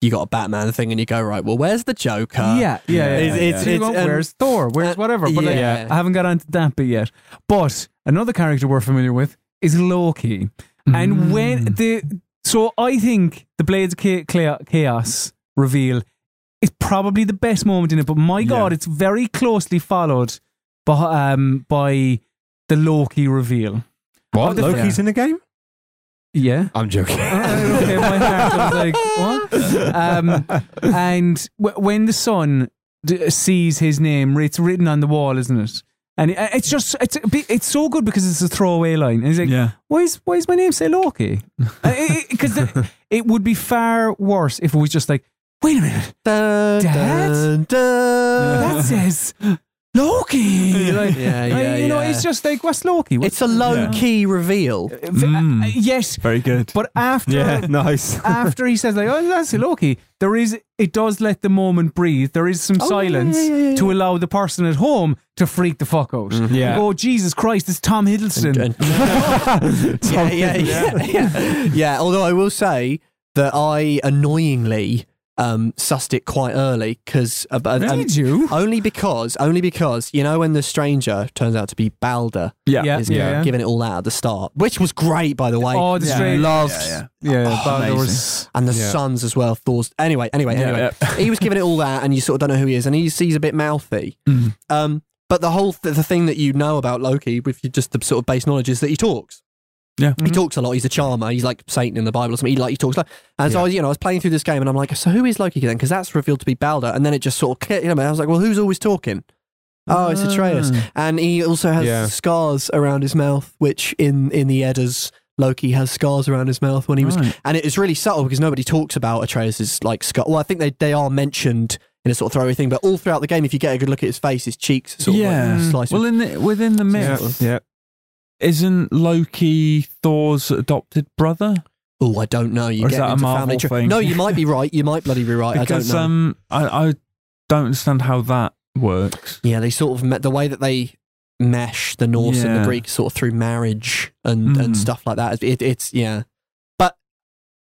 C: you got a Batman thing and you go right. Well, where's the Joker?
A: yeah, yeah, yeah.
C: It's-
A: yeah.
C: it's-
A: So you
C: it's-
A: go,
C: and-
A: where's Thor? Where's
C: uh,
A: whatever? But like,
C: yeah.
A: I haven't got onto that bit yet. But another character we're familiar with is Loki, and when the so I think the Blades of Cha- Cla- Chaos reveal is probably the best moment in it. But my god, it's very closely followed by um, by the Loki reveal.
D: What?
A: Oh, the-
D: Loki's in the game?
A: Yeah.
D: I'm joking.
C: Oh.
A: okay, my heart I was like, what? Um, and w- when the son d- sees his name, it's written on the wall, isn't it? And it, it's just it's a bit- it's so good because it's a throwaway line. And he's like,
B: Yeah.
A: why is why is my name say Loki? Because it, it would be far worse if it was just like, wait a minute,
C: Dun,
A: Dad?
C: dun, dun.
A: that says Loki. Like,
C: Yeah,
A: like,
C: yeah,
A: you know,
C: yeah.
A: it's just like what's Loki? What-
C: It's a low key reveal.
A: uh,
B: Mm.
A: yes,
B: Very good.
A: but after
D: yeah, nice.
C: Uh,
A: after he says like, "Oh, that's Loki," there is it does let the moment breathe. There is
C: Oh,
A: some silence to allow the person at home to freak the fuck out.
D: Yeah.
A: Like, oh Jesus Christ, it's Tom Hiddleston.
C: And- yeah, yeah, yeah, yeah. Yeah, Although I will say that I annoyingly um, sussed it quite early because
A: Did you?
C: only because only because you know when the stranger turns out to be Balder
B: yeah.
C: is giving it all out at the start, which was great by the way.
A: Oh, the
B: Yeah.
A: strange.
C: loved
A: Yeah, but there
B: Oh, amazing.
A: was-
C: and the
D: Yeah.
C: sons as well. Thor's anyway, anyway,
B: Yeah,
C: anyway. he was giving it all that, and you sort of don't know who he is, and he sees a bit mouthy.
B: Mm.
C: Um, but the whole th- the thing that you know about Loki, with you- just the sort of base knowledge, is that he talks.
B: Yeah.
C: he talks a lot. He's a charmer. He's like Satan in the Bible or something. He like he talks. Like, and so I was, you know, I was playing through this game, and I'm like, so who is Loki then? Because that's revealed to be Balder, and then it just sort of clicked. You know, I was like, well, who's always talking? Oh, it's Atreus,
B: Ah.
C: and he also has
D: Yeah.
C: scars around his mouth, which in in the Eddas, Loki has scars around his mouth when he was
B: Right.
C: and it's really subtle because nobody talks about Atreus's like scar. Well, I think they, they are mentioned in a sort of throwaway thing, but all throughout the game, if you get a good look at his face, his cheeks are sort of
B: Yeah.
C: like sliced.
B: Well, in the, within the myth,
D: yeah.
B: isn't Loki Thor's adopted brother?
C: oh, I don't know. You
B: Or is
C: get
B: that a
C: into
B: Marvel
C: family tr-
B: thing?
C: No, you might be right. You might bloody be right.
B: Because
C: I don't know.
B: um, I, I don't understand how that works.
C: yeah, they sort of met the way that they mesh the Norse and the
B: Yeah.
C: Greek sort of through marriage and,
B: Mm.
C: and stuff like that. It, it's yeah, but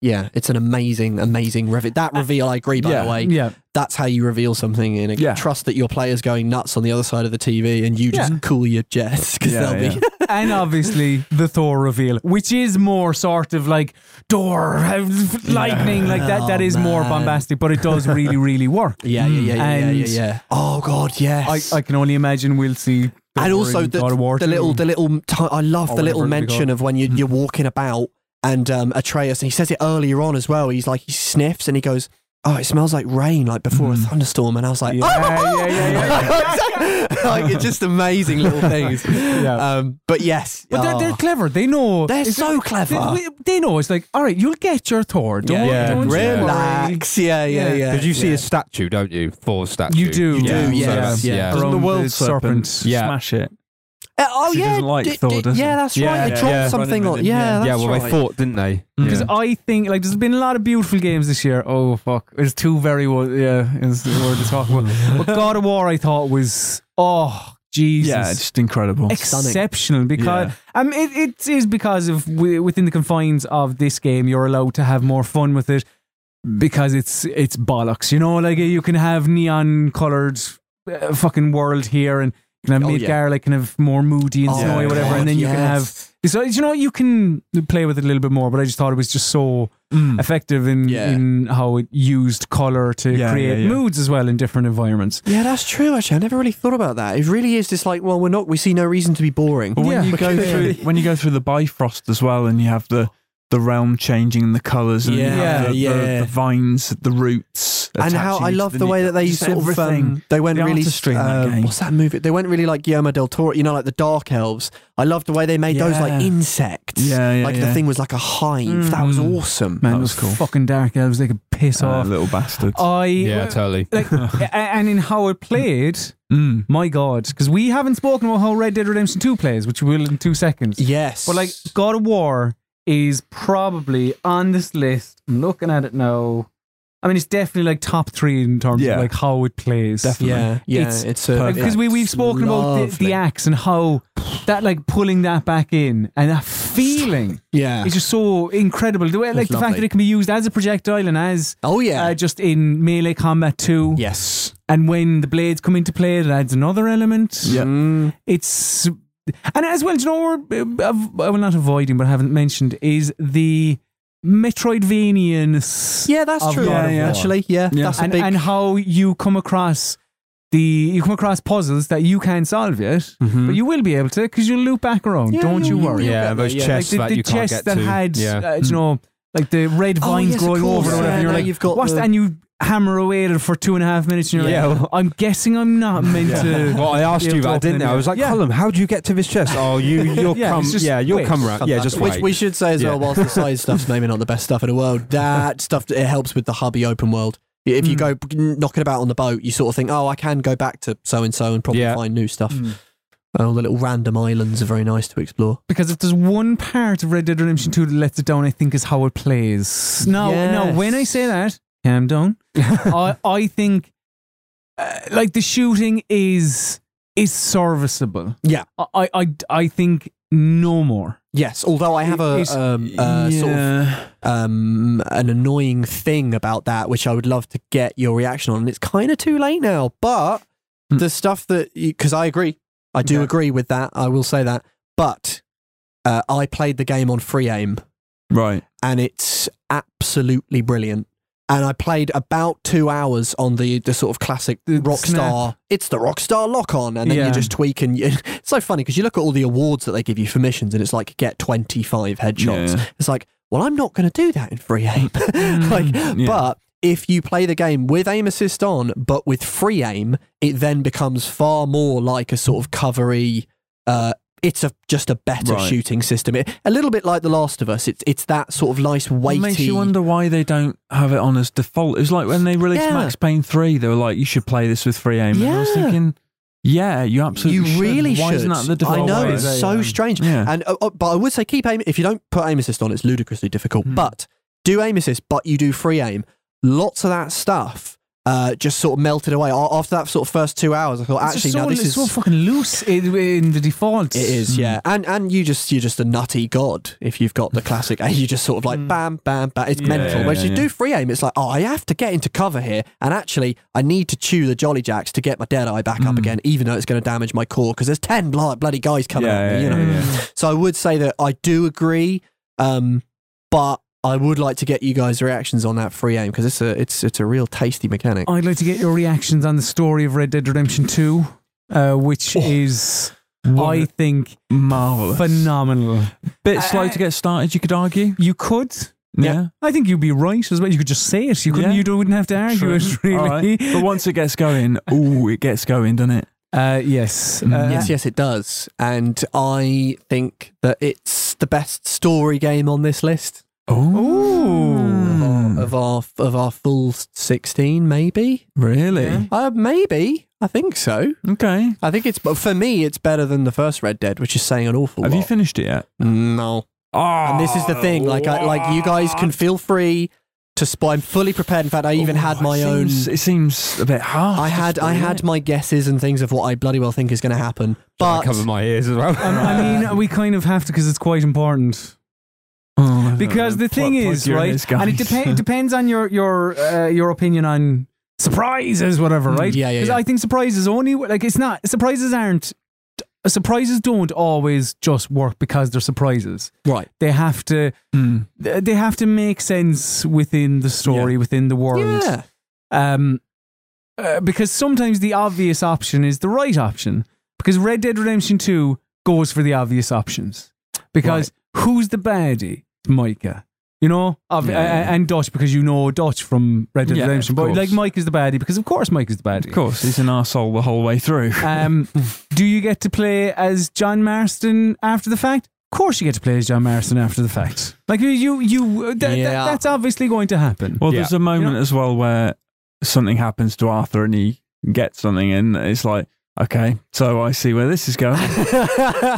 C: yeah, it's an amazing, amazing reveal. That reveal, I agree. By
B: Uh, Yeah.
C: the way,
A: yeah.
C: that's how you reveal something in a
B: Yeah.
C: trust that your player's going nuts on the other side of the TV and you just cool your jets because
B: Yeah,
C: they'll be
A: and obviously the Thor reveal, which is more sort of like door lightning, like that. That
C: Oh,
A: is more
C: man.
A: bombastic, but it does really, really work.
C: yeah, yeah, yeah, yeah, yeah,
A: And-
C: yeah, yeah. Oh god,
A: I,
C: yes.
A: I can only imagine we'll see. Thor
C: and also
A: in
C: the,
A: God of War
C: the
A: too.
C: little, the little. T- I love
A: Or
C: the little
A: whatever it'll be
C: mention
A: called.
C: of when you, you're walking about and um, Atreus, and he says it earlier on as well. He's like he sniffs and he goes, "Oh, it smells like rain, like before a thunderstorm." And I was like,
A: Yeah,
C: "Oh!"
A: yeah, yeah,
C: like it's just amazing little things.
A: Yeah.
C: Um, but yes,
A: But they're,
C: oh,
A: they're clever. They know.
C: they're
A: It's-
C: so
A: They,
C: clever.
A: they know it's like, all right, you'll get your Thor. Don't,
D: Yeah.
A: don't you
D: Yeah.
A: worry.
C: Relax. Yeah, yeah,
A: Yeah.
C: yeah.
D: Because you see
C: yeah.
D: his statue, don't you? Thor's statue.
A: You do.
C: do,
D: Yeah.
C: yes,
D: So that's-
C: yeah.
D: yeah.
A: Around
B: Doesn't the world
A: the
B: serpent
A: serpent.
D: Yeah.
B: smash it?
C: Uh, oh
B: She
C: yeah,
B: doesn't like
C: d-
B: Thor,
C: d-
B: does
C: yeah,
B: she?
C: that's
D: Yeah,
C: right. They
D: yeah,
C: dropped
D: yeah.
C: something
B: Running with
C: on.
B: him,
C: Yeah,
D: yeah,
C: that's
D: well,
C: right. Mm.
D: they fought, didn't they?
A: Because I think like there's been a lot of beautiful games this year. Oh fuck, it's two very wo- yeah, is the word to talk about. but God of War, I thought was oh Jesus,
B: Yeah, just incredible.
C: Stunning.
A: exceptional because um it, it is because of wi- within the confines of this game you're allowed to have more fun with it because it's it's bollocks you know like you can have neon colored uh, fucking world here and you can have
C: Oh, yeah.
A: Midgar like kind of more moody and
C: Oh,
A: snowy
B: yeah.
A: whatever
C: God,
A: and then you can have
C: yes.
A: so you know you can play with it a little bit more but I just thought it was just so
B: Mm.
A: effective in
C: Hmm. Yeah.
A: in how it used color to
B: Yeah,
A: create
B: yeah, yeah.
A: moods as well in different environments
C: Yeah, that's true. Actually, I never really thought about that. It really is just like, well, we're not. We see no reason to be boring.
B: But when
A: Yeah.
B: you go
C: Because-
B: through when you go through the Bifrost as well, and you have the the realm changing and the colours and you have
A: Yeah,
B: the, the-
C: yeah.
B: the vines, the roots,
C: and how I love the, way that they sort
B: everything.
C: of um, they went
B: The
C: really
B: artistry in that
C: uh,
B: game.
C: what's that movie? They went really like Guillermo del Toro, you know, like the Dark Elves. I loved the way they made those like
B: Yeah.
C: insects.
B: Yeah, yeah,
C: like
B: yeah.
C: the thing was like a hive. That was
A: Mm.
C: awesome.
B: Man,
A: Those
B: was cool.
A: fucking dark elves they could piss
B: Uh,
A: off
B: little bastards.
A: I
D: Yeah, totally.
A: like, a- and in how it played,
B: Mm.
A: my God, because we haven't spoken about how Red Dead Redemption 2 plays, which we will in two seconds.
C: Yes,
A: But like, God of War is probably on this list. I'm looking at it now. I mean, it's definitely like top three in terms
B: Yeah.
A: of like how it plays.
B: Definitely.
C: yeah, yeah,
A: It's
C: it's, uh, a
A: Because we, we've spoken about the, the axe and how that like pulling that back in and that feeling
C: yeah.
A: is just so incredible. The way, like
C: That's
A: the fact
C: lovely.
A: that it can be used as a projectile and as
C: oh yeah,
A: uh, just in melee combat too.
C: yes,
A: And when the blades come into play, it adds another element.
B: Yeah.
C: Mm.
A: It's and as well, do you know, we're, uh, av- well, not avoiding, but I haven't mentioned is the Metroidvanian.
C: yeah, that's
A: Of
C: true.
A: God
B: of War.
C: Actually, yeah,
B: Yeah.
C: that's a
A: and
C: big.
A: and how you come across the you come across puzzles that you can't solve yet, but you will be able to because you'll loop back around.
C: Mm-hmm. Yeah,
A: don't you
C: you'll-
A: worry.
C: you'll
D: Yeah,
C: get
D: those
C: there, yeah.
A: Like
D: chests
A: the,
D: that
A: the
D: you can't
A: chests
D: get
A: that
D: to.
A: had,
D: yeah.
A: uh, do you know, like the red
C: Mm. Oh,
A: vines
C: yes, of
A: growing
C: course,
A: over and whatever.
C: yeah,
A: and you're
C: now
A: like,
C: you've got
A: what's
C: the-
A: that? And you hammer away at it for two and a half minutes, and you're
D: Yeah,
A: like,
D: well-
A: I'm guessing I'm not meant to.
D: Well, I asked
A: be
D: you
A: able to
D: that,
A: open
D: didn't
A: it
D: I? I was like,
A: Yeah.
D: Colin, how do you get to this chest? Oh, you, you'll
A: Yeah,
D: come.
A: it's just
D: yeah, you'll
A: wait,
D: come
A: just
D: around.
A: come
D: Yeah,
A: back.
D: just
C: Which
D: wait.
C: we should say as
D: Yeah.
C: well, whilst the side stuff's maybe not the best stuff in the world, that stuff it helps with the hubby open world. If you go knocking about on the boat, you sort of think, oh, I can go back to so and so and probably
D: Yeah.
C: find new stuff. All the little random islands are very nice to explore.
A: Because if there's one part of Red Dead Redemption 2 that lets it down, I think is how it plays. No, no.
C: Yes.
A: When I say that, calm down. I, I think, uh, like the shooting is is serviceable.
C: Yeah.
A: I, I, I- I think no more.
C: Yes, although I have a
A: It's-
C: um, uh, sort of
B: Yeah.
C: um, an annoying thing about that, which I would love to get your reaction on. And it's kind of too late now, but
B: Hmm.
C: the stuff that because I agree, I do
A: Yeah.
C: agree with that. I will say that, but uh, I played the game on free aim,
B: right.
C: and it's absolutely brilliant. And I played about two hours on the, the sort of classic
A: The
C: rock Rockstar. It's the Rockstar lock on, and then
A: Yeah.
C: you just tweak. And you, it's so funny because you look at all the awards that they give you for missions, and it's like get twenty five headshots.
B: Yeah.
C: It's like, well, I'm not going to do that in free aim. like,
B: Mm, Mm-hmm. yeah.
C: but if you play the game with aim assist on, but with free aim, it then becomes far more like a sort of covery. Uh, it's a just a better
B: Right.
C: shooting system. It, a little bit like The Last of Us. It's it's that sort of nice weighty.
B: It makes you wonder why they don't have it on as default. It was like when they released
C: Yeah.
B: Max Payne 3, they were like, you should play this with free aim. And I was
C: Yeah.
B: thinking, yeah, you absolutely
C: you
B: should.
C: really
B: Why
C: should.
B: isn't that the default?
C: I know
A: way?
C: it's
A: Yeah,
C: so
A: yeah.
C: strange.
B: Yeah.
C: And uh, uh, but I would say keep aim. If you don't put aim assist on, it's ludicrously difficult.
B: Hmm.
C: But do aim assist, but you do free aim. Lots of that stuff uh, just sort of melted away A- after that sort of first two hours. I thought
A: It's
C: actually
A: just so,
C: no, this
A: it's
C: is
A: so fucking loose in, in the default.
C: It
B: Hmm.
C: is, yeah. And and you just you're just a nutty god if you've got the classic. aim. You just sort of like bam, bam, bam. It's mental.
B: Hmm. yeah,
C: Whereas
B: yeah,
C: you
B: yeah.
C: do free aim, it's like oh, I have to get into cover here, and actually I need to chew the jolly jacks to get my dead eye back
B: Hmm.
C: up again, even though it's going to damage my core because there's ten blood, bloody guys coming
B: Yeah,
C: at me.
B: yeah,
C: you know.
B: yeah,
C: So I would say that I do agree, um, but I would like to get you guys' reactions on that free aim because it's a it's it's a real tasty mechanic.
A: I'd like to get your reactions on the story of Red Dead Redemption 2, uh,
C: Oh.
A: which is, I think,
B: Marvelous.
A: phenomenal.
B: Bit slow to get started, you could argue.
A: You could
B: Yeah.
A: I think you'd be right as well. You could just say it. You couldn't.
B: Yeah.
A: You don't- wouldn't have to argue
B: True.
A: it. Really.
B: All right. But once it gets going, ooh, it gets going, doesn't it?
A: Uh, yes. Uh,
B: Mm.
C: Yes, yes, it does. And I think that it's the best story game on this list.
A: Ooh.
B: Mm.
C: of our of our full sixteen, maybe.
B: Really?
A: Yeah.
C: Uh, maybe I think so.
B: Okay.
C: I think it's but for me, it's better than the first Red Dead, which is saying an awful
B: Have
C: lot.
B: you finished it yet?
C: no.
B: Oh,
C: And this is the thing, like I, like you guys can feel free to spy. I'm fully prepared. In fact, I even had my own.
B: Oh, It seems a bit harsh.
C: I had I had my guesses and things of what I bloody well think is going to happen.
D: I
C: But
D: cover my ears as well.
A: Um, I mean, we kind of have to because it's quite important.
B: Oh,
A: Because the thing is, right, and it, depe- it depends on your your uh, your opinion on surprises, whatever,
C: Mm,
A: right?
C: yeah, yeah,
A: 'Cause
C: yeah.
A: I think surprises only like it's not surprises aren't surprises don't always just work because they're surprises.
C: right,
A: They have to
B: Mm.
A: they have to make sense within the story, within the world.
C: yeah,
A: Um, uh, because sometimes the obvious option is the right option. Because Red Dead Redemption 2 goes for the obvious options. Because who's the baddie? It's Micah. You know, of,
B: Yeah.
A: a- a- and Dutch, because you know Dutch from Red Dead
B: Yeah,
A: Redemption.
B: of
A: But
B: course.
A: like Mike is the baddie, because of course Mike is the baddie.
B: Of course, he's an arsehole the whole way through.
A: Um, do you get to play as John Marston after the fact? Of course, you get to play as John Marston after the fact. Like you, you, you that- that-
C: Yeah.
A: that's obviously going to happen.
B: Well,
D: Yeah.
B: there's a moment as well where something happens to Arthur and he gets something, and it's like, okay, so I see where this is going.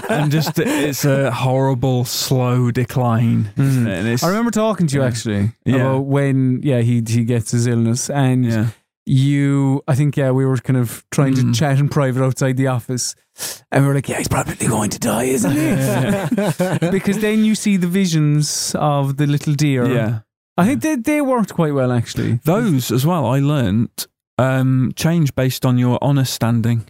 B: and just it's a horrible, slow decline. Isn't it? And it's,
A: I remember talking to you
B: Yeah.
A: actually
B: Yeah.
A: about when yeah he he gets his illness and
B: Yeah.
A: you I think yeah we were kind of trying
B: Mm.
A: to chat in private outside the office and we were like yeah he's probably going to die isn't he
B: Yeah.
A: because then you see the visions of the little deer
B: yeah.
A: I think they they worked quite well actually
B: Those as well, I learnt um, change based on your honour standing.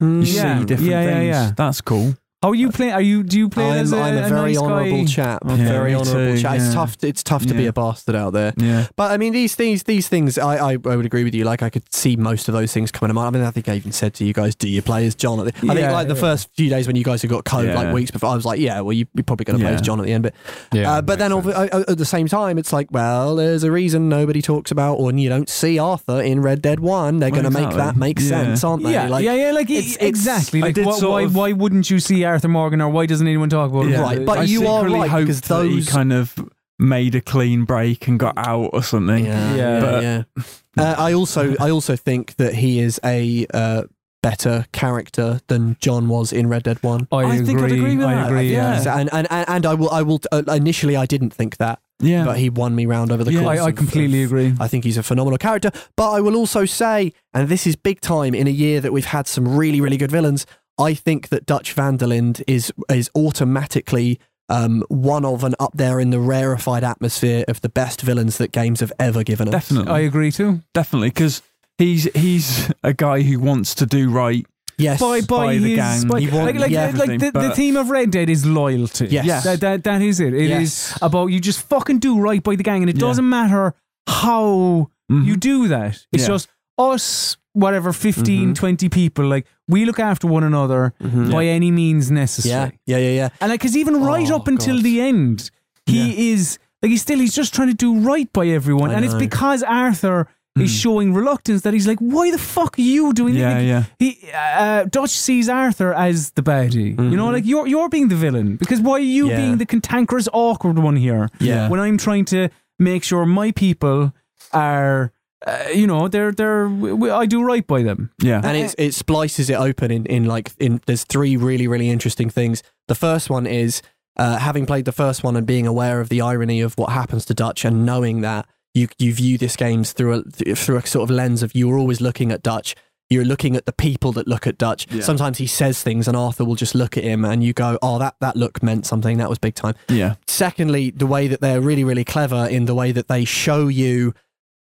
C: Hmm. Mm.
B: You
A: Yeah.
B: see different
A: Yeah, yeah,
B: things.
A: yeah.
B: That's cool.
A: how are you playing are you do you play
C: I'm,
A: as a,
C: I'm a very
A: nice
C: honourable
A: guy?
C: chap.
B: Yeah,
C: very
B: me
C: honourable
B: too,
C: chap. It's
B: yeah.
C: tough. It's tough to be
B: Yeah.
C: a bastard out there.
B: Yeah.
C: But I mean, these these these things, I, I I would agree with you. Like I could see most of those things coming to mind. I mean, I think I even said to you guys, "Do you play as John?" At the, I think
A: Yeah,
C: like the
A: yeah.
C: first few days when you guys had got code,
B: Yeah.
C: like weeks before, I was like, "Yeah, well, you, you're probably going to play as
B: Yeah.
C: John at the end." But uh, but then over, uh, at the same time, it's like, well, there's a reason nobody talks about, or you don't see Arthur in Red Dead One. They're
B: Well,
C: going to make
B: exactly.
C: that make
B: Yeah.
C: sense, aren't they?
A: yeah,
C: like,
A: yeah, yeah, like
C: it's-
A: it's,
C: it's-
A: exactly.
B: I
A: Like,
B: did
A: why,
B: sort
A: why,
B: of-
A: why wouldn't you see Arthur Morgan, or why doesn't anyone talk about
B: Yeah.
A: it?
C: Right, but
B: I
C: you are
B: secretly
C: right,
B: hoped
C: because
B: that he
C: those-
B: kind of made a clean break and got out or something.
C: yeah,
A: Yeah.
C: yeah.
B: But-
C: yeah. Uh, I also I also think that he is a uh, better character than John was in Red Dead One. Uh,
A: I,
B: I
A: agree.
B: think I'd agree with
A: I
B: that.
A: agree.
B: Yeah.
A: Yeah.
C: So- and, and and and I will I will uh, initially I didn't think that,
B: Yeah.
C: but he won me round over the
B: Yeah,
C: course.
A: I, I
C: of-
A: completely
C: of-
A: agree.
C: I think he's a phenomenal character, but I will also say, and this is big time in a year that we've had some really really good villains. I think that Dutch Vanderlind is is automatically um, one of and up there in the rarefied atmosphere of the best villains that games have ever given us.
B: definitely.
A: I agree too.
B: definitely. Because he's, he's a guy who wants to do right.
C: Yes.
A: By, by,
B: by the
A: his,
B: gang.
A: by-
C: He won't
A: like, like,
C: be
A: like,
B: everything,
A: the, the
B: but-
A: theme of Red Dead is loyalty.
C: Yes. Yes.
A: That, that, that is it. It is
C: Yes.
A: about you just fucking do right by the gang, and it
B: Yeah.
A: doesn't matter how
B: Mhm.
A: you do that. It's
B: Yeah.
A: just us, whatever, 15,
C: Mhm.
A: 20 people, like, we look after one another
C: Mhm.
A: by any means necessary.
C: Yeah. Yeah. Yeah. Yeah.
A: And like, because even right
C: Oh,
A: up until
C: God.
A: the end, he is like he's still he's just trying to do right by everyone,
C: I
A: and it's
C: know. Hmm.
A: because Arthur is showing reluctance that he's like, why the fuck are you doing? it?"
B: Yeah,
A: Like,
B: yeah.
A: He uh, Dutch sees Arthur as the baddie. You know, like you're you're being the villain because why are you
C: Mm-hmm. Yeah.
A: being the cantankerous, awkward one here?
C: Yeah.
A: When I'm trying to make sure my people are. Uh, you know, they're they're. w- w- I do right by them.
B: Yeah.
C: and it's, it splices it open in, in like in there's three really really interesting things the first one is uh, having played the first one and being aware of the irony of what happens to dutch and knowing that you you view this games through a th- through a sort of lens of you're always looking at dutch you're looking at the people that look at Dutch. Sometimes he says things, and Arthur will just look at him, and you go, "Oh, that that look meant something. That was big time."
B: yeah.
C: secondly, the way that they're really, really clever in the way that they show you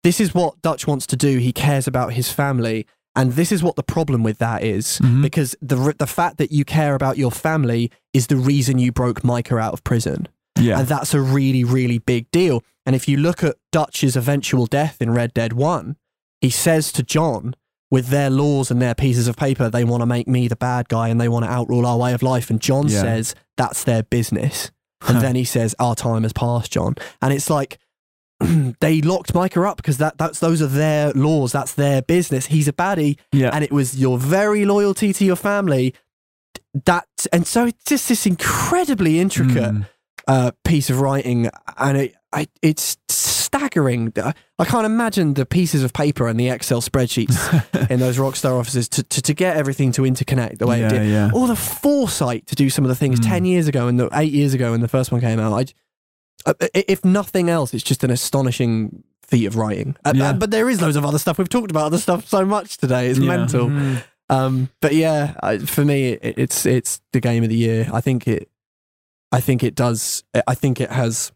C: this is what Dutch wants to do. He cares about his family. And this is what the problem with that is, because the, r- the fact that you care about your family is the reason you broke Micah out of prison.
B: Yeah.
C: And that's a really, really big deal. And if you look at Dutch's eventual death in Red Dead 1, he says to John, with their laws and their pieces of paper, they want to make me the bad guy and they want to outrule our way of life. And John
B: Yeah.
C: says, that's their business. And then he says, our time has passed, John. And it's like, they locked Micah up because that, that's, those are their laws. That's their business. He's a baddie.
B: Yeah.
C: And it was your very loyalty to your family. That, and so it's just this incredibly intricate
B: Mm.
C: uh, piece of writing, and it I, it's staggering. I I can't imagine the pieces of paper and the Excel spreadsheets in those Rockstar offices to, to, to get everything to interconnect the way it
B: yeah,
C: did
B: yeah.
C: or the foresight to do some of the things
B: Mm.
C: 10 years ago and the 8 years ago when the first one came out I j- uh, i- if nothing else it's just an astonishing feat of writing Uh,
B: Yeah.
C: uh, but there is loads of other stuff we've talked about other stuff so much today it's
B: Yeah. Mm-hmm.
C: mental
A: Mm.
C: um, but yeah I, for me it, it's it's the game of the year I think it I think it does uh, I think it has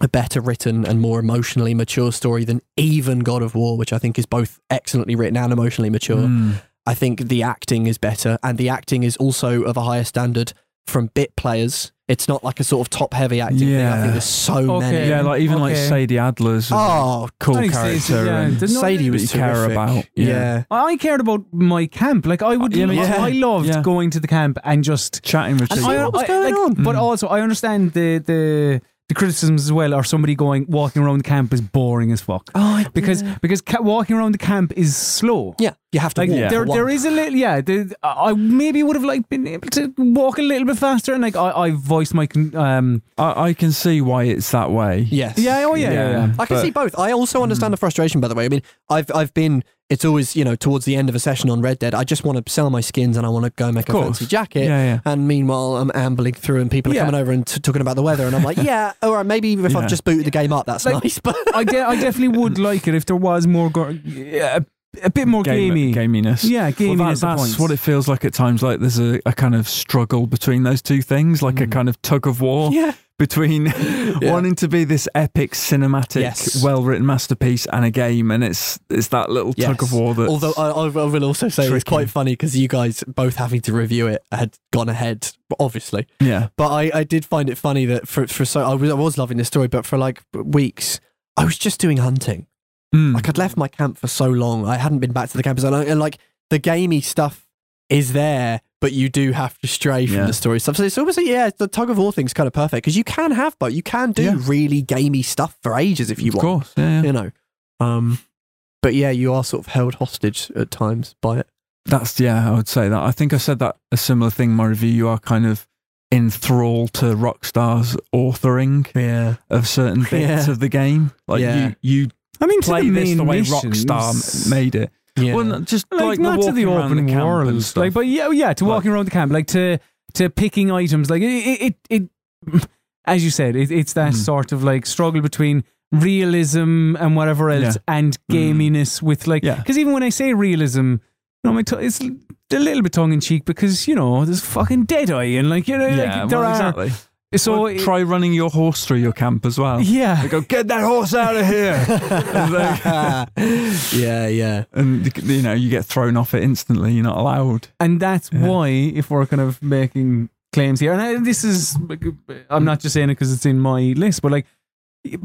C: a better written and more emotionally mature story than even God of War which I think is both excellently written and emotionally mature
B: Mm.
C: I think the acting is better, and the acting is also of a higher standard from bit players. It's not like a sort of top heavy acting thing. I
B: Yeah.
C: think there's so
A: Okay.
C: many.
B: Yeah, like even like
A: Okay.
B: Sadie Adler's is a
C: um, Oh,
B: cool
A: Nice,
B: character.
A: yeah,
B: and-
A: didn't- There's not
C: Sadie
A: many
C: was
B: that you care
C: terrific.
B: about.
C: Yeah.
B: Yeah.
A: I I cared about my camp. Like I would,
B: Yeah, me
A: I
C: too.
A: loved
B: Yeah.
A: going to the camp and just
B: Chatting with
C: I
B: people.
C: see what was going on.
A: But
B: Mm.
A: also, I understand the the the criticisms as well. Are somebody going walking around the camp is boring as fuck
C: Oh, I-
A: because because ca- walking around the camp is slow.
C: yeah, you have to.
A: Like
C: walk
B: Yeah.
C: for
A: there,
C: one.
A: there is a little yeah. There, I maybe would have like been able to walk a little bit faster, and like I, I voiced my con- um
B: I, I can see why it's that way.
C: Yes.
A: yeah oh yeah yeah. yeah.
C: I can
B: But-
C: see both. I also understand the frustration, by the way. I mean, I've I've been. It's always you know towards the end of a session on Red Dead. I just want to sell my skins and I want to go make a
B: course.
C: fancy jacket.
B: Yeah, yeah.
C: And meanwhile, I'm ambling through and people are
A: Yeah.
C: coming over and t- talking about the weather. And I'm like, yeah, all right, maybe if
B: Yeah.
C: I've just booted the game up, that's
A: Like-
C: nice. But
A: I, de- I definitely would like it if there was more go- yeah, a, a bit more
B: Game-
A: gamey.
B: gaminess.
A: Yeah, gamey.
B: Well, that- that's what it feels like at times. Like there's a, a kind of struggle between those two things, like a kind of tug of war
C: Hmm. yeah,
B: between wanting to be this epic, cinematic,
C: Yes.
B: well-written masterpiece and a game, and it's it's that little tug of war that.
C: Although uh, I, I I will also say
B: tricky.
C: it's quite funny because you guys both having to review it had gone ahead, obviously.
B: yeah,
C: But I, I did find it funny that for for so I was I was loving this story, but for like weeks I was just doing hunting.
B: Mm.
C: Like I'd left my camp for so long, I hadn't been back to the campus, and, I, and like the gamey stuff is there, but you do have to stray from
B: Yeah.
C: the story stuff. So it's almost like, yeah, the tug of war thing's kind of perfect because you can have both. You can do
B: Yeah.
C: really gamey stuff for ages if you
B: of
C: want
B: course, yeah, yeah.
C: you know. Um, but yeah, you are sort of held hostage at times by it.
B: That's yeah, I would say that. I think I said that a similar thing in my review. You are kind of enthralled to Rockstar's authoring
C: Yeah,
B: of certain bits
C: Yeah.
B: of the game. Like
C: Yeah.
B: you, you
A: I mean, to
B: play
A: the
B: this
A: main
B: the way
A: missions,
B: Rockstar m- made it.
C: yeah.
B: Well, not just
A: like,
B: like,
A: not
B: the
A: to the
B: walking around
A: open
B: the camp
A: world,
B: and stuff.
A: like, but yeah, yeah, to walking around the camp, like to to picking items, like it, it, it, it as you said, it, it's that
B: Mm.
A: sort of like struggle between realism and whatever else, and gaminess with like,
B: Mm. Yeah.
A: because even when I say realism, you know, my t- it's a little bit tongue in cheek because you know there's fucking Deadeye and like you know, like, there
B: well,
A: are
B: exactly.
A: so
B: Or
A: it-
B: try running your horse through your camp as well.
A: yeah,
B: They go, get that horse out of here,
C: yeah, yeah.
B: and you know you get thrown off it instantly. You're not allowed.
A: and that's
B: Yeah.
A: why if we're kind of making claims here and I, this is i'm not just saying it because it's in my list but like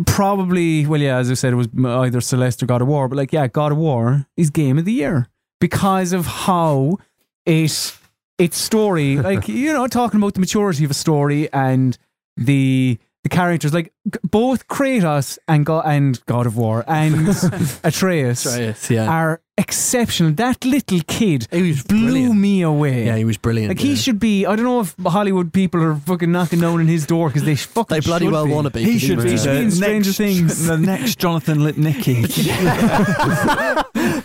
A: probably well yeah as i said it was either celeste or god of war but like yeah god of war is game of the year because of how it its story like you know talking about the maturity of a story and the the characters like g- both kratos and god and god of war and atreus
C: yeah.
A: are exceptional that little kid
C: He was
A: blew
C: brilliant.
A: me away.
C: Yeah, he was brilliant.
A: like he
C: yeah.
A: should be. I don't know if Hollywood people are fucking knocking down on his door because they sh- fucking
C: They bloody
A: should
C: well
A: be.
C: want to be. 'cause was
A: be
C: great.
A: the- in Stranger Things.
B: the next Jonathan Lipnicki.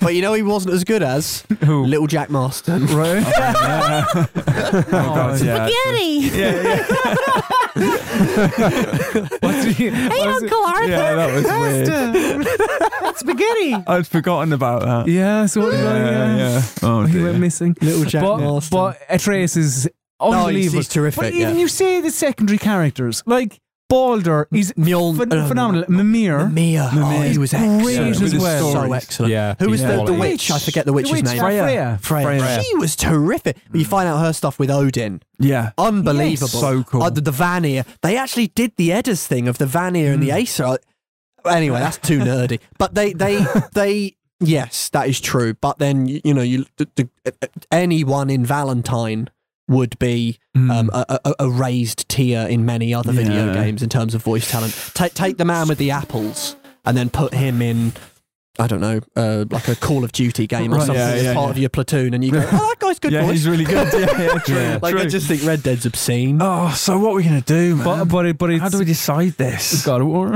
C: but you know, he wasn't as good as
A: Who?
C: Little Jack Marston.
A: right?
B: oh, God, yeah.
E: Spaghetti!
A: What's he-
E: Hey,
A: what's it-
E: Uncle Arthur!
B: yeah, that was weird.
A: Spaghetti.
B: I'd forgotten about that.
A: Yeah. So what did I,
B: yeah.
A: uh,
B: yeah. Oh,
A: He
B: dear.
A: went missing.
C: Little Jack
A: But,
C: Marston.
A: but Atreus is unbelievable.
C: no, he's, he's terrific.
A: but
C: yeah.
A: even you say the secondary characters like Balder is
C: Mjoln-
A: phen-
C: oh, no,
A: phenomenal.
C: no, no.
A: Mimir.
C: Mimir. Oh,
B: Mimir.
C: he was
A: Great
C: excellent.
A: as
C: He was
A: well.
C: So
B: Stories.
C: excellent.
D: Yeah.
C: Who was
D: he's
C: the, the
D: quality.
C: witch? I forget the witch's
A: witch,
C: name.
A: uh, Freya.
C: Freya.
D: Freya.
C: She was terrific. You find out her stuff with Odin.
B: yeah.
C: Unbelievable.
B: Yes. So cool.
C: Uh, the, the Van Ear. They actually did the Edders thing of the Van Ear
B: Hmm.
C: and the Acer. Uh, Anyway, that's too nerdy. But they, they, they, yes, that is true. But then, you, you know, you, the, the, uh, anyone in Valentine would be um, a, a, a raised tier in many other video
B: Hmm. Yeah.
C: games in terms of voice talent. Take, take the man with the apples and then put him in I don't know, uh, like a Call of Duty game or
B: Right,
C: something
B: yeah,
C: as
B: yeah,
C: part
B: yeah.
C: of your platoon, and you go, "Oh, that guy's good
B: yeah,
C: voice."
B: he's really good. Yeah, yeah, true.
D: Yeah.
C: like I
B: true.
C: just think Red Dead's obscene.
B: oh, so what are we gonna do, man?
A: But but it, but it's
B: How do we decide this?
A: God of War.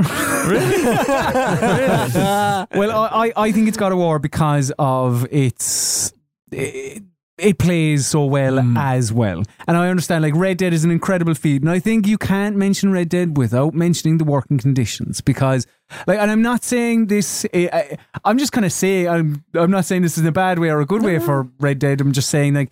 A: well, I, I- I think it's God of War because of its. It, it plays so well
C: Mm.
A: as well. And I understand, like, Red Dead is an incredible feat. And I think you can't mention Red Dead without mentioning the working conditions because, like, and I'm not saying this, I, I- I'm just going to say, I'm, I'm not saying this is a bad way or a good way for Red Dead. I'm just saying, like,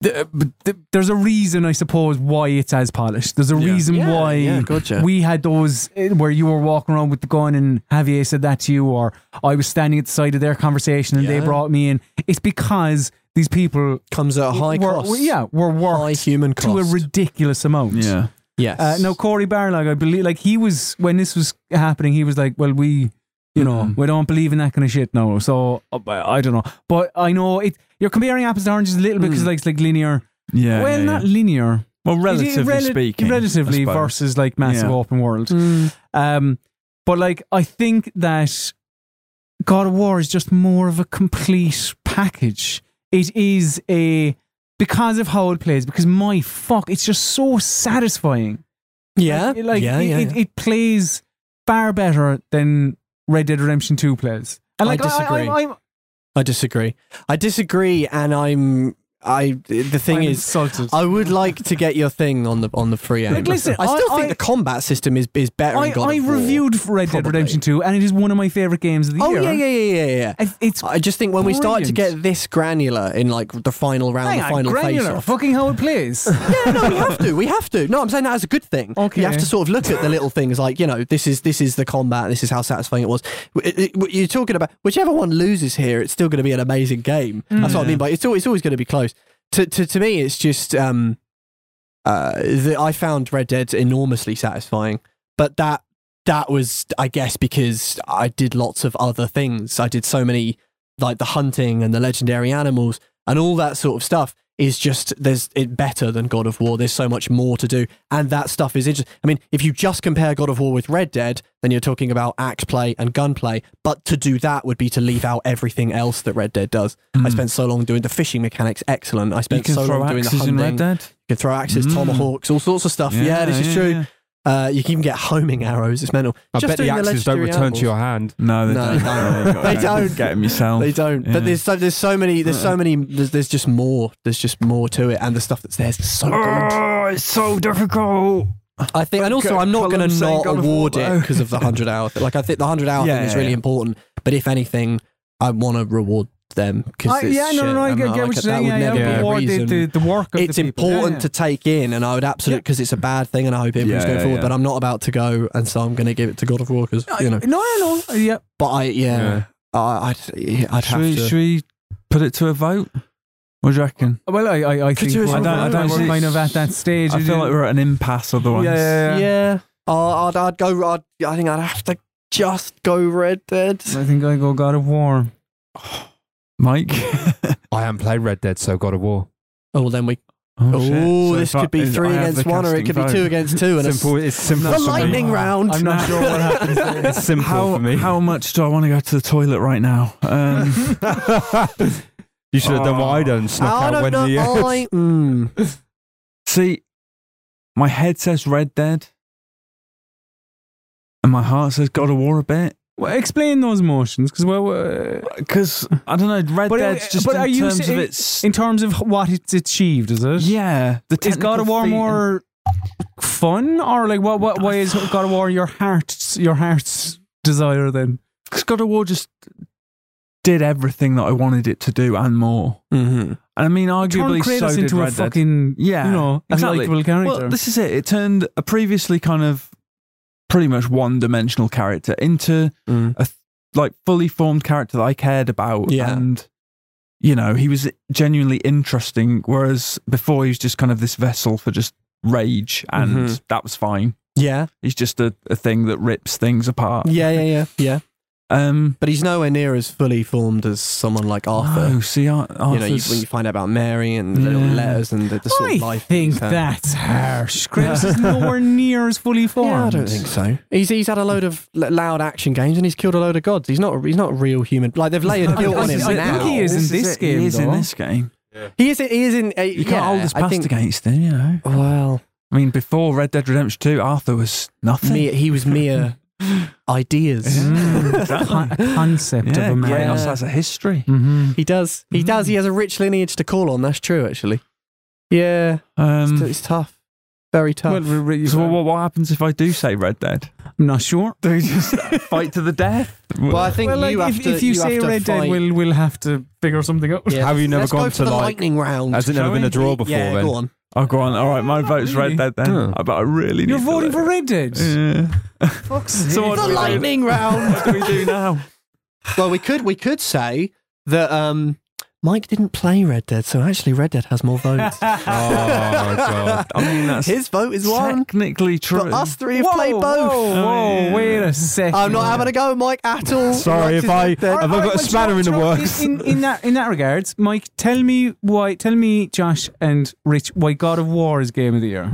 A: the, but the, there's a reason, I suppose, why it's as polished. There's a reason
C: Yeah,
A: why
C: yeah, gotcha.
A: we had those eh, where you were walking around with the gun and Javier said that to you, or I was standing at the side of their conversation and
C: Yeah.
A: they brought me in. It's because these people
C: Comes at a high
A: were,
C: cost.
A: were- yeah, were
C: high
A: worked
C: human
A: to a
C: cost.
A: ridiculous amount.
B: Yeah.
C: yes.
A: Uh, no, Corey Barlog, I believe, like he was when this was happening, he was like, "Well, we, you know,
B: Mhm.
A: we don't believe in that kind of shit now." So uh, but I don't know, but I know it. You're comparing apples to oranges a little bit because like it's like linear.
B: Mm. Yeah.
A: well,
B: yeah,
A: not
B: yeah.
A: linear.
B: well, relatively
A: Rel-
B: speaking.
A: relatively
B: I suppose.
A: versus like massive
B: Yeah.
A: open world. Um, but like, I think that God of War is just more of a complete package. It is a because of how it plays. Because my fuck, it's just so satisfying.
C: yeah,
A: It, like
C: Uh, yeah,
A: it,
C: yeah,
A: It,
C: yeah.
A: it plays far better than Red Dead Redemption Two plays. And
C: I
A: like,
C: disagree.
A: I, am
C: I disagree. I disagree, and I'm. I the thing
A: I'm
C: is,
A: insulted.
C: I would like to get your thing on the on the free aim.
A: Like, listen,
C: I still
A: I-
C: think
A: I-
C: the combat system is is better.
A: I,
C: in God
A: I
C: of War.
A: reviewed Red Dead
C: probably.
A: Redemption Two, and it is one of my favorite games of the
C: Oh
A: year.
C: yeah, yeah, yeah, yeah, yeah.
A: It's- It's
C: I just think when we start to
A: Brilliant.
C: get this granular in like the final round,
A: hang
C: the
A: on,
C: final face
A: granular,
C: off.
A: fucking how it plays.
C: yeah, no, we have to. We have to. No, I'm saying that as a good thing.
A: Okay.
C: You have to sort of look at the little things like, you know, this is this is the combat, this is how satisfying it was. It- it- what you're talking about whichever one loses here, it's still going to be an amazing game. That's what I mean by it's always, it's always going to be close. To, to to me it's just um uh the, I found Red Dead enormously satisfying, but that that was I guess because I did lots of other things. I did so many like the hunting and the legendary animals and all that sort of stuff is just there's it better than God of War. There's so much more to do, and that stuff is interesting. I mean, if you just compare God of War with Red Dead, then you're talking about axe play and gunplay. But to do that would be to leave out everything else that Red Dead does. I spent so long doing the fishing mechanics, excellent. I
B: Hmm. You
C: spent
B: can
C: so
B: throw
C: long doing the
B: axes
C: hunting.
B: in Red Dead.
C: You can throw axes,
B: Mm.
C: tomahawks, all sorts of stuff. Yeah, this is
B: yeah,
C: true.
B: yeah.
C: Uh, you can even get homing arrows. It's mental.
D: I
C: Just
D: bet the
C: doing
D: axes don't
C: legendary
D: return
C: animals.
D: to your hand.
B: No, they
C: No,
B: don't.
C: they don't.
B: They've got
C: They
B: that.
C: don't.
B: Get them yourself.
C: They don't.
B: Yeah.
C: But there's so there's so many there's so many there's, there's just more there's just more to it, and the stuff that's there is so good.
B: Oh, it's so difficult.
C: I think, and also
B: Okay,
C: I'm not going
B: Colin's
C: to
B: saying
C: not
B: God of War,
C: award it
B: though.
C: because of the hundred hour. Thing. Like I think the hundred hour
B: Yeah,
C: thing is
B: yeah,
C: really
B: yeah.
C: important. But if anything, I want to reward them
A: I-
C: because
A: yeah, no, no, no, I get, get what you're saying. Yeah, yeah,
D: be a
A: reward the, the, the work of
C: It's
A: the people. Yeah,
C: important
A: yeah.
C: to take in, and I would absolutely because it's a bad thing, and I hope everyone's
B: Yeah,
C: going
B: yeah,
C: forward.
B: yeah.
C: But I'm not about to go, and so I'm going to give it to God of War because you know.
A: No, no, no. Yeah.
C: But I, yeah,
D: Yeah.
C: I, I'd, yeah, I'd
B: Should
C: have
B: we,
C: to.
B: should we put it to a vote? What do you reckon?
A: Well, I, I, I
C: Could
A: think
C: you-
A: we're,
C: I don't- I don't
A: we're
C: see-
A: kind of at that stage.
B: I feel like we're at an impasse otherwise.
A: Yeah, yeah, yeah.
C: Yeah. Uh, I'd, I'd go. I'd, I think I'd have to just go Red Dead.
A: I think I go God of War.
B: Mike.
D: I haven't played Red Dead, so God of War.
C: Oh, well, then we.
B: Oh, shit.
C: Oh,
B: So
C: this
B: if I-
C: could be
B: is- I
C: three
B: have the
C: against one, or it
B: casting
C: could be
B: vote.
C: two against two, and
D: Simple.
C: a,
D: It's simple.
C: the
D: for me.
C: lightning round.
A: I'm not sure what happens. there.
D: It's simple
B: How,
D: for me.
B: how much do I want to go to the toilet right now? Um,
D: you should have done what I done. Snuck
C: I
D: out
C: don't
D: when
C: know. Oh.
D: the uh,
C: I, mm,
B: see, my head says Red Dead, and my heart says God of War a bit.
A: Well, explain those emotions, because well, uh,
B: Because, I don't know, Red
A: But, uh,
B: Dead's just
A: but
B: in
A: are you
B: terms
A: saying-
B: of its.
A: in terms of what it's achieved, is it?
B: yeah. The
A: Is God of
B: technical
A: War
B: feat and-
A: more fun, or like what? What? Why is God of War your heart's your heart's desire then?
B: Because God of War just did everything that I wanted it to do and more.
C: mm-hmm.
B: And I mean, arguably,
A: Turn Kratos
B: so did
A: into
B: Red
A: a
B: Dead.
A: fucking
B: Yeah,
A: you know,
B: exactly.
A: unlikable character.
B: Well, this is it. It turned a previously kind of pretty much one-dimensional character into
C: Mm.
B: a th- like fully formed character that I cared about.
C: Yeah.
B: and you know, he was genuinely interesting. Whereas before, he was just kind of this vessel for just rage, and
C: Mhm.
B: that was fine.
C: Yeah.
B: He's just a, a thing that rips things apart.
C: Yeah. Yeah. Yeah. Yeah.
B: Um,
C: But he's nowhere near as fully formed as someone like Arthur.
B: no, oh, see, Ar-
A: Oh,
C: you know, you,
B: Arthur's,
C: when you find out about Mary and the little
B: Yeah.
C: letters and the, the sort
A: I
C: of life. uh,
A: think
C: he's had.
A: that's harsh. Grips is nowhere near as fully formed.
C: Yeah, I don't think so. He's he's had a load of l- loud action games and he's killed a load of gods. He's not he's not a real human. Like they've layered guilt on
A: this
C: him
A: is it.
C: now.
A: Look, he is in this
B: it.
A: game,
B: He is in
A: though.
B: this game.
C: He is. He is in. A,
B: You can't
C: yeah,
B: hold this
C: I
B: past
C: think-
B: against him, you know.
C: Well,
B: I mean, before Red Dead Redemption 2, Arthur was nothing.
C: mere, he was mere ideas.
A: Mm, con- concept
B: yeah,
A: of a man.
B: Kratos has a history.
A: Mhm.
C: He does. He does. He has a rich lineage to call on. That's true, actually. Yeah, it's,
B: Um,
C: it's tough. Very tough.
A: Well, re- re-
B: so what, what happens if I do say Red Dead?
C: uh,
A: I'm not sure.
B: Do you just fight to the death?
C: Well, I think
A: Well, like,
C: you have
A: if,
C: to.
A: if you, say
C: have to
A: Red Dead,
C: fight-
A: we'll we'll have to figure something out.
C: Yeah.
D: Have you never
C: Let's
D: gone
C: go
D: to,
C: for the
D: like-
C: lightning round?
D: Has it never
B: Shall
D: been
B: we?
D: a draw before
C: yeah,
D: then?
C: go on.
B: Oh, go on. All right, my vote's
A: really.
B: Red Dead then.
D: Huh.
B: I, but I really
A: You're
B: need
A: voting
B: to
A: for Red Dead.
B: Yeah. So what
C: The
B: do we do?
C: lightning round.
B: What do we do now?
C: well, we could we could say that um, Mike didn't play Red Dead, so actually Red Dead has more votes.
D: Oh, God.
B: I mean, that's
C: His vote is one,
B: technically true.
C: but us three have
A: Whoa,
C: played both.
A: Whoa, whoa,
B: yeah.
A: wait a second.
C: Oh, I'm not having a go, at Mike, at all.
D: Sorry
C: Mike's
D: if I-
C: Red Dead.
D: I've got a
A: well,
D: spanner
A: Josh,
D: in the
A: Josh,
D: works.
A: In, in that in that regards, Mike, tell me why. Tell me, Josh and Rich, why God of War is game of the year.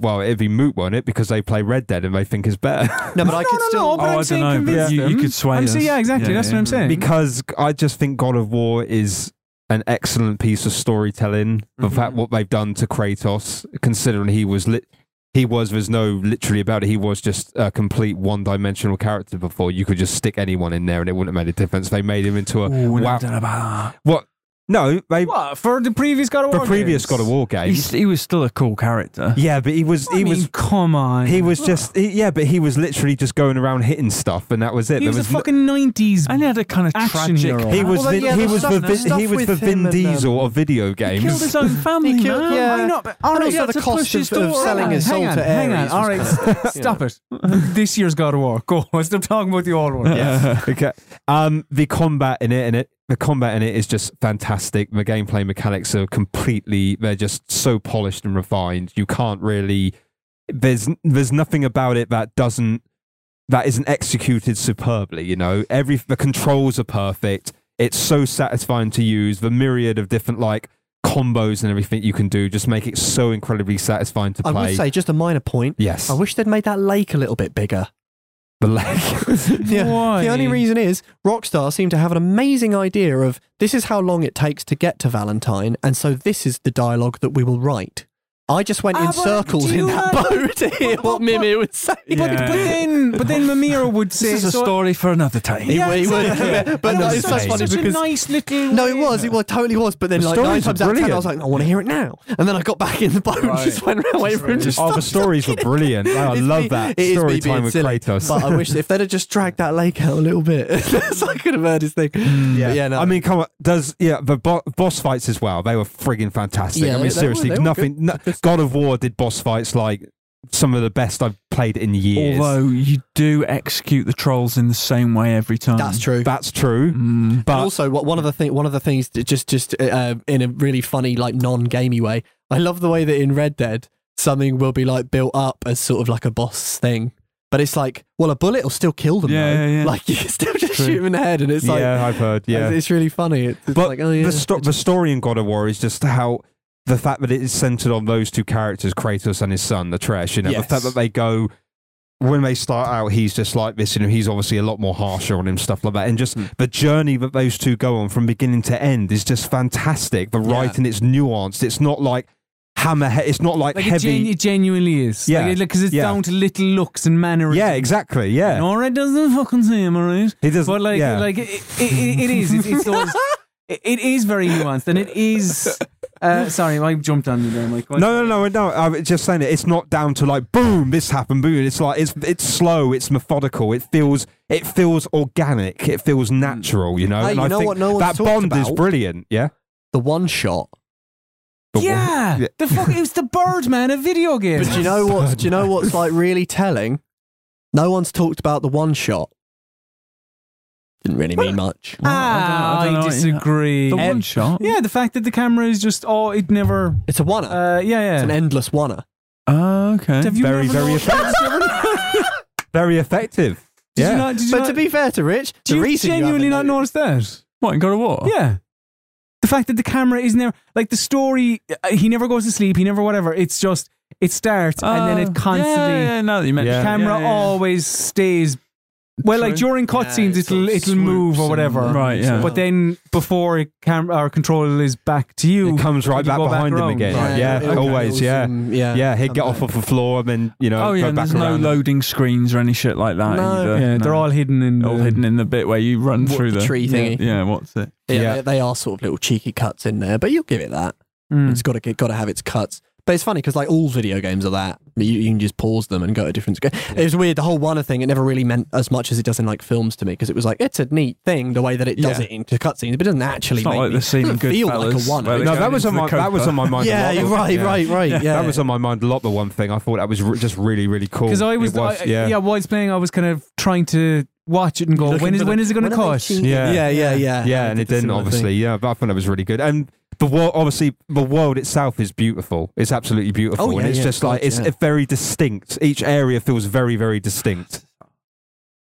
D: well, it'd be moot, won't it? Because they play Red Dead and they think it's better.
C: No, but I
A: no,
C: could
A: no,
C: still.
A: no. But
B: Oh, I
A: I'm
B: don't
A: saying
B: know, but
A: convince
B: you- you
A: them.
B: could sway
A: I'm saying-
B: us.
A: yeah, exactly.
B: Yeah,
A: that's
B: yeah,
A: what I'm
B: yeah.
A: saying.
D: because I just think God of War is an excellent piece of storytelling. The
C: Mhm.
D: fact what they've done to Kratos, considering he was lit, he was there's no literally about it. He was just a complete one-dimensional character before. You could just stick anyone in there and it wouldn't have made a difference. They made him into a
B: Ooh, we
D: wow.
B: don't know Oh, about that.
D: What? No, they
A: what for the previous God of
D: the
A: War?
D: previous God of War game.
B: He's, he was still a cool character.
D: Yeah, but he was
A: He
D: he
A: I mean,
D: was
A: was come on.
D: he was just he, yeah, but he was literally just going around hitting stuff, and that was it.
A: He
D: There
A: was a
D: no-
A: fucking nineties.
B: And he had a kind of
A: Action
B: tragic.
A: hero.
D: he was
C: Well,
D: Vin,
C: yeah,
D: he
C: the
D: was
C: stuff-
D: the
C: the
D: Vin,
C: stuff
D: he was
C: with
D: the Vin
C: him and, um,
D: Diesel of video
B: He
D: games.
B: killed his own family,
C: He killed-
B: man.
C: yeah.
A: I know, but
C: And
A: alright,
C: also
B: had
C: the
B: to
C: cost
B: push
C: of,
B: his
C: of
B: door
C: selling
B: around.
C: his soul
A: hang on,
C: to
A: hang on.
C: Ares
A: All right,
C: was kind of- you know.
A: stop it. this year's God of War. Go. Stop talking about the old one.
D: okay. Um, the combat in it, and it, the combat in it is just fantastic. The gameplay mechanics are completely, they're just so polished and refined. You can't really, there's, there's nothing about it that doesn't, that isn't executed superbly. You know, every the controls are perfect. It's so satisfying to use. The myriad of different like combos and everything you can do just make it so incredibly satisfying to
C: I
D: play.
C: would say just a minor point.
D: yes,
C: I wish they'd made that lake a little bit bigger.
D: the leg.
C: Yeah.
A: Why?
C: The only reason is Rockstar seem to have an amazing idea of this is how long it takes to get to Valentine, and so this is the dialogue that we will write. I just went
A: Ah,
C: in
A: but
C: circles
A: do
C: in
A: you
C: that
A: not-
C: boat to hear
A: but-
C: what
A: but-
C: Mimir would say.
A: But, but then, but then Mimir would say.
B: This is a
A: so-
B: story for another time.
C: He
A: Yeah,
C: would- he would-
A: exactly.
C: but
A: And
C: no,
A: it was
C: it's
A: such,
C: so funny
A: such
C: because-
A: a nice little.
C: No, it was. It was, totally was. But then,
D: The
C: like nine
D: stories
C: times
D: are
C: out of ten, I
D: brilliant.
C: was like, "No, I want to hear it now." And then I got back in the boat and just went around waiting for him to
D: Oh,
C: stop.
D: the stories were brilliant. Wow, I
C: It's
D: love
C: me-
D: that
C: it is me
D: story
C: being
D: time with
C: silly,
D: Kratos.
C: But I wish if they'd have just dragged that lake out a little bit, so I could have heard his thing.
A: Mm.
C: Yeah, yeah. No,
D: I mean, come on. Does yeah the bo- boss fights as well? They were friggin' fantastic.
C: Yeah,
D: I
C: they- they
D: mean,
C: were-
D: seriously,
C: they were
D: nothing. No, God of War did boss fights like some of the best I've played in years.
B: Although you do execute the trolls in the same way every time.
C: that's true.
D: that's true,
B: Mm.
D: but
C: also, what one of the thing, one of the things, that just just uh, in a really funny, like non-gamey way, I love the way that in Red Dead something will be like built up as sort of like a boss thing, but it's like, well, a bullet will still kill them.
B: Yeah,
C: though.
B: yeah, yeah.
C: Like you can still just shoot them in the head, and it's like,
D: yeah, I've heard. Yeah,
C: it's really funny. It's, it's
D: but
C: like, oh yeah,
D: the, sto- the story in God of War is just how the fact that it is centered on those two characters, Kratos and his son, the trash. You know,
C: Yes.
D: the fact that they go when they start out, he's just like this. You know, he's obviously a lot more harsher on him, stuff like that. And just
C: Hmm.
D: the journey that those two go on from beginning to end is just fantastic. The
C: Yeah.
D: writing, it's nuanced. It's not like hammerhead. It's not like,
A: Like it,
D: heavy.
A: genu- it genuinely is.
D: Yeah.
A: Like, because it's
D: Yeah.
A: down to little looks and mannerisms.
D: yeah, exactly. Yeah,
A: All right, doesn't fucking seem all right.
D: he doesn't.
A: But like,
D: yeah.
A: like it, it, it, it is. It's, it's those, it, it is very nuanced, and it is. Uh, sorry, I jumped on you there, Mike. Go on.
D: No, no, no, no. I was just saying it. It's not down to like boom, this happened, boom. It's like it's it's slow, it's methodical. It feels it feels organic. It feels
A: Hmm.
D: natural. You know.
C: Hey,
D: and
C: you
D: I
C: know
D: think
C: what no one's
D: that
C: talked
D: bond is
C: about?
D: brilliant. Yeah.
C: the one shot.
D: The one-
A: Yeah,
D: Yeah.
A: the fuck. It was the Birdman of video games.
C: But do you know what's do you know what's like really telling? No one's talked about the one shot. Didn't really mean much.
B: Well,
A: Ah,
B: I
A: I,
B: don't- I don't know,
A: disagree.
B: The
A: Eh,
B: one shot.
A: yeah, the fact that the camera is just oh, it never.
C: It's a wanna.
A: Uh, yeah,
C: it's an
A: yeah.
C: endless wanna.
B: Oh, okay.
A: Have you
D: Very,
A: never
D: very
A: noticed-
D: effective. Very effective.
A: Did
C: Yeah.
A: you not? Did you
C: but
A: not,
C: to be fair to Rich,
A: do
C: the
A: you
C: reason you
A: genuinely not
C: haven't
A: notice that?
B: What, and go to war?
A: Yeah. The fact that the camera isn't there, like the story, uh, he never goes to sleep, he never whatever. It's just, it starts and then
B: Oh,
A: it constantly,
B: Yeah, yeah, now that you mentioned
A: the
B: it.
A: camera
B: Yeah, yeah, yeah.
A: always stays. Well, like
B: True.
A: during cutscenes,
C: it's
A: it'll
C: all
A: it'll move
C: swoops
A: or
C: and-
A: whatever.
B: Right, yeah.
A: But then before camera or control is back to you,
D: It comes right
A: you
D: back
A: go back
D: behind him
A: around.
D: again.
A: Right.
D: Yeah,
C: It
D: always.
C: was,
D: Yeah.
C: um, yeah.
D: Yeah, he'd get
C: come
D: off
C: back.
D: off the floor and then, you know,
B: Oh, yeah,
D: go
B: and
D: back
B: there's no
D: around.
B: loading screens or any shit like that
C: No.
B: either.
A: yeah, they're
B: uh, No.
A: all hidden uh, in
B: all
A: the-
B: hidden in the bit where you run
C: What,
B: through
C: the
B: the
C: tree thingy?
B: Yeah, what's it?
C: Yeah,
D: Yeah.
C: They, they are sort of little cheeky cuts in there, but you'll give it that.
D: Hmm.
A: Mm.
C: It's got to got to have its cuts. But it's funny because like all video games are that you, you can just pause them and go to different. Sc- It was weird. The whole Wanna thing it never really meant as much as it does in like films to me because it was like it's a neat thing the way that it does
B: Yeah.
C: it into cutscenes, but it doesn't actually
B: It's not
C: make
B: like
C: me,
B: the scene in
C: doesn't feel like a
B: Goodfellas
C: Wanna.
B: where they
D: No,
B: Going
D: that was
B: into
D: on
B: the
D: my that was on my mind.
C: yeah,
D: a lot.
C: you're right,
D: Yeah.
C: right, right. Yeah,
D: That was on my mind a lot. The one thing I thought that was re- just really, really cool.
A: Because I was,
D: It was
A: I- I-
D: yeah.
A: yeah. while it's playing, I was kind of trying to watch it and go,
C: Looking
A: when is
C: for the-
A: when is it going to
C: when are they
A: cut?
C: cheating?
D: Yeah.
C: yeah, yeah, yeah.
D: yeah,
C: I
D: and
C: did
D: it
C: the
D: didn't
C: similar thing.
D: obviously. Yeah, but I thought it was really good. And the world, obviously, the world itself is beautiful. It's absolutely beautiful,
C: Oh, yeah,
D: and it's
C: yeah,
D: just
C: of
D: like
C: course,
D: it's
C: yeah.
D: very distinct. Each area feels very, very distinct.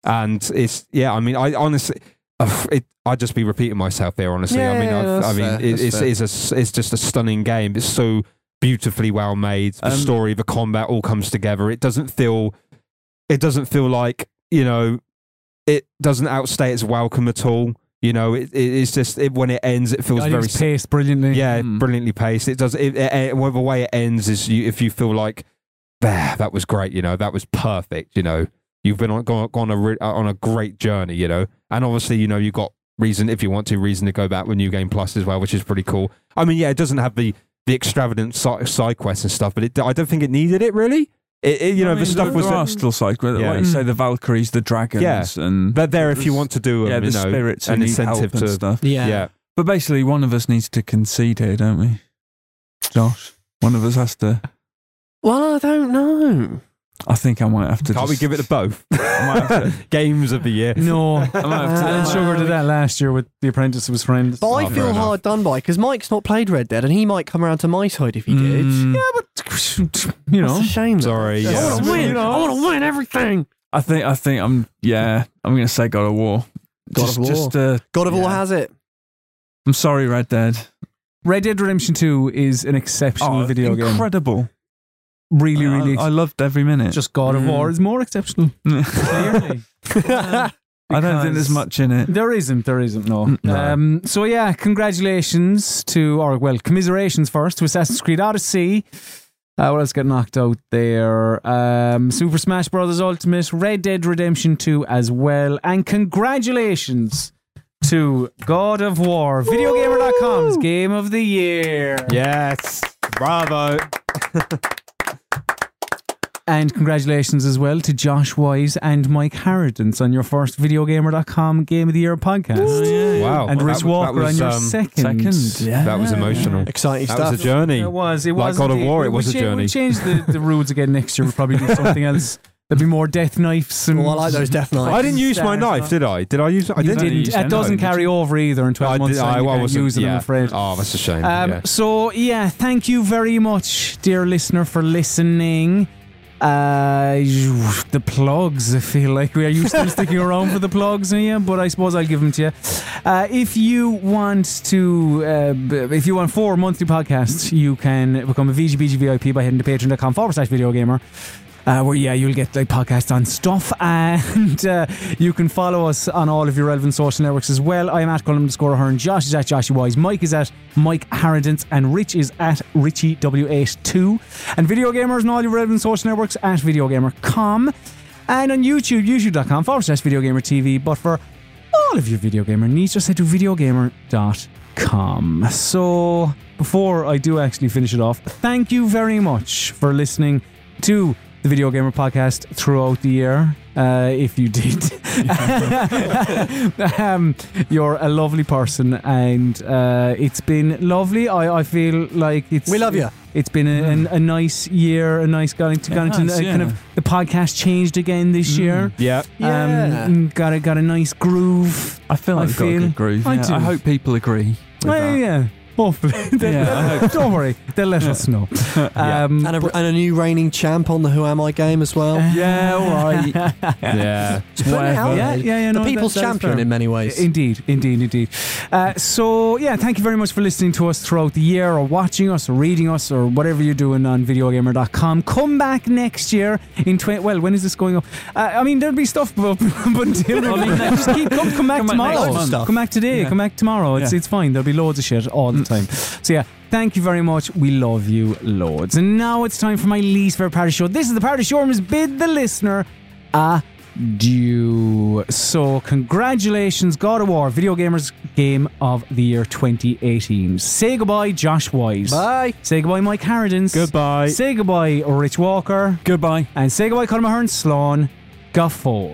D: And it's yeah. I mean, I honestly, uh, it, I'd just be repeating myself there. Honestly, I
A: Yeah,
D: mean,
A: yeah,
D: I've,
A: that's
D: I mean,
C: fair,
D: it,
C: that's
D: it's
C: fair.
D: it's a s- it's just a stunning game. It's so beautifully well made. The
B: Um,
D: story, the combat, all comes together. It doesn't feel, it doesn't feel like you know it doesn't outstay its welcome at all. You know, it, it it's just it, when it ends, it feels
A: I think
D: very
A: it's paced brilliantly.
D: yeah,
B: Mm.
D: brilliantly paced. It does it, it, it, well, the way it ends is you if you feel like "Ah, that was great, you know, that was perfect, you know, you've been on gone, gone a re- uh, on a great journey, you know, and obviously you know you got reason if you want to reason to go back with New Game Plus as well, which is pretty cool. I mean, yeah, it doesn't have the the extravagant si- side quests and stuff, but it, I don't think it needed it really. It, it- you know,
B: I
D: the
B: mean,
D: stuff
B: there,
D: was
B: there are
D: there,
B: still side quests.
D: Yeah.
B: Like you say, the Valkyries, the dragons,
D: Yeah.
B: and
D: they're there if you
B: there's-
D: want to do them.
B: yeah, the
D: you know,
B: spirits who
D: an
B: need help
D: incentive
B: and
D: to
B: stuff.
C: Yeah.
D: yeah.
B: But basically, one of us needs to concede here, don't we, Josh? One of us has to.
C: Well, I don't know.
B: I think I might have to.
D: Can't we
B: just-
D: give it to both?
B: might have
D: Games of the year.
A: No,
B: might have to-
A: Alan Sugar did that last year with The Apprentice was friends.
C: But I
D: Oh, fair
C: feel
D: enough.
C: hard done by because Mike's not played Red Dead, and he might come around to my side if he did.
B: Mm,
A: you
C: That's
A: know,
C: a shame. though.
D: Sorry.
C: I
D: Yeah.
C: want to win.
A: You know.
C: I want to win everything.
B: I think. I think. I'm. Yeah. I'm gonna say God of War.
C: God
B: just,
C: of War.
B: Just, uh,
C: God of War
B: Yeah.
C: has it.
B: I'm sorry, Red Dead. Oh,
A: Red Dead Redemption Two is an exceptional video game.
B: incredible!
A: Really,
B: I-
A: really.
B: I, loved every minute.
A: just God of
C: Mm.
A: War is more exceptional. Clearly.
B: I don't think there's
A: Because-
B: much in it.
A: There isn't. There isn't. No.
B: No.
A: Um, so yeah, congratulations to, or well, commiserations first to Assassin's Creed Odyssey. Uh, what else got knocked out there? Um, Super Smash Bros. Ultimate, Red Dead Redemption 2 as well, and congratulations to God of War, VideoGamer.com's Game of the Year,
D: Yes. Bravo.
A: and congratulations as well to Josh Wise and Mike Harridans on your first VideoGamer.com Game of the Year podcast,
D: Wow.
A: and
D: That
A: Rich
D: was-
A: Walker
D: that was,
A: on your
D: um,
A: second.
B: yeah.
D: That was emotional.
C: Exciting
D: That
C: stuff.
D: was a journey.
A: It was. It
D: Like
A: was.
D: God of
A: indeed.
D: War, it
A: We
D: was a
A: cha-
D: journey.
A: We change the, the rules again next year. We'll probably do something else. There'll be more death knives. And
C: Oh, I like those Death Knights.
D: I didn't use my
A: Stars
D: knife,
A: on.
D: did I? Did I use? I
A: You
D: didn't.
B: didn't
A: didn't.
B: use
A: That
B: them,
A: doesn't
B: no, did
A: carry over either in twelve
D: I,
A: months.
D: did, I,
A: time.
D: I
A: You can't
D: wasn't
A: use them,
D: yeah.
A: I'm afraid.
D: Oh, that's a shame.
A: Um,
D: yeah.
A: So yeah, thank you very much, dear listener, for listening. Uh, the plugs. I feel like we are you still sticking around for the plugs, yeah? But I suppose I'll give them to you. Uh, if you want to, uh, b- if you want four monthly podcasts, you can become a VGBG VIP by heading to patreon.com forward slash video gamer. Uh, where yeah, you'll get like podcasts on stuff, and uh, you can follow us on all of your relevant social networks as well. I am at Colin underscore Ahern, Josh is at Joshy Wise, Mike is at Mike Harridance, and Rich is at Richie W82. And Video Gamers and all your relevant social networks at VideoGamer.com and on YouTube, youtube.com forward slash VideoGamer TV. But for all of your video gamer needs, just head to videogamer.com. So, before I do actually finish it off, thank you very much for listening to the Video Gamer Podcast throughout the year. Uh, if you did, um, you're a lovely person, and uh, it's been lovely. I, I feel like it's
C: We love you.
A: It's been a, an- a nice year, a nice going to,
B: It
A: going to
B: has,
A: uh, kind
B: yeah. Mm.
A: of the podcast changed again this year.
D: yeah.
C: Yeah.
A: Um, got a got a nice groove.
B: I feel
A: I
B: like we've got a
A: feel-
B: good groove.
A: I
B: yeah.
A: do.
B: I hope people agree. with
A: Well,
B: that.
A: yeah, Hopefully. They-
B: Yeah, I hope
A: Don't worry, they'll let us know. Um,
C: And a, and a new reigning champ on the Who Am I game as well.
B: Yeah, all right. yeah.
C: putting it out
A: yeah, yeah,
B: Whatever.
A: yeah.
C: the
A: no, that-
C: people's
A: that is fair.
C: champion in many ways.
A: Indeed, indeed, indeed. Uh, so, yeah, thank you very much for listening to us throughout the year, or watching us, or reading us, or whatever you're doing on videogamer.com. Come back next year in twenty. Well, when is this going up? Uh, I mean, there'll be stuff, but, but until
B: I mean, next-
A: just keep come, come back
B: come back
A: tomorrow.
B: next month.
A: Come back today.
B: Yeah.
A: Come back tomorrow. It's
B: Yeah. Mm.
A: it's fine. There'll be loads of shit all the time. So yeah, thank you very much. We love you loads. And now it's time for my least favorite part of the show. This is the part of the show where I must bid the listener adieu. So congratulations, God of War, Video Gamers Game of the Year 2018. Say goodbye, Josh Wise.
C: Bye.
A: Say goodbye, Mike Harridans.
B: Goodbye.
A: Say goodbye, Rich Walker.
B: Goodbye.
A: And say goodbye, Colin Mahern Sloan. Guffaw.